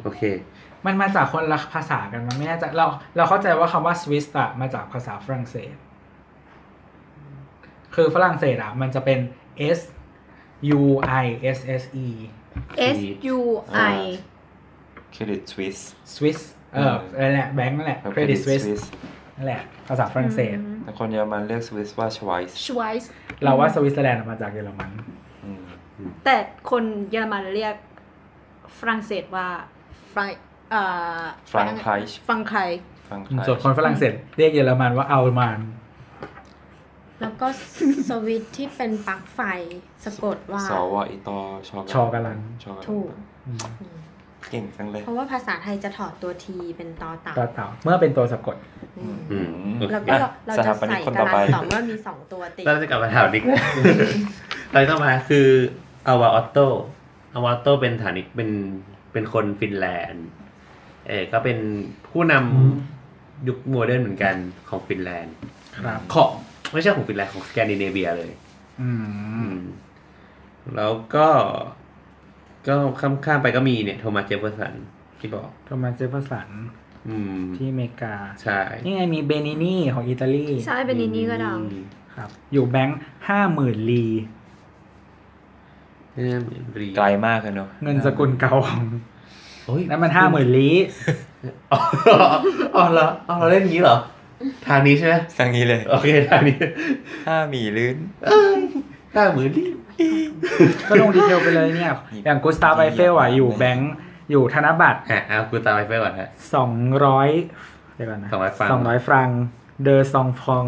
S3: โอเค
S4: มันมาจากคนละภาษากันมันไม่น่าจะเรา เราเข้าใจว่าคำว่าสวิสอ่ะมาจากภาษาฝรั่งเศส คือฝรั่งเศสอ่ะ มันจะเป็น S U I S S E
S6: S U I
S5: เครดิตสวิส
S4: สวิสเออ
S5: เออ
S4: นั่นแหละแบงก์นั่นแหละเครดิตสวิสนั่นแหละ ภาษาฝรั่งเศส
S5: แต่คนเยอรมันเรียกสวิสว่าชวส์
S6: ชว i ส์
S4: เราว่าสวิตเซอร์แลนด์มาจากเยอรมัน
S6: แต่คนเยอรมันเรียกฝรั่งเศสว่า Fri-
S5: ฟรังไครช์
S6: ฟังใคร
S5: ฟรังไครช์
S4: ส่วนคนฝรั่งเศสเรียกเยอรมันว่าอัลมาน
S11: แล้วก็สวิตช์ที่เป็นปลั๊กไฟสะกดว่า
S5: สวอีตอชอ
S4: ชอกาลัน
S5: ชอกาลัน
S11: ถูก
S5: เก่งจังเลย
S11: เพราะว่าภาษาไทยจะถอดตัวทีเป็นตอเต่า
S4: ต่อเต่าเมื่อเป็นตัวสะกด
S11: อืม
S3: อืม
S11: แล้วก็เรา
S5: ส
S11: จะ
S5: ถาปนิ
S11: ใส่
S5: กคน
S11: กา
S5: ต่อ
S11: รั
S5: ไป
S11: นต่อเมื่อมีสองตัวติด
S3: เราจะกลับมาถามดิกเราต้องมาคืออาวาออโต้อาวาออโต้เป็นฐานิกเป็นเป็นคนฟินแลนด์เออก็เป็นผู้นำยุคโมเดิร์นเหมือนกันของฟินแลนด์
S4: ครับ
S3: ของไม่ใช่ของฟินแลนด์ของสแกนดิเนเวียเลย
S4: อืม
S3: แล้วก็ก็ข้ามข้ามไปก็มีเนี่ยโทมัสเจฟเฟอร์สันที่บอก
S4: โทมัสเจฟเฟอร์สัน
S3: อืม
S4: ที่อเมริกา
S3: ใช่
S4: นี่ไงมีเบนินี่ของอิตาลี
S6: ใช่เป็นนี้ก็ดัง
S4: ครับ อยู่แบงค์ห้าหมื่นลี
S3: เน่ยเหมือนรี
S5: ไกลมากเลยเนอะ
S4: เงินสกุลเก่าของ
S3: โอ้ย
S4: นั่นมันห้าหมื่นลี
S3: อ๋ออ๋อ เหรออ๋อเราเล่นอย่างนี้เหรอ ทางนี้ใช่ไหม
S5: สังนี้เลย
S3: โอเคทางนี้
S5: ห้าหมีลื่น
S3: ห้าหมื่นรี
S4: ก็ลงดีเทลไปเลยเนี่ย อย่างกูสตาร์ไบเฟลอ่ะอยู่แบงค์อยู่ธนบัตร
S3: อ่ะเอากูตามไปไปก่อนฮะ
S4: สองร้อยเดี๋ยวก่อนนะ
S3: 200ฟรัง
S4: สองร้อยฟรังเดอซองฟอง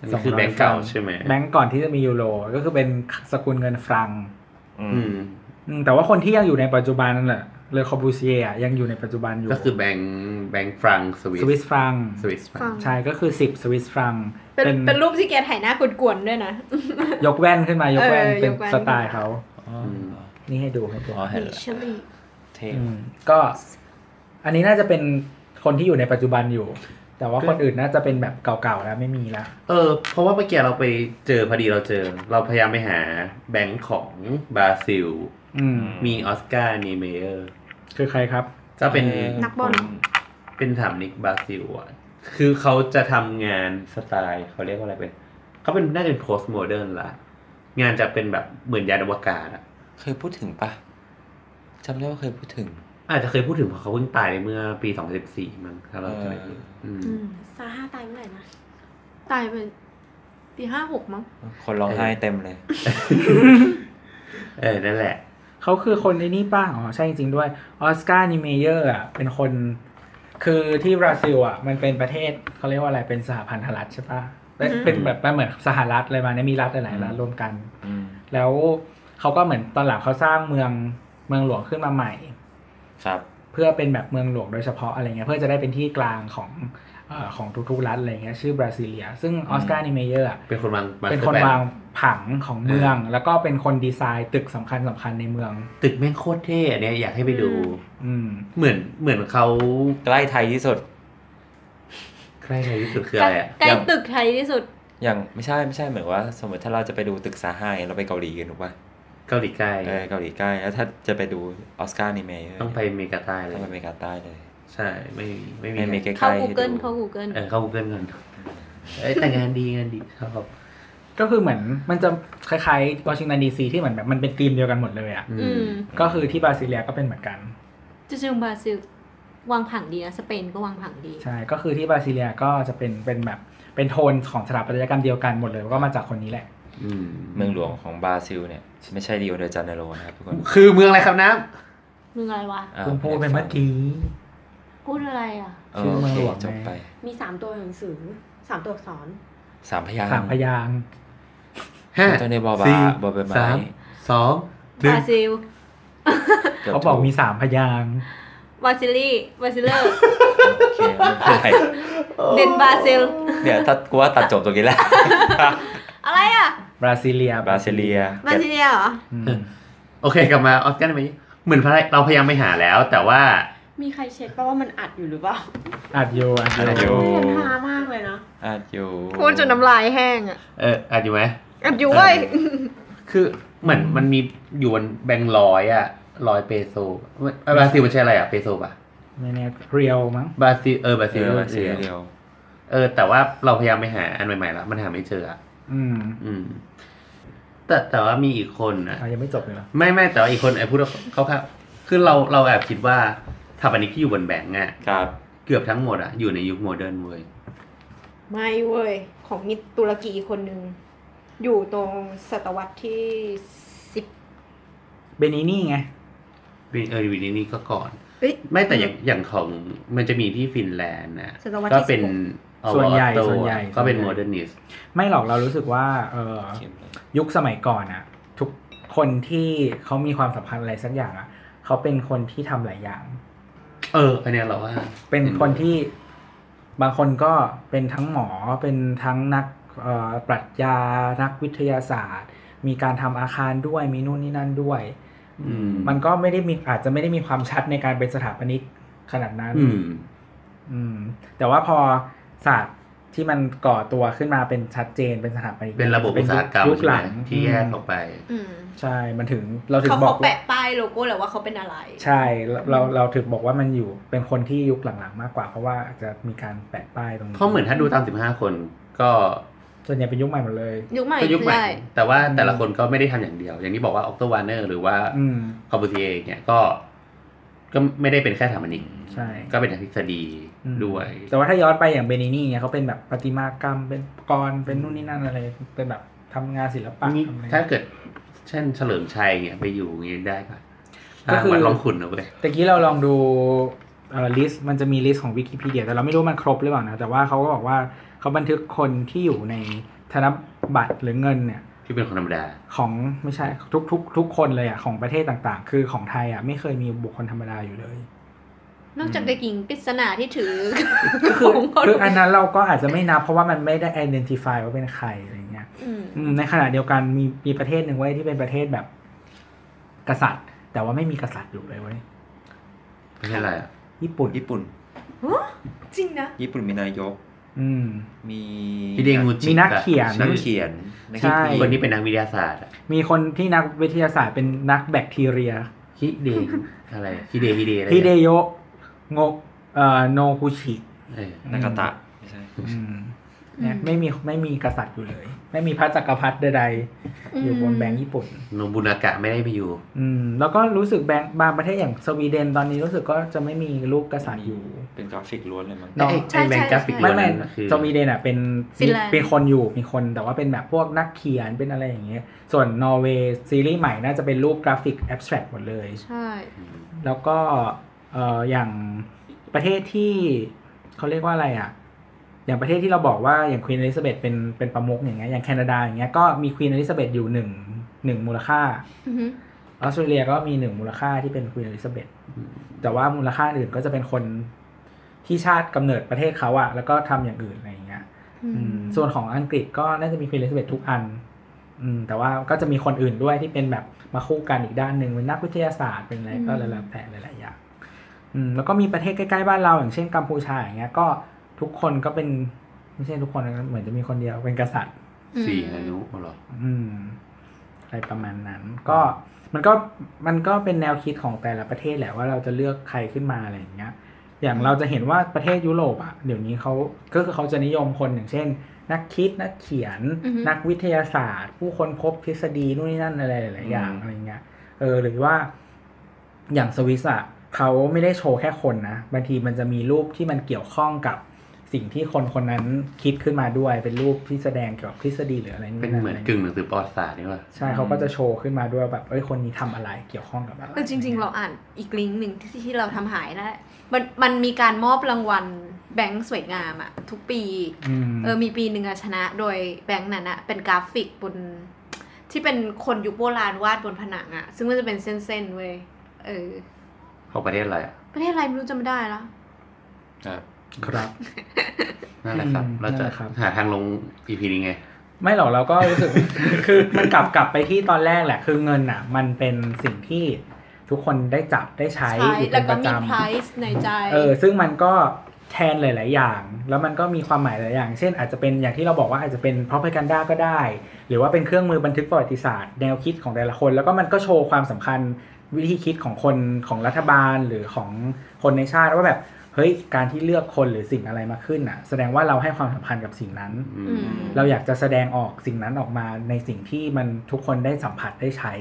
S3: อันนี้คือแบงก์เก่าใช่ไหม
S4: แบงก์ก่อนที่จะมียูโรก็คือเป็นสกุลเงินฟรัง
S5: อื
S3: อื
S5: ม
S3: ม
S4: อืมแต่ว่าคนที่ยังอยู่ในปัจจุบันนั่นแหละเลอคอบูเซียยังอยู่ในปัจจุบันอยู่
S3: ก็คือแบงก์แบงก์ฟรังสวิส
S4: สวิสฟรัง
S3: สวิสฟรัง
S4: ใช่ก็คือสิบสวิสฟรัง
S7: เป็นเป็นรูปที่แกถ่ายหน้ากวนๆด้วยนะ
S4: ยกแว่นขึ้นมายกแว่น
S7: เออย
S4: เป็น
S7: กแว่น
S4: สไตล์เขา
S5: อ๋อ
S4: นี่ให้ดูให้ดู
S5: อ๋อเห็นแล้วเท่
S4: อืมก็อันนี้น่าจะเป็นคนที่อยู่ในปัจจุบันอยู่ แต่ว่าคนอื่นน่าจะเป็นแบบเก่าๆแล้วไม่มีละ
S3: เออ เพราะว่าเมื่อกี้เราไปเจอพอดีเราเจอ เราพยายามไปหาแบงก์ของบราซิล
S4: อืม
S3: มีออสการ์นีเมเยอร์
S4: คือใครครับ
S3: ก็เป็น
S11: นักบอล
S3: เป็นถามนิกบราซิลอะคือเขาจะทำงานสไตล์เขาเรียกว่าอะไรเป็นเขาเป็นน่าจะเป็นโพสต์โมเดิร์นละงานจะเป็นแบบเหมือนยานอวกาศอะ
S5: เคยพูดถึงปะจำได้ว่าเคยพูดถึง
S3: อาจจะเคยพูดถึงเพราะเขาเพิ่งตายไปเมื่อปี2014มั้งถ้าเราจะไม่ผิดอืม
S11: ซาห้าตายเมื่อไหร่นะ
S6: ตายเป็นปีห้าหกมั้ง
S5: คนร้องไห้เต็มเลย
S3: เออ นั่นแหละ
S4: เขาคือคนไอ้นี่ป้าอ๋อใช่จริง ๆ ด้วยออสการ์นิเมเยอร์อ่ะเป็นคน คือที่บราซิลอ่ะ มันเป็นประเทศเขาเรียกว่าอะไรเป็นสหพันธรัฐใช่ปะเป็นเป็นแบบมันเหมือนสหรัฐอะไรมาเนี่ยมีรัฐหลายๆรัฐรวมกัน
S5: อืม
S4: แล้วเขาก็เหมือนตอนหลังเขาสร้างเมืองเมืองหลวงขึ้นมาใหม่
S5: ครับ
S4: เพื่อเป็นแบบเมืองหลวงโดยเฉพาะอะไรเงี้ยเพื่อจะได้เป็นที่กลางของเอ่อของทุกๆรัฐอะไรเงี้ยชื่อบราซิเลีย ซึ่งออสการ์นิเมเยอร์อ่ะ
S3: เป็นคนวาง master
S4: เป็นคน
S3: plan
S4: วางผังของเมือง แล้วก็เป็นคนดีไซน์ตึกสำคัญสำคัญๆในเมือง
S3: ตึกแม่งโคตรเท่อันเนี้ยอยากให้ไปดู
S4: อืม
S3: เหมือนเหมือนเขา
S5: ใกล้ไทยที่สุด
S3: ใกล้ใครที่สุดคืออะไรอะ
S6: ใกล้
S5: ยัง
S6: ตึกไทยที่สุด
S5: อย่างไม่ใช่ไม่ใช่เหมือนว่า สมมติถ้าเราจะไปดูตึกซาฮาเราไปเกาหลีกันถูกป่ะ
S3: เกาหลีใกล้
S5: เออเกาหลีใกล้แล้วถ้าจะไปดูออสการ์นิเมย์
S3: ต้องไปอเมริกาใต้เล
S5: ต้
S3: ย
S5: องไปอเมริกาใต้เลย
S3: ใช่ไม่ไม่มี
S5: ไม่มีใกล้ๆ
S6: เข้า
S5: ให้ดู
S6: Google เข้า Google
S3: เออเข้า Google กันเอ้ยแต่งานดีงานดีชอบ
S4: ก็คือเหมือนมันจะคล้ายๆวอชิงตันดีซีที่เหมือนแบบมันเป็นธีมเดียวกันหมดเลยอะ่ะ
S6: อืม
S4: ก็คือที่บราซิเลียก็เป็นเหมือนกัน
S6: จริงๆบราซิลวางผังดีนะ สเปนก็วางผังดี
S4: ใช่ ก็คือที่บราซิเลียก็จะเป็นเป็นแบบเป็นโทนของสถาปัตยกรรมเดียวกันหมดเลย ก็มาจากคนนี้แหละ
S3: อืม
S5: เมืองหลวงของบราซิลเนี่ย ไม่ใช่ริโอเดจาเนโรนะครับทุกคน
S3: คือเมืองอะไรครับน้
S6: มึงอะไรวะ
S5: อ้าว
S4: คุณพูดไปเมื่อกี้
S6: พูดอะไรอ่ะ
S5: เออโอเคจบไป
S2: มีสามตัวหนังสือสามตัวอักษร
S5: สามพยางค์
S4: สามพยางค์
S3: ำห้า
S5: อันโตัวในบอบา
S3: สี่
S5: บอเบไม้
S3: สามสอง
S6: บ
S3: หนึ่ง
S6: ราซิล
S5: ย
S4: เขาบอกมีสามพยางค์
S6: บราซิลีบราซิเลอร์
S5: โอเคไม่เป็นไร
S6: เดนบราซิล
S5: เดี๋ยวถ้ากูว่าตัดจบตรงนี้แหละ
S6: อะไรอ่ะ
S4: บราซิเลีย
S5: บราซิเลีย
S6: บราซิเลียเหรอ
S4: อืม
S3: โอเคกลับมาออสการ์ได้ไหมเหมือนพระเราพยายามไปหาแล้ว แต่ว่า
S2: มีใครเช็คป่าว่ามันอัดอยู่หรือเปล่า
S4: อัดโยอัด
S5: อา
S4: โย
S5: จู
S2: เรียนพามากเลยนะ
S5: อาจู
S6: พูดจนน้ำลายแห้งอ่ะ
S3: เอออ่านอยู่ไหม
S6: อัดอยู่เว้ย
S3: คือเหมือนมันมีอยู่บนแบงค์ร้อยอะร้อยเปโซบราซิลมันใช่อะไรอะเปโซป่ะ
S4: ไม่แน่เรียวมั้ง
S3: บราซิลเออบรา
S5: เอ
S3: ซิล
S5: อบราซิเลีย
S3: เออ แต่ว่าเราพยายามไปหาอันใหม่ๆแล้วมันหาไม่เจออะ
S4: อืม
S3: อืม แต่แต่ว่ามีอีกคนนะ
S4: อ่ะยังไม่จบเลยเหรอ
S3: ไม่ไม่แต่ว่าอีกคนไอ้พูดเขาครับคือเราเราแอบคิดว่าสถาปนิกที่อยู่บนแบงก์อะ
S5: ครับ
S3: เกือบทั้งหมดอะอยู่ในยุคโมเดิร์นเว้ย
S7: ไม่เว้ย ของมิตรตุรกีคนหนึ่ง อยู่ตรงศตวรรษที่สิบ
S4: เบนินี่ไง
S3: วินเออวินนี่ก็ก่อน
S6: เอ้ย
S3: ไม่แต่อย่างอย่างของมันจะมีที่ฟินแลนด์นะ
S6: ศตวรรษที่
S3: ก็เป็น
S6: สิบห
S4: ส่วนใหญ่
S3: อวตาร
S4: ส่วนใหญ่
S3: ก็เป็น
S4: ส่วนใหญ่
S3: โมเดิร์นิส
S4: ไม่หรอกเรารู้สึกว่าเออยุคสมัยก่อนอะทุกคนที่เขามีความสัมพันธ์อะไรสักอย่างอะเขาเป็นคนที่ทำหลายอย่าง
S3: เอออันเนี้ยเราว่า
S4: เป็นคนที่บางคนก็เป็นทั้งหมอเป็นทั้งนักเอ่อปรัชญานักวิทยาศาสตร์ มีการทำอาคารด้วยมีนู่นนี่นั่นด้วย
S3: อืม
S4: มันก็ไม่ได้มีอาจจะไม่ได้มีความชัดในการเป็นสถาปนิกขนาดนั้น
S3: อืม
S4: อืม แต่ว่าพอศาสตร์ที่มันก่อตัวขึ้นมาเป็นชัดเจนเป็นสถาปนิก
S3: เป็นระบบอุตสาหกรรม
S4: ยุคหลัง
S3: ใช่ไหมที่แยกออกไป
S6: อืม
S4: ใช่มันถึงเราถึ
S6: เขา
S4: งบอ
S6: เขา
S4: ก
S6: แปะป้ายโลโก้แหล้วว่าเขาเป็นอะไร
S4: ใช่เราเราเราถึงบอกว่ามันอยู่เป็นคนที่ยุคหลังๆมากกว่า เพราะว่าอาจจะมีการแปะป้ายตรงนี้
S3: เขาะเหมือนถ้าดูตามสิบห้าคนก็
S4: ส่วนใหญ่เป็นยุคใหม่หมดเลย
S6: ยุคใหม่
S3: ก็ยุคใหม่
S6: ได้
S3: แต่ว่าแต่ละคนก็ไม่ได้ทำอย่างเดียว อย่างที่บอกว่าออกตวานเนอร์หรือว่า
S4: อืม
S3: คอมบูติเองเนี่ยก็ก็ไม่ได้เป็นแค่สถาปนิก
S4: ใช่
S3: ก็เป็นทางทฤษฎี
S4: อืม
S3: ด้วย
S4: แต่ว่าถ้าย้อนไปอย่างเบนินี่เนี่ยเขาเป็นแบบประติมากรรมเป็นกรเป็นนู่นนี่นั่นอะไร เป็นแบบทำงานศิลปะ
S3: นี่
S4: ทำอะไร
S3: ถ้าเกิด เช่นเฉลิมชัยเนี่ยไปอยู่อย่างงี้ได้ปะ
S4: ก็
S3: ก็
S4: คื
S3: คือ อวัดลองขุนเอาไป
S4: แต่กี้เราลองดูลิสต์มันจะมีลิสต์ของวิกิพีเดียแต่เราไม่รู้มันครบหรือเปล่านะ แต่ว่าเขาก็บอกว่าเขาบันทึกคนที่อยู่ในธนบัตรหรือเงินเนี่ย
S3: ที่เป็นคนธรรมดา
S4: ของไม่ใช่ทุกทุกทุกคนเลยอ่ะของประเทศต่างๆ คือของไทยอ่ะไม่เคยมีบุคคลธรรมดาอยู่เลย
S6: นอกจากเด็กหญิงปริศนาที่ถือ
S4: ก็คือ
S6: ของเขา
S4: คืออันนั้นเราก็อาจจะไม่นับเพราะว่ามันไม่ได้ identify ว่าเป็นใครอะไรเงี้ย
S6: อืม
S4: อืมในขณะเดียวกันมีมีประเทศหนึ่งไว้ยที่เป็นประเทศแบบกษัตริย์ แต่ว่าไม่มีกษัตริย์อยู่เลยเว้ย
S3: ไม่ใช่อะไรอะ
S4: ญี่ปุ่น
S5: ญี่ปุ่น
S6: ฮะจริงนะ
S5: ญี่ปุ่นมีนายก
S4: อืม
S5: มี
S3: ฮิเดงูจิ
S4: มีนักเขียน
S3: อะ
S5: นัก
S3: ชื่อ
S5: เขียนนัก
S4: ใช่
S5: เขีย
S3: คนที่เป็นนักวิทยาศาสตร์อะ
S4: มีคนที่นักวิทยาศาสตร์เป็นนักแบคทีเรีย
S3: ฮิเดงอะไรฮิเดฮิเดอะไร
S4: ฮิเดโยะโงกเอ่อโนคุชิ
S3: เออ
S5: นากาตะไม่ใช่
S4: อืมเนี่ย
S6: อืม
S4: ไม่มีไม่มีกษัตริย์อยู่เลย ไม่มีพระจักรพรรดิใดๆอยู่บนแบงก์ญี่ปุ่น
S3: โนบุนากะไม่ได้ไปอยู่
S4: อืม แล้วก็รู้สึกแบงก์บางประเทศอย่างสวีเดนตอนนี้รู้สึกก็จะไม่มีลูกกษัตริย์อยู่
S5: เป็นกราฟิกล้วนเลยมั้ง
S4: น้อง
S3: ไอ้
S6: ใช่
S3: ไอ้แมง
S6: ใช่
S3: กราฟิก
S6: ใช่
S4: ไม่ไม่
S3: ตัวนั้นน่ะคือ
S4: สวีเดนอ่ะเป็น
S6: ฟินแลนด์
S4: เป็นคนอยู่มีคนแต่ว่าเป็นแบบพวกนักเขียนเป็นอะไรอย่างเงี้ย ส่วนนอร์เวย์ซีรีส์ใหม่น่าจะเป็นรูปกราฟิกแอบสแตรกหมดเลย
S6: ใช่
S4: แล้วก็เอ่ออย่างประเทศที่เขาเรียกว่าอะไรอ่ะ อย่างประเทศที่เราบอกว่าอย่างควีนอลิซาเบธเป็นเป็นประมุขอย่างเงี้ยอย่างแคนาดาอย่างเงี้ยก็มีควีนอลิซาเบธอยู่หนึ่งหนึ่งมูลค่า
S6: อือฮึ
S4: ออสเตรเลียก็มีหนึ่งมูลค่าที่เป็นควีนอลิซาเบธแต่ว่ามูลค่าอื่นก็จะเป็นคนที่ชาติกำเนิดประเทศเขาอะแล้วก็ทำอย่างอื่นอะไรอย่างเงี้ย
S6: อื
S4: อื
S6: ม
S4: มส่วนของอังกฤษก็น่าจะมีควีนอลิซาเบธทุกอัน อืม แต่ว่าก็จะมีคนอื่นด้วยที่เป็นแบบมาคู่กันอีกด้านหนึ่งเป็นนักวิทยาศาสตร์เป็นอะไรก็แล้วแต่หลายๆอย่างอืม แล้วก็มีประเทศใกล้ๆบ้านเราอย่างเช่นกัมพูชาอย่างเงี้ยก็ทุกคนก็เป็นไม่ใช่ทุกคนนะเหมือนจะมีคนเดียวเป็นกษัตริย์
S3: สี่อนุอ๋อเหรอ
S4: อืม อะไรประมาณนั้น ก็มันก็มันก็เป็นแนวคิดของแต่ละประเทศแหละว่าเราจะเลือกใครขึ้นมาอะไรอย่างเงี้ย อย่างเราจะเห็นว่าประเทศยุโรปอ่ะเดี๋ยวนี้เขาก็คือเขาจะนิยมคนอย่างเช่น นักคิดนักเขียน นักวิทยาศาสตร์ ผู้ค้นพบทฤษฎีนู่นนี่นั่นอะไรหลายๆอย่าง
S5: อืม
S4: อะไรเงี้ยเออหรือว่าอย่างสวิสอ่ะเขาไม่ได้โชว์แค่คนนะบางทีมันจะมีรูปที่มันเกี่ยวข้องกับสิ่งที่คนคนนั้นคิดขึ้นมาด้วย เป็นรูปที่แสดงเกี่ยวกับทฤษฎีหรืออะไร
S3: เป็นเหมือนกึ่งหนังสือประวัติศาสตร์นี่ว่ะ
S4: ใช่เขาก็จะโชว์ขึ้นมาด้วยว่าแบบเอ้ยคนนี้ทำอะไรเกี่ยวข้องกับอะไร
S6: เออจริง ๆ เราอ่านอีกลิงก์หนึ่งที่ที่เราทำหายนะมันมันมีการมอบรางวัลแบงค์สวยงามอะทุกปี
S4: อืม
S6: เออมีปีหนึ่งอะชนะโดยแบงค์นั้นอะเป็นกราฟิกบน ที่เป็นคนยุคโบราณวาดบนผนังอะซึ่งมันจะเป็นเส้นๆเว้ยเออ
S3: ของประเทศอะไรอ่ะ
S6: ประเทศอะไรไม่รู้จำไม่ได้แล้ว
S5: ครับ
S4: ครับ
S3: นั่นแหละครับ
S4: อืม
S3: เรา
S4: นั่
S3: จะ
S4: นแหละครับ
S3: หาทางลงอีพีนี้ไง
S4: ไม่หรอกเราก็รู้สึก คือมันกลับกลับไปที่ตอนแรกแหละ คือเงินอ่ะ มันเป็นสิ่งที่ทุกคนได้จับได้ใช้
S6: ใช่
S4: อยู่เป็
S6: แล้ว
S4: นป
S6: ก็
S4: ระ
S6: มี
S4: จ
S6: price ในใจ
S4: ำเออซึ่งมันก็แทนหลาย ๆ อย่าง แล้วมันก็มีความหมายหลายอย่าง เช่น อาจจะเป็นอย่างที่เราบอกว่าอาจจะเป็น propaganda ก็ได้ หรือว่าเป็นเครื่องมือบันทึกประวัติศาสตร์แนวคิดของแต่ละคน แล้วก็มันก็โชว์ความสำคัญวิธีคิดของคนของรัฐบาลหรือของคนในชาติว่าแบบเฮ้ยการที่เลือกคนหรือสิ่งอะไรมาขึ้นอ่ะ แสดงว่าเราให้ความสำคัญกับสิ่งนั้น
S3: อื
S6: อื
S3: ม
S6: ม
S4: เราอยากจะแสดงออกสิ่งนั้นออกมาในสิ่งที่มันทุกคนได้สัมผัสได้ใช้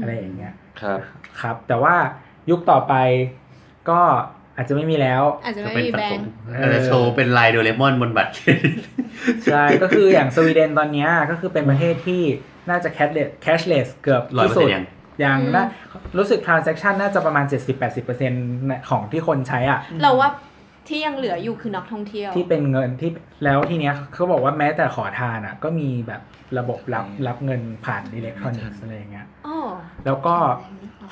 S4: อะไรอย่างเงี้ย
S5: ครับ
S4: ครับ แต่ว่ายุคต่อไปก็อาจจะไม่มีแล้ว
S6: อาจจะ
S3: จะ
S6: ไม่
S3: เป็น
S6: มี
S3: สัง
S6: แบ
S3: ค
S6: ง
S3: ม
S6: ค์
S4: เออ
S3: เราจะโชว์เป็นลายโดเรมอนบนบัตรเค รดิต
S4: ใช่ก็คืออย่างสวีเดนตอนเนี้ยก็คือเป็นประเทศที่น่าจะแคชเลสแคชเลสเกือบ
S3: ร้อย
S4: ที่
S3: เปอร์
S4: สุ
S3: เซ็น
S4: ด
S3: ต์ยัง
S4: อย่าง
S6: อืม
S4: นะรู้สึก transaction น่าจะประมาณ 70-80%ของที่คนใช้อ่ะ
S6: เราว่าที่ยังเหลืออยู่คือนักท่องเที่ยว
S4: ที่เป็นเงินที่แล้วทีเนี้ยเขาบอกว่าแม้แต่ขอทานอ่ะ ก็มีแบบระบบรับรับเงินผ่านอิเล็กทรอนิกส์อะไรอย่างเงี้ย
S6: อ๋อ
S4: แล้วก็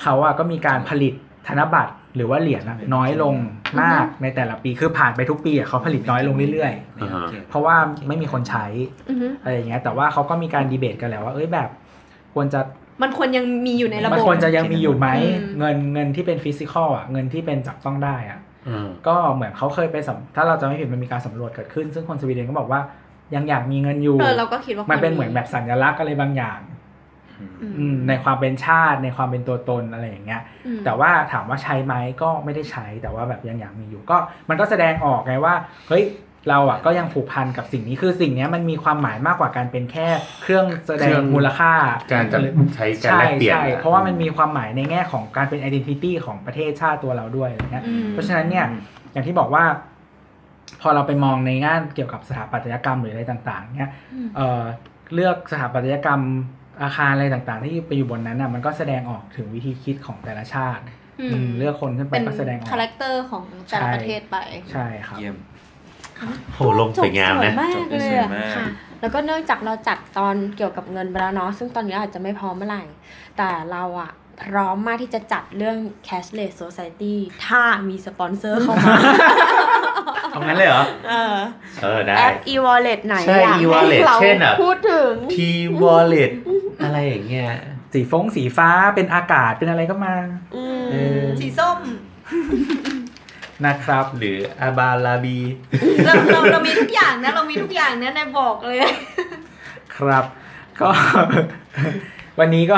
S4: เขาอะก็มีการผลิตธนบัตรหรือว่าเหรียญอะน้อยลงมากในแต่ละปีคือผ่านไปทุกปีอะเขาผลิตน้อยลงเรื่อย
S3: อ่าฮะ
S4: ๆ เพราะว่าไม่มีคนใช้
S6: อือฮึ
S4: อะไรอย่างเงี้ยแต่ว่าเขาก็มีการดีเบตกันแหล้วว่าเอ้ยแบบ ควรจะ
S6: มันควรยังมีอยู่ในระบบ
S4: มันควรจะยังมีอยู่ไหม
S6: อืม
S4: เงินเงินที่เป็นฟิสิกอลอะเงินที่เป็นจับต้องได้อะ
S3: อืม
S4: ก็เหมือนเขาเคยไปสำถ้าเราจะไม่ผิดมันมีการสำรวจเกิดขึ้น ซึ่งคนสวีเดนก็บอกว่ายังอยากมีเงินอยู่
S6: เออเราก็คิดว่าควร
S4: มันเป็นเหมือนแบบสัญลักษณ์อะไรบางอย่าง
S6: อืม
S4: อืมในความเป็นชาติในความเป็นตัวตนอะไรอย่างเงี้ย
S6: อืม
S4: แต่ว่าถามว่าใช้ไหมก็ไม่ได้ใช้แต่ว่าแบบยังอยากมีอยู่ก็มันก็แสดงออกไงว่าเฮ้ยเราอ่ะก็ยังผูกพันกับสิ่งนี้คือสิ่งเนี้ยมันมีความหมายมากกว่าการเป็นแค่เครื่องแสด
S3: เครื่
S4: ง
S3: อง
S4: มูลค่า
S3: การจะใช้การแลกเปลี่ยน
S4: ใช่ใช่เพราะว่ามันมีความหมายในแง่ของการเป็น identity ของประเทศชาติตัวเราด้วยอะไรเงี้ย
S6: อืม
S4: เพราะฉะนั้นเนี่ยอย่างที่บอกว่า พอเราไปมองในงานเกี่ยวกับสถาปัตยกรรมหรืออะไรต่าง ๆเนี่ย
S6: อืม
S4: เอ่อเลือกสถาปัตยกรรมอาคารอะไรต่างๆ ที่ไปอยู่บนนั้นน่ะมันก็แสดงออกถึงวิธีคิดของแต่ละชาติ
S6: อืม
S4: อืมเลือกคนขึ้นไป
S6: เป็น
S4: ก็แสดงออก
S6: คาแรคเตอร์ของแต่ละประเทศไป
S4: ใช่ครับ
S5: เยี่ยม
S3: โหลงสวยงามนะ
S11: จบมาก
S5: จบได้
S11: เลย
S5: สวย
S11: อะ
S5: มาก
S11: ค่ะ แล้วก็เนื่องจากเราจัดตอนเกี่ยวกับเงินไปแล้วเนาะ ซึ่งตอนนี้อาจจะไม่พร้อมเมื่อไหร่ แต่เราอะพร้อมมากที่จะจัดเรื่อง cashless society ถ้ามีสปอนเซอร์เข้า มา
S3: เอางั้นเลยเหรอ
S11: เออ
S3: เออได้
S11: แอป e-wallet ไหน
S3: ใช่
S11: อยากให้
S3: e-wallet
S11: เรา
S3: เช่นอะ
S11: พูดถึง
S3: ทีวอลเล็ตอะไรอย่างเงี้ย
S4: สีฟงสีฟ้าเป็นอากาศเป็นอะไรก็มา
S11: อื
S3: เอ
S11: ม
S3: อ
S7: สีส้ม
S4: นะครับ
S3: หรืออาบาลาบี
S7: เราเราเรามีทุกอย่างนะ เรามีทุกอย่างนะนายบอกเลย
S4: ครับ ก็ วันนี้ก็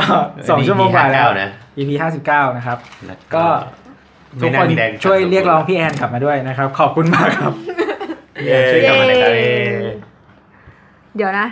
S4: สองชั่วโมงกว่าแล้ว
S3: นะ
S4: EP ห้าสิบเก้านะครับ
S3: แล้ว
S4: ก็ทุ
S3: ไม่
S4: ก
S3: น่า
S4: คน
S3: มีแรง
S4: ช่วยเรียกร้องพี่แอนกลับมาด้วยนะครับ ขอบคุณมากครับ
S3: เย้ช่วยกลับมาหน่อยครับ
S7: เย้
S3: เย้
S7: เดี๋ยวนะ